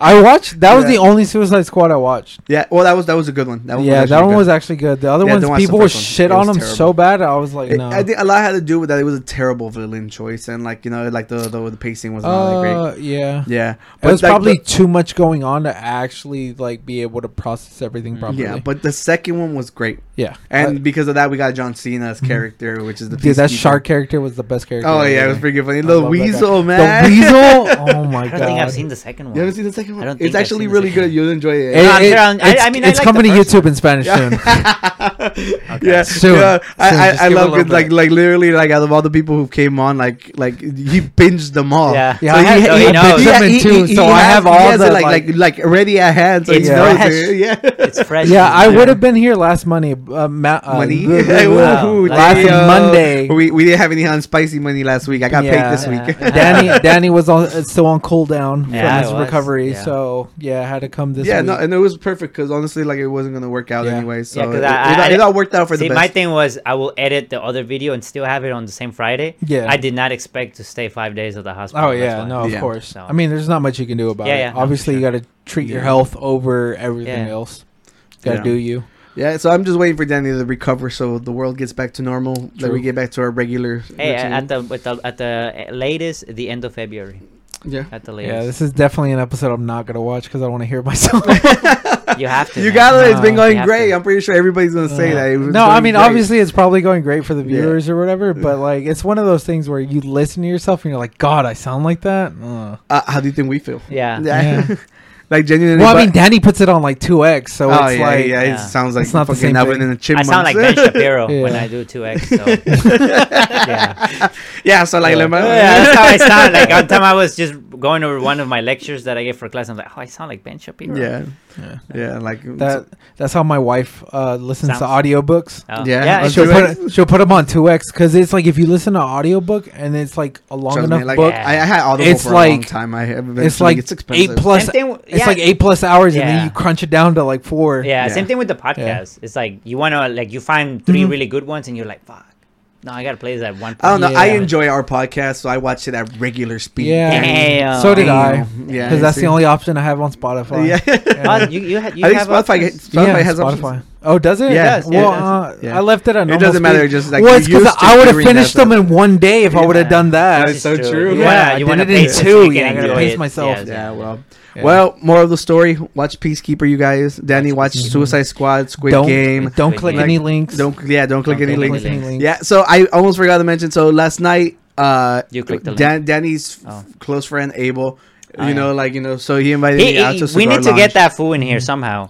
Speaker 4: I watched. That was
Speaker 1: Yeah.
Speaker 4: the only Suicide Squad I watched.
Speaker 1: yeah, well, that was that was a good one. That one
Speaker 4: yeah,
Speaker 1: was
Speaker 4: that one
Speaker 1: actually
Speaker 4: was actually good. The other
Speaker 1: Yeah,
Speaker 4: ones,
Speaker 1: don't watch the
Speaker 4: people were
Speaker 1: first one.
Speaker 4: shit
Speaker 1: It
Speaker 4: on
Speaker 1: was
Speaker 4: them
Speaker 1: terrible.
Speaker 4: so bad. I was like,
Speaker 1: good. It-
Speaker 4: no.
Speaker 1: I think a lot had to do with that. It was a terrible villain choice, and like you know, like the the, the pacing was not that great.
Speaker 4: uh, yeah.
Speaker 1: Yeah,
Speaker 4: It was
Speaker 1: like,
Speaker 4: probably
Speaker 1: the-
Speaker 4: too much going on to actually like be able to process everything properly.
Speaker 1: Mm. yeah, but the second one was great.
Speaker 4: yeah,
Speaker 1: And
Speaker 4: Uh, mm-hmm.
Speaker 1: because of that, we got John Cena's character, which is the
Speaker 4: dude, that
Speaker 1: peacekeeper.
Speaker 4: shark character was the best character.
Speaker 1: Oh
Speaker 4: I've
Speaker 1: yeah, it
Speaker 4: ever
Speaker 1: was
Speaker 4: seen.
Speaker 1: pretty good. Funny.
Speaker 4: I
Speaker 1: The
Speaker 4: love that guy.
Speaker 1: weasel, man. *laughs*
Speaker 4: The weasel. Oh my
Speaker 2: I
Speaker 4: god!
Speaker 2: don't think I've seen the second one.
Speaker 1: You haven't seen the second one?
Speaker 2: I don't think
Speaker 1: it's
Speaker 2: I've
Speaker 1: actually
Speaker 2: seen the
Speaker 1: really
Speaker 2: second
Speaker 1: good.
Speaker 2: one.
Speaker 1: You'll enjoy it.
Speaker 4: It-
Speaker 2: No, I'm
Speaker 4: it-
Speaker 2: sure I'm- I-
Speaker 4: it's
Speaker 2: I mean, I
Speaker 4: it's
Speaker 2: like the
Speaker 4: coming to
Speaker 2: first
Speaker 4: YouTube in Spanish *laughs*
Speaker 2: *laughs*
Speaker 4: soon.
Speaker 1: Yeah,
Speaker 4: Soon.
Speaker 1: yeah. I,
Speaker 4: Soon,
Speaker 1: I,
Speaker 4: just
Speaker 1: I
Speaker 4: give it a
Speaker 1: love
Speaker 4: little
Speaker 1: it. Like,
Speaker 4: bit.
Speaker 1: like literally, like out of all the people who came on, like, like he binged them all.
Speaker 2: Yeah.
Speaker 4: Yeah,
Speaker 1: So
Speaker 4: I
Speaker 1: he-
Speaker 4: have,
Speaker 1: he-
Speaker 2: he knows.
Speaker 4: them in too, so I have
Speaker 1: he
Speaker 4: all
Speaker 1: has
Speaker 4: the
Speaker 1: it, like,
Speaker 4: like.
Speaker 1: like, like, ready at hand. So he
Speaker 4: It's
Speaker 1: knows
Speaker 2: fresh.
Speaker 1: it. *laughs* Yeah.
Speaker 2: It's fresh.
Speaker 4: yeah, I
Speaker 2: It's
Speaker 4: would
Speaker 2: there.
Speaker 4: have been here last money. Uh, ma- uh,
Speaker 1: money. *laughs*
Speaker 4: blah, blah,
Speaker 1: Hey,
Speaker 4: blah.
Speaker 2: wow.
Speaker 1: woohoo,
Speaker 4: Last
Speaker 1: damn. *laughs*
Speaker 4: Monday.
Speaker 1: We, we didn't have any on spicy money last week. I got
Speaker 4: Yeah.
Speaker 1: paid this *laughs*
Speaker 2: Yeah.
Speaker 1: week.
Speaker 4: Danny, Danny was on, uh, still on cooldown
Speaker 2: Yeah, I
Speaker 4: from his
Speaker 2: was,
Speaker 4: recovery,
Speaker 2: yeah.
Speaker 4: so yeah, I had to come this.
Speaker 1: yeah,
Speaker 4: week.
Speaker 1: no, and it was perfect because honestly, like, it wasn't gonna work out
Speaker 4: Yeah.
Speaker 1: anyway. So
Speaker 2: Yeah, 'cause
Speaker 1: it,
Speaker 2: I-
Speaker 1: it-
Speaker 2: I-
Speaker 1: it all worked out for
Speaker 2: See,
Speaker 1: the
Speaker 2: my
Speaker 1: best.
Speaker 2: thing was I will edit the other video and still have it on the same Friday.
Speaker 4: Yeah.
Speaker 2: I did not expect to stay five days at the hospital.
Speaker 4: Oh
Speaker 2: that's
Speaker 4: yeah,
Speaker 2: why.
Speaker 4: no, of
Speaker 1: Yeah.
Speaker 4: course.
Speaker 2: So-
Speaker 4: I mean, there's not much you can do about
Speaker 2: Yeah,
Speaker 4: it.
Speaker 2: yeah, no, for
Speaker 4: Obviously, you got to treat your
Speaker 1: Yeah.
Speaker 4: health over everything
Speaker 2: Yeah.
Speaker 4: else. Got to
Speaker 1: Yeah.
Speaker 4: do you.
Speaker 1: Yeah, so I'm just waiting for Danny to recover so the world gets back to normal. That we
Speaker 4: True.
Speaker 1: get back to our regular.
Speaker 2: Hey,
Speaker 1: routine.
Speaker 2: at the, at the at the latest, the end of February.
Speaker 1: yeah.
Speaker 2: At the
Speaker 4: Yeah,
Speaker 2: latest,
Speaker 4: this is definitely an episode I'm not gonna watch because I want to hear *laughs* myself.
Speaker 2: you have
Speaker 1: *laughs*
Speaker 2: to.
Speaker 1: You
Speaker 2: man.
Speaker 1: got it. It's been
Speaker 4: Uh,
Speaker 1: going
Speaker 2: you have
Speaker 1: great.
Speaker 2: to.
Speaker 1: I'm pretty sure everybody's gonna *laughs* say
Speaker 4: Uh,
Speaker 1: that. It was
Speaker 4: no, I
Speaker 1: going
Speaker 4: mean,
Speaker 1: great.
Speaker 4: obviously, it's probably going great for the
Speaker 1: Yeah.
Speaker 4: viewers or whatever. But like, it's one of those things where you listen to yourself and you're like, God, I sound like that. Uh.
Speaker 1: Uh, how do you think we feel?
Speaker 2: Yeah.
Speaker 1: Yeah.
Speaker 4: Yeah.
Speaker 1: *laughs* like genuinely.
Speaker 4: Well, I mean,
Speaker 1: but-
Speaker 4: Danny puts it on like two X, so
Speaker 1: oh
Speaker 4: it's
Speaker 1: yeah,
Speaker 4: like,
Speaker 1: yeah,
Speaker 4: yeah,
Speaker 1: It
Speaker 2: Yeah.
Speaker 1: sounds like
Speaker 4: It's not the
Speaker 1: fucking
Speaker 4: same
Speaker 1: oven
Speaker 4: thing.
Speaker 1: in a
Speaker 2: I
Speaker 1: chipmunk. *laughs*
Speaker 2: sound like Ben Shapiro when
Speaker 4: *laughs* Yeah.
Speaker 2: I do two X. So. yeah.
Speaker 1: yeah, so like, let me-
Speaker 2: yeah, that's how I sound. Like one time I was just going over one of my lectures that I gave for class. I'm like, oh, I sound like Ben
Speaker 1: *laughs*
Speaker 2: Shapiro.
Speaker 1: yeah,
Speaker 4: Yeah.
Speaker 1: yeah, like
Speaker 4: that. That's how my wife uh, listens to
Speaker 2: Sounds-
Speaker 4: audiobooks.
Speaker 2: Oh.
Speaker 1: Yeah,
Speaker 2: yeah.
Speaker 1: I'll
Speaker 2: it's
Speaker 4: She'll
Speaker 1: do
Speaker 2: true.
Speaker 1: it.
Speaker 4: put, she'll put them on 2x because it's like if you listen to audiobook and it's like a long
Speaker 1: Trust me,
Speaker 4: enough
Speaker 1: like,
Speaker 4: book
Speaker 1: I, I had Audible
Speaker 4: It's
Speaker 1: for a long
Speaker 4: like-
Speaker 1: time. I have
Speaker 4: it's like
Speaker 1: it's
Speaker 4: eight
Speaker 1: expensive.
Speaker 4: plus
Speaker 2: Same thing w-
Speaker 4: it's
Speaker 2: yeah.
Speaker 4: like eight plus hours and
Speaker 2: Yeah.
Speaker 4: then you crunch it down to like four
Speaker 2: Yeah,
Speaker 1: Yeah.
Speaker 2: same thing with the podcast. It's like you want to like you find 3
Speaker 4: Mhm.
Speaker 2: really good ones and you're like, fuck, no, I gotta play that one.
Speaker 1: I don't know. I
Speaker 4: Yeah.
Speaker 1: enjoy our podcast, so I watch it at regular speed.
Speaker 4: Yeah.
Speaker 2: Damn.
Speaker 4: so did i
Speaker 1: Damn. *laughs* Yeah,
Speaker 4: because
Speaker 1: you
Speaker 4: that's
Speaker 1: see.
Speaker 4: the only option i have on spotify *laughs*
Speaker 1: Yeah.
Speaker 2: Oh, you, you, ha- you
Speaker 1: I think
Speaker 2: have
Speaker 1: Spotify,
Speaker 2: options?
Speaker 1: Spotify
Speaker 4: Yeah,
Speaker 1: has options.
Speaker 4: oh does it
Speaker 1: Yeah, It does,
Speaker 4: well
Speaker 1: it does.
Speaker 4: Uh,
Speaker 1: Yeah.
Speaker 4: i left it on
Speaker 1: It
Speaker 4: normal
Speaker 1: doesn't matter,
Speaker 4: speed.
Speaker 1: just, like,
Speaker 4: well it's
Speaker 1: you're
Speaker 4: because
Speaker 1: used to
Speaker 4: i would have
Speaker 1: hearing that
Speaker 4: finished them in one day if i would have
Speaker 2: Yeah.
Speaker 4: done that
Speaker 1: That is so
Speaker 2: This is
Speaker 1: true.
Speaker 2: You
Speaker 1: Yeah,
Speaker 2: wanna-
Speaker 4: I
Speaker 2: you wanna
Speaker 4: did it in
Speaker 2: pace it
Speaker 4: two.
Speaker 2: so you
Speaker 4: Yeah,
Speaker 2: can
Speaker 4: I gotta
Speaker 2: enjoy
Speaker 4: pace
Speaker 2: it.
Speaker 4: myself.
Speaker 2: Yes,
Speaker 1: Yeah, well,
Speaker 4: Yeah.
Speaker 1: well, more of the story. Watch Peacekeeper, you guys. Danny watched Suicide Squad, Squid
Speaker 4: don't
Speaker 1: Game.
Speaker 4: don't
Speaker 2: Squid
Speaker 4: click
Speaker 2: Game.
Speaker 4: any links
Speaker 1: Don't yeah, don't click
Speaker 2: Don't
Speaker 1: any
Speaker 2: click
Speaker 1: links.
Speaker 2: any
Speaker 1: Yeah, so I almost forgot to mention. So last night, uh,
Speaker 2: You clicked the
Speaker 1: Dan- Danny's f-
Speaker 2: Oh.
Speaker 1: close friend Abel.
Speaker 2: Oh,
Speaker 1: you
Speaker 2: yeah.
Speaker 1: know, like you know, so he invited
Speaker 2: He-
Speaker 1: me out
Speaker 2: he-
Speaker 1: to.
Speaker 2: we
Speaker 1: cigar
Speaker 2: need to get
Speaker 1: lounge.
Speaker 2: that fool in here somehow.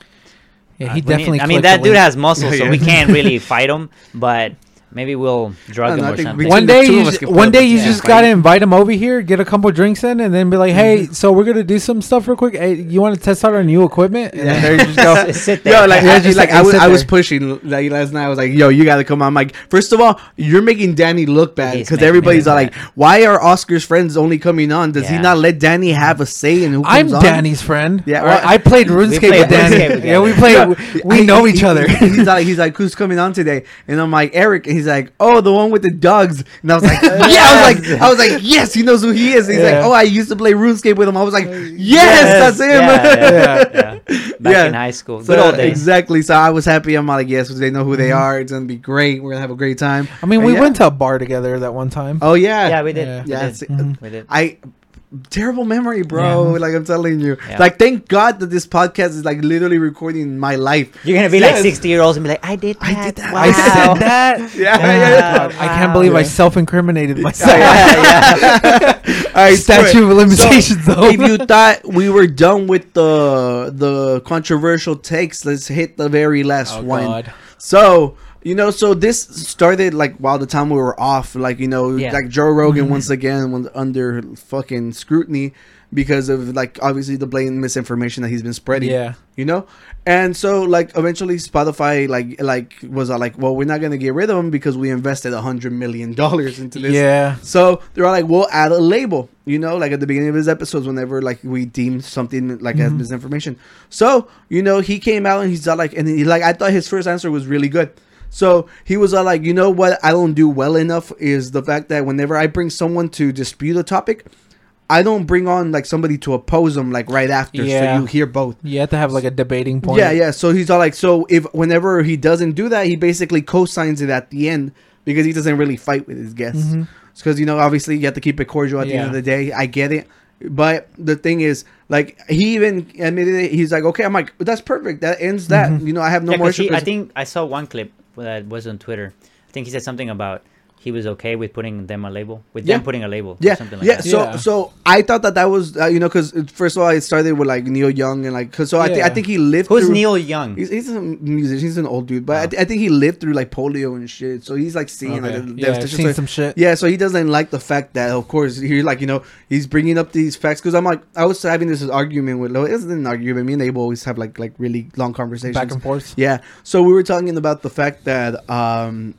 Speaker 4: yeah
Speaker 2: Uh,
Speaker 4: he
Speaker 2: we
Speaker 4: definitely
Speaker 2: Need, I mean,
Speaker 4: clicked
Speaker 2: that
Speaker 4: the
Speaker 2: dude
Speaker 4: link.
Speaker 2: has muscles, so
Speaker 4: *laughs*
Speaker 1: Yeah.
Speaker 2: we can't really fight him. But maybe we'll drug
Speaker 1: I don't
Speaker 2: him
Speaker 1: know, I
Speaker 2: or
Speaker 1: think
Speaker 2: something.
Speaker 1: between
Speaker 4: one
Speaker 1: the
Speaker 4: day,
Speaker 1: two
Speaker 4: you
Speaker 1: of us
Speaker 4: just,
Speaker 1: could put
Speaker 4: one
Speaker 1: up
Speaker 4: day
Speaker 1: a
Speaker 4: you
Speaker 1: fight.
Speaker 4: just gotta invite him over here, get a couple drinks in, and then be like, "Hey, so we're gonna do some stuff real quick. Hey, you want to test out our new equipment?" And
Speaker 1: *laughs*
Speaker 4: then there you just go.
Speaker 2: Sit there.
Speaker 1: Yo, like,
Speaker 4: Yeah,
Speaker 1: I,
Speaker 4: just
Speaker 1: like
Speaker 4: like,
Speaker 1: I was,
Speaker 4: sit
Speaker 1: I was
Speaker 4: there.
Speaker 1: pushing like last night. I was like, "Yo, you gotta come on." I'm like, first of all, you're making Danny look bad
Speaker 2: He's
Speaker 1: because
Speaker 2: making me
Speaker 1: everybody's
Speaker 2: look
Speaker 1: all like, "Why are Oscar's friends only coming on? Does he
Speaker 2: Yeah.
Speaker 1: not let Danny have a say in who comes
Speaker 4: I'm
Speaker 1: on?" *laughs*
Speaker 4: Danny's friend.
Speaker 1: Yeah,
Speaker 4: Yeah,
Speaker 1: well,
Speaker 4: I played RuneScape
Speaker 2: played
Speaker 4: with Danny.
Speaker 2: RuneScape
Speaker 4: yeah, we
Speaker 2: together.
Speaker 4: played.
Speaker 1: Yeah. *laughs*
Speaker 4: we- We
Speaker 1: I-
Speaker 4: know
Speaker 1: he-
Speaker 4: each other.
Speaker 1: he- he's like, he's like, who's coming on today? And I'm like, Eric. And he's like, oh, the one with the dogs. And I was
Speaker 2: *laughs*
Speaker 1: like, yeah. I was like, I was like, yes, he knows who he is. And he's
Speaker 4: Yeah.
Speaker 1: like, oh, I used to play RuneScape with him. I was like, *laughs* yes, that's him. *laughs*
Speaker 2: Yeah, yeah, yeah. Back
Speaker 1: Yeah.
Speaker 2: in high school,
Speaker 1: So,
Speaker 2: good old days.
Speaker 1: uh, Exactly. So I was happy. I'm like, yes, they know who they are. It's gonna be great. We're gonna have a great time.
Speaker 4: Mm-hmm. I mean,
Speaker 1: And
Speaker 4: we
Speaker 1: yeah.
Speaker 4: went to a bar together that one time.
Speaker 1: Oh yeah.
Speaker 2: Yeah, we did. Mm-hmm.
Speaker 4: Yeah.
Speaker 2: We
Speaker 1: Yeah,
Speaker 2: did.
Speaker 1: see-
Speaker 2: We did.
Speaker 1: I terrible memory, bro.
Speaker 2: Yeah.
Speaker 1: Like I'm telling you.
Speaker 2: Yeah.
Speaker 1: Like thank God that this podcast is like literally recording my life.
Speaker 2: You're gonna be
Speaker 1: Yes.
Speaker 2: like 60 year olds and be like, I did that.
Speaker 1: did that.
Speaker 2: Wow.
Speaker 1: I
Speaker 2: *laughs*
Speaker 4: *laughs*
Speaker 1: said
Speaker 4: that.
Speaker 1: Yeah.
Speaker 2: Yeah.
Speaker 4: I can't believe I self-incriminated myself.
Speaker 1: All right, screw it.
Speaker 4: Statute of limitations,
Speaker 1: So,
Speaker 4: though.
Speaker 1: if you thought we were done with the the controversial takes, let's hit the very last
Speaker 4: Oh,
Speaker 1: one.
Speaker 4: God.
Speaker 1: So you know, so this started like while the time we were off, like you know,
Speaker 2: Yeah.
Speaker 1: like Joe Rogan once again was under fucking scrutiny because of like obviously the blatant misinformation that he's been spreading.
Speaker 4: Yeah.
Speaker 1: you know, and so like eventually Spotify like like was uh, like, well, we're not gonna get rid of him because we invested a hundred million dollars into this.
Speaker 4: yeah.
Speaker 1: So they're all like, we'll add a label, you know, like at the beginning of his episodes, whenever like we deem something like
Speaker 4: Mm-hmm.
Speaker 1: as misinformation. So, you know, he came out and he's all like, and he like, I thought his first answer was really good. So he was all like, you know what, I don't do well enough is the fact that whenever I bring someone to dispute a topic, I don't bring on like somebody to oppose them like right after.
Speaker 4: Yeah.
Speaker 1: So you hear both.
Speaker 4: You have to have like a debating point.
Speaker 1: Yeah, yeah. So he's all like, so if whenever he doesn't do that, he basically co-signs it at the end because he doesn't really fight with his guests. Because you know, obviously, you have to keep it cordial at the end of
Speaker 4: Mm-hmm. Yeah.
Speaker 1: the day. I get it, but the thing is, like, he even admitted it. He's like, okay, I'm like, that's perfect. That ends that.
Speaker 4: Mm-hmm.
Speaker 1: You know, I have no
Speaker 2: Yeah,
Speaker 1: more.
Speaker 2: 'cause he-
Speaker 1: issue-
Speaker 2: I think I saw one clip that was on Twitter. I think he said something about he was okay with putting them a label, with them
Speaker 1: Yeah.
Speaker 2: putting a label. or
Speaker 1: Yeah,
Speaker 2: something like
Speaker 1: yeah.
Speaker 2: that.
Speaker 1: So,
Speaker 4: Yeah.
Speaker 1: so I thought that that was uh, you know because first of all, it started with like Neil Young and like 'cause- so I think I
Speaker 4: Yeah.
Speaker 1: think he lived.
Speaker 2: Who's
Speaker 1: through-
Speaker 2: Neil Young?
Speaker 1: He's, he's a musician. He's an old dude, but I, th- I think he lived through like polio and shit. So he's like seeing like
Speaker 4: Okay.
Speaker 1: the
Speaker 4: Yeah, I've
Speaker 1: devastation.
Speaker 4: seen
Speaker 1: So-
Speaker 4: some shit.
Speaker 1: Yeah, so he doesn't like the fact that, of course, he like you know he's bringing up these facts because I'm like I was having this argument with. Lo- It isn't an argument. Me and Abel always have like like really long conversations
Speaker 4: Back and forth.
Speaker 1: Yeah. So we were talking about the fact that um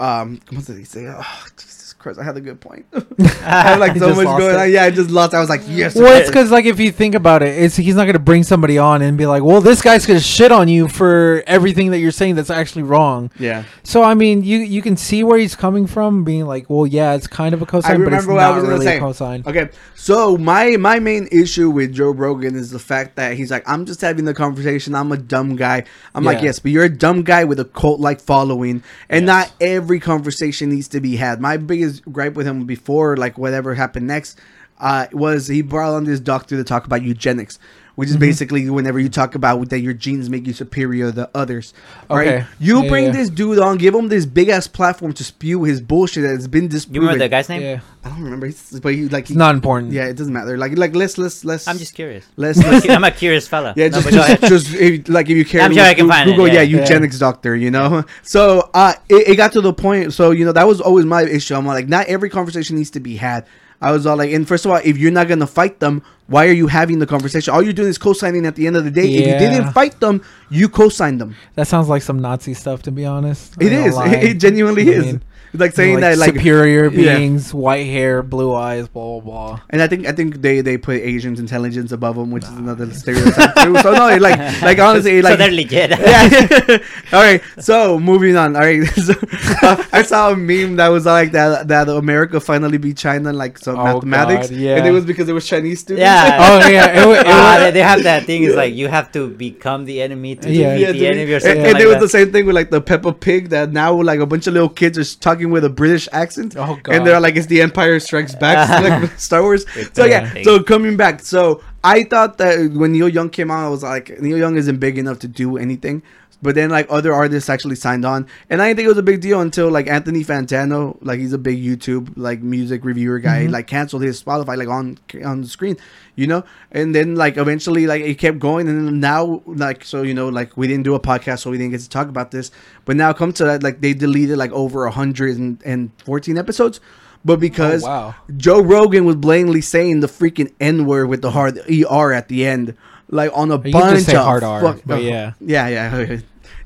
Speaker 1: um what did he say? Oh, Jesus Christ! I had a good point. *laughs* I had like
Speaker 4: *laughs* You
Speaker 1: so
Speaker 4: just
Speaker 1: much
Speaker 4: lost
Speaker 1: going
Speaker 4: it.
Speaker 1: on. Yeah, I just lost. I was like, yes.
Speaker 4: Well, it's because like if you think about it, it's he's not gonna bring somebody on and be like, "Well, this guy's gonna shit on you for everything that you're saying that's actually wrong."
Speaker 1: yeah.
Speaker 4: So I mean, you you can see where he's coming from, being like, "Well, yeah, it's kind of a cosine,
Speaker 1: I
Speaker 4: but it's
Speaker 1: remember what
Speaker 4: not
Speaker 1: I was gonna
Speaker 4: really
Speaker 1: say.
Speaker 4: a cosine."
Speaker 1: Okay, so my my main issue with Joe Rogan is the fact that he's like, I'm just having the conversation. I'm a dumb guy. I'm like,
Speaker 4: Yeah.
Speaker 1: yes, but you're a dumb guy with a cult like following, and
Speaker 2: Yes.
Speaker 1: not every conversation needs to be had. My biggest gripe with him before, like whatever happened next, uh, was he brought on this doctor to talk about eugenics. Which
Speaker 4: Mm-hmm.
Speaker 1: is basically whenever you talk about that your genes make you superior to others, right?
Speaker 4: Okay.
Speaker 1: You
Speaker 4: Yeah,
Speaker 1: bring
Speaker 4: yeah.
Speaker 1: this dude on, give him this big ass platform to spew his bullshit that has been
Speaker 2: you
Speaker 1: disproven.
Speaker 2: remember the guy's name?
Speaker 4: Yeah,
Speaker 1: I don't remember, He's- but he like
Speaker 4: it's not important.
Speaker 1: yeah, it doesn't matter. Like, like let's let's let's.
Speaker 2: I'm just curious. *laughs*
Speaker 1: let's. let's
Speaker 2: I'm a curious fella.
Speaker 1: yeah,
Speaker 2: No,
Speaker 1: just
Speaker 2: but
Speaker 1: *laughs*
Speaker 2: go ahead.
Speaker 1: just, just if, like if you care,
Speaker 2: I'm sure I can
Speaker 1: Google,
Speaker 2: find it,
Speaker 1: Google, yeah,
Speaker 2: yeah.
Speaker 1: eugenics doctor. You know, *laughs* so uh, it, it got to the point. So you know, that was always my issue. I'm like, not every conversation needs to be had. I was all like, and first of all, if you're not gonna fight them, why are you having the conversation? All you're doing is co-signing at the end of the day. If you
Speaker 4: Yeah.
Speaker 1: didn't fight them, you co-signed them.
Speaker 4: that sounds like some Nazi stuff, to be honest. I
Speaker 1: It
Speaker 4: ain't
Speaker 1: is. *laughs*
Speaker 4: gonna
Speaker 1: It,
Speaker 4: lie.
Speaker 1: genuinely
Speaker 4: I
Speaker 1: is.
Speaker 4: mean,
Speaker 1: like saying that, like,
Speaker 4: superior
Speaker 1: Yeah.
Speaker 4: beings, white hair, blue eyes,
Speaker 1: *laughs*
Speaker 4: blah blah blah.
Speaker 1: And I think I think they they put Asians intelligence above them, which is another stereotype too. So no, it,
Speaker 2: *laughs*
Speaker 1: like like honestly,
Speaker 2: so
Speaker 1: like
Speaker 2: they're
Speaker 1: *laughs*
Speaker 2: legit.
Speaker 1: yeah. *laughs* All right. So moving on. All right. *laughs* So, uh, I saw a meme that was like that that America finally beat China in like some
Speaker 4: Oh,
Speaker 1: mathematics,
Speaker 4: God, yeah.
Speaker 1: and it was because it was Chinese students.
Speaker 2: *laughs* yeah.
Speaker 4: *laughs* oh yeah, it, wa- it,
Speaker 2: Ah,
Speaker 4: wa-
Speaker 2: they- they have that thing. It's like you have to become the enemy to
Speaker 4: Yeah.
Speaker 1: *laughs*
Speaker 2: defeat
Speaker 1: Yeah,
Speaker 2: the
Speaker 1: dude.
Speaker 2: enemy or
Speaker 1: and,
Speaker 2: something
Speaker 1: and
Speaker 2: like
Speaker 1: it was
Speaker 2: that.
Speaker 1: the same thing with like the Peppa Pig that now like a bunch of little kids are s- talking with a British accent,
Speaker 4: Oh,
Speaker 1: and
Speaker 4: God.
Speaker 1: they're like, "It's the Empire Strikes Back," *laughs*
Speaker 2: *laughs*
Speaker 1: like Star Wars. So
Speaker 2: the
Speaker 1: yeah,
Speaker 2: thing.
Speaker 1: so coming back, so I thought that when Neil Young came out, I was like, Neil Young isn't big enough to do anything. But then like other artists actually signed on, and I didn't think it was a big deal until like Anthony Fantano, like he's a big YouTube like music reviewer guy, like canceled his Spotify like on on the screen, you know. And then like eventually like it kept going, and then now like so you know like we didn't do a podcast, so we didn't get to talk about this. But now come to that like they deleted like over a hundred and fourteen episodes, but because
Speaker 4: wow.
Speaker 1: Joe Rogan was blatantly saying the freaking N word with the hard ER at the end, like on a bunch
Speaker 4: You can just say
Speaker 1: of
Speaker 4: hard R,
Speaker 1: fuck-
Speaker 4: but yeah.
Speaker 1: yeah, yeah,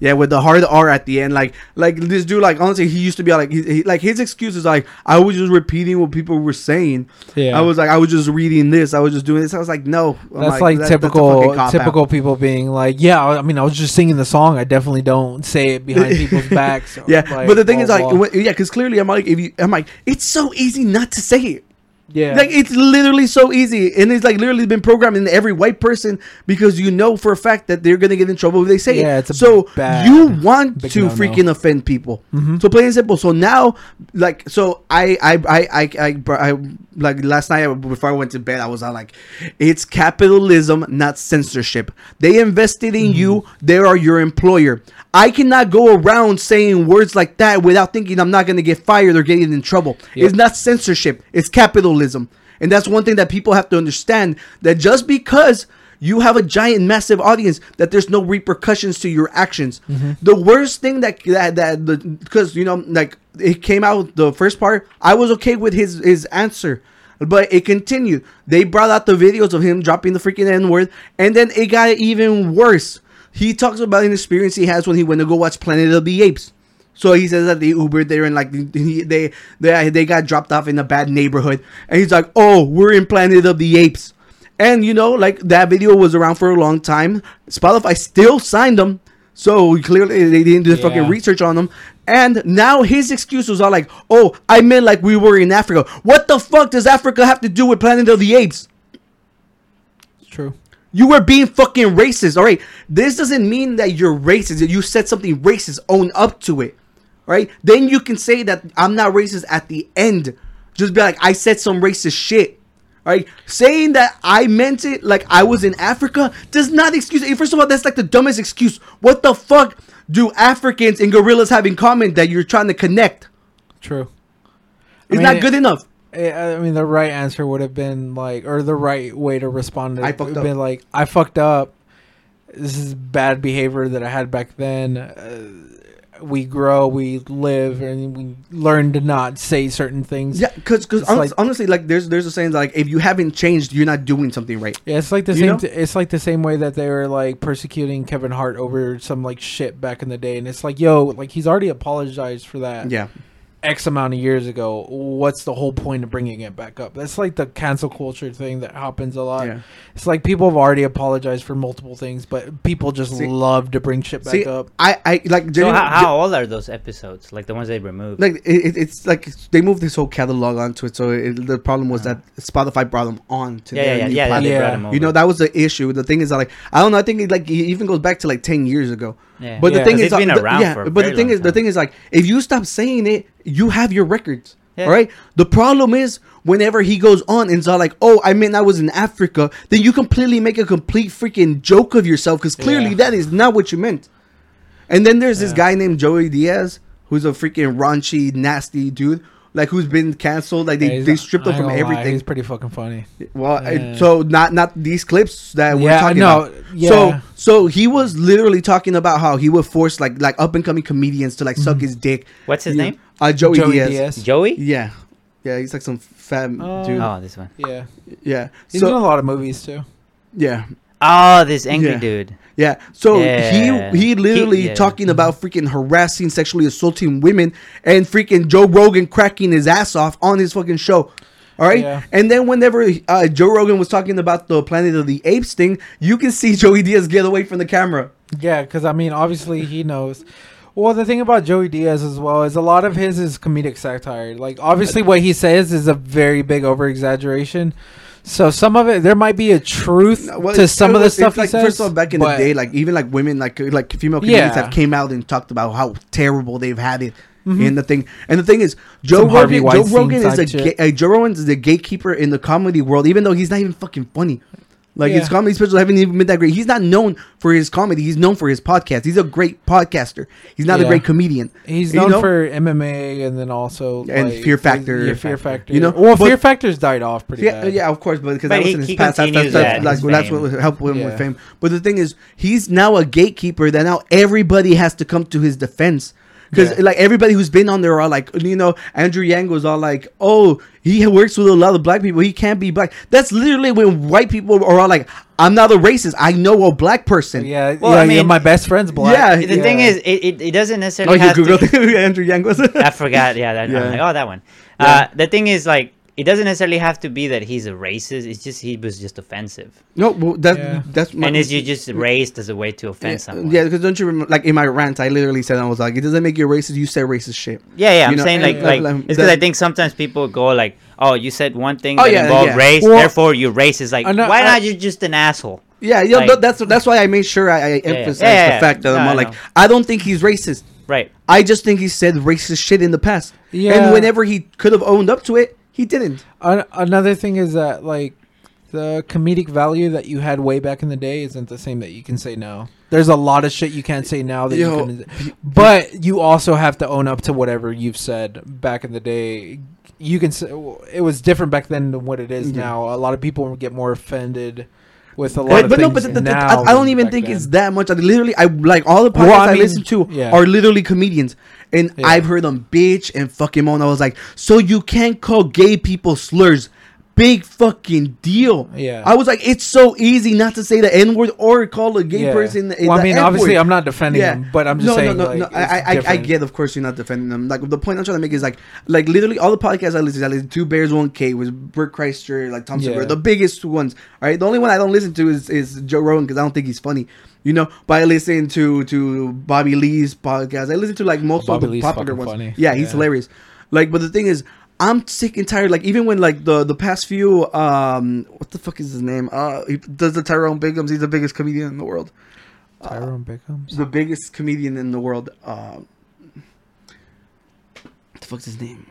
Speaker 1: yeah, with the hard R at the end. Like, like this dude, like honestly, he used to be like, he, he- like his excuse is like, I was just repeating what people were saying.
Speaker 4: Yeah.
Speaker 1: I was like, I was just reading this, I was just doing this. I was like, no, I'm
Speaker 4: that's like,
Speaker 1: that- that's a fucking
Speaker 4: typical
Speaker 1: cop-out.
Speaker 4: typical people being like, yeah, I I mean, I was just singing the song. I definitely don't say it
Speaker 1: *laughs*
Speaker 4: behind people's backs. or,
Speaker 1: Yeah, but the thing
Speaker 4: blah,
Speaker 1: is, like,
Speaker 4: blah.
Speaker 1: when, yeah, because clearly I'm like, if you, I'm like, it's so easy not to say it.
Speaker 4: Yeah.
Speaker 1: Like it's literally so easy, and it's like literally been programmed in every white person because you know for a fact that they're gonna get in trouble if they say
Speaker 4: Yeah,
Speaker 1: it.
Speaker 4: it's a
Speaker 1: so
Speaker 4: bad-
Speaker 1: you want
Speaker 4: big
Speaker 1: to
Speaker 4: no-no. Mm-hmm.
Speaker 1: freaking offend people. So plain and simple. So now, like, so I, I, I, I, I, br- I like last night before I went to bed, I was uh, like, it's capitalism, not censorship. They invested in you.
Speaker 4: Mm-hmm.
Speaker 1: They are your employer. I cannot go around saying words like that without thinking I'm not gonna get fired or getting in trouble. It's not censorship. It's capitalism. And that's one thing that people have to understand that just because you have a giant, massive audience that there's no repercussions to your actions. The worst thing that that that the because you know like it came out the first part, I was okay with his his answer. But it continued. They brought out the videos of him dropping the freaking N word, and then it got even worse. He talks about an experience he has when he went to go watch Planet of the Apes. So he says that they Ubered there and like he- they they they got dropped off in a bad neighborhood, and he's like, "Oh, we're in Planet of the Apes," and you know, like that video was around for a long time. Spotify still signed them, so clearly they didn't do the fucking
Speaker 4: Yeah.
Speaker 1: research on them. And now his excuses are like, "Oh, I meant like we were in Africa. What the fuck does Africa have to do with Planet of the Apes?"
Speaker 4: True.
Speaker 1: You were being fucking racist. All right. This doesn't mean that you're racist. That you said something racist. Own up to it. All right. Then you can say that I'm not racist at the end. Just be like, I said some racist shit. All right. Saying that I meant it like I was in Africa does not excuse it. First of all, that's like the dumbest excuse. What the fuck do Africans and gorillas have in common that you're trying to connect?
Speaker 4: True.
Speaker 1: It's
Speaker 4: mean,
Speaker 1: not
Speaker 4: it-
Speaker 1: good enough.
Speaker 4: Eh, I mean, the right answer would have been like, or the right way to respond to
Speaker 1: I
Speaker 4: it
Speaker 1: fucked
Speaker 4: would have
Speaker 1: up.
Speaker 4: been like, I fucked up. This is bad behavior that I had back then. Uh, we grow, we live, and we learn to not say certain things.
Speaker 1: Yeah, because
Speaker 4: It's
Speaker 1: honest,
Speaker 4: like-
Speaker 1: honestly, like there's there's a saying like if you haven't changed, you're not doing something right.
Speaker 4: Yeah, it's like the
Speaker 1: You know?
Speaker 4: same. T- it's like the same way that they were like persecuting Kevin Hart over some like shit back in the day, and it's like, yo, like he's already apologized for that.
Speaker 1: Yeah.
Speaker 4: X amount of years ago. What's the whole point of bringing it back up? That's like the cancel culture thing that happens a lot.
Speaker 1: Yeah.
Speaker 4: It's like people have already apologized for multiple things, but people just
Speaker 1: See-
Speaker 4: love to bring shit back
Speaker 1: See,
Speaker 4: up.
Speaker 1: I I like
Speaker 2: So
Speaker 1: genuine-
Speaker 2: how, how old are those episodes? Like the ones they removed?
Speaker 1: like it, it- it's like they moved this whole catalog onto it. So it, the problem was that Spotify brought them on to
Speaker 2: Uh-huh. yeah,
Speaker 1: their
Speaker 2: yeah, yeah,
Speaker 1: new
Speaker 2: yeah, yeah. They
Speaker 1: platform.
Speaker 4: Yeah.
Speaker 2: brought 'em over.
Speaker 1: You know that was the issue. The thing is, that, like I don't know. I think it, like it even goes back to like ten years ago.
Speaker 2: Yeah.
Speaker 1: But
Speaker 4: Yeah.
Speaker 1: the thing
Speaker 2: 'Cause
Speaker 1: is,
Speaker 2: it's been
Speaker 1: uh, the-
Speaker 2: around
Speaker 1: yeah.
Speaker 2: for a
Speaker 1: but the
Speaker 2: very
Speaker 1: thing
Speaker 2: long
Speaker 1: is, the
Speaker 2: time.
Speaker 1: thing is, like if you stop saying it, you have your records.
Speaker 2: Yeah.
Speaker 1: All right. The problem is, whenever he goes on and it's all like, "Oh, I meant I was in Africa," then you completely make a complete freaking joke of yourself because clearly
Speaker 4: Yeah.
Speaker 1: that is not what you meant. And then there's this guy named Joey Diaz, who's a freaking raunchy, nasty dude, like who's been canceled. Like they,
Speaker 4: Yeah, he's-
Speaker 1: they stripped him
Speaker 4: I
Speaker 1: from
Speaker 4: ain't gonna lie,
Speaker 1: everything.
Speaker 4: He's pretty fucking funny.
Speaker 1: Well, I-
Speaker 4: Yeah.
Speaker 1: so not not these clips that we're
Speaker 4: Yeah,
Speaker 1: talking
Speaker 4: no,
Speaker 1: about.
Speaker 4: yeah.
Speaker 1: So so he was literally talking about how he would force like like up and coming comedians to like
Speaker 4: Mm-hmm.
Speaker 1: suck his dick.
Speaker 2: What's his
Speaker 1: You-
Speaker 2: name?
Speaker 1: Uh, Joey, Diaz.
Speaker 2: Joey?
Speaker 1: Yeah, yeah, he's like some fat
Speaker 4: Oh.
Speaker 1: dude.
Speaker 2: Oh, this one.
Speaker 4: Yeah,
Speaker 1: Yeah.
Speaker 4: he's in a
Speaker 1: so
Speaker 4: lot of movies too.
Speaker 1: yeah.
Speaker 2: Oh, this angry
Speaker 1: Yeah.
Speaker 2: dude.
Speaker 1: Yeah. So
Speaker 2: Yeah.
Speaker 1: he he literally
Speaker 2: He- yeah.
Speaker 1: talking about freaking harassing, sexually assaulting women, and freaking Joe Rogan cracking his ass off on his fucking show. All right.
Speaker 4: Yeah.
Speaker 1: And then whenever uh, Joe Rogan was talking about the Planet of the Apes thing, you can see Joey Diaz get away from the camera.
Speaker 4: Yeah, because I mean, obviously he knows. Well, the thing about Joey Diaz as well is a lot of his is comedic satire. Like, obviously, what he says is a very big over exaggeration. So some of it, there might be a truth
Speaker 1: Well,
Speaker 4: to
Speaker 1: it's-
Speaker 4: some
Speaker 1: it
Speaker 4: of the
Speaker 1: was-
Speaker 4: stuff
Speaker 1: it's
Speaker 4: he
Speaker 1: like,
Speaker 4: says.
Speaker 1: First of all, back in the
Speaker 4: but-
Speaker 1: day, like even like women, like like female comedians
Speaker 4: Yeah.
Speaker 1: have came out and talked about how terrible they've had it. And the thing, and the thing is, Joe
Speaker 4: Mm-hmm. Some Harvey
Speaker 1: Rogan. Joe
Speaker 4: Weinstein
Speaker 1: Rogan is
Speaker 4: type
Speaker 1: a
Speaker 4: shit.
Speaker 1: ga- uh, Joe Rogan is the gatekeeper in the comedy world, even though he's not even fucking funny. Like his
Speaker 4: Yeah.
Speaker 1: comedy specials haven't even been that great. He's not known for his comedy. He's known for his podcast. He's a great podcaster. He's not a
Speaker 4: Yeah.
Speaker 1: great comedian.
Speaker 4: he's
Speaker 1: You
Speaker 4: known
Speaker 1: know?
Speaker 4: for MMA and then also
Speaker 1: And
Speaker 4: like,
Speaker 1: Fear Factor.
Speaker 4: Yeah, Fear Factor.
Speaker 1: You know?
Speaker 4: well,
Speaker 1: But-
Speaker 4: Fear Factor's died off pretty
Speaker 1: Yeah,
Speaker 4: bad.
Speaker 1: yeah, of course, but because
Speaker 2: But
Speaker 1: that was
Speaker 2: he-
Speaker 1: in his
Speaker 2: he
Speaker 1: past, that's, that's,
Speaker 2: continues
Speaker 1: that's,
Speaker 2: that,
Speaker 1: like,
Speaker 2: his
Speaker 1: well, that's
Speaker 2: fame.
Speaker 1: what helped him with
Speaker 4: Yeah.
Speaker 1: fame. But the thing is, he's now a gatekeeper that now everybody has to come to his defense. Because
Speaker 4: Yeah.
Speaker 1: like everybody who's been on there are like you know Andrew Yang was all like oh he works with a lot of black people he can't be black that's literally when white people are all like I'm not a racist I know a black person
Speaker 4: yeah.
Speaker 2: Well,
Speaker 4: yeah,
Speaker 2: I
Speaker 4: yeah,
Speaker 2: mean-
Speaker 4: my best friend's black.
Speaker 1: *laughs* Yeah,
Speaker 2: The thing is, it, it, it doesn't
Speaker 1: oh
Speaker 2: necessarily
Speaker 1: *laughs* you
Speaker 2: have to-
Speaker 1: googled Andrew Yang was
Speaker 2: I forgot. Yeah, that,
Speaker 1: Yeah.
Speaker 2: I'm like, oh, that one. Uh, the thing is, like, it doesn't necessarily have to be that he's a racist. It's just he was just offensive,
Speaker 1: *laughs* No, well, that
Speaker 4: Yeah.
Speaker 1: that's my.
Speaker 2: and is you just raised as a way to offend someone?
Speaker 1: yeah, because don't you remember? Like in my rant, I literally said I was like, "It doesn't make you racist. You say racist shit."
Speaker 2: Yeah, yeah. I'm
Speaker 1: You know,
Speaker 2: saying
Speaker 1: and,
Speaker 2: like, like,
Speaker 1: um,
Speaker 2: it's because
Speaker 1: that-
Speaker 2: I think sometimes people go like, "Oh, you said one thing
Speaker 1: Oh,
Speaker 2: that
Speaker 1: yeah,
Speaker 2: involved
Speaker 1: yeah.
Speaker 2: race,
Speaker 4: Well,
Speaker 2: therefore you're racist." Like,
Speaker 4: I know-
Speaker 2: why
Speaker 4: I-
Speaker 2: not? You're just an asshole.
Speaker 1: Yeah, yeah.
Speaker 2: Like-
Speaker 1: th- that's that's why I made sure I, I emphasized
Speaker 2: Yeah, yeah,
Speaker 1: the fact that
Speaker 2: no, I
Speaker 1: I'm like,
Speaker 2: know.
Speaker 1: I don't think he's racist.
Speaker 2: Right.
Speaker 1: I just think he said racist shit in the past.
Speaker 4: Yeah.
Speaker 1: And whenever he could have owned up to it, he didn't.
Speaker 4: An- another thing is that like the comedic value that you had way back in the day isn't the same that you can say now. There's a lot of shit you can't say now that
Speaker 1: Yo,
Speaker 4: you can but you also have to own up to whatever you've said back in the day. You can say it was different back then than what it is
Speaker 1: Yeah.
Speaker 4: now. A lot of people get more offended with a lot
Speaker 1: Mm-hmm. But,
Speaker 4: of
Speaker 1: Eh, but
Speaker 4: things
Speaker 1: no, but the, the, the-
Speaker 4: now.
Speaker 1: I, I don't
Speaker 4: than
Speaker 1: even
Speaker 4: back
Speaker 1: think
Speaker 4: then.
Speaker 1: it's that much. I literally, I like all the podcasts
Speaker 4: Well, I
Speaker 1: I,
Speaker 4: mean,
Speaker 1: listen to
Speaker 4: yeah.
Speaker 1: are literally comedians, and
Speaker 4: Yeah.
Speaker 1: I've heard them bitch and fucking moan. I was like, so you can't call gay people slurs. Big fucking deal.
Speaker 4: Yeah.
Speaker 1: I was like, it's so easy not to say the N word or call a gay
Speaker 4: Yeah.
Speaker 1: person.
Speaker 4: Well, I mean, obviously, I'm not defending
Speaker 1: Yeah.
Speaker 4: him, but I'm just saying.
Speaker 1: No, no,
Speaker 4: like,
Speaker 1: no.
Speaker 4: it's
Speaker 1: I, I, I- I
Speaker 4: different.
Speaker 1: get, of course, you're not defending them. Like the point I'm trying to make is like, like literally all the podcasts I listen to, I listen to Two Bears, One K, was Bert Kreischer, like Tom Segura,
Speaker 4: Yeah.
Speaker 1: the biggest ones. All right, the only one I don't listen to is, is Joe Rogan because I don't think he's funny. You know, but I listen to to Bobby Lee's podcast. I listen to like most
Speaker 4: Bobby
Speaker 1: of the
Speaker 4: Lee's
Speaker 1: popular
Speaker 4: fucking
Speaker 1: ones.
Speaker 4: funny.
Speaker 1: Yeah, he's
Speaker 4: Yeah.
Speaker 1: hilarious. Like, but the thing is. I'm sick and tired. Like even when like the the past few um what the fuck is his name uh he does the Tyrone Biggums he's the biggest comedian in the world
Speaker 4: Tyrone Bickham's.
Speaker 1: the biggest comedian in the world. Um, what the fuck's his name?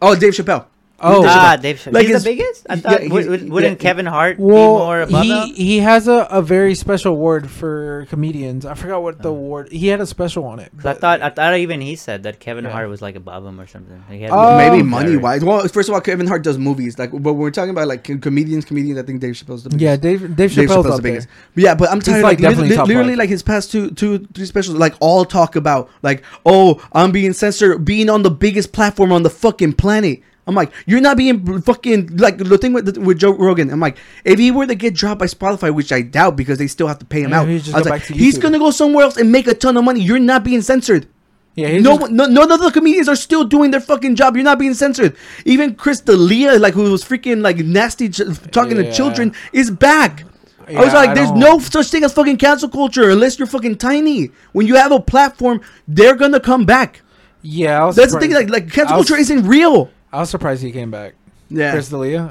Speaker 1: Oh, Dave Chappelle.
Speaker 4: Oh.
Speaker 2: ah, Dave. Chappelle.
Speaker 1: Like it's-
Speaker 2: he's the biggest. I
Speaker 1: yeah,
Speaker 2: thought
Speaker 1: he's-
Speaker 2: would, would- wouldn't
Speaker 1: yeah.
Speaker 2: Kevin Hart be more
Speaker 4: Well,
Speaker 2: above
Speaker 4: he,
Speaker 2: him?
Speaker 4: he has a, a very special award for comedians. I forgot what the award. He had a special on it.
Speaker 2: 'Cause I
Speaker 4: but-
Speaker 2: thought I thought even he said that Kevin
Speaker 4: Yeah.
Speaker 2: Hart was like above him or something. He had
Speaker 4: Oh.
Speaker 1: Maybe
Speaker 4: okay.
Speaker 1: money wise. Well, first of all, Kevin Hart does movies. Like, but we're talking about like com- comedians, comedians. I think Dave Chappelle's the biggest.
Speaker 4: yeah, Dave Dave
Speaker 1: Dave
Speaker 4: Chappelle's,
Speaker 1: Chappelle's
Speaker 4: up
Speaker 1: the
Speaker 4: there.
Speaker 1: biggest. But yeah, but I'm tired. Like,
Speaker 4: like,
Speaker 1: lit-
Speaker 4: definitely
Speaker 1: lit-
Speaker 4: top
Speaker 1: literally,
Speaker 4: five.
Speaker 1: like his past two, two, three specials, like all talk about like, oh, I'm being censored, being on the biggest platform on the fucking planet. I'm like, you're not being b- fucking like the thing with with Joe Rogan. I'm like, if he were to get dropped by Spotify, which I doubt because they still have to pay him
Speaker 4: Yeah,
Speaker 1: out,
Speaker 4: he'd just
Speaker 1: I was
Speaker 4: go
Speaker 1: like,
Speaker 4: back to
Speaker 1: he's
Speaker 4: YouTube.
Speaker 1: gonna go somewhere else and make a ton of money. You're not being censored.
Speaker 4: Yeah, he's
Speaker 1: No,
Speaker 4: just-
Speaker 1: one- no, none of the comedians are still doing their fucking job. You're not being censored. Even Chris D'Elia, like who was freaking like nasty, ch- talking
Speaker 4: Yeah.
Speaker 1: to children, is back.
Speaker 4: Yeah,
Speaker 1: I was like,
Speaker 4: I
Speaker 1: there's
Speaker 4: don't-
Speaker 1: no such thing as fucking cancel culture unless you're fucking tiny. When you have a platform, they're gonna come back.
Speaker 4: yeah, I was
Speaker 1: That's the thing.
Speaker 4: surprised-
Speaker 1: Like, like cancel
Speaker 4: I was-
Speaker 1: culture isn't real.
Speaker 4: I was surprised he came back.
Speaker 1: Yeah.
Speaker 4: Chris D'Elia.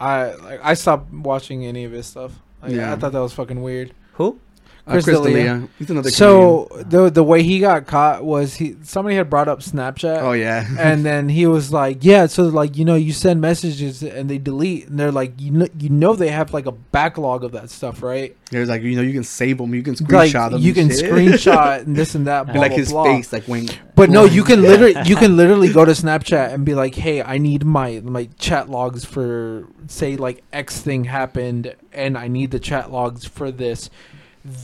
Speaker 4: I like, I stopped watching any of his stuff. Like,
Speaker 1: Yeah.
Speaker 4: I thought that was fucking weird.
Speaker 2: Who?
Speaker 4: Chris D'Elia.
Speaker 1: uh, He's another.
Speaker 4: So the the way he got caught was he somebody had brought up Snapchat.
Speaker 1: Oh yeah. *laughs*
Speaker 4: and then he was like, "Yeah, so like you know, you send messages and they delete, and they're like, you know, you know, they have like a backlog of that stuff, right?
Speaker 1: There's like you know you can save them, you can
Speaker 4: Like
Speaker 1: screenshot them,
Speaker 4: you can
Speaker 1: and shit. *laughs*
Speaker 4: screenshot and this and that, blah,
Speaker 1: like
Speaker 4: blah,
Speaker 1: his
Speaker 4: blah.
Speaker 1: face, like when.
Speaker 4: But no,
Speaker 1: *laughs*
Speaker 4: you can literally you can literally go to Snapchat and be like, "Hey, I need my my chat logs for say like X thing happened, and I need the chat logs for this."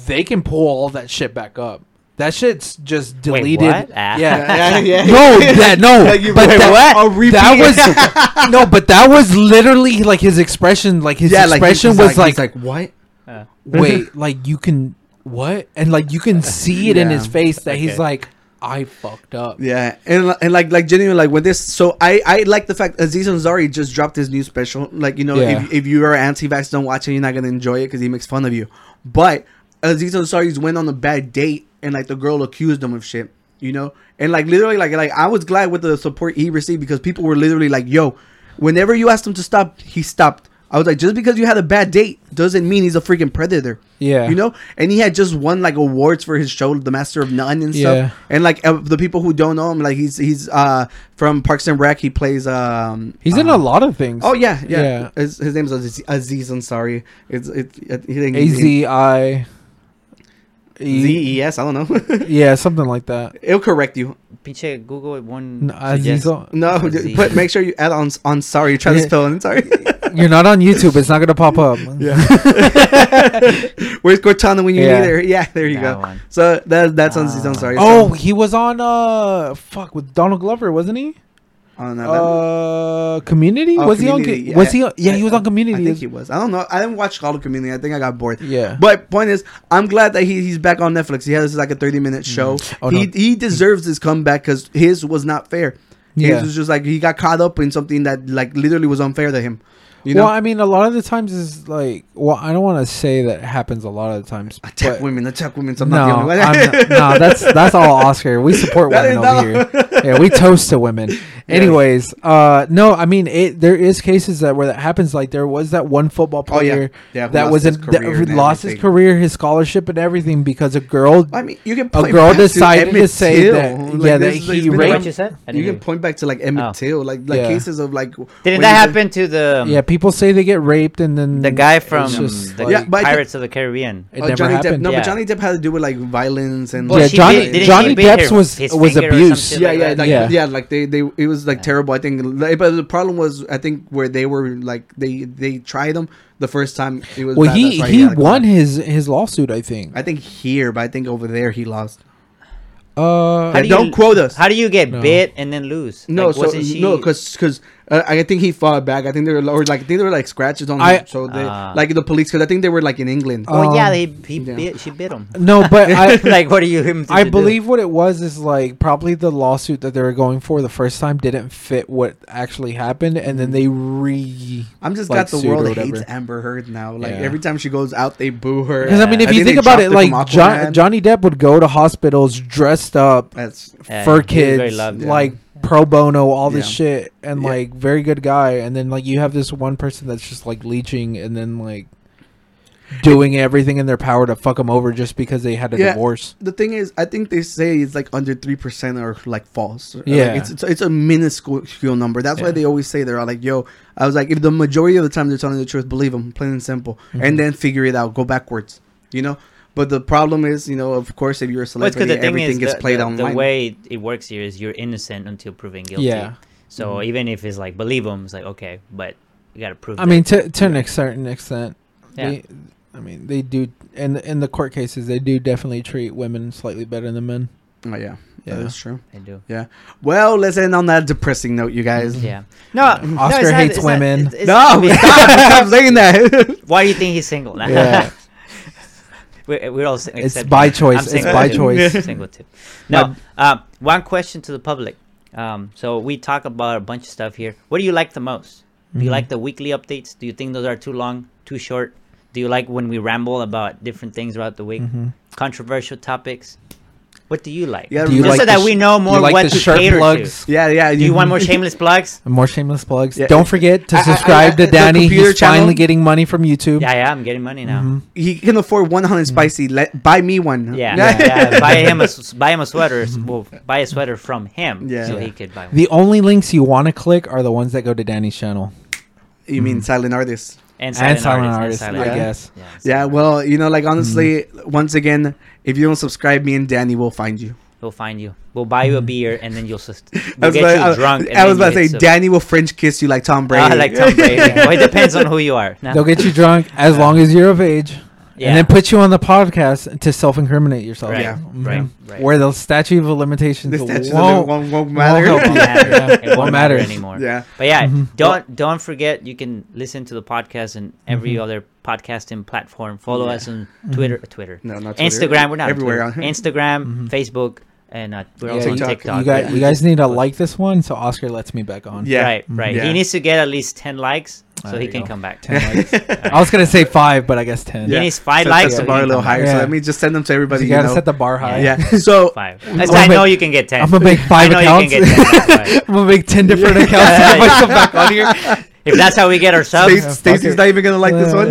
Speaker 4: They can pull all that shit back up. That shit's just
Speaker 2: Wait, *laughs*
Speaker 4: deleted.
Speaker 2: what? Ah.
Speaker 4: Yeah,
Speaker 1: yeah.
Speaker 4: *laughs* no, that no,
Speaker 1: *laughs* Like you-
Speaker 4: but
Speaker 1: wait,
Speaker 4: that,
Speaker 1: what? A repeat.
Speaker 4: that
Speaker 1: *laughs*
Speaker 4: was no, but that was literally like his expression. Like his
Speaker 1: Yeah, like he's
Speaker 4: expression was like,
Speaker 1: he's what?
Speaker 4: *laughs* wait, like you can what? And like you can see it in
Speaker 1: Yeah.
Speaker 4: his face that he's
Speaker 2: Okay.
Speaker 4: like, I fucked up.
Speaker 1: Yeah, and and like like genuinely like with this, so I I like the fact Aziz Ansari just dropped his new special. Like you know,
Speaker 4: Yeah.
Speaker 1: if, if you are anti-vax, don't watch it. You're not gonna enjoy it because he makes fun of you. But Aziz Ansari's went on a bad date, and like the girl accused him of shit. You know, and like literally like like I was glad with the support he received because people were literally like, "Yo, whenever you asked him to stop, he stopped." I was like, just because you had a bad date doesn't mean he's a freaking predator.
Speaker 4: Yeah.
Speaker 1: you know. And he had just won like awards for his show, The Master of None, and
Speaker 4: Yeah.
Speaker 1: stuff. And like uh, the people who don't know him, like he's he's uh from Parks and Rec. He plays um
Speaker 4: He's in
Speaker 1: uh,
Speaker 4: a lot of things.
Speaker 1: Oh yeah, yeah.
Speaker 4: Yeah.
Speaker 1: His, his name's Aziz, Aziz Ansari. It's it's it, he think
Speaker 4: A Z I E-
Speaker 1: Z E S. I don't know. *laughs*
Speaker 4: Yeah, something like that.
Speaker 1: It'll correct you.
Speaker 2: Pinche Google it one.
Speaker 4: No, uh,
Speaker 2: suggest-
Speaker 4: Zizo-
Speaker 1: No,
Speaker 2: Aziz.
Speaker 1: but make sure you add on Ansari. Try to
Speaker 4: Yeah.
Speaker 1: spell Ansari.
Speaker 4: You're not on YouTube. It's not gonna pop up.
Speaker 1: *laughs*
Speaker 4: *laughs*
Speaker 1: Where's Cortana when you
Speaker 4: Yeah.
Speaker 1: need her? Yeah, there you
Speaker 2: That
Speaker 1: go.
Speaker 2: one.
Speaker 1: So that that's
Speaker 2: Ah.
Speaker 1: Aziz Ansari.
Speaker 4: Oh, he was on uh fuck with Donald Glover, wasn't he?
Speaker 1: I don't know.
Speaker 4: Uh, Community.
Speaker 1: Oh,
Speaker 4: was he on?
Speaker 1: Community,
Speaker 4: Ki- Was
Speaker 1: yeah.
Speaker 4: he? On, yeah, he was on
Speaker 1: I
Speaker 4: Community.
Speaker 1: think he was. I don't know. I didn't watch Call of Community. I think I got bored.
Speaker 4: Yeah.
Speaker 1: But point is, I'm glad that he, he's back on Netflix. He has like a 30 minute show.
Speaker 4: Oh,
Speaker 1: he
Speaker 4: no.
Speaker 1: he deserves his comeback because his was not fair. Yeah.
Speaker 4: Yeah.
Speaker 1: He was just like he got caught up in something that like literally was unfair to him. You know,
Speaker 4: Well, I mean, a lot of the times is like, well, I don't want to say that happens a lot of the times.
Speaker 1: attack
Speaker 4: but-
Speaker 1: women, attack women. So I'm
Speaker 4: no,
Speaker 1: not the only one.
Speaker 4: I'm not- no, that's that's all Oscar. We
Speaker 1: *laughs*
Speaker 4: support
Speaker 1: That
Speaker 4: women
Speaker 1: is
Speaker 4: over here.
Speaker 1: *laughs*
Speaker 4: Yeah, we toast to women. Anyways, uh, no, I mean, it, there is cases that where that happens. Like there was that one football
Speaker 1: Oh, yeah.
Speaker 4: player
Speaker 1: Yeah, who
Speaker 4: that
Speaker 1: lost
Speaker 4: was
Speaker 1: his
Speaker 4: in,
Speaker 1: career
Speaker 4: that
Speaker 1: and
Speaker 4: lost his
Speaker 1: everything.
Speaker 4: career, his scholarship, and everything because a girl.
Speaker 1: *laughs* I mean, you can
Speaker 4: A
Speaker 1: point
Speaker 4: girl
Speaker 1: back to
Speaker 4: decided to
Speaker 1: Emmett
Speaker 4: say
Speaker 1: Till.
Speaker 4: that-
Speaker 1: Like, this
Speaker 4: yeah, that
Speaker 1: is-
Speaker 4: he
Speaker 1: it's been
Speaker 4: raped-
Speaker 1: around-
Speaker 2: What you said? I
Speaker 1: You
Speaker 2: didn't
Speaker 1: can
Speaker 2: hear.
Speaker 1: point back to like Emmett
Speaker 2: Oh.
Speaker 1: Till, like like
Speaker 4: Yeah.
Speaker 1: cases of like. when
Speaker 2: Didn't
Speaker 1: he
Speaker 2: that
Speaker 1: said-
Speaker 2: happen to the
Speaker 4: yeah, people say they get raped, and then
Speaker 2: the guy from
Speaker 4: it's just
Speaker 2: the
Speaker 4: like-
Speaker 1: Yeah, but I
Speaker 2: Pirates of the Caribbean?
Speaker 4: it
Speaker 1: Oh,
Speaker 4: never
Speaker 1: Johnny Depp.
Speaker 4: happened.
Speaker 1: No,
Speaker 2: Yeah.
Speaker 1: but Johnny Depp had to do with like violence and.
Speaker 2: Well,
Speaker 4: Yeah,
Speaker 2: she
Speaker 4: Johnny-
Speaker 2: bit- didn't she
Speaker 4: Johnny
Speaker 2: bit her-
Speaker 4: Depp's was-
Speaker 2: his
Speaker 4: was
Speaker 2: finger or some
Speaker 4: abused.
Speaker 2: shit
Speaker 1: yeah,
Speaker 2: like
Speaker 1: yeah,
Speaker 2: that?
Speaker 1: like,
Speaker 4: Yeah.
Speaker 1: yeah, like they, they, it was like terrible. I think, like, but the problem was, I think where they were like they, they tried him the first time. It was
Speaker 4: well,
Speaker 1: bad.
Speaker 4: he
Speaker 1: That's why
Speaker 4: he
Speaker 1: had to go
Speaker 4: won
Speaker 1: back.
Speaker 4: his his lawsuit, I think.
Speaker 1: I think here, but I think over there he lost.
Speaker 4: Uh,
Speaker 2: How do
Speaker 1: Yeah, don't
Speaker 2: you-
Speaker 1: quote us.
Speaker 2: How do you get
Speaker 4: No.
Speaker 2: bit and then lose?
Speaker 1: No,
Speaker 2: Like,
Speaker 1: so no, because uh, I think he fought back. I think they were or like I think they were like scratches on
Speaker 4: I-
Speaker 1: him. So they
Speaker 2: Ah.
Speaker 1: like the police because I think they were like in England.
Speaker 2: well, yeah,
Speaker 4: um,
Speaker 2: they, he
Speaker 1: yeah.
Speaker 2: bit, she bit him. *laughs*
Speaker 4: no,
Speaker 1: *laughs*
Speaker 4: but *laughs* I,
Speaker 2: like, what are you? Him to
Speaker 4: I
Speaker 2: do?
Speaker 4: believe what it was is like probably the lawsuit that they were going for the first time didn't fit what actually happened, and
Speaker 2: Mm.
Speaker 4: then they re.
Speaker 1: I'm just
Speaker 4: like,
Speaker 1: got the
Speaker 4: sued or
Speaker 1: world
Speaker 4: whatever.
Speaker 1: hates Amber Heard now. Like
Speaker 4: Yeah.
Speaker 1: every time she goes out, they boo her.
Speaker 4: Because I mean, if
Speaker 1: I
Speaker 4: you
Speaker 1: think
Speaker 4: think
Speaker 1: they
Speaker 4: about
Speaker 1: chopped
Speaker 4: it,
Speaker 1: it
Speaker 4: like
Speaker 1: from
Speaker 4: John,
Speaker 1: Aquaman.
Speaker 4: Johnny Depp would go to hospitals dressed up
Speaker 1: That's
Speaker 2: Yeah,
Speaker 4: for
Speaker 2: he was very
Speaker 4: kids,
Speaker 2: loved.
Speaker 4: like pro bono, all this
Speaker 1: Yeah.
Speaker 4: shit, and
Speaker 1: Yeah.
Speaker 4: like very good guy, and then like you have this one person that's just like leeching, and then like doing everything in their power to fuck them over just because they had a
Speaker 1: Yeah.
Speaker 4: divorce.
Speaker 1: the thing is, I think they say it's like under three percent are like false. Like,
Speaker 4: Yeah.
Speaker 1: it's, it's it's a minuscule minuscule number. That's why
Speaker 4: Yeah.
Speaker 1: they always say they're all like, "Yo," I was like, if the majority of the time they're telling the truth, believe them, plain and simple,
Speaker 4: Mm-hmm.
Speaker 1: and then figure it out, go backwards, you know. But the problem is, you know, of course, if you're a
Speaker 2: Well, it's
Speaker 1: celebrity,
Speaker 2: because the thing
Speaker 1: everything
Speaker 2: is,
Speaker 1: gets
Speaker 2: the,
Speaker 1: played
Speaker 2: the,
Speaker 1: online.
Speaker 2: the way it works here is you're innocent until proven guilty.
Speaker 4: Yeah. Mm.
Speaker 2: So even if it's like believe him, it's like okay, but you gotta prove.
Speaker 4: I
Speaker 2: that.
Speaker 4: mean, to to an certain extent,
Speaker 2: Yeah.
Speaker 4: they, I mean, they do, and in the court cases, they do definitely treat women slightly better than men.
Speaker 1: oh yeah,
Speaker 4: Yeah.
Speaker 1: that is true.
Speaker 2: I
Speaker 4: *laughs*
Speaker 2: do.
Speaker 1: Yeah. Well, let's end on that depressing note, you guys.
Speaker 2: Yeah. No, Oscar no,
Speaker 4: Oscar
Speaker 2: it's not-
Speaker 4: hates
Speaker 2: it's not-
Speaker 4: women.
Speaker 2: it's- it's
Speaker 1: No, *laughs*
Speaker 2: not me.
Speaker 1: stop,
Speaker 4: *laughs*
Speaker 2: *laughs*
Speaker 1: stop saying that.
Speaker 2: Why do you think he's single?
Speaker 4: Yeah.
Speaker 2: *laughs* we're, we're all sing-
Speaker 4: It's
Speaker 2: except
Speaker 4: by
Speaker 2: me.
Speaker 4: choice. It's
Speaker 2: single
Speaker 4: by
Speaker 2: too.
Speaker 4: choice.
Speaker 2: I'm single too. No, uh, one question to the public. Um, so we talk about a bunch of stuff here. What do you like the most? Do
Speaker 4: Mm-hmm.
Speaker 2: you like the weekly updates? Do you think those are too long, too short? Do you like when we ramble about different things throughout the week,
Speaker 4: Mm-hmm.
Speaker 2: controversial topics? What do you like?
Speaker 1: Yeah,
Speaker 4: Do you
Speaker 2: Just
Speaker 4: like
Speaker 2: so that
Speaker 4: the sh-
Speaker 2: we know
Speaker 4: you
Speaker 2: more
Speaker 4: like
Speaker 2: what
Speaker 4: the
Speaker 2: to
Speaker 4: shirt
Speaker 2: cater
Speaker 4: plugs?
Speaker 2: to.
Speaker 1: yeah, yeah.
Speaker 2: Do you
Speaker 1: *laughs*
Speaker 4: *laughs*
Speaker 2: want more shameless plugs?
Speaker 4: And more shameless plugs.
Speaker 1: Yeah.
Speaker 4: Don't forget
Speaker 1: I-
Speaker 4: to
Speaker 1: I-
Speaker 4: subscribe
Speaker 1: I-
Speaker 4: to
Speaker 1: the
Speaker 4: Danny.
Speaker 1: computer
Speaker 4: He's finally
Speaker 1: channel?
Speaker 4: getting money from YouTube.
Speaker 2: Yeah, yeah, I'm getting money now.
Speaker 4: Mm-hmm.
Speaker 1: He can afford one hundred spicy. Let buy me one. *laughs*
Speaker 2: Mm-hmm. Yeah, yeah. buy him a s- buy him a sweater. s- Well, buy a sweater from him,
Speaker 1: Yeah.
Speaker 2: so
Speaker 1: Yeah.
Speaker 2: he could buy one.
Speaker 4: The only links you want to click are the ones that go to Danny's channel
Speaker 1: You
Speaker 2: Mm-hmm.
Speaker 1: mean silent artists?
Speaker 2: and
Speaker 4: and silent
Speaker 2: artists,
Speaker 4: artists,
Speaker 2: and
Speaker 4: I
Speaker 2: silent artists.
Speaker 4: guess.
Speaker 1: Yeah,
Speaker 2: so
Speaker 1: well, you know, like honestly,
Speaker 2: Mm-hmm.
Speaker 1: once again, if you don't subscribe, me and Danny will find you.
Speaker 2: we'll find you. We'll buy you a beer, and then
Speaker 1: *laughs*
Speaker 2: you'll just
Speaker 1: I
Speaker 2: we'll
Speaker 1: was
Speaker 2: get
Speaker 1: about,
Speaker 2: you
Speaker 1: I-
Speaker 2: drunk. and
Speaker 1: I was
Speaker 2: then
Speaker 1: about to
Speaker 2: you
Speaker 1: say,
Speaker 2: get sober.
Speaker 1: Danny will French kiss you like Tom Brady.
Speaker 2: Ah, *laughs* like Tom Brady. well, it depends on who you are. No?
Speaker 4: They'll get you drunk as long as you're of age,
Speaker 2: yeah.
Speaker 4: and then put you on the podcast to self-incriminate yourself.
Speaker 2: right,
Speaker 1: Yeah.
Speaker 2: right,
Speaker 4: Mhm.
Speaker 2: Mm-hmm. right.
Speaker 4: Where the statute of limitations
Speaker 1: *laughs* This
Speaker 4: won't,
Speaker 1: statute won't, won't, matter.
Speaker 4: help
Speaker 1: *laughs*
Speaker 2: It won't matter.
Speaker 4: *laughs* Yeah.
Speaker 2: It won't matter
Speaker 4: Matters. Mm-hmm.
Speaker 2: anymore.
Speaker 1: yeah.
Speaker 2: But yeah, don't don't forget you can listen to the podcast and every
Speaker 4: Mm-hmm.
Speaker 2: other podcasting platform. Follow us on Twitter, uh, Twitter,
Speaker 1: No, not Twitter.
Speaker 2: Instagram. We're not
Speaker 1: Everywhere
Speaker 2: everywhere. On
Speaker 1: *laughs*
Speaker 2: Twitter.
Speaker 1: on-
Speaker 2: Instagram, Facebook, and uh, we're also on
Speaker 4: you-
Speaker 1: TikTok.
Speaker 2: TikTok.
Speaker 4: Mm-hmm. You guys,
Speaker 2: yeah.
Speaker 4: you guys need to like this one so Oscar lets me back on.
Speaker 1: Yeah.
Speaker 2: Right, right.
Speaker 1: Yeah.
Speaker 2: He needs to get at least ten likes so
Speaker 4: Mm-hmm. There
Speaker 2: he
Speaker 4: you
Speaker 2: can
Speaker 4: go.
Speaker 2: come back.
Speaker 4: 10 likes. I was gonna say five, but I guess ten.
Speaker 2: He
Speaker 1: Yeah.
Speaker 2: needs five
Speaker 1: So
Speaker 2: likes.
Speaker 1: set the
Speaker 2: So he
Speaker 1: bar a
Speaker 2: can
Speaker 1: little
Speaker 2: come
Speaker 1: higher.
Speaker 2: back.
Speaker 1: So
Speaker 4: Yeah.
Speaker 1: let me just send them to
Speaker 4: So
Speaker 1: everybody.
Speaker 4: you
Speaker 1: You,
Speaker 4: gotta
Speaker 1: know.
Speaker 4: set the bar high. *laughs*
Speaker 1: yeah. So
Speaker 2: Five. That's
Speaker 4: I'm
Speaker 2: I
Speaker 4: gonna
Speaker 2: know
Speaker 4: make-
Speaker 2: you can get ten.
Speaker 4: I'm gonna make
Speaker 2: *laughs*
Speaker 4: five
Speaker 2: I know
Speaker 4: accounts.
Speaker 2: you can get ten. That's fine.
Speaker 4: I'm gonna make ten different accounts
Speaker 2: Yeah.
Speaker 1: *laughs*
Speaker 4: if I *laughs* come back on here.
Speaker 2: if that's how we get our subs,
Speaker 1: Stace- Stacy's
Speaker 4: it.
Speaker 1: not even gonna like
Speaker 4: *laughs*
Speaker 1: this one.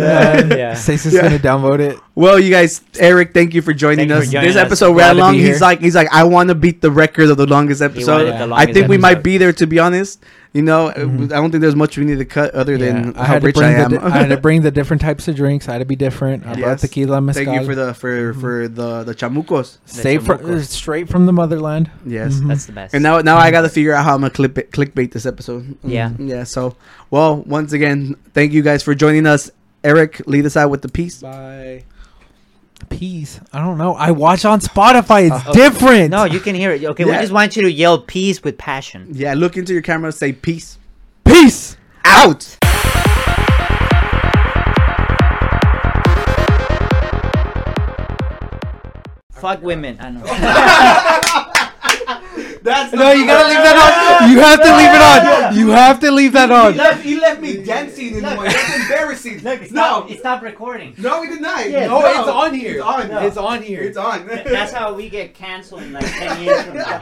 Speaker 1: *laughs*
Speaker 4: Yeah.
Speaker 2: Yeah.
Speaker 4: Stacy's
Speaker 1: Yeah.
Speaker 4: gonna downvote it.
Speaker 1: Well, you guys, Eric, thank you for joining
Speaker 2: Thank you for
Speaker 1: us.
Speaker 2: joining
Speaker 1: this
Speaker 2: us.
Speaker 1: episode
Speaker 4: Glad
Speaker 1: ran
Speaker 4: to
Speaker 1: long.
Speaker 4: be
Speaker 1: He's
Speaker 4: here.
Speaker 1: like, he's like, I want to beat the record of the longest episode.
Speaker 2: wanted the
Speaker 1: I
Speaker 2: longest
Speaker 1: think we might
Speaker 2: episode.
Speaker 1: be there, to be honest. You know, uh, I don't think there's much we need to cut other
Speaker 4: Mm-hmm. Yeah.
Speaker 1: than
Speaker 4: I
Speaker 1: how
Speaker 4: had to
Speaker 1: rich
Speaker 4: bring
Speaker 1: I
Speaker 4: the
Speaker 1: am.
Speaker 4: di- I had to bring the different types of drinks. I had to be different.
Speaker 1: *laughs*
Speaker 4: I brought
Speaker 1: Yes.
Speaker 4: tequila mezcal. Mm-hmm.
Speaker 1: Thank you for the for for the the chamucos.
Speaker 4: Straight from,
Speaker 2: chamucos.
Speaker 4: straight from the motherland.
Speaker 1: Yes.
Speaker 4: Mm-hmm.
Speaker 2: that's the best.
Speaker 1: And now now I got to figure out how I'm gonna clip it, clickbait this episode. Mm-hmm.
Speaker 2: Yeah.
Speaker 1: Yeah. So, well, once again, thank you guys for joining us. Eric, lead us out with the piece.
Speaker 7: Bye.
Speaker 4: Peace. I don't know. I watch on Spotify. It's
Speaker 2: Oh.
Speaker 4: different.
Speaker 2: no, you can hear it. Okay, we
Speaker 1: Yeah.
Speaker 2: just want you to yell peace with passion. *laughs*
Speaker 1: Yeah. Look into your camera. Say peace
Speaker 4: peace.
Speaker 1: out.
Speaker 4: *laughs*
Speaker 2: Fuck women. I know.
Speaker 1: That's
Speaker 4: No, you gotta leave that on. You have to leave it on. You have to leave that
Speaker 1: He
Speaker 4: on.
Speaker 1: left, he left me dancing in the morning. That's embarrassing.
Speaker 2: no,
Speaker 1: no,
Speaker 2: it stopped recording.
Speaker 1: no, we did not.
Speaker 4: No, it's on here.
Speaker 1: It's on.
Speaker 4: It's on here.
Speaker 1: It's on.
Speaker 2: That's how we get canceled in like ten years from now.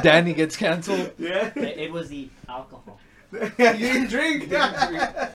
Speaker 4: *laughs* Danny gets canceled.
Speaker 1: yeah.
Speaker 2: It was the alcohol.
Speaker 1: you didn't drink.